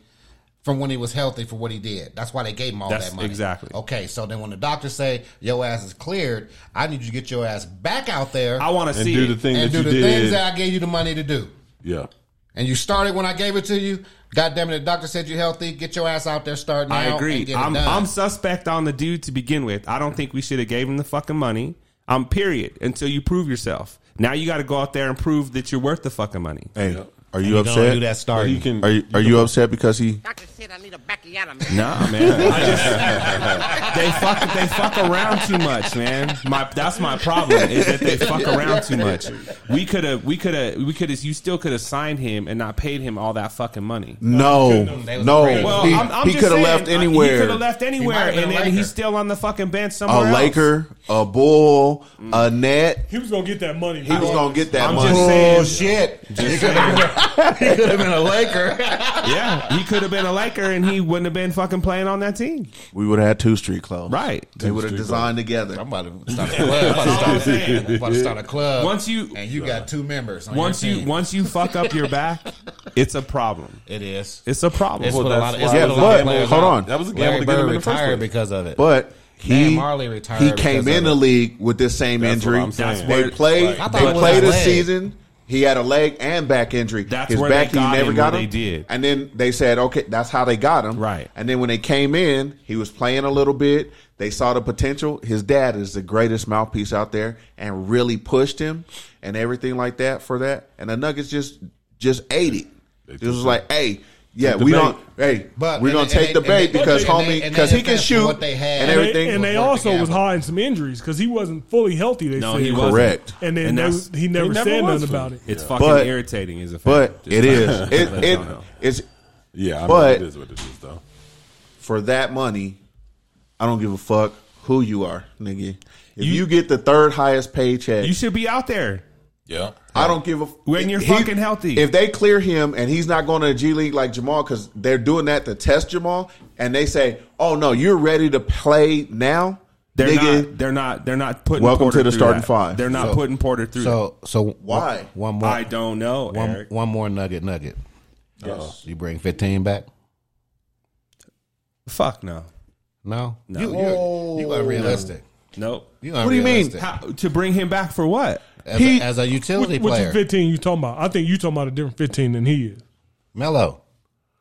[SPEAKER 5] from when he was healthy for what he did. That's why they gave him all
[SPEAKER 4] That's
[SPEAKER 5] that money.
[SPEAKER 4] exactly.
[SPEAKER 5] Okay, so then when the doctors say your ass is cleared, I need you to get your ass back out there
[SPEAKER 4] I want to
[SPEAKER 8] And
[SPEAKER 4] see
[SPEAKER 8] do
[SPEAKER 4] it.
[SPEAKER 8] the thing
[SPEAKER 5] and
[SPEAKER 8] that
[SPEAKER 5] do
[SPEAKER 8] you
[SPEAKER 5] the
[SPEAKER 8] did.
[SPEAKER 5] things that I gave you the money to do.
[SPEAKER 8] yeah.
[SPEAKER 5] And you started when I gave it to you. God damn it, the doctor said you're healthy. Get your ass out there, start now.
[SPEAKER 4] I
[SPEAKER 5] And
[SPEAKER 4] agree.
[SPEAKER 5] get it
[SPEAKER 4] I'm,
[SPEAKER 5] done.
[SPEAKER 4] I'm suspect on the dude to begin with. I don't think we should have gave him the fucking money. I'm period until you prove yourself. Now you got to go out there and prove that you're worth the fucking money.
[SPEAKER 3] Hey, Are you upset? are you, are you upset because he?
[SPEAKER 6] Doctor said I need a bacciotomy.
[SPEAKER 4] Nah,
[SPEAKER 3] (laughs)
[SPEAKER 4] man. I just (laughs) they fuck they fuck around too much, man. My that's my problem is that they fuck around too much. We could have we could have we could have you still could have signed him and not paid him all that fucking money.
[SPEAKER 3] No, no.
[SPEAKER 4] Well,
[SPEAKER 3] he
[SPEAKER 4] I'm- I'm
[SPEAKER 3] he
[SPEAKER 4] just
[SPEAKER 3] could have
[SPEAKER 4] saying,
[SPEAKER 3] left
[SPEAKER 4] I- He could
[SPEAKER 3] anywhere.
[SPEAKER 4] have left anywhere, and then he's still on the fucking bench
[SPEAKER 3] a
[SPEAKER 4] somewhere.
[SPEAKER 3] Laker, a Bull, a net.
[SPEAKER 10] He was gonna get that money.
[SPEAKER 3] He was gonna get that money.
[SPEAKER 5] shit.
[SPEAKER 4] Just saying.
[SPEAKER 5] he could have been a Laker.
[SPEAKER 4] yeah, he could have been a Laker, and he wouldn't have been fucking playing on that team.
[SPEAKER 3] We would have had two street clubs.
[SPEAKER 4] Right.
[SPEAKER 3] They would have designed together.
[SPEAKER 5] I'm about to start a club. I'm about to start,
[SPEAKER 4] saying.
[SPEAKER 5] I'm about to start a club.
[SPEAKER 4] Once you-
[SPEAKER 5] and you got two members. On
[SPEAKER 4] Once
[SPEAKER 5] your
[SPEAKER 4] you
[SPEAKER 5] team.
[SPEAKER 4] once you fuck up your back, it's a problem.
[SPEAKER 5] it is.
[SPEAKER 4] It's a problem.
[SPEAKER 5] It's what a lot of, it's
[SPEAKER 3] yeah,
[SPEAKER 5] what a lot
[SPEAKER 3] but-
[SPEAKER 5] of players
[SPEAKER 3] hold
[SPEAKER 5] are.
[SPEAKER 3] on. That was
[SPEAKER 8] a gamble
[SPEAKER 5] Larry
[SPEAKER 8] to get him
[SPEAKER 5] Bird
[SPEAKER 8] in the first
[SPEAKER 5] retired
[SPEAKER 8] place.
[SPEAKER 5] because of it.
[SPEAKER 3] But he
[SPEAKER 5] Dan Marley retired
[SPEAKER 3] he came
[SPEAKER 5] because
[SPEAKER 3] in
[SPEAKER 5] of
[SPEAKER 3] the
[SPEAKER 5] it.
[SPEAKER 3] league with this same
[SPEAKER 8] That's what
[SPEAKER 3] injury.
[SPEAKER 8] I'm saying. That's
[SPEAKER 3] they
[SPEAKER 8] where-
[SPEAKER 3] played.
[SPEAKER 5] I thought it
[SPEAKER 3] they
[SPEAKER 5] was
[SPEAKER 3] played
[SPEAKER 5] his
[SPEAKER 3] a
[SPEAKER 5] leg.
[SPEAKER 3] season. He had a leg and back injury.
[SPEAKER 4] That's
[SPEAKER 3] His
[SPEAKER 4] where
[SPEAKER 3] back,
[SPEAKER 4] they got
[SPEAKER 3] he never
[SPEAKER 4] him
[SPEAKER 3] got
[SPEAKER 4] when
[SPEAKER 3] him.
[SPEAKER 4] they did.
[SPEAKER 3] And then they said, okay, that's how they got him.
[SPEAKER 4] Right.
[SPEAKER 3] And then when they came in, he was playing a little bit. They saw the potential. His dad is the greatest mouthpiece out there, and really pushed him and everything like that for that. And the Nuggets just just ate it. It was like, hey. Yeah,
[SPEAKER 8] Take the
[SPEAKER 3] we
[SPEAKER 8] bait.
[SPEAKER 3] don't. Hey,
[SPEAKER 5] But-
[SPEAKER 3] we're
[SPEAKER 5] and-
[SPEAKER 3] gonna
[SPEAKER 5] and
[SPEAKER 3] take
[SPEAKER 5] they-
[SPEAKER 3] the
[SPEAKER 5] and
[SPEAKER 3] bait
[SPEAKER 5] they-
[SPEAKER 3] because
[SPEAKER 5] and they-
[SPEAKER 3] homie,
[SPEAKER 5] and they
[SPEAKER 3] because he can
[SPEAKER 5] invest in
[SPEAKER 3] shoot
[SPEAKER 5] what they had.
[SPEAKER 3] and
[SPEAKER 5] And
[SPEAKER 10] And
[SPEAKER 3] everything.
[SPEAKER 10] they, and they
[SPEAKER 5] Worth the
[SPEAKER 10] also was
[SPEAKER 5] gamble.
[SPEAKER 10] hiding some injuries because he wasn't fully healthy. They
[SPEAKER 4] No,
[SPEAKER 10] said
[SPEAKER 4] he wasn't.
[SPEAKER 3] Correct.
[SPEAKER 10] and then
[SPEAKER 4] And
[SPEAKER 10] they,
[SPEAKER 4] that's-
[SPEAKER 10] he never,
[SPEAKER 4] he
[SPEAKER 10] said
[SPEAKER 4] was
[SPEAKER 10] nothing
[SPEAKER 4] fully.
[SPEAKER 10] about it.
[SPEAKER 4] It's
[SPEAKER 3] Yeah.
[SPEAKER 4] fucking
[SPEAKER 3] But-
[SPEAKER 4] irritating as a fan.
[SPEAKER 3] But
[SPEAKER 4] Just
[SPEAKER 3] it is.
[SPEAKER 5] (laughs)
[SPEAKER 4] let
[SPEAKER 3] It
[SPEAKER 4] y'all
[SPEAKER 3] it
[SPEAKER 4] know.
[SPEAKER 3] it's
[SPEAKER 8] Yeah, I mean,
[SPEAKER 3] But-
[SPEAKER 8] it is what it is, though.
[SPEAKER 3] for that money. I don't give a fuck who you are, nigga. If you, get the third highest paycheck,
[SPEAKER 4] you should be out there.
[SPEAKER 8] Yeah.
[SPEAKER 3] I don't give a
[SPEAKER 4] When you're fucking healthy.
[SPEAKER 3] If they clear him and he's not going to the G League like Jamal because they're doing that to test Jamal, and they say, "Oh no, you're ready to play now."
[SPEAKER 4] They're
[SPEAKER 3] nigga,
[SPEAKER 4] not. They're not. They're not putting.
[SPEAKER 3] Welcome
[SPEAKER 4] Porter
[SPEAKER 3] to the
[SPEAKER 4] through
[SPEAKER 3] starting
[SPEAKER 4] that.
[SPEAKER 3] five.
[SPEAKER 4] They're not
[SPEAKER 5] So-
[SPEAKER 4] putting Porter through. that.
[SPEAKER 5] So so
[SPEAKER 3] Why?
[SPEAKER 5] One more.
[SPEAKER 4] I don't know,
[SPEAKER 5] One,
[SPEAKER 4] Eric.
[SPEAKER 5] one more nugget, nugget. Yes. You bring fifteen back?
[SPEAKER 4] Fuck no.
[SPEAKER 5] No,
[SPEAKER 4] No.
[SPEAKER 5] You, you, you unrealistic.
[SPEAKER 4] Nope.
[SPEAKER 5] You
[SPEAKER 3] do you mean?
[SPEAKER 5] unrealistic.
[SPEAKER 4] How, to bring him back for what?
[SPEAKER 5] As,
[SPEAKER 3] He-
[SPEAKER 5] a, as a utility
[SPEAKER 10] Which, which
[SPEAKER 5] player,
[SPEAKER 10] is fifteen you talking about? I think you talking about a different fifteen than he is.
[SPEAKER 5] Melo,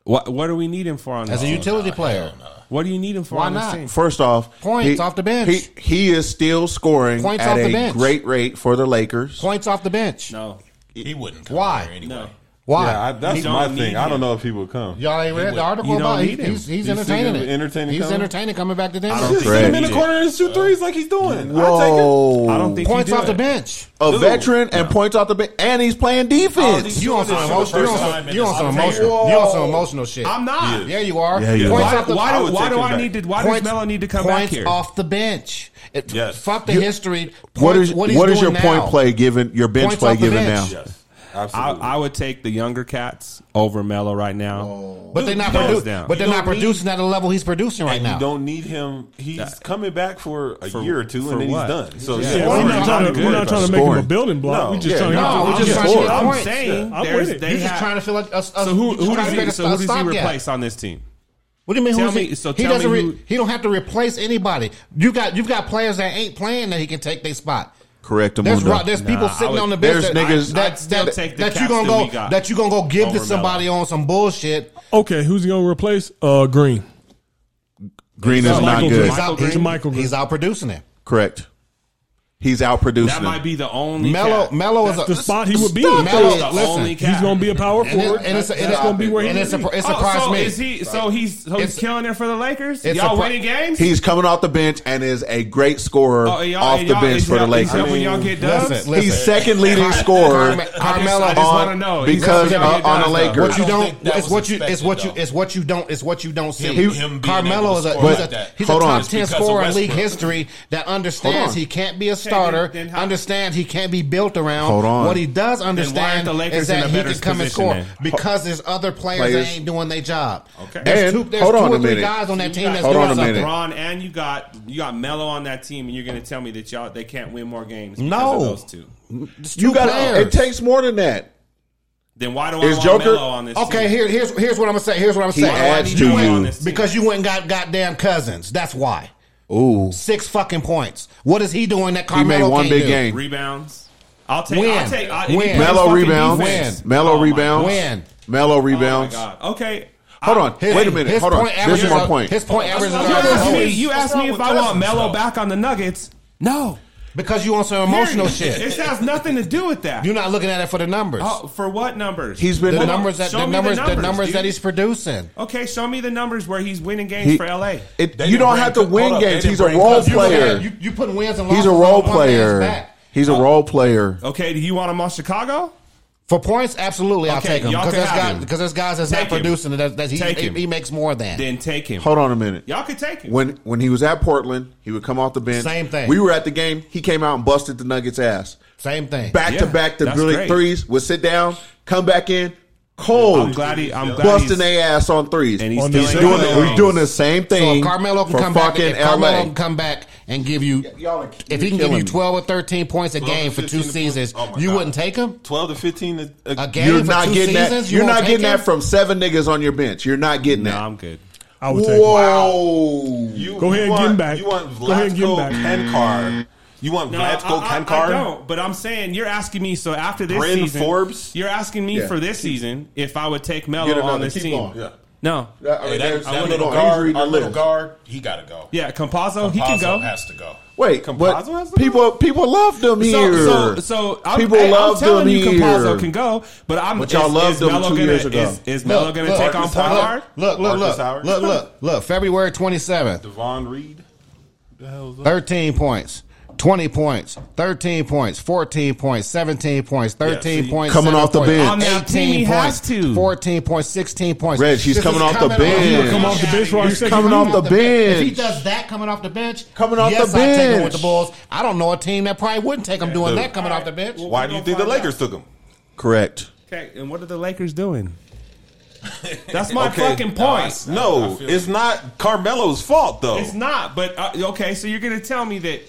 [SPEAKER 4] What What do we need him for on this
[SPEAKER 5] as a
[SPEAKER 4] team?
[SPEAKER 5] utility player,
[SPEAKER 4] What do you need him for
[SPEAKER 5] Why
[SPEAKER 4] on this
[SPEAKER 5] not?
[SPEAKER 4] team?
[SPEAKER 3] First off,
[SPEAKER 5] Points off the bench.
[SPEAKER 3] He, he is still scoring
[SPEAKER 5] Points
[SPEAKER 3] at
[SPEAKER 5] off the
[SPEAKER 3] a
[SPEAKER 5] bench.
[SPEAKER 3] great rate for the Lakers.
[SPEAKER 5] points off the bench.
[SPEAKER 4] No.
[SPEAKER 7] He wouldn't come
[SPEAKER 5] Why?
[SPEAKER 7] there anyway.
[SPEAKER 4] No.
[SPEAKER 5] Why?
[SPEAKER 8] Yeah, I, that's
[SPEAKER 4] don't
[SPEAKER 8] my
[SPEAKER 4] need
[SPEAKER 8] thing. I
[SPEAKER 4] him.
[SPEAKER 8] don't know if he would come.
[SPEAKER 5] Y'all ain't read the article
[SPEAKER 4] you don't
[SPEAKER 5] about
[SPEAKER 4] need
[SPEAKER 5] he's,
[SPEAKER 4] him.
[SPEAKER 5] he's, he's
[SPEAKER 8] You see
[SPEAKER 5] entertaining.
[SPEAKER 8] him
[SPEAKER 5] it.
[SPEAKER 8] entertaining
[SPEAKER 5] He's
[SPEAKER 8] coming?
[SPEAKER 5] entertaining coming back to
[SPEAKER 4] I don't
[SPEAKER 5] Denver.
[SPEAKER 4] think
[SPEAKER 3] Right.
[SPEAKER 4] he
[SPEAKER 8] Him in the
[SPEAKER 4] did.
[SPEAKER 8] corner and shoot threes like he's doing. I
[SPEAKER 3] Whoa!
[SPEAKER 4] I don't think
[SPEAKER 5] Points
[SPEAKER 4] he
[SPEAKER 5] off the
[SPEAKER 4] did.
[SPEAKER 5] bench.
[SPEAKER 3] a veteran and points off the bench, and he's playing defense.
[SPEAKER 5] You on some
[SPEAKER 7] this for
[SPEAKER 5] emotional?
[SPEAKER 7] the
[SPEAKER 5] You
[SPEAKER 7] first
[SPEAKER 5] on
[SPEAKER 7] time
[SPEAKER 5] some,
[SPEAKER 7] in
[SPEAKER 5] you on
[SPEAKER 7] this
[SPEAKER 5] some
[SPEAKER 7] entire-
[SPEAKER 5] emotional? You on some emotional shit?
[SPEAKER 4] I'm not.
[SPEAKER 5] Yeah, you are.
[SPEAKER 3] Yeah, you
[SPEAKER 5] points
[SPEAKER 3] are.
[SPEAKER 5] off the
[SPEAKER 4] Why,
[SPEAKER 8] I
[SPEAKER 4] do,
[SPEAKER 8] would
[SPEAKER 4] why
[SPEAKER 8] take
[SPEAKER 4] do
[SPEAKER 8] him
[SPEAKER 4] I
[SPEAKER 8] back.
[SPEAKER 4] need to? Why
[SPEAKER 5] points,
[SPEAKER 4] does Melo need to come
[SPEAKER 5] points
[SPEAKER 4] back here?
[SPEAKER 5] off the bench. It,
[SPEAKER 8] Yes.
[SPEAKER 5] Fuck the
[SPEAKER 3] You-
[SPEAKER 5] history.
[SPEAKER 3] What is
[SPEAKER 5] Points- what he's
[SPEAKER 3] what is your
[SPEAKER 5] doing now.
[SPEAKER 3] point play given? Your bench
[SPEAKER 5] Points
[SPEAKER 3] play
[SPEAKER 5] off the
[SPEAKER 3] given
[SPEAKER 5] bench.
[SPEAKER 3] now?
[SPEAKER 8] Yes,
[SPEAKER 4] I,
[SPEAKER 8] absolutely.
[SPEAKER 4] I would take the younger cats over Melo right now.
[SPEAKER 5] But they're not,
[SPEAKER 4] Hands
[SPEAKER 5] produ-
[SPEAKER 4] down.
[SPEAKER 5] but they're
[SPEAKER 8] You
[SPEAKER 5] not
[SPEAKER 8] don't need-
[SPEAKER 5] producing at the level he's producing right
[SPEAKER 8] And
[SPEAKER 5] now.
[SPEAKER 8] You don't need him. He's
[SPEAKER 4] That-
[SPEAKER 8] coming back for a
[SPEAKER 4] For-
[SPEAKER 8] year or two,
[SPEAKER 4] for
[SPEAKER 8] and then
[SPEAKER 4] what?
[SPEAKER 8] he's done. So
[SPEAKER 4] Yeah.
[SPEAKER 8] yeah,
[SPEAKER 4] Yeah,
[SPEAKER 10] Well, I'm
[SPEAKER 4] I'm
[SPEAKER 10] not trying
[SPEAKER 4] not
[SPEAKER 10] to, we're not
[SPEAKER 4] good
[SPEAKER 10] trying
[SPEAKER 4] about
[SPEAKER 10] to make him a
[SPEAKER 3] scoring.
[SPEAKER 10] building block.
[SPEAKER 8] No.
[SPEAKER 10] we just
[SPEAKER 8] Yeah,
[SPEAKER 10] trying to.
[SPEAKER 5] no,
[SPEAKER 10] get
[SPEAKER 5] we're
[SPEAKER 10] the-
[SPEAKER 5] just
[SPEAKER 10] I'm
[SPEAKER 5] trying to get
[SPEAKER 10] I'm-
[SPEAKER 5] points.
[SPEAKER 4] Oh, saying
[SPEAKER 10] I'm
[SPEAKER 4] there's-
[SPEAKER 10] with it.
[SPEAKER 4] they
[SPEAKER 5] You're just
[SPEAKER 4] have-
[SPEAKER 5] trying to feel like a, a,
[SPEAKER 4] So who,
[SPEAKER 5] you're just
[SPEAKER 4] who
[SPEAKER 5] trying
[SPEAKER 4] does
[SPEAKER 5] to make
[SPEAKER 4] he,
[SPEAKER 5] a
[SPEAKER 4] so who does he
[SPEAKER 5] stopgap.
[SPEAKER 4] replace on this team?
[SPEAKER 5] What do you mean?
[SPEAKER 4] Tell
[SPEAKER 5] who's he-
[SPEAKER 4] me- so
[SPEAKER 5] he
[SPEAKER 4] tell me
[SPEAKER 5] doesn't. re-
[SPEAKER 4] who-
[SPEAKER 5] he don't have to replace anybody. You got you've got players that ain't playing that he can take their spot.
[SPEAKER 3] Correct,
[SPEAKER 5] There's ro-
[SPEAKER 3] Amundo.
[SPEAKER 5] there's people
[SPEAKER 4] Nah, I
[SPEAKER 5] sitting
[SPEAKER 4] would-
[SPEAKER 5] on the bench
[SPEAKER 3] There's
[SPEAKER 5] that,
[SPEAKER 3] niggas-
[SPEAKER 5] that,
[SPEAKER 4] I'd still
[SPEAKER 5] that,
[SPEAKER 4] take
[SPEAKER 5] that,
[SPEAKER 4] the
[SPEAKER 5] you
[SPEAKER 4] cats
[SPEAKER 5] gonna
[SPEAKER 4] that
[SPEAKER 5] go
[SPEAKER 4] we got
[SPEAKER 5] that you gonna go give
[SPEAKER 4] over
[SPEAKER 5] to somebody on some bullshit.
[SPEAKER 10] Okay, who's he gonna replace? Uh, Green.
[SPEAKER 3] Green is
[SPEAKER 10] Michael
[SPEAKER 3] not
[SPEAKER 10] Jordan.
[SPEAKER 3] good.
[SPEAKER 5] He's out,
[SPEAKER 10] Green.
[SPEAKER 5] he's,
[SPEAKER 10] Michael Green.
[SPEAKER 5] he's out producing him.
[SPEAKER 3] Correct. He's out producing.
[SPEAKER 4] That might be the only
[SPEAKER 5] Mello
[SPEAKER 4] cat.
[SPEAKER 5] Mello is a,
[SPEAKER 10] The spot he would be.
[SPEAKER 5] Stop
[SPEAKER 10] in.
[SPEAKER 5] Melo-
[SPEAKER 4] That's the
[SPEAKER 5] listen,
[SPEAKER 4] only cat.
[SPEAKER 10] He's gonna be a power
[SPEAKER 5] and, it,
[SPEAKER 10] forward.
[SPEAKER 5] and it's a, and
[SPEAKER 10] That's
[SPEAKER 5] it's
[SPEAKER 10] gonna be where he
[SPEAKER 5] and it's
[SPEAKER 10] needs to
[SPEAKER 5] a,
[SPEAKER 10] be.
[SPEAKER 5] it
[SPEAKER 4] Oh,
[SPEAKER 5] surprised
[SPEAKER 4] so
[SPEAKER 5] me.
[SPEAKER 4] Is he? So he's so he's
[SPEAKER 5] It's-
[SPEAKER 4] killing it for the Lakers.
[SPEAKER 5] it's
[SPEAKER 4] Y'all
[SPEAKER 5] surpri-
[SPEAKER 4] winning games.
[SPEAKER 3] He's coming off the bench and is a great scorer
[SPEAKER 4] Oh, and y'all-
[SPEAKER 3] off
[SPEAKER 4] and
[SPEAKER 3] the
[SPEAKER 4] y'all-
[SPEAKER 3] bench
[SPEAKER 4] is
[SPEAKER 3] for the
[SPEAKER 4] y'all- is
[SPEAKER 3] Lakers.
[SPEAKER 4] y'all- when y'all get dubs,
[SPEAKER 5] Listen,
[SPEAKER 3] He's second leading scorer
[SPEAKER 5] Carme-
[SPEAKER 4] I just-
[SPEAKER 5] Carmelo
[SPEAKER 4] I just,
[SPEAKER 3] on-
[SPEAKER 4] want to know He's
[SPEAKER 3] because
[SPEAKER 4] y'all
[SPEAKER 3] uh,
[SPEAKER 4] get
[SPEAKER 3] on the
[SPEAKER 4] dubs,
[SPEAKER 3] Lakers.
[SPEAKER 4] though.
[SPEAKER 5] What you
[SPEAKER 7] I don't
[SPEAKER 5] don't,
[SPEAKER 7] think that
[SPEAKER 5] it's
[SPEAKER 7] was
[SPEAKER 5] what you, it's
[SPEAKER 7] expected,
[SPEAKER 5] what you,
[SPEAKER 7] though.
[SPEAKER 5] it's what you don't, it's what you don't see.
[SPEAKER 7] Him- him being
[SPEAKER 5] Carmelo
[SPEAKER 7] able
[SPEAKER 5] is
[SPEAKER 7] to
[SPEAKER 5] a,
[SPEAKER 7] score
[SPEAKER 5] he's
[SPEAKER 7] like
[SPEAKER 5] a,
[SPEAKER 7] that.
[SPEAKER 5] he's a
[SPEAKER 3] Hold on.
[SPEAKER 5] top ten
[SPEAKER 7] Because of
[SPEAKER 5] scorer in league
[SPEAKER 7] Westbrook.
[SPEAKER 5] history that understands
[SPEAKER 3] on.
[SPEAKER 5] he can't be a starter,
[SPEAKER 4] then how-
[SPEAKER 5] understands he can't be built around.
[SPEAKER 3] Hold on.
[SPEAKER 5] What he does understand
[SPEAKER 4] the Lakers
[SPEAKER 5] is
[SPEAKER 4] in
[SPEAKER 5] that
[SPEAKER 4] a
[SPEAKER 5] he
[SPEAKER 4] better
[SPEAKER 5] can come and
[SPEAKER 4] position
[SPEAKER 5] score
[SPEAKER 4] then?
[SPEAKER 5] because there's other players that
[SPEAKER 3] Players.
[SPEAKER 5] ain't doing their job.
[SPEAKER 4] Okay.
[SPEAKER 5] There's
[SPEAKER 3] And-
[SPEAKER 5] two, there's
[SPEAKER 3] hold
[SPEAKER 5] two
[SPEAKER 3] on
[SPEAKER 5] or
[SPEAKER 3] a
[SPEAKER 5] three
[SPEAKER 3] minute.
[SPEAKER 5] guys on that team that's
[SPEAKER 3] Hold
[SPEAKER 5] doing
[SPEAKER 3] on a
[SPEAKER 5] something.
[SPEAKER 3] minute.
[SPEAKER 4] LeBron and you got you got Melo on that team, and you're going to tell me that y'all they can't win more games. Because
[SPEAKER 5] No.
[SPEAKER 4] of those two.
[SPEAKER 5] It's
[SPEAKER 3] You
[SPEAKER 5] two
[SPEAKER 3] got
[SPEAKER 5] players.
[SPEAKER 3] it takes more than that.
[SPEAKER 4] Then why do I
[SPEAKER 3] Is
[SPEAKER 4] want
[SPEAKER 3] Joker-
[SPEAKER 4] Melo on this?
[SPEAKER 5] Okay,
[SPEAKER 4] team?
[SPEAKER 5] here, here's here's what I'm gonna say. Here's what I'm
[SPEAKER 3] He
[SPEAKER 5] saying.
[SPEAKER 3] adds to
[SPEAKER 4] Why do I need Melo
[SPEAKER 3] you.
[SPEAKER 4] on this team?
[SPEAKER 5] Because you went and got goddamn cousins. That's why. Ooh. Six fucking points. What is he doing that
[SPEAKER 3] He
[SPEAKER 5] Carmelo
[SPEAKER 3] made one
[SPEAKER 5] can't
[SPEAKER 3] big
[SPEAKER 5] do?
[SPEAKER 3] game.
[SPEAKER 4] rebounds. I'll take.
[SPEAKER 5] Win.
[SPEAKER 4] I'll take. I,
[SPEAKER 5] Win.
[SPEAKER 3] Melo rebounds.
[SPEAKER 5] defense. Oh
[SPEAKER 3] Melo
[SPEAKER 4] Oh
[SPEAKER 3] rebounds.
[SPEAKER 5] Win. Oh
[SPEAKER 3] Melo
[SPEAKER 4] Rebounds.
[SPEAKER 3] rebounds.
[SPEAKER 4] Oh okay.
[SPEAKER 3] Hold
[SPEAKER 4] I-
[SPEAKER 3] on.
[SPEAKER 5] His-
[SPEAKER 3] Wait a minute.
[SPEAKER 5] his
[SPEAKER 3] Hold on.
[SPEAKER 5] point
[SPEAKER 3] This
[SPEAKER 5] averages
[SPEAKER 3] is my
[SPEAKER 5] are-
[SPEAKER 3] point.
[SPEAKER 5] His point average is
[SPEAKER 4] You asked me.
[SPEAKER 5] already
[SPEAKER 4] You asked me if I want Melo back on the Nuggets. No.
[SPEAKER 5] Because you on some emotional shit.
[SPEAKER 4] It has nothing to do with that.
[SPEAKER 5] You're not looking at it for the numbers.
[SPEAKER 4] Oh, for what numbers?
[SPEAKER 5] He's been the numbers that
[SPEAKER 4] Show
[SPEAKER 5] the
[SPEAKER 4] me
[SPEAKER 5] numbers, the numbers
[SPEAKER 4] dude.
[SPEAKER 5] that he's producing.
[SPEAKER 4] Okay, show me the numbers where he's winning games
[SPEAKER 5] He-
[SPEAKER 4] for LA.
[SPEAKER 3] It, you don't have to win games. He's a role player.
[SPEAKER 5] You, you putting wins and
[SPEAKER 3] He's
[SPEAKER 5] losses
[SPEAKER 3] a
[SPEAKER 5] on
[SPEAKER 3] role
[SPEAKER 5] one man's
[SPEAKER 3] player.
[SPEAKER 5] back.
[SPEAKER 3] He's a role player.
[SPEAKER 4] Okay, do you want him on Chicago?
[SPEAKER 5] For points, absolutely, I'll
[SPEAKER 4] Okay,
[SPEAKER 5] take him
[SPEAKER 4] y'all
[SPEAKER 5] because
[SPEAKER 4] can
[SPEAKER 5] there's
[SPEAKER 4] have
[SPEAKER 5] guys
[SPEAKER 4] him.
[SPEAKER 5] because there's guys that's
[SPEAKER 4] Take
[SPEAKER 5] not
[SPEAKER 4] him.
[SPEAKER 5] producing. and That's, that's, he,
[SPEAKER 4] Take
[SPEAKER 5] he,
[SPEAKER 4] him.
[SPEAKER 5] he makes more than.
[SPEAKER 4] Then take him.
[SPEAKER 3] Hold on a minute.
[SPEAKER 4] Y'all can take him.
[SPEAKER 3] When when he was at Portland, he would come off the bench.
[SPEAKER 5] Same thing.
[SPEAKER 3] We were at the game. He came out and busted the Nuggets' ass.
[SPEAKER 5] Same thing.
[SPEAKER 3] Back to
[SPEAKER 4] Yeah,
[SPEAKER 3] back to
[SPEAKER 4] that's
[SPEAKER 3] really
[SPEAKER 4] great.
[SPEAKER 3] threes. Would sit down, come back in, cold.
[SPEAKER 4] I'm glad he. I'm glad
[SPEAKER 3] busting
[SPEAKER 4] he's-
[SPEAKER 3] their ass on threes.
[SPEAKER 4] And he's
[SPEAKER 3] On
[SPEAKER 4] still
[SPEAKER 3] these
[SPEAKER 4] in
[SPEAKER 3] doing
[SPEAKER 4] the
[SPEAKER 3] the, we're
[SPEAKER 4] playoffs.
[SPEAKER 3] doing the same
[SPEAKER 5] So
[SPEAKER 3] thing
[SPEAKER 5] if Carmelo can
[SPEAKER 3] for
[SPEAKER 5] come back.
[SPEAKER 3] fucking
[SPEAKER 5] If Carmelo
[SPEAKER 3] LA.
[SPEAKER 5] can come back and give you,
[SPEAKER 3] y'all are-
[SPEAKER 5] if he
[SPEAKER 3] you're
[SPEAKER 5] can give
[SPEAKER 3] killing
[SPEAKER 5] you
[SPEAKER 3] me.
[SPEAKER 5] twelve or thirteen points a
[SPEAKER 7] 12 to
[SPEAKER 5] game for
[SPEAKER 7] 15
[SPEAKER 5] two
[SPEAKER 7] to-
[SPEAKER 5] seasons,
[SPEAKER 7] oh my
[SPEAKER 5] you
[SPEAKER 7] God.
[SPEAKER 5] wouldn't take him.
[SPEAKER 7] Twelve to fifteen a, a,
[SPEAKER 5] A game
[SPEAKER 3] You're
[SPEAKER 5] for
[SPEAKER 3] not
[SPEAKER 5] two
[SPEAKER 3] getting
[SPEAKER 5] seasons.
[SPEAKER 3] that.
[SPEAKER 5] You
[SPEAKER 3] You're
[SPEAKER 5] won't
[SPEAKER 3] not
[SPEAKER 5] take
[SPEAKER 3] getting that
[SPEAKER 5] him?
[SPEAKER 3] from seven niggas on your bench. You're not getting
[SPEAKER 4] No,
[SPEAKER 3] that.
[SPEAKER 4] I'm good.
[SPEAKER 8] I would take. him.
[SPEAKER 3] Whoa.
[SPEAKER 7] You, you
[SPEAKER 8] Go ahead and get
[SPEAKER 7] want-
[SPEAKER 8] him back.
[SPEAKER 7] You want
[SPEAKER 8] Go ahead and get him
[SPEAKER 7] Vlatko Kankar. You want Vlatko
[SPEAKER 4] I, I-
[SPEAKER 7] Kankar?
[SPEAKER 4] I don't. But I'm saying you're asking me. So after this
[SPEAKER 7] Bryn
[SPEAKER 4] season,
[SPEAKER 7] Forbes?
[SPEAKER 4] you're asking me
[SPEAKER 3] Yeah.
[SPEAKER 4] for this season if I would take
[SPEAKER 3] Get
[SPEAKER 4] Melo
[SPEAKER 3] another.
[SPEAKER 4] on this
[SPEAKER 3] Keep
[SPEAKER 4] team.
[SPEAKER 3] going.
[SPEAKER 7] Yeah.
[SPEAKER 4] No.
[SPEAKER 3] That- I mean,
[SPEAKER 7] Hey, that,
[SPEAKER 3] there's-
[SPEAKER 7] that
[SPEAKER 3] I'm
[SPEAKER 7] little
[SPEAKER 3] gonna go. He's
[SPEAKER 7] guard,
[SPEAKER 3] reading
[SPEAKER 7] our
[SPEAKER 3] the
[SPEAKER 7] little
[SPEAKER 3] list.
[SPEAKER 7] guard, he got to go.
[SPEAKER 4] Yeah, Compazzo, he can
[SPEAKER 7] Posso
[SPEAKER 4] go.
[SPEAKER 7] has to go.
[SPEAKER 3] Wait,
[SPEAKER 7] Compazzo
[SPEAKER 3] but
[SPEAKER 7] has to
[SPEAKER 3] people people love them
[SPEAKER 4] So,
[SPEAKER 3] here.
[SPEAKER 4] so, so I'm,
[SPEAKER 3] people
[SPEAKER 4] hey,
[SPEAKER 3] love
[SPEAKER 4] I'm telling
[SPEAKER 3] them
[SPEAKER 4] you,
[SPEAKER 3] here.
[SPEAKER 4] Compazzo can go, but I'm.
[SPEAKER 3] But y'all
[SPEAKER 4] is,
[SPEAKER 3] loved
[SPEAKER 4] is
[SPEAKER 3] him
[SPEAKER 4] Melo
[SPEAKER 3] two
[SPEAKER 4] gonna,
[SPEAKER 3] years ago.
[SPEAKER 4] Is, is Melo going to take on point guard?
[SPEAKER 5] Look, look,
[SPEAKER 7] Marcus
[SPEAKER 5] look,
[SPEAKER 7] Howard?
[SPEAKER 5] look, look, look. February twenty seventh,
[SPEAKER 7] Devon Reed.
[SPEAKER 5] thirteen points. 20 points, 13 points, 14 points, 17 points, 13
[SPEAKER 7] see,
[SPEAKER 5] points.
[SPEAKER 3] coming
[SPEAKER 5] seven
[SPEAKER 3] off the
[SPEAKER 5] points,
[SPEAKER 3] bench.
[SPEAKER 4] On that team, he
[SPEAKER 5] 18
[SPEAKER 4] has
[SPEAKER 5] points,
[SPEAKER 4] to.
[SPEAKER 5] 14 points, 16 points.
[SPEAKER 3] Reg, he's
[SPEAKER 5] This
[SPEAKER 3] coming
[SPEAKER 5] is
[SPEAKER 3] off the bench.
[SPEAKER 8] Come off the bench. While
[SPEAKER 3] He's coming off the
[SPEAKER 5] If he
[SPEAKER 3] bench.
[SPEAKER 5] does that coming off the bench,
[SPEAKER 3] Coming off
[SPEAKER 5] yes,
[SPEAKER 3] the
[SPEAKER 5] I take him
[SPEAKER 3] bench.
[SPEAKER 5] with the Bulls. I don't know a team that probably wouldn't take him doing
[SPEAKER 7] Look.
[SPEAKER 5] that coming off the bench.
[SPEAKER 7] Why do you think the Lakers took him?
[SPEAKER 3] Correct.
[SPEAKER 4] Okay, and what are the
[SPEAKER 3] (laughs)
[SPEAKER 4] Lakers doing? That's my
[SPEAKER 7] Okay.
[SPEAKER 4] fucking point.
[SPEAKER 7] No, it's not Carmelo's fault
[SPEAKER 8] Oh.
[SPEAKER 7] though.
[SPEAKER 4] It's not, but uh, okay. So you're going to tell me that.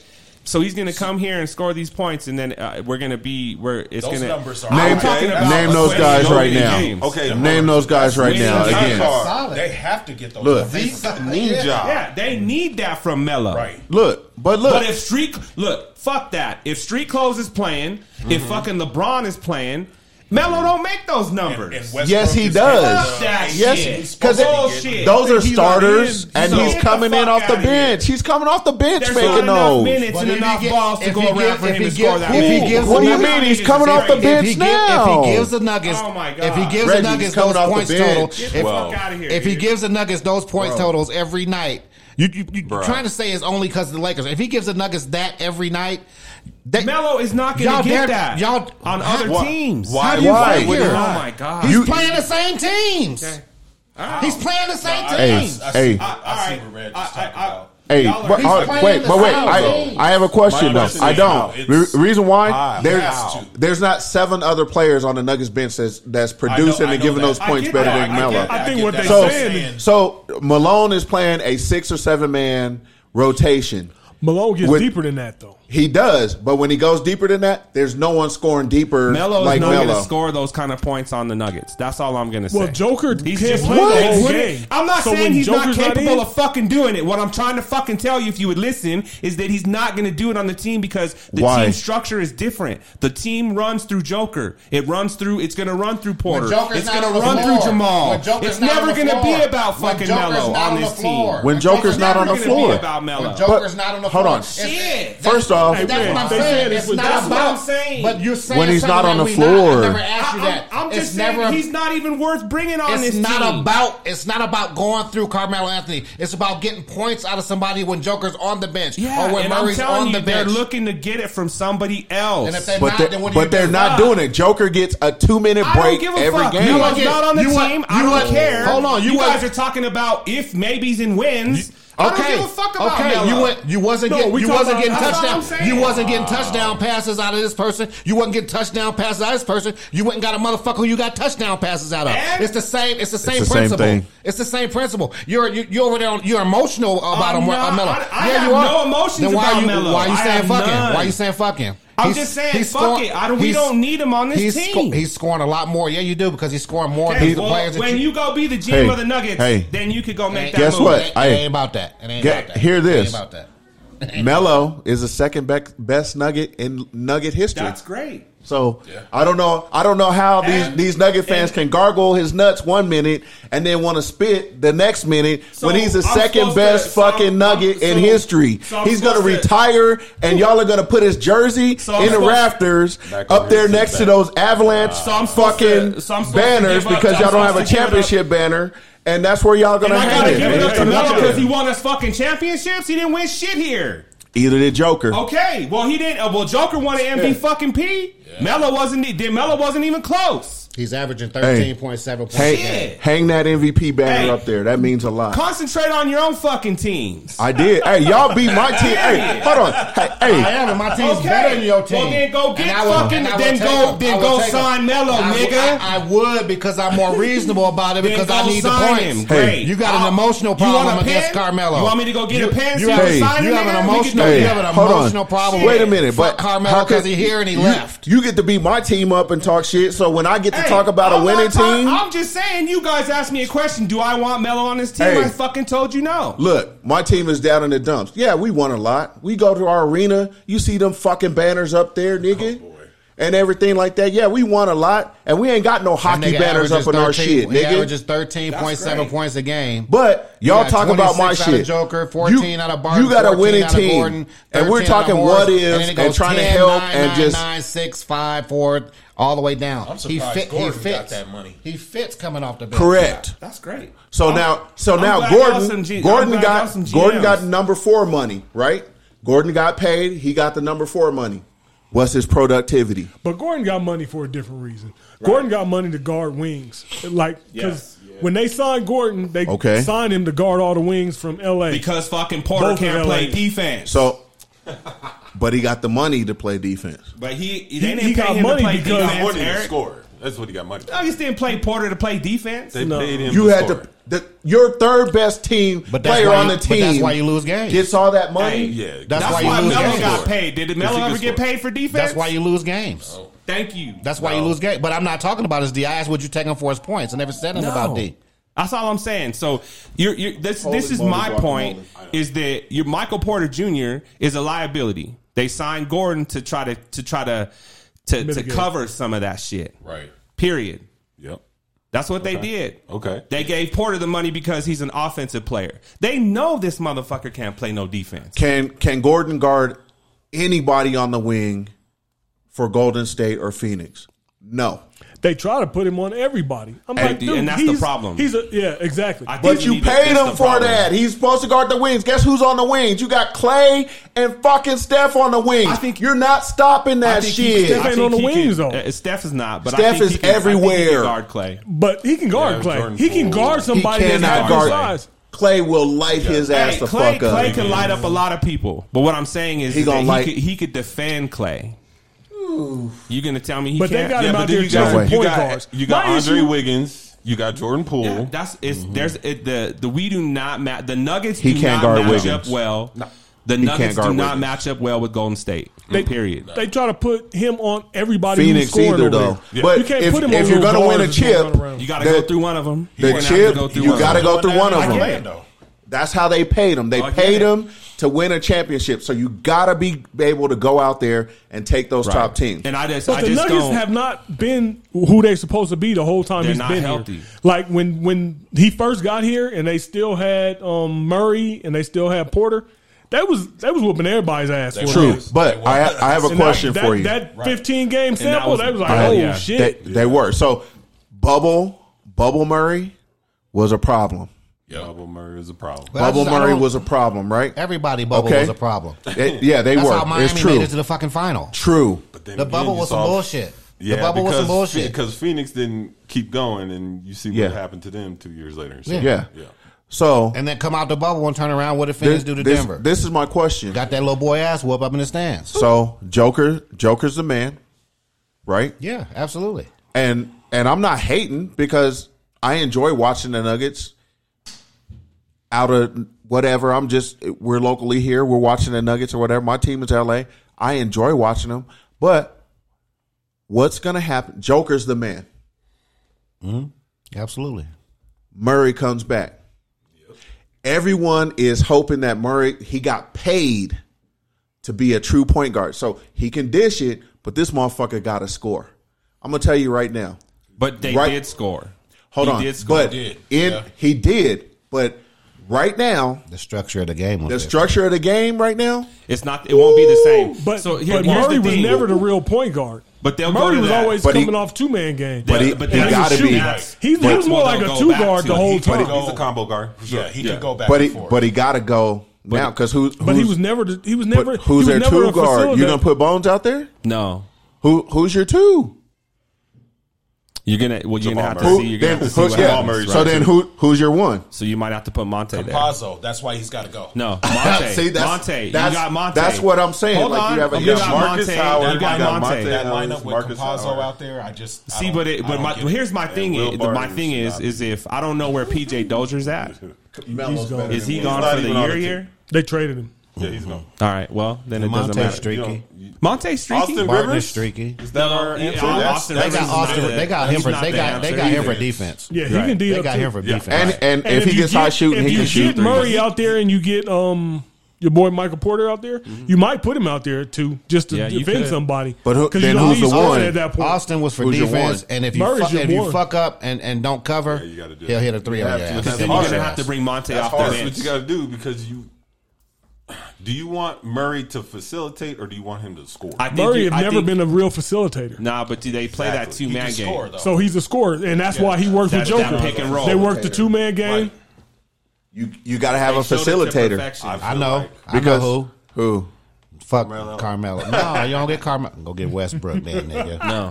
[SPEAKER 4] So he's going to come here and score these points, and then uh, we're going to be where it's
[SPEAKER 16] Those
[SPEAKER 4] going to
[SPEAKER 16] numbers are
[SPEAKER 4] I'm
[SPEAKER 3] Name,
[SPEAKER 4] talking about
[SPEAKER 3] name
[SPEAKER 4] the
[SPEAKER 3] those
[SPEAKER 4] players
[SPEAKER 3] guys
[SPEAKER 4] who
[SPEAKER 3] right
[SPEAKER 4] win
[SPEAKER 3] now.
[SPEAKER 4] games.
[SPEAKER 7] Okay,
[SPEAKER 3] name those guys right now.
[SPEAKER 7] Wayne
[SPEAKER 3] Again,
[SPEAKER 7] Kankar.
[SPEAKER 5] Solid.
[SPEAKER 16] They have to get those.
[SPEAKER 3] Look.
[SPEAKER 16] points.
[SPEAKER 7] Ninja.
[SPEAKER 4] Yeah, they need that from Melo.
[SPEAKER 16] Right.
[SPEAKER 3] look, but look,
[SPEAKER 4] But if Street look, fuck that. If Street Close is playing, if fucking LeBron is playing, Melo don't make those numbers.
[SPEAKER 16] And Westbrook
[SPEAKER 3] Yes, he
[SPEAKER 16] is-
[SPEAKER 3] does.
[SPEAKER 4] Fuck that shit.
[SPEAKER 3] yes, because
[SPEAKER 4] Bullshit.
[SPEAKER 3] those are
[SPEAKER 4] He's
[SPEAKER 3] starters,
[SPEAKER 4] in.
[SPEAKER 3] and
[SPEAKER 4] So
[SPEAKER 3] he's
[SPEAKER 4] get the
[SPEAKER 3] coming in
[SPEAKER 4] fuck
[SPEAKER 3] off the
[SPEAKER 4] outta here.
[SPEAKER 3] bench. He's coming off the bench
[SPEAKER 4] There's not
[SPEAKER 3] making
[SPEAKER 4] enough
[SPEAKER 3] those.
[SPEAKER 4] minutes
[SPEAKER 5] But
[SPEAKER 4] and
[SPEAKER 5] if he
[SPEAKER 4] enough
[SPEAKER 5] get-
[SPEAKER 4] balls to
[SPEAKER 5] if
[SPEAKER 4] go
[SPEAKER 5] he
[SPEAKER 4] around
[SPEAKER 5] get-
[SPEAKER 4] for
[SPEAKER 5] if
[SPEAKER 4] him
[SPEAKER 5] he
[SPEAKER 4] to score
[SPEAKER 5] get-
[SPEAKER 4] that.
[SPEAKER 5] if he
[SPEAKER 4] many.
[SPEAKER 5] gives
[SPEAKER 3] What do you
[SPEAKER 5] enough
[SPEAKER 3] mean he's
[SPEAKER 4] minutes
[SPEAKER 3] coming
[SPEAKER 4] is
[SPEAKER 3] off the
[SPEAKER 4] great.
[SPEAKER 5] If
[SPEAKER 3] bench
[SPEAKER 5] he, give,
[SPEAKER 3] now?
[SPEAKER 5] if he gives the Nuggets,
[SPEAKER 4] Oh my God.
[SPEAKER 5] if he
[SPEAKER 3] Reggie,
[SPEAKER 5] gives the
[SPEAKER 3] he's
[SPEAKER 5] Nuggets
[SPEAKER 3] coming
[SPEAKER 5] those
[SPEAKER 3] off the
[SPEAKER 5] points
[SPEAKER 3] bench.
[SPEAKER 5] total,
[SPEAKER 4] Get
[SPEAKER 5] if,
[SPEAKER 4] the
[SPEAKER 7] Well,
[SPEAKER 4] fuck out of here.
[SPEAKER 5] if he
[SPEAKER 4] dude.
[SPEAKER 5] gives the Nuggets those points totals every night, you you, you
[SPEAKER 7] Bruh.
[SPEAKER 5] trying to say it's only because of the Lakers. If he gives the Nuggets that every night, they,
[SPEAKER 4] Melo is not going
[SPEAKER 5] Y'all
[SPEAKER 4] to get
[SPEAKER 5] dare-
[SPEAKER 4] that
[SPEAKER 5] y'all-
[SPEAKER 4] on
[SPEAKER 5] How-
[SPEAKER 4] other
[SPEAKER 5] why-
[SPEAKER 4] teams.
[SPEAKER 7] why-
[SPEAKER 5] how do you
[SPEAKER 3] why
[SPEAKER 5] play
[SPEAKER 3] would
[SPEAKER 5] here?
[SPEAKER 4] Oh my god.
[SPEAKER 5] He's
[SPEAKER 3] You-
[SPEAKER 5] playing the same teams. He's playing the same
[SPEAKER 3] Hey,
[SPEAKER 5] teams.
[SPEAKER 3] hey,
[SPEAKER 4] I,
[SPEAKER 16] I see what Red just talked about.
[SPEAKER 3] hey!
[SPEAKER 4] Y'all are-
[SPEAKER 3] But,
[SPEAKER 5] He's
[SPEAKER 3] uh,
[SPEAKER 5] playing
[SPEAKER 3] wait,
[SPEAKER 5] the
[SPEAKER 3] but wait!
[SPEAKER 5] same
[SPEAKER 3] I,
[SPEAKER 5] team.
[SPEAKER 3] I have a question
[SPEAKER 7] My
[SPEAKER 3] though.
[SPEAKER 7] question
[SPEAKER 3] I
[SPEAKER 7] is
[SPEAKER 3] don't.
[SPEAKER 7] how.
[SPEAKER 3] Re-
[SPEAKER 7] It's-
[SPEAKER 3] reason why
[SPEAKER 7] How?
[SPEAKER 3] there's
[SPEAKER 7] How?
[SPEAKER 3] there's not seven other players on the Nuggets bench that's that's producing
[SPEAKER 7] I
[SPEAKER 3] and
[SPEAKER 7] know
[SPEAKER 3] giving
[SPEAKER 7] that.
[SPEAKER 3] those
[SPEAKER 7] I
[SPEAKER 3] points
[SPEAKER 4] get
[SPEAKER 3] better
[SPEAKER 4] that.
[SPEAKER 3] than
[SPEAKER 4] I get
[SPEAKER 3] Melo.
[SPEAKER 4] that.
[SPEAKER 8] I think
[SPEAKER 16] get
[SPEAKER 8] what
[SPEAKER 16] that.
[SPEAKER 8] they
[SPEAKER 3] So,
[SPEAKER 8] saying is
[SPEAKER 3] so Malone is playing a six or seven man rotation.
[SPEAKER 8] Malone gets
[SPEAKER 3] With-
[SPEAKER 8] deeper than that though.
[SPEAKER 3] He does, but when he goes deeper than that, there's no one scoring deeper
[SPEAKER 4] Melo is
[SPEAKER 3] like
[SPEAKER 4] not going
[SPEAKER 3] Melo.
[SPEAKER 4] to score those kind of points on the Nuggets. That's all I'm going to say.
[SPEAKER 8] Well, Joker
[SPEAKER 4] He's
[SPEAKER 8] can't
[SPEAKER 4] just
[SPEAKER 8] play the
[SPEAKER 4] What?
[SPEAKER 8] whole
[SPEAKER 4] What?
[SPEAKER 8] game.
[SPEAKER 4] I'm not
[SPEAKER 8] So
[SPEAKER 4] saying
[SPEAKER 8] when
[SPEAKER 4] he's not
[SPEAKER 8] Joker's not
[SPEAKER 4] capable
[SPEAKER 8] in-
[SPEAKER 4] of fucking doing it. What I'm trying to fucking tell you, if you would listen, is that he's not going to do it on the team because the
[SPEAKER 3] Why?
[SPEAKER 4] team structure is different. The team runs through Joker. It runs through. It's going to run through Porter.
[SPEAKER 5] When Joker's
[SPEAKER 4] It's
[SPEAKER 5] not
[SPEAKER 4] going to
[SPEAKER 5] on the
[SPEAKER 4] run
[SPEAKER 5] floor.
[SPEAKER 4] through Jamal.
[SPEAKER 5] When Joker's
[SPEAKER 4] It's
[SPEAKER 5] not on
[SPEAKER 4] never
[SPEAKER 5] the
[SPEAKER 4] going to be
[SPEAKER 5] floor.
[SPEAKER 4] about
[SPEAKER 5] When
[SPEAKER 4] fucking
[SPEAKER 5] Joker's
[SPEAKER 4] Melo on
[SPEAKER 5] not on the
[SPEAKER 4] this
[SPEAKER 5] floor.
[SPEAKER 4] team.
[SPEAKER 3] when
[SPEAKER 5] It's
[SPEAKER 3] Joker's not
[SPEAKER 4] never
[SPEAKER 3] on the
[SPEAKER 4] gonna be
[SPEAKER 3] floor.
[SPEAKER 4] about Melo.
[SPEAKER 5] When Joker's
[SPEAKER 3] But-
[SPEAKER 5] not on the
[SPEAKER 3] hold
[SPEAKER 5] floor.
[SPEAKER 3] on.
[SPEAKER 5] It's-
[SPEAKER 4] Shit.
[SPEAKER 5] that's-
[SPEAKER 3] First off-
[SPEAKER 5] that's what I'm
[SPEAKER 8] They said
[SPEAKER 5] saying.
[SPEAKER 8] it's
[SPEAKER 5] It's
[SPEAKER 8] with-
[SPEAKER 5] not
[SPEAKER 8] that's
[SPEAKER 4] what
[SPEAKER 5] about,
[SPEAKER 4] I'm saying.
[SPEAKER 5] But you're saying
[SPEAKER 3] When he's
[SPEAKER 5] something
[SPEAKER 3] not on
[SPEAKER 5] that
[SPEAKER 3] the
[SPEAKER 5] we not-
[SPEAKER 3] floor.
[SPEAKER 5] I never asked you
[SPEAKER 4] I,
[SPEAKER 5] that.
[SPEAKER 4] am I'm
[SPEAKER 5] it's
[SPEAKER 4] just
[SPEAKER 5] never
[SPEAKER 4] saying he's not even worth bringing on
[SPEAKER 5] it's
[SPEAKER 4] this
[SPEAKER 5] not
[SPEAKER 4] team.
[SPEAKER 5] about it's not about going through Carmelo Anthony. It's about getting points out of somebody when Joker's on the bench
[SPEAKER 4] yeah,
[SPEAKER 5] or when
[SPEAKER 4] and
[SPEAKER 5] Murray's
[SPEAKER 4] I'm telling
[SPEAKER 5] on
[SPEAKER 4] you,
[SPEAKER 5] the
[SPEAKER 4] they're
[SPEAKER 5] bench.
[SPEAKER 4] looking to get it from somebody else.
[SPEAKER 5] and if they're
[SPEAKER 3] But
[SPEAKER 5] not,
[SPEAKER 3] they-
[SPEAKER 5] then what do you
[SPEAKER 3] but they're
[SPEAKER 5] do?
[SPEAKER 3] not doing it. Joker gets a two minute
[SPEAKER 4] I
[SPEAKER 3] break
[SPEAKER 4] don't give a
[SPEAKER 3] every
[SPEAKER 4] fuck.
[SPEAKER 3] game.
[SPEAKER 4] You was not on the
[SPEAKER 5] You want-
[SPEAKER 4] team. I
[SPEAKER 5] you
[SPEAKER 4] don't
[SPEAKER 5] want-
[SPEAKER 4] care.
[SPEAKER 5] hold on, you
[SPEAKER 4] You, guys
[SPEAKER 5] want-
[SPEAKER 4] are talking about if, maybes, and wins. I don't give a fuck about
[SPEAKER 5] okay.
[SPEAKER 4] Melo.
[SPEAKER 5] You went. You wasn't.
[SPEAKER 4] No,
[SPEAKER 5] getting
[SPEAKER 4] we
[SPEAKER 5] you
[SPEAKER 4] talking
[SPEAKER 5] wasn't
[SPEAKER 4] about-
[SPEAKER 5] getting
[SPEAKER 4] that's all I'm
[SPEAKER 5] touchdown.
[SPEAKER 4] saying.
[SPEAKER 5] You wasn't getting touchdown passes out of this person. You wasn't getting touchdown passes out of this person. You went and got a motherfucker who you got touchdown passes out of.
[SPEAKER 4] And-
[SPEAKER 5] It's the same. It's the same
[SPEAKER 3] the same
[SPEAKER 5] principle.
[SPEAKER 3] thing.
[SPEAKER 5] It's the same principle. You're you, you're over there. On, you're emotional about
[SPEAKER 4] I'm
[SPEAKER 5] him.
[SPEAKER 4] not-
[SPEAKER 5] uh, Melo.
[SPEAKER 4] I- I
[SPEAKER 5] yeah,
[SPEAKER 4] have
[SPEAKER 5] you are.
[SPEAKER 4] no emotions
[SPEAKER 5] then why
[SPEAKER 4] about
[SPEAKER 5] you,
[SPEAKER 4] Melo.
[SPEAKER 5] Why are you
[SPEAKER 4] I
[SPEAKER 5] saying
[SPEAKER 4] have
[SPEAKER 5] fucking?
[SPEAKER 4] none.
[SPEAKER 5] Why are you saying fucking?
[SPEAKER 4] I'm just saying, fuck it. I don't- we
[SPEAKER 5] he's-
[SPEAKER 4] don't need him on this
[SPEAKER 5] he's
[SPEAKER 4] team.
[SPEAKER 5] sco- he's scoring a lot more. Yeah, you do because he's scoring more
[SPEAKER 4] Okay,
[SPEAKER 5] than the
[SPEAKER 4] well,
[SPEAKER 5] players. that
[SPEAKER 4] when
[SPEAKER 5] you
[SPEAKER 4] you go be the GM
[SPEAKER 3] Hey,
[SPEAKER 4] of the Nuggets,
[SPEAKER 3] hey.
[SPEAKER 4] then you could go make that
[SPEAKER 3] Guess
[SPEAKER 4] move.
[SPEAKER 3] what?
[SPEAKER 5] It ain't,
[SPEAKER 3] I-
[SPEAKER 5] it ain't about that. It ain't
[SPEAKER 3] Get-
[SPEAKER 5] about that.
[SPEAKER 3] hear
[SPEAKER 5] It ain't
[SPEAKER 3] this.
[SPEAKER 5] about that.
[SPEAKER 3] Melo is the second bec- best Nugget in Nugget history.
[SPEAKER 4] That's great.
[SPEAKER 3] So I don't know. I don't know how these these Nugget fans can gargle his nuts one minute and then want to spit the next minute
[SPEAKER 4] So
[SPEAKER 3] when he's the
[SPEAKER 4] I'm
[SPEAKER 3] second
[SPEAKER 4] supposed to-
[SPEAKER 3] best
[SPEAKER 4] so
[SPEAKER 3] fucking
[SPEAKER 4] I'm-
[SPEAKER 3] Nugget
[SPEAKER 4] I'm-
[SPEAKER 3] in
[SPEAKER 4] so-
[SPEAKER 3] history.
[SPEAKER 4] so I'm
[SPEAKER 3] he's gonna
[SPEAKER 4] supposed to-
[SPEAKER 3] retire, and y'all are gonna put his jersey
[SPEAKER 4] (laughs) So I'm
[SPEAKER 3] in the
[SPEAKER 4] supposed-
[SPEAKER 3] rafters
[SPEAKER 4] Back
[SPEAKER 3] up
[SPEAKER 4] over
[SPEAKER 3] there
[SPEAKER 4] here,
[SPEAKER 3] next to
[SPEAKER 4] back.
[SPEAKER 3] those Avalanche
[SPEAKER 4] So I'm supposed
[SPEAKER 3] fucking
[SPEAKER 4] to- so I'm supposed to
[SPEAKER 3] banners
[SPEAKER 4] give up-
[SPEAKER 3] because
[SPEAKER 4] I'm
[SPEAKER 3] y'all don't have a
[SPEAKER 4] supposed to give it up.
[SPEAKER 3] championship banner, and that's where y'all gonna
[SPEAKER 4] I
[SPEAKER 3] have
[SPEAKER 4] gotta give it up to Melo
[SPEAKER 3] it.
[SPEAKER 4] because he won us fucking championships. He didn't win shit here.
[SPEAKER 3] Either the Joker.
[SPEAKER 4] Okay, well he didn't. Uh, well, Joker won an MVP fucking P. Melo wasn't. Did Melo wasn't even close.
[SPEAKER 5] He's averaging
[SPEAKER 3] Hey.
[SPEAKER 5] thirteen point seven points.
[SPEAKER 3] Hang,
[SPEAKER 5] a game.
[SPEAKER 3] hang that MVP banner up there. That means a lot.
[SPEAKER 4] Concentrate on your own fucking teams.
[SPEAKER 3] I did. Hey, y'all beat my team. Hey, hold on. Hey, hey.
[SPEAKER 5] I am, and my team's
[SPEAKER 4] Okay.
[SPEAKER 5] better than your team.
[SPEAKER 4] Well, then go
[SPEAKER 5] And
[SPEAKER 4] get
[SPEAKER 5] I would-
[SPEAKER 4] fucking-
[SPEAKER 5] and I would
[SPEAKER 4] then
[SPEAKER 5] take
[SPEAKER 4] go-
[SPEAKER 5] him.
[SPEAKER 4] then
[SPEAKER 5] I would
[SPEAKER 4] go
[SPEAKER 5] take him.
[SPEAKER 4] sign Melo,
[SPEAKER 5] I would-
[SPEAKER 4] nigga.
[SPEAKER 5] I, I would because I'm more reasonable about it
[SPEAKER 4] Then
[SPEAKER 5] because I
[SPEAKER 4] go
[SPEAKER 5] need the
[SPEAKER 4] sign
[SPEAKER 5] points.
[SPEAKER 4] him. Great.
[SPEAKER 5] You got an
[SPEAKER 4] I'll-
[SPEAKER 5] emotional
[SPEAKER 4] you want
[SPEAKER 5] problem
[SPEAKER 4] a
[SPEAKER 5] against
[SPEAKER 4] pen?
[SPEAKER 5] Carmelo.
[SPEAKER 4] You want me to go get a pen so
[SPEAKER 5] You
[SPEAKER 4] you
[SPEAKER 5] have,
[SPEAKER 4] can sign
[SPEAKER 5] you
[SPEAKER 4] him, nigga?
[SPEAKER 5] have an
[SPEAKER 4] We can
[SPEAKER 5] emotional.
[SPEAKER 4] do
[SPEAKER 5] you
[SPEAKER 4] that.
[SPEAKER 5] have an
[SPEAKER 3] hold on.
[SPEAKER 5] emotional problem.
[SPEAKER 3] Wait a minute,
[SPEAKER 5] Fuck
[SPEAKER 3] but
[SPEAKER 5] Carmelo
[SPEAKER 3] how could-
[SPEAKER 5] because he here and he
[SPEAKER 3] you-
[SPEAKER 5] left.
[SPEAKER 3] You get to beat my team up and talk shit. So when I get to
[SPEAKER 4] Hey,
[SPEAKER 3] talk about
[SPEAKER 4] I'm
[SPEAKER 3] a winning
[SPEAKER 4] not talk-
[SPEAKER 3] team,
[SPEAKER 4] I'm just saying. You guys asked me a question. Do I want Melo on this team?
[SPEAKER 3] Hey.
[SPEAKER 4] I fucking told you no.
[SPEAKER 3] look, my team is down in the dumps. Yeah, we won a lot. We go to our arena. You see them fucking banners up there, nigga. and everything like that. Yeah, we won a lot, and we ain't got no hockey
[SPEAKER 5] Nigga
[SPEAKER 3] banners up
[SPEAKER 5] averages
[SPEAKER 3] in our
[SPEAKER 5] 13
[SPEAKER 3] shit,
[SPEAKER 5] He
[SPEAKER 3] nigga.
[SPEAKER 5] averages thirteen point seven points a game.
[SPEAKER 3] But
[SPEAKER 5] You
[SPEAKER 3] y'all
[SPEAKER 5] got
[SPEAKER 3] talk about my
[SPEAKER 5] 26 out of
[SPEAKER 3] shit.
[SPEAKER 5] Joker, 14
[SPEAKER 3] you,
[SPEAKER 5] out of Barton,
[SPEAKER 3] you got a
[SPEAKER 5] 14
[SPEAKER 3] winning
[SPEAKER 5] out of
[SPEAKER 3] team,
[SPEAKER 5] Gordon,
[SPEAKER 3] and
[SPEAKER 5] 13
[SPEAKER 3] we're
[SPEAKER 5] out
[SPEAKER 3] talking
[SPEAKER 5] of
[SPEAKER 3] what
[SPEAKER 5] Morris, and
[SPEAKER 3] ifs
[SPEAKER 5] then it
[SPEAKER 3] and,
[SPEAKER 5] goes
[SPEAKER 3] trying
[SPEAKER 5] 10,
[SPEAKER 3] to help
[SPEAKER 5] nine,
[SPEAKER 3] and
[SPEAKER 5] nine,
[SPEAKER 3] just
[SPEAKER 5] nine, six, five, four, all the way down.
[SPEAKER 17] I'm surprised Gordon got that money.
[SPEAKER 5] He fits coming off the bench.
[SPEAKER 3] correct.
[SPEAKER 4] That's great.
[SPEAKER 3] So
[SPEAKER 4] I'm-
[SPEAKER 3] now, so
[SPEAKER 4] I'm
[SPEAKER 3] now
[SPEAKER 4] glad y'all
[SPEAKER 3] Gordon,
[SPEAKER 4] some G-
[SPEAKER 3] Gordon
[SPEAKER 4] I'm glad y'all
[SPEAKER 3] got
[SPEAKER 4] some GMs.
[SPEAKER 3] Gordon got number four money, right? Gordon got paid. He got the number four money. What's his productivity?
[SPEAKER 8] But Gordon got money for a different reason. Gordon got money to guard wings, like because when they signed Gordon, they
[SPEAKER 3] Okay.
[SPEAKER 8] signed him to guard all the wings from L.A.
[SPEAKER 4] because fucking Porter
[SPEAKER 8] Both of
[SPEAKER 4] can't
[SPEAKER 8] LA.
[SPEAKER 4] play defense.
[SPEAKER 3] So, (laughs) but he got the money to play defense.
[SPEAKER 4] but he, they
[SPEAKER 8] He-
[SPEAKER 4] didn't
[SPEAKER 8] he
[SPEAKER 4] pay
[SPEAKER 8] got
[SPEAKER 4] him
[SPEAKER 8] money
[SPEAKER 4] to play
[SPEAKER 8] because-
[SPEAKER 7] Got more
[SPEAKER 4] defense.
[SPEAKER 7] than a
[SPEAKER 4] Eric.
[SPEAKER 7] scorer. That's what he got money.
[SPEAKER 4] I just didn't play Porter to play defense.
[SPEAKER 7] They paid him.
[SPEAKER 3] You
[SPEAKER 7] to
[SPEAKER 3] had
[SPEAKER 7] score.
[SPEAKER 3] to the, your third best team
[SPEAKER 5] But that's
[SPEAKER 3] player
[SPEAKER 5] why
[SPEAKER 3] on
[SPEAKER 5] you-
[SPEAKER 3] the
[SPEAKER 5] but
[SPEAKER 3] team.
[SPEAKER 5] that's why you lose games.
[SPEAKER 3] Gets all that money.
[SPEAKER 7] Yeah,
[SPEAKER 5] That's
[SPEAKER 4] That's
[SPEAKER 5] why
[SPEAKER 4] why,
[SPEAKER 5] you lose
[SPEAKER 4] Melo
[SPEAKER 5] games.
[SPEAKER 4] got paid. Did Melo
[SPEAKER 7] he
[SPEAKER 4] ever
[SPEAKER 7] can
[SPEAKER 4] get
[SPEAKER 7] score.
[SPEAKER 4] paid for defense?
[SPEAKER 5] That's why you lose games.
[SPEAKER 4] Thank you.
[SPEAKER 5] That's why you lose games. But I'm not talking about his D. I asked, would you take him for his points? I never said anything
[SPEAKER 4] No.
[SPEAKER 5] about D.
[SPEAKER 4] That's all I'm saying. So you're, you're this
[SPEAKER 3] Holy
[SPEAKER 4] this is
[SPEAKER 3] moly,
[SPEAKER 4] my
[SPEAKER 3] guacamole.
[SPEAKER 4] point
[SPEAKER 3] I know.
[SPEAKER 4] is that your Michael Porter Jr. is a liability. They signed Gordon to try to to try to to, to
[SPEAKER 8] Mitigate.
[SPEAKER 4] cover some of that shit.
[SPEAKER 7] Right.
[SPEAKER 4] Period.
[SPEAKER 7] Yep.
[SPEAKER 4] That's what they did.
[SPEAKER 7] Okay.
[SPEAKER 4] They gave Porter the money because he's an offensive player. They know this motherfucker can't play no defense.
[SPEAKER 3] Can can Gordon guard anybody on the wing for Golden State or Phoenix? No.
[SPEAKER 8] They try to put him on everybody. I'm
[SPEAKER 4] And
[SPEAKER 8] like,
[SPEAKER 4] the-
[SPEAKER 8] dude,
[SPEAKER 4] and that's the
[SPEAKER 8] he's-
[SPEAKER 4] problem.
[SPEAKER 8] He's a yeah, exactly.
[SPEAKER 4] I think
[SPEAKER 3] But you
[SPEAKER 4] need to
[SPEAKER 3] paid
[SPEAKER 4] fix
[SPEAKER 3] him
[SPEAKER 4] the
[SPEAKER 3] for
[SPEAKER 4] problem.
[SPEAKER 3] that. He's supposed to guard the wings. Guess who's on the wings? You got Clay and fucking Steph on the wings.
[SPEAKER 4] I think-
[SPEAKER 3] you're not stopping
[SPEAKER 4] I
[SPEAKER 3] that
[SPEAKER 4] think he can-
[SPEAKER 3] shit.
[SPEAKER 8] Steph
[SPEAKER 4] I
[SPEAKER 8] ain't
[SPEAKER 4] think
[SPEAKER 8] on the
[SPEAKER 4] he
[SPEAKER 8] wings,
[SPEAKER 4] can-
[SPEAKER 8] though.
[SPEAKER 4] uh, Steph is not, but I
[SPEAKER 3] Steph
[SPEAKER 4] think
[SPEAKER 3] is
[SPEAKER 4] he can, I think he can
[SPEAKER 3] everywhere.
[SPEAKER 4] guard Clay.
[SPEAKER 8] but he can guard
[SPEAKER 7] Yeah,
[SPEAKER 8] Clay.
[SPEAKER 7] Jordan's
[SPEAKER 8] He can
[SPEAKER 7] cool.
[SPEAKER 8] guard
[SPEAKER 3] He
[SPEAKER 8] somebody that's half
[SPEAKER 3] cannot
[SPEAKER 8] his
[SPEAKER 3] guard.
[SPEAKER 8] size.
[SPEAKER 3] Clay will light his ass
[SPEAKER 4] Hey,
[SPEAKER 3] the
[SPEAKER 4] Clay,
[SPEAKER 3] fuck up.
[SPEAKER 4] Clay can light up a lot of people, but what I'm saying is
[SPEAKER 3] He
[SPEAKER 4] he,
[SPEAKER 3] gonna
[SPEAKER 4] that he,
[SPEAKER 3] light-
[SPEAKER 4] could, he could defend Clay. You gonna tell me he
[SPEAKER 8] But they
[SPEAKER 4] can't?
[SPEAKER 8] got
[SPEAKER 7] Yeah,
[SPEAKER 8] him
[SPEAKER 7] but
[SPEAKER 8] out
[SPEAKER 7] then
[SPEAKER 8] there
[SPEAKER 7] you got,
[SPEAKER 8] chasing
[SPEAKER 7] you
[SPEAKER 8] point
[SPEAKER 7] got,
[SPEAKER 8] guards.
[SPEAKER 7] you got
[SPEAKER 8] My
[SPEAKER 7] Andre
[SPEAKER 8] issue-
[SPEAKER 7] Wiggins. You got Jordan Poole.
[SPEAKER 4] Yeah, that's it's there's it, the the we do not ma- the Nuggets
[SPEAKER 3] Mm-hmm. He
[SPEAKER 4] do
[SPEAKER 3] can't
[SPEAKER 4] not
[SPEAKER 3] guard
[SPEAKER 4] match
[SPEAKER 3] Wiggins.
[SPEAKER 4] up well. The
[SPEAKER 3] can't
[SPEAKER 4] Nuggets do
[SPEAKER 3] guard
[SPEAKER 4] not
[SPEAKER 3] Wiggins.
[SPEAKER 4] match up well with Golden State. period.
[SPEAKER 8] They try to put him on everybody. who's
[SPEAKER 3] Phoenix
[SPEAKER 8] scoring
[SPEAKER 3] either
[SPEAKER 8] over
[SPEAKER 3] though.
[SPEAKER 8] there.
[SPEAKER 3] But
[SPEAKER 8] you can't
[SPEAKER 3] if,
[SPEAKER 8] put him
[SPEAKER 3] if
[SPEAKER 8] on
[SPEAKER 3] you're
[SPEAKER 8] little
[SPEAKER 3] gonna win a
[SPEAKER 8] guards that's
[SPEAKER 3] chip,
[SPEAKER 8] gonna run around.
[SPEAKER 4] You got to go
[SPEAKER 3] That-
[SPEAKER 4] through one of them. You're
[SPEAKER 3] the
[SPEAKER 4] gonna have
[SPEAKER 3] chip,
[SPEAKER 4] to go through
[SPEAKER 3] you
[SPEAKER 4] one
[SPEAKER 3] got to
[SPEAKER 4] of them.
[SPEAKER 3] go through one of
[SPEAKER 17] I get
[SPEAKER 3] them.
[SPEAKER 17] it, though.
[SPEAKER 3] That's how they paid him. They
[SPEAKER 4] Oh, I get
[SPEAKER 3] paid
[SPEAKER 4] it.
[SPEAKER 3] him to win a championship. So you got to be able to go out there and take those
[SPEAKER 4] Right.
[SPEAKER 3] top teams.
[SPEAKER 4] And I just
[SPEAKER 8] But
[SPEAKER 4] I
[SPEAKER 8] the
[SPEAKER 4] just
[SPEAKER 8] Nuggets
[SPEAKER 4] don't.
[SPEAKER 8] have not been who they supposed to be the whole time
[SPEAKER 4] They're
[SPEAKER 8] he's
[SPEAKER 4] not
[SPEAKER 8] been
[SPEAKER 4] healthy.
[SPEAKER 8] here. Like when when he first got here, and they still had um, Murray, and they still had Porter. That was that was whooping everybody's ass. for
[SPEAKER 3] True,
[SPEAKER 8] them.
[SPEAKER 3] but I I have a
[SPEAKER 8] And that-
[SPEAKER 3] question
[SPEAKER 8] that,
[SPEAKER 3] for you.
[SPEAKER 8] That 15 game
[SPEAKER 4] that
[SPEAKER 8] sample,
[SPEAKER 4] was-
[SPEAKER 8] that was,
[SPEAKER 4] I
[SPEAKER 8] like,
[SPEAKER 4] had-
[SPEAKER 8] oh
[SPEAKER 4] yeah.
[SPEAKER 3] they,
[SPEAKER 8] shit.
[SPEAKER 3] they were so bubble bubble Murray was a problem.
[SPEAKER 7] Bubba Murray is a problem.
[SPEAKER 5] But I
[SPEAKER 3] bubble
[SPEAKER 5] just- I
[SPEAKER 3] Murray
[SPEAKER 5] don't-
[SPEAKER 3] was a problem, right?
[SPEAKER 5] Everybody bubble
[SPEAKER 3] Okay.
[SPEAKER 5] was a problem.
[SPEAKER 3] It- yeah, they
[SPEAKER 5] That's
[SPEAKER 3] were.
[SPEAKER 5] how Miami
[SPEAKER 3] it's true.
[SPEAKER 5] made it to the fucking final.
[SPEAKER 3] true.
[SPEAKER 7] Then
[SPEAKER 5] The
[SPEAKER 7] again,
[SPEAKER 5] bubble
[SPEAKER 7] you
[SPEAKER 5] was some
[SPEAKER 7] saw-
[SPEAKER 5] bullshit. The
[SPEAKER 7] Yeah,
[SPEAKER 5] bubble was some
[SPEAKER 7] because-
[SPEAKER 5] bullshit.
[SPEAKER 7] Because Phoenix didn't keep going, and you see what
[SPEAKER 3] Yeah.
[SPEAKER 7] happened to them two years later. So,
[SPEAKER 5] Yeah.
[SPEAKER 3] Yeah.
[SPEAKER 7] yeah.
[SPEAKER 3] So
[SPEAKER 5] And then come out the bubble and turn around. What did
[SPEAKER 3] this,
[SPEAKER 5] Phoenix do to
[SPEAKER 3] this-
[SPEAKER 5] Denver?
[SPEAKER 3] this is my question.
[SPEAKER 5] Got that little boy ass whoop up in the stands.
[SPEAKER 3] So Joker Joker's the man, right?
[SPEAKER 5] Yeah, absolutely.
[SPEAKER 3] and and I'm not hating because I enjoy watching the Nuggets out of whatever. I'm just we're locally here. We're watching the Nuggets or whatever. My team is LA. I enjoy watching them, but what's gonna happen? Joker's the man.
[SPEAKER 5] Absolutely.
[SPEAKER 3] Murray comes back. Everyone is hoping that Murray he got paid to be a true point guard. So he can dish it, but this motherfucker got to score. I'm gonna tell you right now.
[SPEAKER 4] But they
[SPEAKER 3] Right-
[SPEAKER 4] did score.
[SPEAKER 3] Hold
[SPEAKER 4] He
[SPEAKER 3] on,
[SPEAKER 4] did score.
[SPEAKER 3] but
[SPEAKER 4] He did,
[SPEAKER 3] in
[SPEAKER 4] yeah.
[SPEAKER 3] he did, but right now
[SPEAKER 5] The structure of the game was
[SPEAKER 3] the
[SPEAKER 5] different.
[SPEAKER 3] structure of the game right now.
[SPEAKER 4] It's not. It won't be the same.
[SPEAKER 8] But,
[SPEAKER 4] so here-
[SPEAKER 8] but
[SPEAKER 4] here's
[SPEAKER 8] Murray
[SPEAKER 4] the
[SPEAKER 8] was
[SPEAKER 4] thing.
[SPEAKER 8] never the real point guard.
[SPEAKER 4] But they'll go
[SPEAKER 8] Murray
[SPEAKER 4] to
[SPEAKER 8] was
[SPEAKER 4] that.
[SPEAKER 8] always
[SPEAKER 4] But he-
[SPEAKER 8] coming off two man game.
[SPEAKER 3] But he-
[SPEAKER 4] but
[SPEAKER 3] he
[SPEAKER 8] can
[SPEAKER 3] gotta
[SPEAKER 8] shoot.
[SPEAKER 3] be.
[SPEAKER 8] He, he
[SPEAKER 3] But-
[SPEAKER 8] was more like a two guard the whole
[SPEAKER 7] But
[SPEAKER 8] time.
[SPEAKER 7] he- he's a combo guard. for sure.
[SPEAKER 18] Yeah, he could go back
[SPEAKER 3] but
[SPEAKER 18] and
[SPEAKER 3] he
[SPEAKER 18] forth.
[SPEAKER 3] but he got to go now because who?
[SPEAKER 8] But he
[SPEAKER 3] who's-
[SPEAKER 8] was never. the- He was never.
[SPEAKER 3] but who's
[SPEAKER 8] he
[SPEAKER 3] their
[SPEAKER 8] was never
[SPEAKER 3] two
[SPEAKER 8] a
[SPEAKER 3] guard? You
[SPEAKER 8] facilitator.
[SPEAKER 3] gonna put Bones out there?
[SPEAKER 4] No,
[SPEAKER 3] Who who's your two?
[SPEAKER 4] you're gonna. Well, you're gonna have to
[SPEAKER 3] Who-
[SPEAKER 4] see. You're gonna
[SPEAKER 3] then
[SPEAKER 4] have to see
[SPEAKER 3] who-
[SPEAKER 4] what
[SPEAKER 3] yeah.
[SPEAKER 4] happens,
[SPEAKER 3] So
[SPEAKER 4] right?
[SPEAKER 3] then who who's your one?
[SPEAKER 4] So you might have to put Monte there.
[SPEAKER 18] Pazzo, that's why he's got to go.
[SPEAKER 3] (laughs)
[SPEAKER 4] No, Monte.
[SPEAKER 3] See, that's-
[SPEAKER 4] Monte.
[SPEAKER 3] that's-
[SPEAKER 4] you got Monte.
[SPEAKER 3] that's what I'm saying.
[SPEAKER 4] Hold
[SPEAKER 3] Like,
[SPEAKER 4] on.
[SPEAKER 3] you have a-
[SPEAKER 4] you
[SPEAKER 3] you
[SPEAKER 4] got
[SPEAKER 3] got
[SPEAKER 4] Marcus Monte. Howard. You got, Monte.
[SPEAKER 7] Monte.
[SPEAKER 18] That lineup with
[SPEAKER 7] Ellis, Marcus
[SPEAKER 18] Capazzo
[SPEAKER 7] Howard.
[SPEAKER 18] out there, I just I
[SPEAKER 4] See,
[SPEAKER 18] don't-
[SPEAKER 4] but it,
[SPEAKER 18] I
[SPEAKER 4] but
[SPEAKER 18] don't
[SPEAKER 4] my,
[SPEAKER 18] get
[SPEAKER 4] well,
[SPEAKER 18] it.
[SPEAKER 4] here's my thing.
[SPEAKER 7] Will
[SPEAKER 4] is- my
[SPEAKER 7] Barton
[SPEAKER 4] thing
[SPEAKER 7] is
[SPEAKER 4] is
[SPEAKER 7] not-
[SPEAKER 4] is if I don't know where PJ Dozier's
[SPEAKER 7] (laughs)
[SPEAKER 4] at,
[SPEAKER 8] He's gone.
[SPEAKER 4] is he
[SPEAKER 7] He's
[SPEAKER 4] gone
[SPEAKER 7] not
[SPEAKER 4] for the
[SPEAKER 7] even on
[SPEAKER 4] year
[SPEAKER 7] the team.
[SPEAKER 4] here?
[SPEAKER 8] They traded him.
[SPEAKER 7] Yeah, he's no.
[SPEAKER 4] All right. Well, then it doesn't
[SPEAKER 5] Monte
[SPEAKER 4] matter.
[SPEAKER 5] Streaky.
[SPEAKER 4] Monte streaky.
[SPEAKER 7] Austin
[SPEAKER 5] Barton
[SPEAKER 7] Rivers.
[SPEAKER 5] is streaky.
[SPEAKER 7] Is that our
[SPEAKER 4] Yeah,
[SPEAKER 7] answer?
[SPEAKER 4] Austin
[SPEAKER 7] That's-
[SPEAKER 4] Rivers
[SPEAKER 5] They
[SPEAKER 7] that's-
[SPEAKER 5] got
[SPEAKER 4] is
[SPEAKER 5] Austin.
[SPEAKER 4] not
[SPEAKER 5] They got
[SPEAKER 4] there.
[SPEAKER 5] him for.
[SPEAKER 4] He's
[SPEAKER 5] They
[SPEAKER 4] not
[SPEAKER 5] got.
[SPEAKER 4] there.
[SPEAKER 5] They got him for
[SPEAKER 7] Defense.
[SPEAKER 5] defense.
[SPEAKER 8] Yeah, he
[SPEAKER 4] Right.
[SPEAKER 8] can D
[SPEAKER 5] They
[SPEAKER 8] up
[SPEAKER 5] got
[SPEAKER 8] too.
[SPEAKER 5] him for defense.
[SPEAKER 3] And and,
[SPEAKER 8] And
[SPEAKER 3] if, he
[SPEAKER 8] you
[SPEAKER 3] gets hot
[SPEAKER 8] get-
[SPEAKER 3] shooting,
[SPEAKER 8] if
[SPEAKER 3] he
[SPEAKER 8] you
[SPEAKER 3] can shoot.
[SPEAKER 8] get
[SPEAKER 3] threes.
[SPEAKER 8] Murray out there and you get um your boy Michael Porter out there, you might put him out there too, just to
[SPEAKER 4] Yeah, you
[SPEAKER 8] defend
[SPEAKER 4] could.
[SPEAKER 8] somebody.
[SPEAKER 3] But who-
[SPEAKER 8] 'Cause
[SPEAKER 3] then
[SPEAKER 8] don't
[SPEAKER 3] who's
[SPEAKER 8] need
[SPEAKER 3] the
[SPEAKER 8] Austin
[SPEAKER 3] one?
[SPEAKER 8] at that point?
[SPEAKER 5] Austin was for
[SPEAKER 3] Who's your
[SPEAKER 5] defense,
[SPEAKER 3] one?
[SPEAKER 5] and if you
[SPEAKER 8] Murray's
[SPEAKER 5] fuck,
[SPEAKER 8] your
[SPEAKER 5] if you
[SPEAKER 8] one.
[SPEAKER 5] fuck up and, and don't cover,
[SPEAKER 7] you gotta do
[SPEAKER 5] he'll
[SPEAKER 7] that.
[SPEAKER 5] hit a three on
[SPEAKER 7] have
[SPEAKER 5] your
[SPEAKER 7] to.
[SPEAKER 5] ass.
[SPEAKER 7] That's
[SPEAKER 4] Then
[SPEAKER 5] Hit
[SPEAKER 4] you're
[SPEAKER 7] hard.
[SPEAKER 5] your
[SPEAKER 4] gonna
[SPEAKER 5] ass.
[SPEAKER 4] have to bring Monte
[SPEAKER 7] That's
[SPEAKER 4] off
[SPEAKER 7] hard.
[SPEAKER 4] the
[SPEAKER 7] That's what you
[SPEAKER 4] bench.
[SPEAKER 7] got to do because you. Do you want Murray to facilitate or do you want him to score?
[SPEAKER 4] I think
[SPEAKER 8] Murray
[SPEAKER 4] you-
[SPEAKER 8] have
[SPEAKER 4] I
[SPEAKER 8] never
[SPEAKER 4] think-
[SPEAKER 8] been a real facilitator.
[SPEAKER 4] Nah, but do they play that
[SPEAKER 7] Exactly.
[SPEAKER 4] two man
[SPEAKER 18] He can
[SPEAKER 4] game?
[SPEAKER 18] score, though.
[SPEAKER 8] So he's a scorer, and that's why he worked with
[SPEAKER 4] That- that
[SPEAKER 8] Joker.
[SPEAKER 4] pick and roll.
[SPEAKER 8] They worked the two man game.
[SPEAKER 7] Right.
[SPEAKER 3] You you got to have a
[SPEAKER 4] Showed it to
[SPEAKER 3] facilitator
[SPEAKER 4] perfection.
[SPEAKER 7] I-
[SPEAKER 5] I know. I know
[SPEAKER 3] because
[SPEAKER 5] who.
[SPEAKER 3] who
[SPEAKER 5] Fuck Carmelo. No, you don't get Carmelo. Go get Westbrook, then, nigga.
[SPEAKER 4] No.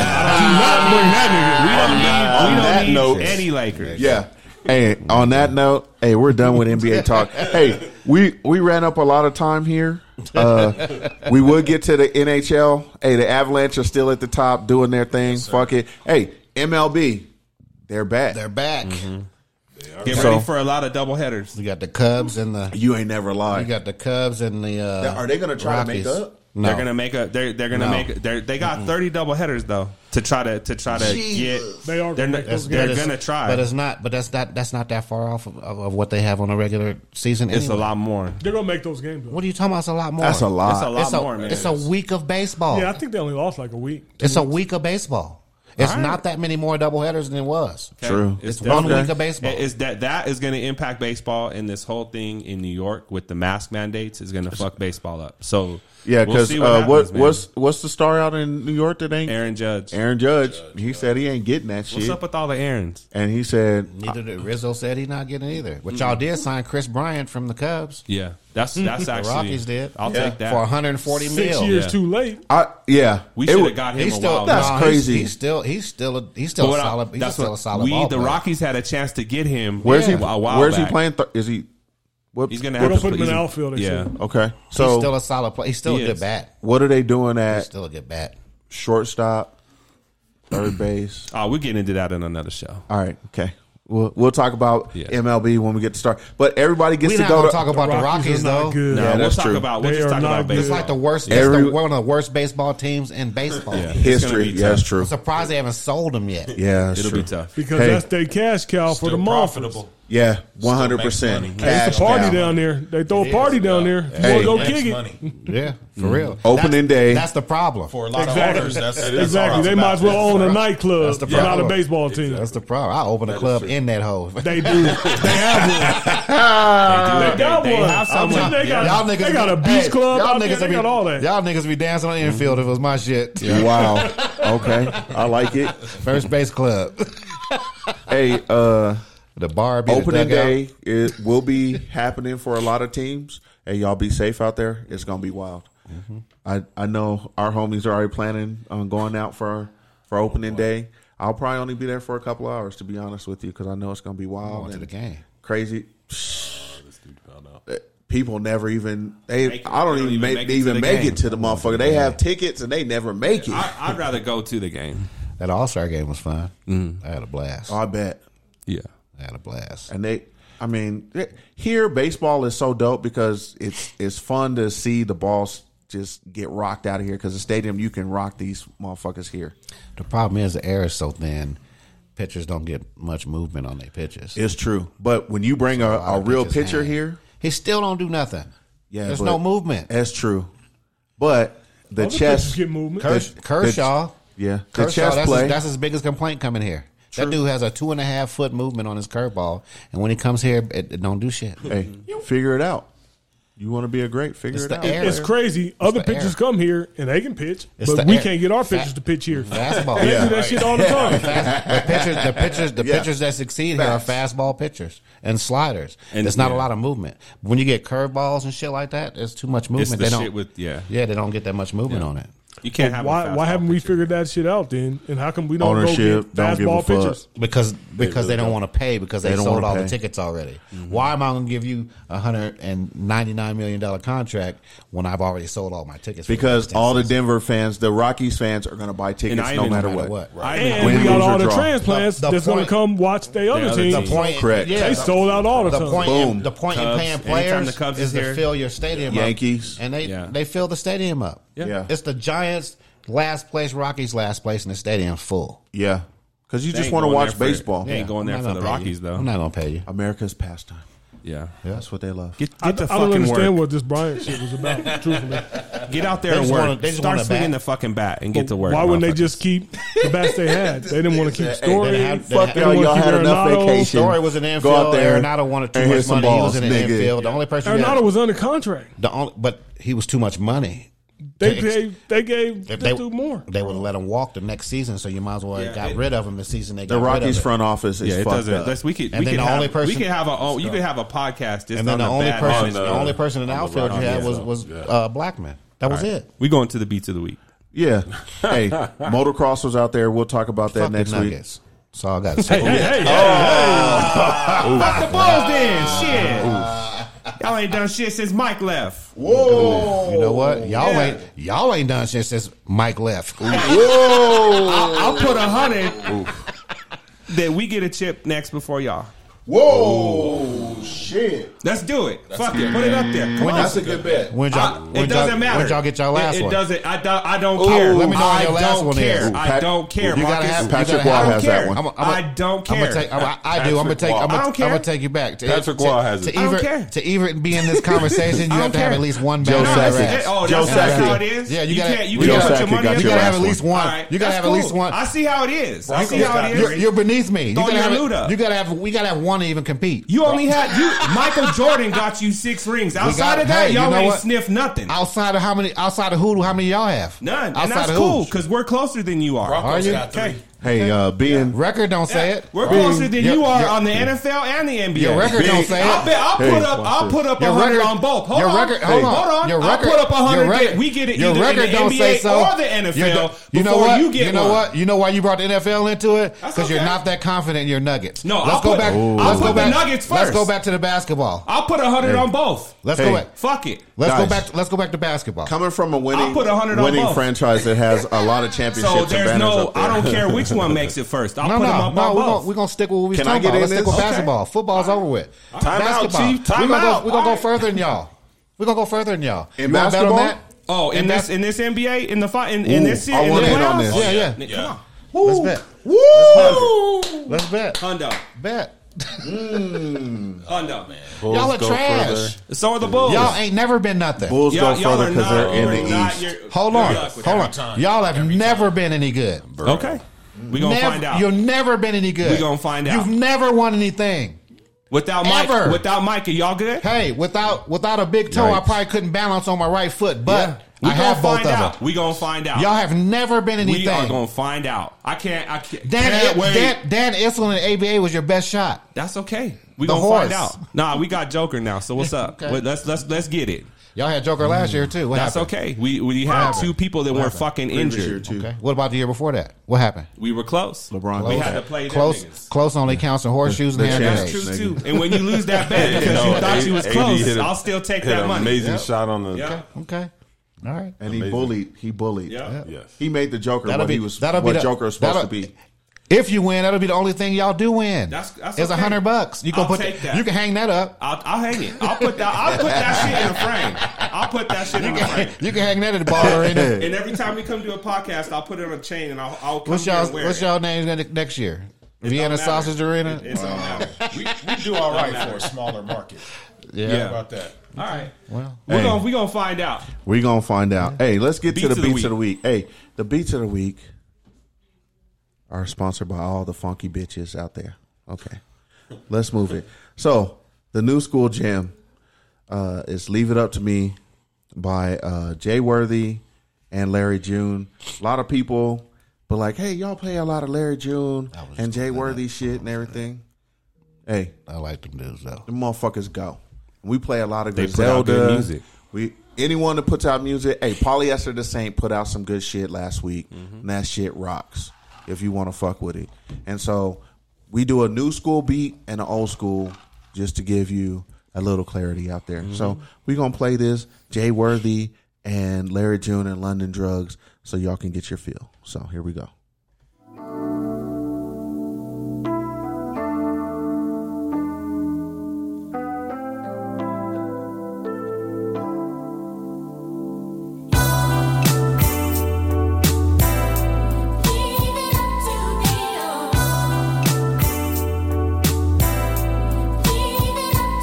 [SPEAKER 8] Not bring that
[SPEAKER 4] We don't need,
[SPEAKER 3] on
[SPEAKER 4] we
[SPEAKER 3] that
[SPEAKER 4] don't need
[SPEAKER 3] note-
[SPEAKER 4] any Lakers.
[SPEAKER 3] Yeah. Hey, on that note, hey, we're done with NBA talk. Hey, we we ran up a lot of time here. Uh, we would get to the NHL. Hey, the Avalanche are still at the top doing their thing. Fuck it. Hey, MLB, they're back.
[SPEAKER 5] They're back.
[SPEAKER 4] Get
[SPEAKER 3] So-
[SPEAKER 4] ready for a lot of double headers.
[SPEAKER 5] You got the Cubs and the
[SPEAKER 3] you ain't never lied.
[SPEAKER 5] you got the Cubs and the. Uh,
[SPEAKER 3] Are they gonna try to make
[SPEAKER 5] Rockies.
[SPEAKER 3] up?
[SPEAKER 5] No.
[SPEAKER 4] They're gonna make a. They're they're gonna
[SPEAKER 5] No.
[SPEAKER 4] make. They're, they got thirty double headers though to try to to try to get.
[SPEAKER 8] They are
[SPEAKER 4] They're, not-
[SPEAKER 8] gonna make those
[SPEAKER 4] they're
[SPEAKER 5] That is-
[SPEAKER 4] gonna try.
[SPEAKER 5] but it's not. But that's not. That's not that far off of, of, of what they have on a regular season.
[SPEAKER 4] It's
[SPEAKER 5] anyway.
[SPEAKER 4] a lot more.
[SPEAKER 8] They're gonna make those games. Though.
[SPEAKER 5] What are you talking about? It's a lot more.
[SPEAKER 3] That's a lot.
[SPEAKER 4] It's a lot
[SPEAKER 5] It's a,
[SPEAKER 4] more, man.
[SPEAKER 5] it's a week of baseball.
[SPEAKER 8] Yeah, I think they only lost like a week.
[SPEAKER 5] it's a week of baseball. It's
[SPEAKER 4] All right.
[SPEAKER 5] not that many more double headers than it was.
[SPEAKER 4] Okay?
[SPEAKER 3] True.
[SPEAKER 5] It's one
[SPEAKER 4] definitely-
[SPEAKER 5] week of baseball.
[SPEAKER 4] It- It's that that is going to impact baseball, and this whole thing in New York with the mask mandates is going to fuck baseball up. So
[SPEAKER 3] Yeah,
[SPEAKER 4] we'll
[SPEAKER 3] because
[SPEAKER 4] see
[SPEAKER 3] uh,
[SPEAKER 4] happens,
[SPEAKER 3] what
[SPEAKER 4] man.
[SPEAKER 3] what's what's the star out in New York that ain't
[SPEAKER 4] Aaron Judge?
[SPEAKER 3] Aaron Judge? he said he ain't getting that
[SPEAKER 4] what's
[SPEAKER 3] shit,
[SPEAKER 4] up with all the Aarons?
[SPEAKER 3] and he said
[SPEAKER 5] Neither did Rizzo said he's not getting it either. But y'all did sign Chris Bryant from the Cubs.
[SPEAKER 4] Yeah, that's that's
[SPEAKER 5] (laughs) The
[SPEAKER 4] actually
[SPEAKER 5] Rockies did.
[SPEAKER 4] I'll
[SPEAKER 5] Yeah.
[SPEAKER 4] take that.
[SPEAKER 5] for 140
[SPEAKER 8] Six
[SPEAKER 5] mil.
[SPEAKER 8] years
[SPEAKER 4] Yeah.
[SPEAKER 8] too late.
[SPEAKER 3] I yeah.
[SPEAKER 4] we
[SPEAKER 3] It
[SPEAKER 4] should
[SPEAKER 3] would-
[SPEAKER 4] have got him.
[SPEAKER 5] He's
[SPEAKER 4] a
[SPEAKER 5] still
[SPEAKER 4] while
[SPEAKER 3] That's
[SPEAKER 4] back.
[SPEAKER 5] no,
[SPEAKER 3] crazy.
[SPEAKER 5] He's, he's still he's still a,
[SPEAKER 4] But
[SPEAKER 5] he's still
[SPEAKER 4] what
[SPEAKER 5] a
[SPEAKER 4] I-
[SPEAKER 5] solid. He's
[SPEAKER 4] that's
[SPEAKER 5] still
[SPEAKER 4] what
[SPEAKER 5] a solid.
[SPEAKER 4] we
[SPEAKER 5] ball
[SPEAKER 4] the
[SPEAKER 5] player.
[SPEAKER 4] Rockies had a chance to get him.
[SPEAKER 3] Where's
[SPEAKER 4] a
[SPEAKER 3] he?
[SPEAKER 4] while
[SPEAKER 3] where's
[SPEAKER 4] back.
[SPEAKER 3] he playing? Th- is he? What,
[SPEAKER 4] He's gonna
[SPEAKER 8] They're
[SPEAKER 4] have to
[SPEAKER 8] gonna put him in
[SPEAKER 4] he's-
[SPEAKER 8] the outfield. they
[SPEAKER 4] Yeah,
[SPEAKER 8] said.
[SPEAKER 3] okay,
[SPEAKER 5] He's
[SPEAKER 3] so
[SPEAKER 5] still a solid player. He's still
[SPEAKER 4] He
[SPEAKER 5] a good
[SPEAKER 4] is.
[SPEAKER 5] bat.
[SPEAKER 3] what are they doing
[SPEAKER 5] He's
[SPEAKER 3] at
[SPEAKER 5] still a good bat.
[SPEAKER 3] shortstop,
[SPEAKER 5] (clears throat)
[SPEAKER 3] third base?
[SPEAKER 4] oh, we're getting into that in another show.
[SPEAKER 3] All right, okay. We'll we'll talk about
[SPEAKER 4] Yeah.
[SPEAKER 3] MLB when we get to start. But everybody gets
[SPEAKER 5] We're
[SPEAKER 3] to
[SPEAKER 5] not
[SPEAKER 3] go
[SPEAKER 5] gonna
[SPEAKER 3] to
[SPEAKER 5] talk about the Rockies,
[SPEAKER 8] are not
[SPEAKER 5] though.
[SPEAKER 8] Good.
[SPEAKER 4] No,
[SPEAKER 3] Yeah,
[SPEAKER 4] we'll
[SPEAKER 3] that's
[SPEAKER 4] talk
[SPEAKER 3] true.
[SPEAKER 4] about we'll
[SPEAKER 8] They
[SPEAKER 4] just
[SPEAKER 8] are
[SPEAKER 4] talk about
[SPEAKER 8] not good.
[SPEAKER 5] It's
[SPEAKER 4] baseball.
[SPEAKER 5] like the worst. it's
[SPEAKER 3] Every-
[SPEAKER 5] the, one of the worst baseball teams in baseball.
[SPEAKER 3] history.
[SPEAKER 4] It's
[SPEAKER 3] Yeah,
[SPEAKER 4] gonna be
[SPEAKER 3] that's
[SPEAKER 4] tough.
[SPEAKER 3] true.
[SPEAKER 5] I'm surprised they haven't sold them yet.
[SPEAKER 3] Yeah, that's
[SPEAKER 4] It'll
[SPEAKER 3] true.
[SPEAKER 4] be tough.
[SPEAKER 8] because
[SPEAKER 3] Hey.
[SPEAKER 8] that's their cash cow for the
[SPEAKER 18] Still
[SPEAKER 8] month.
[SPEAKER 18] profitable.
[SPEAKER 3] Yeah, one hundred
[SPEAKER 18] money.
[SPEAKER 3] percent.
[SPEAKER 8] It's
[SPEAKER 3] Cash
[SPEAKER 8] a party
[SPEAKER 3] down.
[SPEAKER 8] down there. They throw a party down there. If
[SPEAKER 3] Hey.
[SPEAKER 8] You want to
[SPEAKER 18] Makes
[SPEAKER 8] go kick it?
[SPEAKER 18] money
[SPEAKER 5] Yeah,
[SPEAKER 8] Mm-hmm.
[SPEAKER 5] for real.
[SPEAKER 3] Opening
[SPEAKER 5] That's-
[SPEAKER 3] day.
[SPEAKER 5] That's the problem.
[SPEAKER 18] for a lot
[SPEAKER 8] Exactly.
[SPEAKER 18] of owners. That's, that's all
[SPEAKER 8] Exactly.
[SPEAKER 18] it's
[SPEAKER 8] They might
[SPEAKER 18] about.
[SPEAKER 8] as well own a
[SPEAKER 5] That's-
[SPEAKER 8] nightclub,
[SPEAKER 5] that's the
[SPEAKER 8] but not a
[SPEAKER 5] problem.
[SPEAKER 8] baseball team.
[SPEAKER 5] That's the problem. I open a club in that hole.
[SPEAKER 8] They do. They have one.
[SPEAKER 4] They do.
[SPEAKER 8] They got
[SPEAKER 4] They- they
[SPEAKER 8] one.
[SPEAKER 4] have
[SPEAKER 8] I'm
[SPEAKER 4] someone.
[SPEAKER 8] telling you, They got, they got a beach
[SPEAKER 5] hey,
[SPEAKER 8] club out there. They
[SPEAKER 5] be,
[SPEAKER 8] got all that.
[SPEAKER 5] Y'all niggas be dancing on the infield if it was my shit.
[SPEAKER 3] Wow. Okay, I like
[SPEAKER 5] (laughs)
[SPEAKER 3] it.
[SPEAKER 5] First base club. (laughs)
[SPEAKER 3] Hey, uh,
[SPEAKER 5] The bar be
[SPEAKER 3] opening
[SPEAKER 5] the dugout.
[SPEAKER 3] day it will be (laughs) happening for a lot of teams. Hey, y'all be safe out there. It's gonna be wild.
[SPEAKER 5] Mm-hmm.
[SPEAKER 3] I I know our homies are already planning on going out for for opening day. I'll probably only be there for a couple hours to be honest with you because I know it's gonna be wild
[SPEAKER 5] Going to
[SPEAKER 3] and
[SPEAKER 5] the game.
[SPEAKER 3] crazy. Eh, People never even they.
[SPEAKER 4] Make it.
[SPEAKER 3] I don't
[SPEAKER 4] They
[SPEAKER 3] even, make,
[SPEAKER 4] it to
[SPEAKER 3] even
[SPEAKER 4] the
[SPEAKER 3] make
[SPEAKER 4] game.
[SPEAKER 3] it to the motherfucker. They have tickets and they never make it.
[SPEAKER 4] I, I'd rather go to the game.
[SPEAKER 5] That All Star game was fun.
[SPEAKER 8] Mm.
[SPEAKER 5] I had a blast.
[SPEAKER 3] I bet.
[SPEAKER 4] Yeah.
[SPEAKER 5] I had a blast.
[SPEAKER 3] and they i mean eh, here baseball is so dope because it's it's fun to see the balls just get rocked out of here because the stadium you can rock these motherfuckers here
[SPEAKER 5] The problem is the air is so thin. Pitchers don't get much movement on their pitches.
[SPEAKER 3] it's true but when you bring a, a real
[SPEAKER 5] Pitches
[SPEAKER 3] pitcher
[SPEAKER 5] hang.
[SPEAKER 3] here
[SPEAKER 5] He still don't do nothing.
[SPEAKER 3] Yeah,
[SPEAKER 5] There's
[SPEAKER 3] but-
[SPEAKER 5] no movement.
[SPEAKER 3] That's true, but the
[SPEAKER 5] Other
[SPEAKER 3] chess
[SPEAKER 5] pitchers get movement.
[SPEAKER 3] the-
[SPEAKER 5] Kersh-
[SPEAKER 3] the-
[SPEAKER 5] Kershaw.
[SPEAKER 3] yeah, the
[SPEAKER 5] Kershaw,
[SPEAKER 3] chess
[SPEAKER 5] that's,
[SPEAKER 3] play.
[SPEAKER 5] His, that's his biggest complaint coming here. That dude has a two and a half foot movement on his curveball, and when he comes here, it, it don't do shit.
[SPEAKER 3] Hey, figure it out. You want to be a great? Figure
[SPEAKER 5] It's
[SPEAKER 3] it
[SPEAKER 5] the
[SPEAKER 3] out.
[SPEAKER 5] air.
[SPEAKER 8] It's crazy. Other pitchers come here and they can pitch,
[SPEAKER 5] It's
[SPEAKER 8] but
[SPEAKER 5] the
[SPEAKER 8] we
[SPEAKER 5] air.
[SPEAKER 8] can't get our
[SPEAKER 5] Fa-
[SPEAKER 8] pitchers to pitch here.
[SPEAKER 5] Fastball.
[SPEAKER 8] They do that shit all the time.
[SPEAKER 5] the pitchers, the pitchers, the
[SPEAKER 8] Yeah.
[SPEAKER 5] pitchers that succeed here are fastball pitchers and sliders. There's not
[SPEAKER 4] yeah.
[SPEAKER 5] a lot of movement. When you get curveballs and shit like that, there's too much movement.
[SPEAKER 4] the
[SPEAKER 5] they don't.
[SPEAKER 4] shit with- yeah.
[SPEAKER 5] yeah, they don't get that much movement on it.
[SPEAKER 4] You
[SPEAKER 8] But why, why haven't we figured that shit out then? And how come we don't
[SPEAKER 5] Ownership,
[SPEAKER 8] go
[SPEAKER 5] don't
[SPEAKER 8] get
[SPEAKER 5] give a
[SPEAKER 8] fastball
[SPEAKER 5] fuck.
[SPEAKER 8] pitchers?
[SPEAKER 5] because because they don't want to pay because they,
[SPEAKER 3] They don't
[SPEAKER 5] sold
[SPEAKER 3] wanna
[SPEAKER 5] all
[SPEAKER 3] pay.
[SPEAKER 5] the tickets already. Why am I going to give you a hundred and ninety nine million dollar contract when I've already sold all my tickets? for the
[SPEAKER 3] because
[SPEAKER 5] next ten
[SPEAKER 3] all the
[SPEAKER 5] seasons?
[SPEAKER 3] Denver fans, the Rockies fans, are going to buy tickets
[SPEAKER 5] I
[SPEAKER 3] no
[SPEAKER 5] even-
[SPEAKER 3] matter
[SPEAKER 5] no
[SPEAKER 3] what.
[SPEAKER 5] matter what. Right. And
[SPEAKER 3] Win,
[SPEAKER 8] we got
[SPEAKER 3] lose, or
[SPEAKER 8] all the
[SPEAKER 3] draw.
[SPEAKER 8] transplants
[SPEAKER 5] The- the
[SPEAKER 8] that's going
[SPEAKER 5] point-
[SPEAKER 8] to come watch their other
[SPEAKER 5] the
[SPEAKER 8] teams.
[SPEAKER 5] point- Correct. yeah,
[SPEAKER 8] they
[SPEAKER 5] the-
[SPEAKER 8] sold out all the,
[SPEAKER 5] the
[SPEAKER 8] time.
[SPEAKER 5] point in, the point
[SPEAKER 4] Cubs,
[SPEAKER 5] in paying
[SPEAKER 4] anytime
[SPEAKER 5] players
[SPEAKER 4] the Cubs
[SPEAKER 5] is
[SPEAKER 4] is
[SPEAKER 5] to
[SPEAKER 4] here.
[SPEAKER 5] fill your stadium up.
[SPEAKER 3] Yankees.
[SPEAKER 5] and they
[SPEAKER 4] Yeah.
[SPEAKER 5] they fill the stadium up.
[SPEAKER 4] Yeah.
[SPEAKER 3] Yeah.
[SPEAKER 5] It's the Giants last place, Rockies last place, and the stadium full.
[SPEAKER 3] Yeah, because you
[SPEAKER 4] They
[SPEAKER 3] just
[SPEAKER 4] ain't
[SPEAKER 3] want to
[SPEAKER 4] going
[SPEAKER 3] watch
[SPEAKER 4] there for-
[SPEAKER 3] baseball.
[SPEAKER 4] they ain't going there
[SPEAKER 5] I'm
[SPEAKER 4] for
[SPEAKER 5] not
[SPEAKER 4] the
[SPEAKER 5] gonna pay
[SPEAKER 4] Rockies
[SPEAKER 5] you.
[SPEAKER 4] though.
[SPEAKER 5] I'm not gonna pay you.
[SPEAKER 3] America's pastime.
[SPEAKER 4] Yeah.
[SPEAKER 3] That's what they love.
[SPEAKER 4] Get, get
[SPEAKER 8] I,
[SPEAKER 4] the
[SPEAKER 8] I don't
[SPEAKER 4] fucking
[SPEAKER 8] understand
[SPEAKER 4] work.
[SPEAKER 8] what this Bryant shit was about. Truthfully,
[SPEAKER 4] Get out there
[SPEAKER 5] They
[SPEAKER 4] and
[SPEAKER 5] just
[SPEAKER 4] work.
[SPEAKER 5] wanna- they just
[SPEAKER 4] Start
[SPEAKER 5] wanna
[SPEAKER 4] swinging
[SPEAKER 5] bat.
[SPEAKER 4] the fucking bat and get to work.
[SPEAKER 8] why wouldn't they
[SPEAKER 4] motherfucker.
[SPEAKER 8] just keep the bats they had? They didn't want to keep Story.
[SPEAKER 5] They had- they
[SPEAKER 8] fuck
[SPEAKER 5] had-
[SPEAKER 8] they
[SPEAKER 3] Y'all,
[SPEAKER 8] didn't
[SPEAKER 3] y'all
[SPEAKER 8] wanna keep
[SPEAKER 3] had enough
[SPEAKER 8] Arenado.
[SPEAKER 3] vacation.
[SPEAKER 5] Story was an infield.
[SPEAKER 3] Go out there.
[SPEAKER 5] Arenado wanted too
[SPEAKER 3] and hit
[SPEAKER 5] much
[SPEAKER 3] some
[SPEAKER 5] money.
[SPEAKER 3] balls,
[SPEAKER 5] he was in the
[SPEAKER 3] nigga.
[SPEAKER 5] infield. The only person, you
[SPEAKER 8] Arenado
[SPEAKER 5] had,
[SPEAKER 8] was under contract.
[SPEAKER 5] the only, but he was too much money.
[SPEAKER 8] They
[SPEAKER 5] They-
[SPEAKER 8] they, they gave
[SPEAKER 5] If
[SPEAKER 8] this dude more.
[SPEAKER 5] They would have let him walk the next season, so you might as well have got rid of him the season they
[SPEAKER 3] The
[SPEAKER 5] got rid of
[SPEAKER 3] Rockies
[SPEAKER 5] him.
[SPEAKER 3] front office is
[SPEAKER 4] Yeah, it
[SPEAKER 3] fucked
[SPEAKER 4] doesn't.
[SPEAKER 3] up.
[SPEAKER 4] That's, we could.
[SPEAKER 5] And
[SPEAKER 4] we
[SPEAKER 5] then
[SPEAKER 4] could
[SPEAKER 5] the
[SPEAKER 4] have,
[SPEAKER 5] only person-
[SPEAKER 4] We could have a. Oh, you could have a podcast. Just
[SPEAKER 5] And then
[SPEAKER 4] on
[SPEAKER 5] the only
[SPEAKER 4] bad
[SPEAKER 5] person,
[SPEAKER 4] moments.
[SPEAKER 5] the only person in the
[SPEAKER 7] on the
[SPEAKER 5] outfield you
[SPEAKER 7] Rockies,
[SPEAKER 5] had was
[SPEAKER 7] so,
[SPEAKER 5] was
[SPEAKER 7] yeah.
[SPEAKER 5] uh, Blackman. That was it.
[SPEAKER 4] We going to the beats of the week.
[SPEAKER 3] yeah. Hey, motocross was out there. We'll talk about that
[SPEAKER 5] Fucking
[SPEAKER 3] next week.
[SPEAKER 5] Nuggets. That's all I got
[SPEAKER 4] (laughs)
[SPEAKER 5] to say. Oh.
[SPEAKER 4] Fuck the Bulls then. Shit. Y'all ain't done shit since Mike left.
[SPEAKER 5] Whoa! You know what? Y'all
[SPEAKER 4] Oh, Yeah. Uh,
[SPEAKER 5] ain't y'all ain't done shit since
[SPEAKER 4] (laughs)
[SPEAKER 5] Mike left.
[SPEAKER 3] Whoa!
[SPEAKER 4] I'll put a hundred that we get a chip next before y'all.
[SPEAKER 3] Whoa! Shit!
[SPEAKER 4] Let's do it. Fuck it. Put it up there. Come on.
[SPEAKER 3] a good bet.
[SPEAKER 5] When
[SPEAKER 4] I-
[SPEAKER 5] y'all, when
[SPEAKER 4] it doesn't
[SPEAKER 5] y'all,
[SPEAKER 4] matter.
[SPEAKER 5] When y'all get y'all last
[SPEAKER 4] it, it
[SPEAKER 5] one?
[SPEAKER 4] doesn't. I don't. I don't care.
[SPEAKER 5] Let me know when
[SPEAKER 4] I
[SPEAKER 5] your last
[SPEAKER 4] don't
[SPEAKER 5] one is.
[SPEAKER 4] care.
[SPEAKER 5] Ooh,
[SPEAKER 4] I
[SPEAKER 3] Pat-
[SPEAKER 4] don't care.
[SPEAKER 5] You gotta
[SPEAKER 4] Marcus.
[SPEAKER 5] have- you
[SPEAKER 3] Patrick
[SPEAKER 5] gotta
[SPEAKER 3] Wall
[SPEAKER 5] have-
[SPEAKER 3] has that one.
[SPEAKER 5] I'm a- I'm a-
[SPEAKER 4] I don't
[SPEAKER 5] I'm
[SPEAKER 4] care.
[SPEAKER 5] gonna take. I'm a, I do. I'm gonna
[SPEAKER 7] Patrick
[SPEAKER 5] take. I'm
[SPEAKER 7] Wall.
[SPEAKER 5] gonna,
[SPEAKER 4] I don't care.
[SPEAKER 5] I'm gonna take you back. To,
[SPEAKER 7] Patrick
[SPEAKER 5] to,
[SPEAKER 7] Wall has
[SPEAKER 5] to
[SPEAKER 7] it.
[SPEAKER 4] I don't
[SPEAKER 5] even
[SPEAKER 4] care.
[SPEAKER 5] to even be in this
[SPEAKER 4] (laughs)
[SPEAKER 5] conversation.
[SPEAKER 4] I
[SPEAKER 5] You have
[SPEAKER 4] don't
[SPEAKER 5] to have
[SPEAKER 4] care.
[SPEAKER 5] at least one
[SPEAKER 3] Joe
[SPEAKER 5] bad
[SPEAKER 4] No, that's
[SPEAKER 3] Sackett.
[SPEAKER 5] rap.
[SPEAKER 4] it. Oh,
[SPEAKER 3] Joe
[SPEAKER 4] that's, that's how it
[SPEAKER 3] Sackett.
[SPEAKER 4] is.
[SPEAKER 5] Yeah, you
[SPEAKER 4] you
[SPEAKER 5] gotta-
[SPEAKER 4] can't. You
[SPEAKER 3] Joe
[SPEAKER 4] can't put your
[SPEAKER 3] Sackett
[SPEAKER 4] money.
[SPEAKER 3] got
[SPEAKER 4] in
[SPEAKER 3] your
[SPEAKER 5] You
[SPEAKER 4] the
[SPEAKER 5] gotta have
[SPEAKER 3] last
[SPEAKER 5] at least
[SPEAKER 4] All
[SPEAKER 5] one.
[SPEAKER 4] right.
[SPEAKER 5] You gotta
[SPEAKER 4] That's
[SPEAKER 5] have at least
[SPEAKER 4] cool.
[SPEAKER 5] one.
[SPEAKER 4] I see how it is. I
[SPEAKER 7] Broncos
[SPEAKER 4] see how
[SPEAKER 7] got-
[SPEAKER 4] it
[SPEAKER 5] You're,
[SPEAKER 4] is.
[SPEAKER 5] you're beneath me. You
[SPEAKER 4] Throw
[SPEAKER 5] gotta,
[SPEAKER 4] your
[SPEAKER 5] have
[SPEAKER 4] loot
[SPEAKER 5] a,
[SPEAKER 4] up.
[SPEAKER 5] you gotta have. We gotta have one to even compete.
[SPEAKER 4] You only had
[SPEAKER 5] (laughs)
[SPEAKER 4] you. Michael Jordan got you six rings. Outside
[SPEAKER 5] got-
[SPEAKER 4] of that,
[SPEAKER 5] hey, you
[SPEAKER 4] y'all
[SPEAKER 5] know
[SPEAKER 4] ain't
[SPEAKER 5] what?
[SPEAKER 4] sniffed nothing.
[SPEAKER 5] Outside of how many? Outside of who? How many y'all have?
[SPEAKER 4] None, and
[SPEAKER 5] Outside
[SPEAKER 4] that's
[SPEAKER 5] of
[SPEAKER 4] cool
[SPEAKER 5] who?
[SPEAKER 4] because we're closer than you are.
[SPEAKER 5] Are
[SPEAKER 7] Broncos
[SPEAKER 5] you?
[SPEAKER 7] got three.
[SPEAKER 3] Hey, uh, being
[SPEAKER 5] Record don't say it.
[SPEAKER 4] We're closer than
[SPEAKER 5] Your-
[SPEAKER 4] you are
[SPEAKER 5] your-
[SPEAKER 4] on the NFL and the NBA.
[SPEAKER 5] Your record don't say
[SPEAKER 4] I'll,
[SPEAKER 5] it.
[SPEAKER 4] bet, I'll
[SPEAKER 3] Hey,
[SPEAKER 4] put up.
[SPEAKER 3] watch
[SPEAKER 4] I'll
[SPEAKER 3] this.
[SPEAKER 4] put up a
[SPEAKER 5] Your
[SPEAKER 4] hundred
[SPEAKER 5] record-
[SPEAKER 4] on both. Hold
[SPEAKER 5] your
[SPEAKER 4] on.
[SPEAKER 5] record- hold on.
[SPEAKER 4] Hold on.
[SPEAKER 5] Your
[SPEAKER 4] I'll
[SPEAKER 5] record-
[SPEAKER 4] put up a hundred.
[SPEAKER 5] your
[SPEAKER 4] that
[SPEAKER 5] record-
[SPEAKER 4] We get it
[SPEAKER 5] your
[SPEAKER 4] either in
[SPEAKER 5] record
[SPEAKER 4] the
[SPEAKER 5] don't
[SPEAKER 4] NBA
[SPEAKER 5] say so.
[SPEAKER 4] or the
[SPEAKER 5] You're
[SPEAKER 4] NFL
[SPEAKER 5] the-
[SPEAKER 4] before
[SPEAKER 5] you know what?
[SPEAKER 4] you get
[SPEAKER 5] You know
[SPEAKER 4] one.
[SPEAKER 5] what? You know why you brought the NFL into it?
[SPEAKER 4] That's
[SPEAKER 5] Because you're
[SPEAKER 4] okay.
[SPEAKER 5] not that confident in your Nuggets.
[SPEAKER 4] No,
[SPEAKER 5] let's
[SPEAKER 4] I'll
[SPEAKER 5] go
[SPEAKER 4] put-
[SPEAKER 5] back.
[SPEAKER 4] I'll
[SPEAKER 5] let's
[SPEAKER 4] put
[SPEAKER 5] go
[SPEAKER 4] the
[SPEAKER 5] back.
[SPEAKER 4] Nuggets
[SPEAKER 5] Let's
[SPEAKER 4] first.
[SPEAKER 5] go back to the basketball.
[SPEAKER 4] I'll put a hundred
[SPEAKER 3] Hey.
[SPEAKER 4] on both.
[SPEAKER 5] Let's
[SPEAKER 3] Hey.
[SPEAKER 5] go back.
[SPEAKER 4] Fuck it.
[SPEAKER 5] Let's
[SPEAKER 3] Guys.
[SPEAKER 5] go back. Let's go back to basketball.
[SPEAKER 3] coming from a
[SPEAKER 4] I'll
[SPEAKER 3] winning
[SPEAKER 4] put 100 on
[SPEAKER 3] winning
[SPEAKER 4] both.
[SPEAKER 3] franchise that has a lot of championships
[SPEAKER 4] So
[SPEAKER 3] and
[SPEAKER 4] there's
[SPEAKER 3] banners
[SPEAKER 4] no.
[SPEAKER 3] up there.
[SPEAKER 4] I don't care which one makes it
[SPEAKER 5] (laughs)
[SPEAKER 4] first. I'll
[SPEAKER 5] No,
[SPEAKER 4] put them
[SPEAKER 5] no,
[SPEAKER 4] up
[SPEAKER 5] no.
[SPEAKER 4] on
[SPEAKER 5] We're gonna,
[SPEAKER 4] both.
[SPEAKER 5] we're gonna stick with what we
[SPEAKER 3] Can
[SPEAKER 5] was
[SPEAKER 3] I
[SPEAKER 5] talking
[SPEAKER 3] get
[SPEAKER 5] about.
[SPEAKER 3] in
[SPEAKER 5] Let's stick
[SPEAKER 3] this?
[SPEAKER 5] with
[SPEAKER 3] Okay.
[SPEAKER 5] basketball. Football's over with.
[SPEAKER 7] Time out,
[SPEAKER 5] basketball.
[SPEAKER 7] Chief. Time
[SPEAKER 5] we're gonna
[SPEAKER 7] out.
[SPEAKER 5] Go, we're gonna
[SPEAKER 7] All
[SPEAKER 5] go further than y'all. We're gonna go further than y'all.
[SPEAKER 3] In
[SPEAKER 5] you wanna bet
[SPEAKER 3] basketball?
[SPEAKER 5] on that?
[SPEAKER 4] Oh, in
[SPEAKER 5] And
[SPEAKER 4] this
[SPEAKER 5] that's-
[SPEAKER 4] in this NBA in the fi- in, in
[SPEAKER 3] Ooh,
[SPEAKER 4] this
[SPEAKER 3] I
[SPEAKER 4] in the
[SPEAKER 3] wanna hit on this.
[SPEAKER 4] playoffs.
[SPEAKER 5] Yeah, yeah.
[SPEAKER 4] Come
[SPEAKER 5] Let's bet.
[SPEAKER 4] on.
[SPEAKER 5] Let's bet.
[SPEAKER 4] Hundo,
[SPEAKER 5] Bet.
[SPEAKER 4] Hundo, man.
[SPEAKER 7] Bulls
[SPEAKER 5] Y'all are
[SPEAKER 7] go
[SPEAKER 5] trash.
[SPEAKER 7] further.
[SPEAKER 4] So are the Bulls.
[SPEAKER 5] Y'all ain't never been nothing.
[SPEAKER 3] Bulls
[SPEAKER 4] Y'all-
[SPEAKER 3] go
[SPEAKER 4] y'all
[SPEAKER 3] further
[SPEAKER 4] are
[SPEAKER 3] because
[SPEAKER 4] not-
[SPEAKER 3] they're
[SPEAKER 4] you are
[SPEAKER 3] in the
[SPEAKER 4] not-
[SPEAKER 3] East.
[SPEAKER 4] you're-
[SPEAKER 5] Hold
[SPEAKER 4] you're
[SPEAKER 5] on,
[SPEAKER 4] luck with
[SPEAKER 5] hold
[SPEAKER 4] that.
[SPEAKER 5] on. Y'all have never been any good.
[SPEAKER 4] Okay. We're going to
[SPEAKER 5] Never-
[SPEAKER 4] find out.
[SPEAKER 5] You've never been any good.
[SPEAKER 4] We gonna find out.
[SPEAKER 5] You've never won anything.
[SPEAKER 4] without Mike,
[SPEAKER 5] Ever.
[SPEAKER 4] without Mike, are y'all good?
[SPEAKER 5] Hey, without without a big toe, I
[SPEAKER 4] Yikes.
[SPEAKER 5] probably couldn't balance on my right foot. But
[SPEAKER 4] We
[SPEAKER 5] I
[SPEAKER 4] gonna
[SPEAKER 5] have both
[SPEAKER 4] find
[SPEAKER 5] of
[SPEAKER 4] out.
[SPEAKER 5] them.
[SPEAKER 4] We going to find out.
[SPEAKER 5] Y'all have never been anything.
[SPEAKER 4] we are going to find out. I can't I can't,
[SPEAKER 5] Dan,
[SPEAKER 4] can't wait.
[SPEAKER 5] Dan, Dan Issel in the ABA was your best shot.
[SPEAKER 4] That's okay. We
[SPEAKER 5] The
[SPEAKER 4] going to find
[SPEAKER 5] horse.
[SPEAKER 4] out. Nah, we got Joker now. So
[SPEAKER 5] (laughs)
[SPEAKER 4] what's up?
[SPEAKER 5] Okay.
[SPEAKER 4] Wait, let's let's let's get it.
[SPEAKER 5] Y'all had Joker last year too. What
[SPEAKER 4] That's
[SPEAKER 5] happened?
[SPEAKER 4] okay. We we had
[SPEAKER 5] happened?
[SPEAKER 4] two people that weren't fucking
[SPEAKER 3] Previous year,
[SPEAKER 4] injured.
[SPEAKER 3] too.
[SPEAKER 5] Okay. What about the year before that? What happened?
[SPEAKER 4] We were close.
[SPEAKER 3] LeBron
[SPEAKER 4] We
[SPEAKER 3] goes
[SPEAKER 4] had to
[SPEAKER 3] back.
[SPEAKER 4] play them
[SPEAKER 5] Close,
[SPEAKER 4] niggas.
[SPEAKER 5] close only counts in horseshoes and
[SPEAKER 3] The
[SPEAKER 5] hand
[SPEAKER 3] chance.
[SPEAKER 4] That's
[SPEAKER 5] grenades.
[SPEAKER 4] true
[SPEAKER 3] Nigga.
[SPEAKER 4] too. And when you lose that
[SPEAKER 7] (laughs)
[SPEAKER 4] bet because
[SPEAKER 7] No,
[SPEAKER 4] you thought you was
[SPEAKER 7] AD hit
[SPEAKER 4] close,
[SPEAKER 7] a-
[SPEAKER 4] I'll still take
[SPEAKER 7] hit
[SPEAKER 4] that
[SPEAKER 7] an
[SPEAKER 4] money.
[SPEAKER 7] Amazing shot on the. (laughs)
[SPEAKER 4] Yeah.
[SPEAKER 5] Okay. All right.
[SPEAKER 3] And he bullied. He bullied.
[SPEAKER 4] Yeah.
[SPEAKER 7] Yes.
[SPEAKER 3] He made the Joker
[SPEAKER 5] That'll
[SPEAKER 3] what
[SPEAKER 5] be-
[SPEAKER 3] he was.
[SPEAKER 5] that'll be
[SPEAKER 3] what
[SPEAKER 5] the-
[SPEAKER 3] Joker was supposed to
[SPEAKER 5] that'll-
[SPEAKER 3] be.
[SPEAKER 5] If you win, that'll be the only thing y'all do win.
[SPEAKER 4] That's- that's
[SPEAKER 5] it's a
[SPEAKER 4] okay.
[SPEAKER 5] hundred bucks. You can
[SPEAKER 4] I'll
[SPEAKER 5] put
[SPEAKER 4] take
[SPEAKER 5] that.
[SPEAKER 4] that.
[SPEAKER 5] You can hang that up.
[SPEAKER 4] I'll, I'll hang it. I'll put that. I'll put that shit in a frame. I'll put that shit in a frame.
[SPEAKER 5] you can hang that at the
[SPEAKER 4] (laughs)
[SPEAKER 5] ball arena.
[SPEAKER 4] And every time we come to a podcast, I'll put it on a chain and I'll, I'll come
[SPEAKER 5] What's
[SPEAKER 4] here and
[SPEAKER 5] y'all
[SPEAKER 4] wear
[SPEAKER 5] What's
[SPEAKER 4] it.
[SPEAKER 5] y'all names gonna- next year?
[SPEAKER 4] It don't
[SPEAKER 5] Vienna
[SPEAKER 4] matter.
[SPEAKER 5] Sausage Arena.
[SPEAKER 4] It, it's don't matter.
[SPEAKER 19] We, we do all right for a smaller market.
[SPEAKER 5] yeah.
[SPEAKER 19] How about that?
[SPEAKER 4] All right.
[SPEAKER 3] Well.
[SPEAKER 4] we're
[SPEAKER 3] Hey.
[SPEAKER 4] gonna we gonna find out.
[SPEAKER 3] We're gonna find out. Hey, let's get to
[SPEAKER 4] Beats
[SPEAKER 3] the
[SPEAKER 4] of the
[SPEAKER 3] beats of the week. Hey, the beats of the week are sponsored by all the funky bitches out there. Okay, let's move it. So the new school jam uh, is "Leave It Up to Me" by uh, Jay Worthy and Larry June. A lot of people, but like, hey, y'all play a lot of Larry June and Jay Worthy shit and everything. Hey,
[SPEAKER 5] I like them dudes though.
[SPEAKER 3] The motherfuckers go. We play a lot of
[SPEAKER 20] They put out
[SPEAKER 3] Griselda
[SPEAKER 20] good music.
[SPEAKER 3] We anyone that puts out music, hey, Polyester the Saint put out some good shit last week, and that shit rocks. If you want to fuck with it, and so we do a new school beat and an old school, just to give you a little clarity out there.
[SPEAKER 20] Mm-hmm.
[SPEAKER 3] So we gonna play this Jay Worthy and Larry June and London Drugs, so y'all can get your feel. So here we go.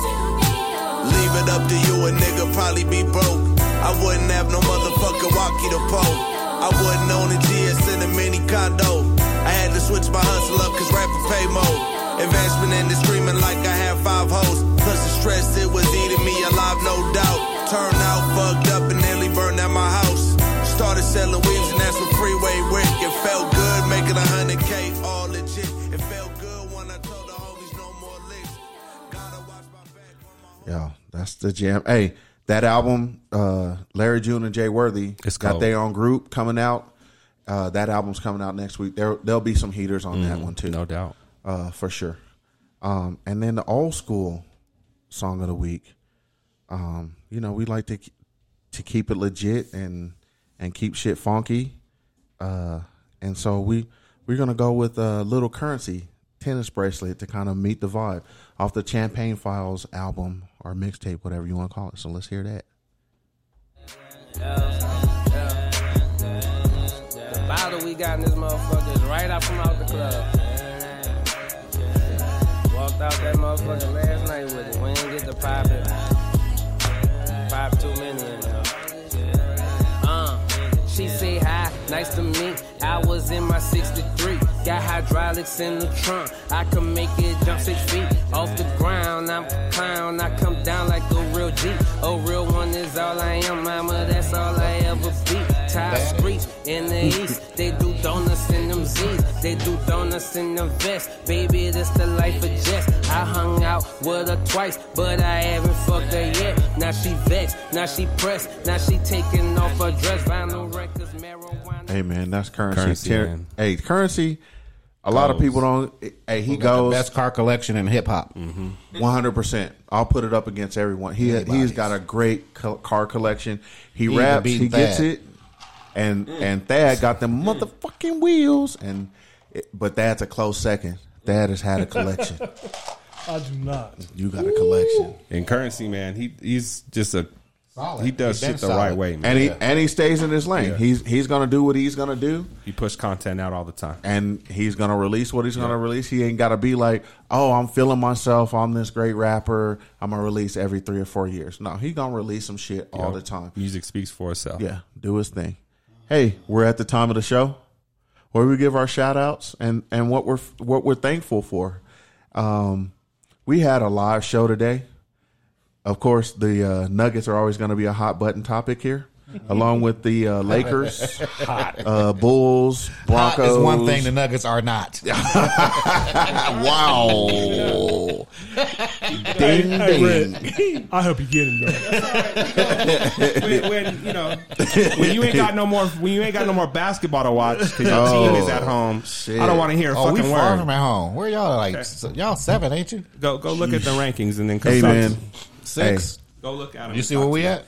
[SPEAKER 2] Leave it up to you, a nigga probably be broke. I wouldn't have no motherfucking walkie to poke. I wouldn't own a GS in a mini condo. I had to switch my hustle up cause rapper pay more. Investment in the streaming like I had five hoes. Plus the stress, it was eating me alive, no doubt. Turned out fucked up and nearly burned down my house. Started selling weaves and that's what freeway work. It felt good making a hundred K all legit. It felt good when I told the homies no more licks.
[SPEAKER 3] Yeah, that's the jam. Hey, that album, uh, Larry June and Jay Worthy,
[SPEAKER 20] It's
[SPEAKER 3] got
[SPEAKER 20] cold.
[SPEAKER 3] their own group coming out. Uh, that album's coming out next week. There, there'll be some heaters on that
[SPEAKER 20] Mhm,
[SPEAKER 3] one too,
[SPEAKER 20] no doubt,
[SPEAKER 3] uh, for sure. Um, and then the old school song of the week. Um, you know, we like to to keep it legit and and keep shit funky. Uh, and so we we're gonna go with a little currency tennis bracelet to kind of meet the vibe off the Champagne Files album or mixtape, whatever you want to call it. So let's hear that.
[SPEAKER 8] The bottle we got in this motherfucker is right out from out the club. Walked out that motherfucker last night with it. We didn't get to pop it. Pop too many in there. Uh, she say hi, nice to meet. I was in my 63. Got hydraulics in the trunk. I can make it jump six feet off the ground. I'm a clown. I come down like a real G. A real one is all I am, mama. That's all I ever be. Top streets in the east. They do donuts in them Z's. They do donuts in the vest. Baby, that's the life of Jess. I hung out with her twice, but I haven't fucked her yet. Now she vexed. Now she pressed. Now she taking off her dress. Vinyl records, marijuana.
[SPEAKER 3] Hey man, that's currency.
[SPEAKER 5] Currency,
[SPEAKER 3] Ter-
[SPEAKER 5] man.
[SPEAKER 3] Hey, currency. A lot of
[SPEAKER 5] Goes.
[SPEAKER 3] people don't. Hey, he
[SPEAKER 5] Who got the
[SPEAKER 3] goes
[SPEAKER 5] best
[SPEAKER 3] car collection in hip hop. One hundred percent. I'll put it up against everyone. He he's got a great co- car collection. He,
[SPEAKER 5] He
[SPEAKER 3] raps.
[SPEAKER 5] beat
[SPEAKER 3] He gets
[SPEAKER 5] Thad.
[SPEAKER 3] it. And and Thad got them motherfucking wheels. And it, but Thad's a close second. Thad has had a collection.
[SPEAKER 21] (laughs) I do not.
[SPEAKER 3] You got a collection.
[SPEAKER 20] And currency, man, he he's just a
[SPEAKER 21] Solid.
[SPEAKER 20] he does
[SPEAKER 21] He's been
[SPEAKER 20] shit the
[SPEAKER 21] solid.
[SPEAKER 20] right way, man.
[SPEAKER 3] And he and he stays in his lane.
[SPEAKER 20] Yeah.
[SPEAKER 3] He's he's gonna do what he's gonna do.
[SPEAKER 20] He push content out all the time.
[SPEAKER 3] and he's gonna release what he's gonna release. He ain't gotta be like, oh, I'm feeling myself. I'm this great rapper. I'm gonna release every three or four years. No, he gonna release some shit all
[SPEAKER 20] Yup.
[SPEAKER 3] the time.
[SPEAKER 20] Music speaks for itself.
[SPEAKER 3] Yeah, do his thing. Hey, we're at the time of the show where we give our shout outs and and what we're what we're thankful for. Um, we had a live show today. Of course, the uh, Nuggets are always going to be a hot button topic
[SPEAKER 5] (laughs)
[SPEAKER 3] here, along with the uh, Lakers,
[SPEAKER 5] Hot.
[SPEAKER 3] Uh, Bulls,
[SPEAKER 5] Hot
[SPEAKER 3] Broncos.
[SPEAKER 5] is Uh, one thing the Nuggets are (laughs) not.
[SPEAKER 3] wow.
[SPEAKER 21] Hey,
[SPEAKER 3] (laughs) ding
[SPEAKER 21] hey,
[SPEAKER 3] ding.
[SPEAKER 21] Red, I hope you get him though.
[SPEAKER 4] When, when, you know, when you ain't got no more, when you ain't got no more basketball to watch because your
[SPEAKER 5] Oh,
[SPEAKER 4] team is at home,
[SPEAKER 5] shit.
[SPEAKER 4] I don't want to hear a
[SPEAKER 5] Oh, we
[SPEAKER 4] fucking
[SPEAKER 5] far
[SPEAKER 4] word.
[SPEAKER 5] from at home. Where y'all like? so- y'all seven, ain't you?
[SPEAKER 4] Go go look at the rankings and then come
[SPEAKER 3] Hey,
[SPEAKER 4] talk
[SPEAKER 3] man.
[SPEAKER 4] to-
[SPEAKER 5] Six.
[SPEAKER 4] Go look at 'em
[SPEAKER 5] You
[SPEAKER 4] and
[SPEAKER 5] see
[SPEAKER 4] talk
[SPEAKER 5] where
[SPEAKER 4] to
[SPEAKER 5] we
[SPEAKER 4] them.
[SPEAKER 5] at?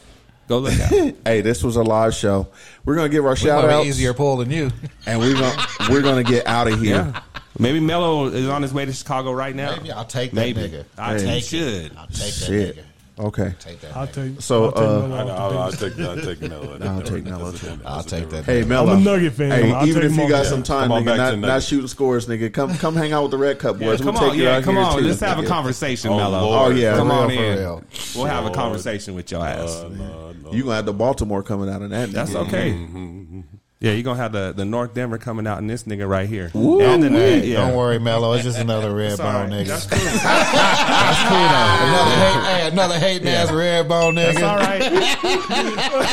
[SPEAKER 20] Go look at.
[SPEAKER 3] hey, this was a live show. We're gonna give our
[SPEAKER 5] might
[SPEAKER 3] shout
[SPEAKER 5] be
[SPEAKER 3] out.
[SPEAKER 5] easier poll than you.
[SPEAKER 3] And we're gonna we're gonna get out of here.
[SPEAKER 4] Yeah. Maybe Melo is on his way to Chicago right now. Maybe
[SPEAKER 5] I'll take
[SPEAKER 3] that nigga.
[SPEAKER 4] I
[SPEAKER 3] Hey.
[SPEAKER 4] take
[SPEAKER 3] Should.
[SPEAKER 4] it.
[SPEAKER 5] I'll take
[SPEAKER 3] Shit.
[SPEAKER 5] that nigga.
[SPEAKER 3] Okay.
[SPEAKER 5] Take that.
[SPEAKER 8] I'll take-
[SPEAKER 3] So,
[SPEAKER 8] I'll take
[SPEAKER 3] uh,
[SPEAKER 8] Melo.
[SPEAKER 7] I know, I'll, I'll take I'll
[SPEAKER 4] (laughs)
[SPEAKER 7] take Melo.
[SPEAKER 3] I'll take Melo
[SPEAKER 7] That's
[SPEAKER 3] too.
[SPEAKER 7] a different-
[SPEAKER 5] I'll
[SPEAKER 7] that's a
[SPEAKER 5] take
[SPEAKER 7] different-
[SPEAKER 5] that.
[SPEAKER 3] Hey, Melo.
[SPEAKER 8] I'm a Nugget fan,
[SPEAKER 3] Hey,
[SPEAKER 8] though. I'll
[SPEAKER 3] even
[SPEAKER 8] take
[SPEAKER 3] if
[SPEAKER 8] him
[SPEAKER 3] you
[SPEAKER 8] on
[SPEAKER 3] got
[SPEAKER 8] that.
[SPEAKER 3] some time,
[SPEAKER 7] Come on
[SPEAKER 3] nigga,
[SPEAKER 7] back to
[SPEAKER 3] not, not
[SPEAKER 7] Nuggets.
[SPEAKER 3] shooting scores, nigga. Come come hang out with the Red Cup boys.
[SPEAKER 4] come
[SPEAKER 3] we'll
[SPEAKER 4] on,
[SPEAKER 3] take you
[SPEAKER 4] yeah,
[SPEAKER 3] out
[SPEAKER 4] come
[SPEAKER 3] here
[SPEAKER 4] on.
[SPEAKER 3] too,
[SPEAKER 4] Let's have a
[SPEAKER 3] nigga.
[SPEAKER 4] conversation,
[SPEAKER 3] Oh,
[SPEAKER 4] Mello.
[SPEAKER 3] Lord. Oh, yeah,
[SPEAKER 4] come
[SPEAKER 3] for
[SPEAKER 4] on
[SPEAKER 3] real, for
[SPEAKER 4] in.
[SPEAKER 3] real.
[SPEAKER 4] We'll have a
[SPEAKER 3] Lord.
[SPEAKER 4] conversation with your ass.
[SPEAKER 3] You gonna have the Baltimore coming out of that.
[SPEAKER 4] That's
[SPEAKER 3] nigga.
[SPEAKER 4] okay. Yeah, you're gonna have the, the North Denver coming out and this nigga right here.
[SPEAKER 5] Ooh,
[SPEAKER 4] and the,
[SPEAKER 5] hey,
[SPEAKER 4] yeah.
[SPEAKER 5] Don't worry, Mello. It's just
[SPEAKER 3] (laughs)
[SPEAKER 5] another red
[SPEAKER 4] It's
[SPEAKER 5] bone
[SPEAKER 4] all right.
[SPEAKER 5] nigga.
[SPEAKER 4] That's
[SPEAKER 5] cool. That's cool though. Another hate, hey, another hating ass red bone Ah, nigga.
[SPEAKER 4] That's all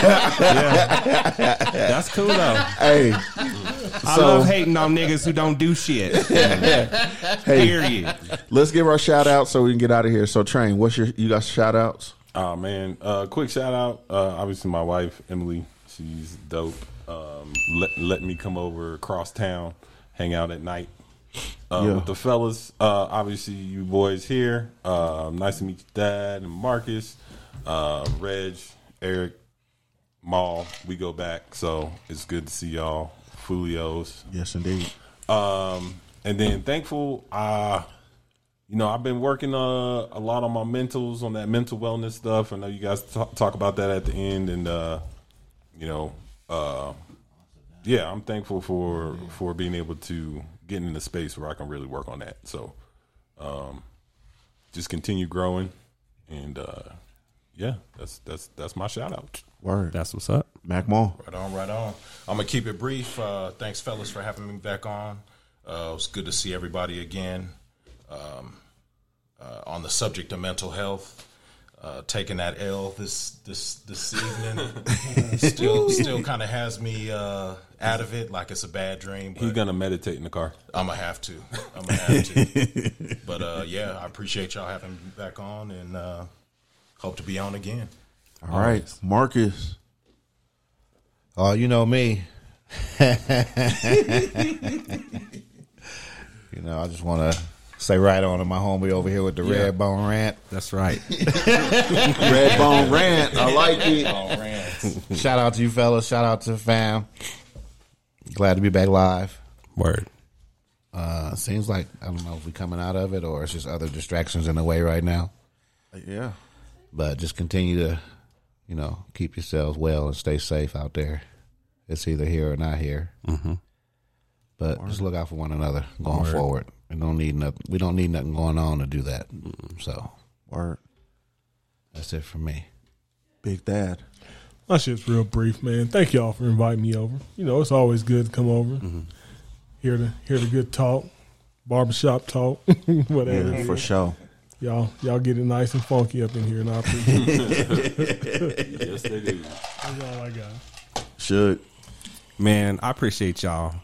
[SPEAKER 4] right. (laughs) Yeah. That's cool though.
[SPEAKER 3] Hey,
[SPEAKER 4] I
[SPEAKER 3] So-
[SPEAKER 4] love hating on niggas who don't do shit.
[SPEAKER 3] Hey.
[SPEAKER 4] Period.
[SPEAKER 3] let's give our shout out so we can get out of here. So, Train, what's your you got shout outs?
[SPEAKER 7] Oh man! Uh, quick shout out, uh, obviously my wife Emily. She's dope. Um, let let me come over across town, hang out at night uh,
[SPEAKER 3] Yeah.
[SPEAKER 7] with the fellas. Uh, obviously you boys here. Um, nice to meet you, Dad and Marcus, uh, Reg, Eric, Maul. We go back, so it's good to see y'all, Fulios.
[SPEAKER 3] Yes, indeed.
[SPEAKER 7] Um, and then thankful, uh, you know, I've been working uh, a lot on my mentals, on that mental wellness stuff. I know you guys talk, talk about that at the end, and uh, you know, uh, yeah, I'm thankful for for being able to get in the space where I can really work on that. So, um, just continue growing, and uh, yeah, that's that's that's my shout out.
[SPEAKER 3] Word.
[SPEAKER 22] That's what's up.
[SPEAKER 3] Mac Mall.
[SPEAKER 23] Right on, right on. I'm gonna keep it brief. Uh, thanks, fellas, for having me back on. Uh, it was good to see everybody again. Um, uh, on the subject of mental health, uh, taking that L this this this
[SPEAKER 7] (laughs)
[SPEAKER 23] evening still still kind of has me uh, out of it, like it's a bad dream.
[SPEAKER 7] He's
[SPEAKER 23] But
[SPEAKER 7] gonna meditate in the car.
[SPEAKER 23] I'm gonna have to. I'm gonna have
[SPEAKER 7] (laughs)
[SPEAKER 23] to. but uh, yeah, I appreciate y'all having me back on, and uh, hope to be on again.
[SPEAKER 3] All right, Marcus.
[SPEAKER 5] Oh, you know me. you know, I just want to say right on to my homie over here with the
[SPEAKER 4] Yeah.
[SPEAKER 5] red bone rant.
[SPEAKER 4] That's right.
[SPEAKER 3] Red Bone Rant. I like it.
[SPEAKER 23] All right.
[SPEAKER 5] Shout out to you fellas. Shout out to the fam. Glad to be back live.
[SPEAKER 22] Word.
[SPEAKER 5] Uh, seems like I don't know if we're coming out of it or it's just other distractions in the way right now.
[SPEAKER 3] Yeah.
[SPEAKER 5] But just continue to, you know, keep yourselves well and stay safe out there. It's either here or not here.
[SPEAKER 23] Mm-hmm.
[SPEAKER 22] Mhm.
[SPEAKER 5] But just look out for one another going forward. We don't need nothing. We don't need nothing going on to do that. So
[SPEAKER 3] Word.
[SPEAKER 5] that's it for me.
[SPEAKER 3] Big Dad.
[SPEAKER 8] My shit's real brief, man. Thank y'all for inviting me over. You know, it's always good to come over, hear the hear the good talk, barbershop talk, (laughs) whatever.
[SPEAKER 3] Yeah, for sure.
[SPEAKER 8] Y'all, y'all get it nice and funky up in here, and I appreciate it.
[SPEAKER 7] (laughs) Yes, they do.
[SPEAKER 8] That's all I got.
[SPEAKER 3] Should.
[SPEAKER 4] Man, I appreciate y'all.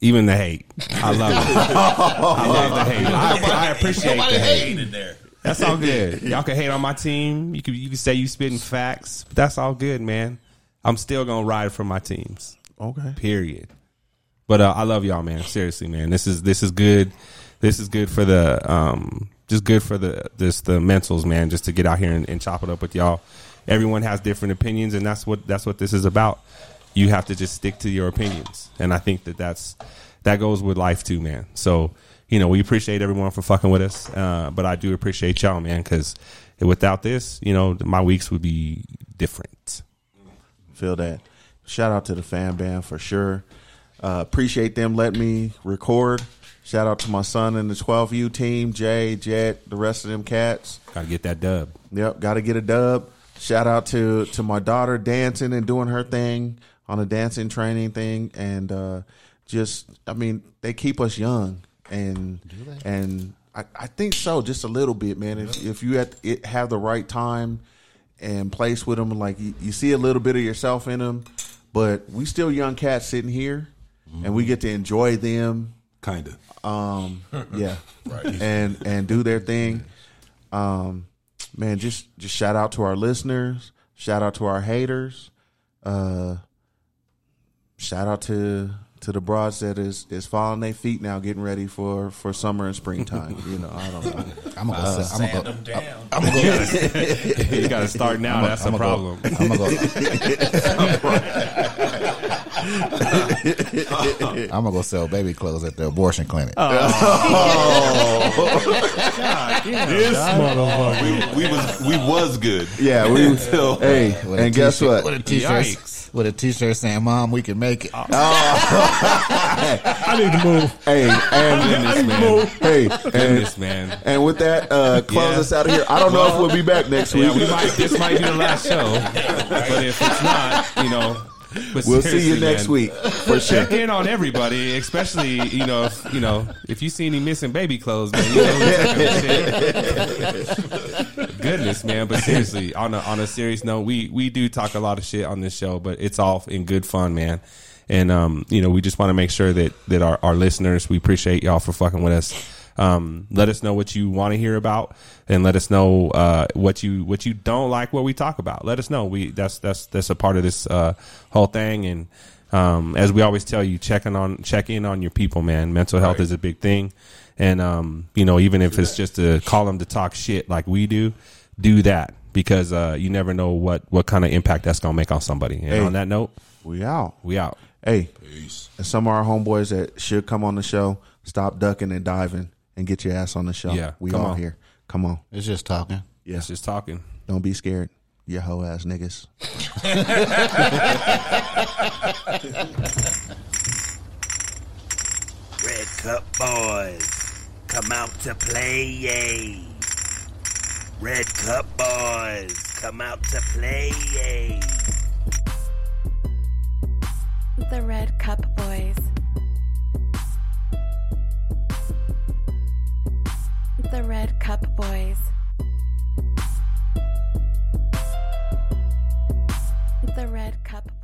[SPEAKER 4] Even the hate. I love it. I love the hate. I, I appreciate the hate.
[SPEAKER 23] Hated there.
[SPEAKER 4] That's all good. Y'all can hate on my team. You can you can say you spitting facts. But that's all good, man. I'm still gonna ride for my teams.
[SPEAKER 3] Okay.
[SPEAKER 4] Period. But uh, I love y'all, man. Seriously, man. This is this is good. This is good for the um, just good for the this the mentals, man. Just to get out here and, and chop it up with y'all. Everyone has different opinions, and that's what that's what this is about. You have to just stick to your opinions, and I think that that's that goes with life too, man. So you know we appreciate everyone for fucking with us, uh, but I do appreciate y'all, man, because without this, you know, my weeks would be different.
[SPEAKER 3] Feel that. Shout out to the fan band for sure. Uh, appreciate them letting me record. Shout out to my son and the 12U team, Jay, Jet, the rest of them cats.
[SPEAKER 4] Gotta get that dub. (laughs)
[SPEAKER 3] Yep, got to get a dub. Shout out to to my daughter dancing and doing her thing on a dancing training thing, and uh, just I mean they keep us young and and I, I think so just a little bit, man. If if you at, it, have the right time and place with them, like you, you see a little bit of yourself in them, but we still young cats sitting here, and we get to enjoy them
[SPEAKER 7] Kinda.
[SPEAKER 3] um yeah
[SPEAKER 23] Right.
[SPEAKER 3] (laughs) and and do their thing um man just just shout out to our listeners shout out to our haters uh shout out to to the broads that is is falling their feet now getting ready for for summer and springtime you know i don't know
[SPEAKER 5] I'm gonna
[SPEAKER 23] Uh,
[SPEAKER 5] go. sit- I'm
[SPEAKER 23] Sand
[SPEAKER 5] gonna
[SPEAKER 23] them
[SPEAKER 5] go.
[SPEAKER 23] down.
[SPEAKER 5] I'm gonna go. (laughs)
[SPEAKER 4] you gotta start now. that's the
[SPEAKER 5] I'ma go-
[SPEAKER 4] problem.
[SPEAKER 5] I'm gonna go. I'm gonna go sell baby clothes at the abortion clinic.
[SPEAKER 7] Oh, This motherfucker. We, we was we was good.
[SPEAKER 5] (laughs) Yeah,
[SPEAKER 3] (laughs)
[SPEAKER 7] we-
[SPEAKER 5] Until-
[SPEAKER 7] hey,
[SPEAKER 5] With a
[SPEAKER 7] and guess
[SPEAKER 5] t-shirt-
[SPEAKER 7] what?
[SPEAKER 5] With a t-shirt,
[SPEAKER 7] Yikes.
[SPEAKER 5] with a t-shirt saying, "Mom, we can make it."
[SPEAKER 24] I need to move.
[SPEAKER 3] Hey, and
[SPEAKER 5] I need to move.
[SPEAKER 3] hey,
[SPEAKER 5] Goodness,
[SPEAKER 3] and, man. and with that, uh, close us out of here. I don't know if
[SPEAKER 4] Well,
[SPEAKER 3] we'll be back next week.
[SPEAKER 4] Yeah, we might, this might be the last show, but if it's not, you know. but
[SPEAKER 3] We'll see you
[SPEAKER 4] seriously,
[SPEAKER 3] next
[SPEAKER 4] man,
[SPEAKER 3] week, for sure.
[SPEAKER 4] Check in on everybody, especially you know, if, you know, if you see any missing baby clothes, man. You know, who's taking the shit. Goodness, man. But seriously, on a, on a serious note, we we do talk a lot of shit on this show, but it's all in good fun, man. And um, you know, we just want to make sure that that our, our listeners, we appreciate y'all for fucking with us. Um, let us know what you want to hear about, and let us know uh, what you what you don't like what we talk about. Let us know. We that's that's that's a part of this uh, whole thing. And um, as we always tell you, checking on check in on your people, man. Mental health is a big thing, and um, you know even if it's just to call them to talk shit like we do, do that because uh, you never know what what kind of impact that's gonna make on somebody. And
[SPEAKER 3] Hey.
[SPEAKER 4] on that note,
[SPEAKER 3] we out.
[SPEAKER 4] (laughs) We out.
[SPEAKER 3] Hey, and some of our homeboys that should come on the show, stop ducking and diving and get your ass on the show.
[SPEAKER 4] Yeah,
[SPEAKER 3] we
[SPEAKER 4] come
[SPEAKER 3] all
[SPEAKER 4] on.
[SPEAKER 3] here. Come on.
[SPEAKER 5] It's just talking.
[SPEAKER 3] Yeah.
[SPEAKER 4] it's just talking.
[SPEAKER 3] Don't be scared, you hoe ass niggas.
[SPEAKER 1] Red Cup Boys, come out to play, yay. Red Cup Boys, come out to play, yay.
[SPEAKER 2] The Red Cup Boys. The Red Cup Boys. The Red Cup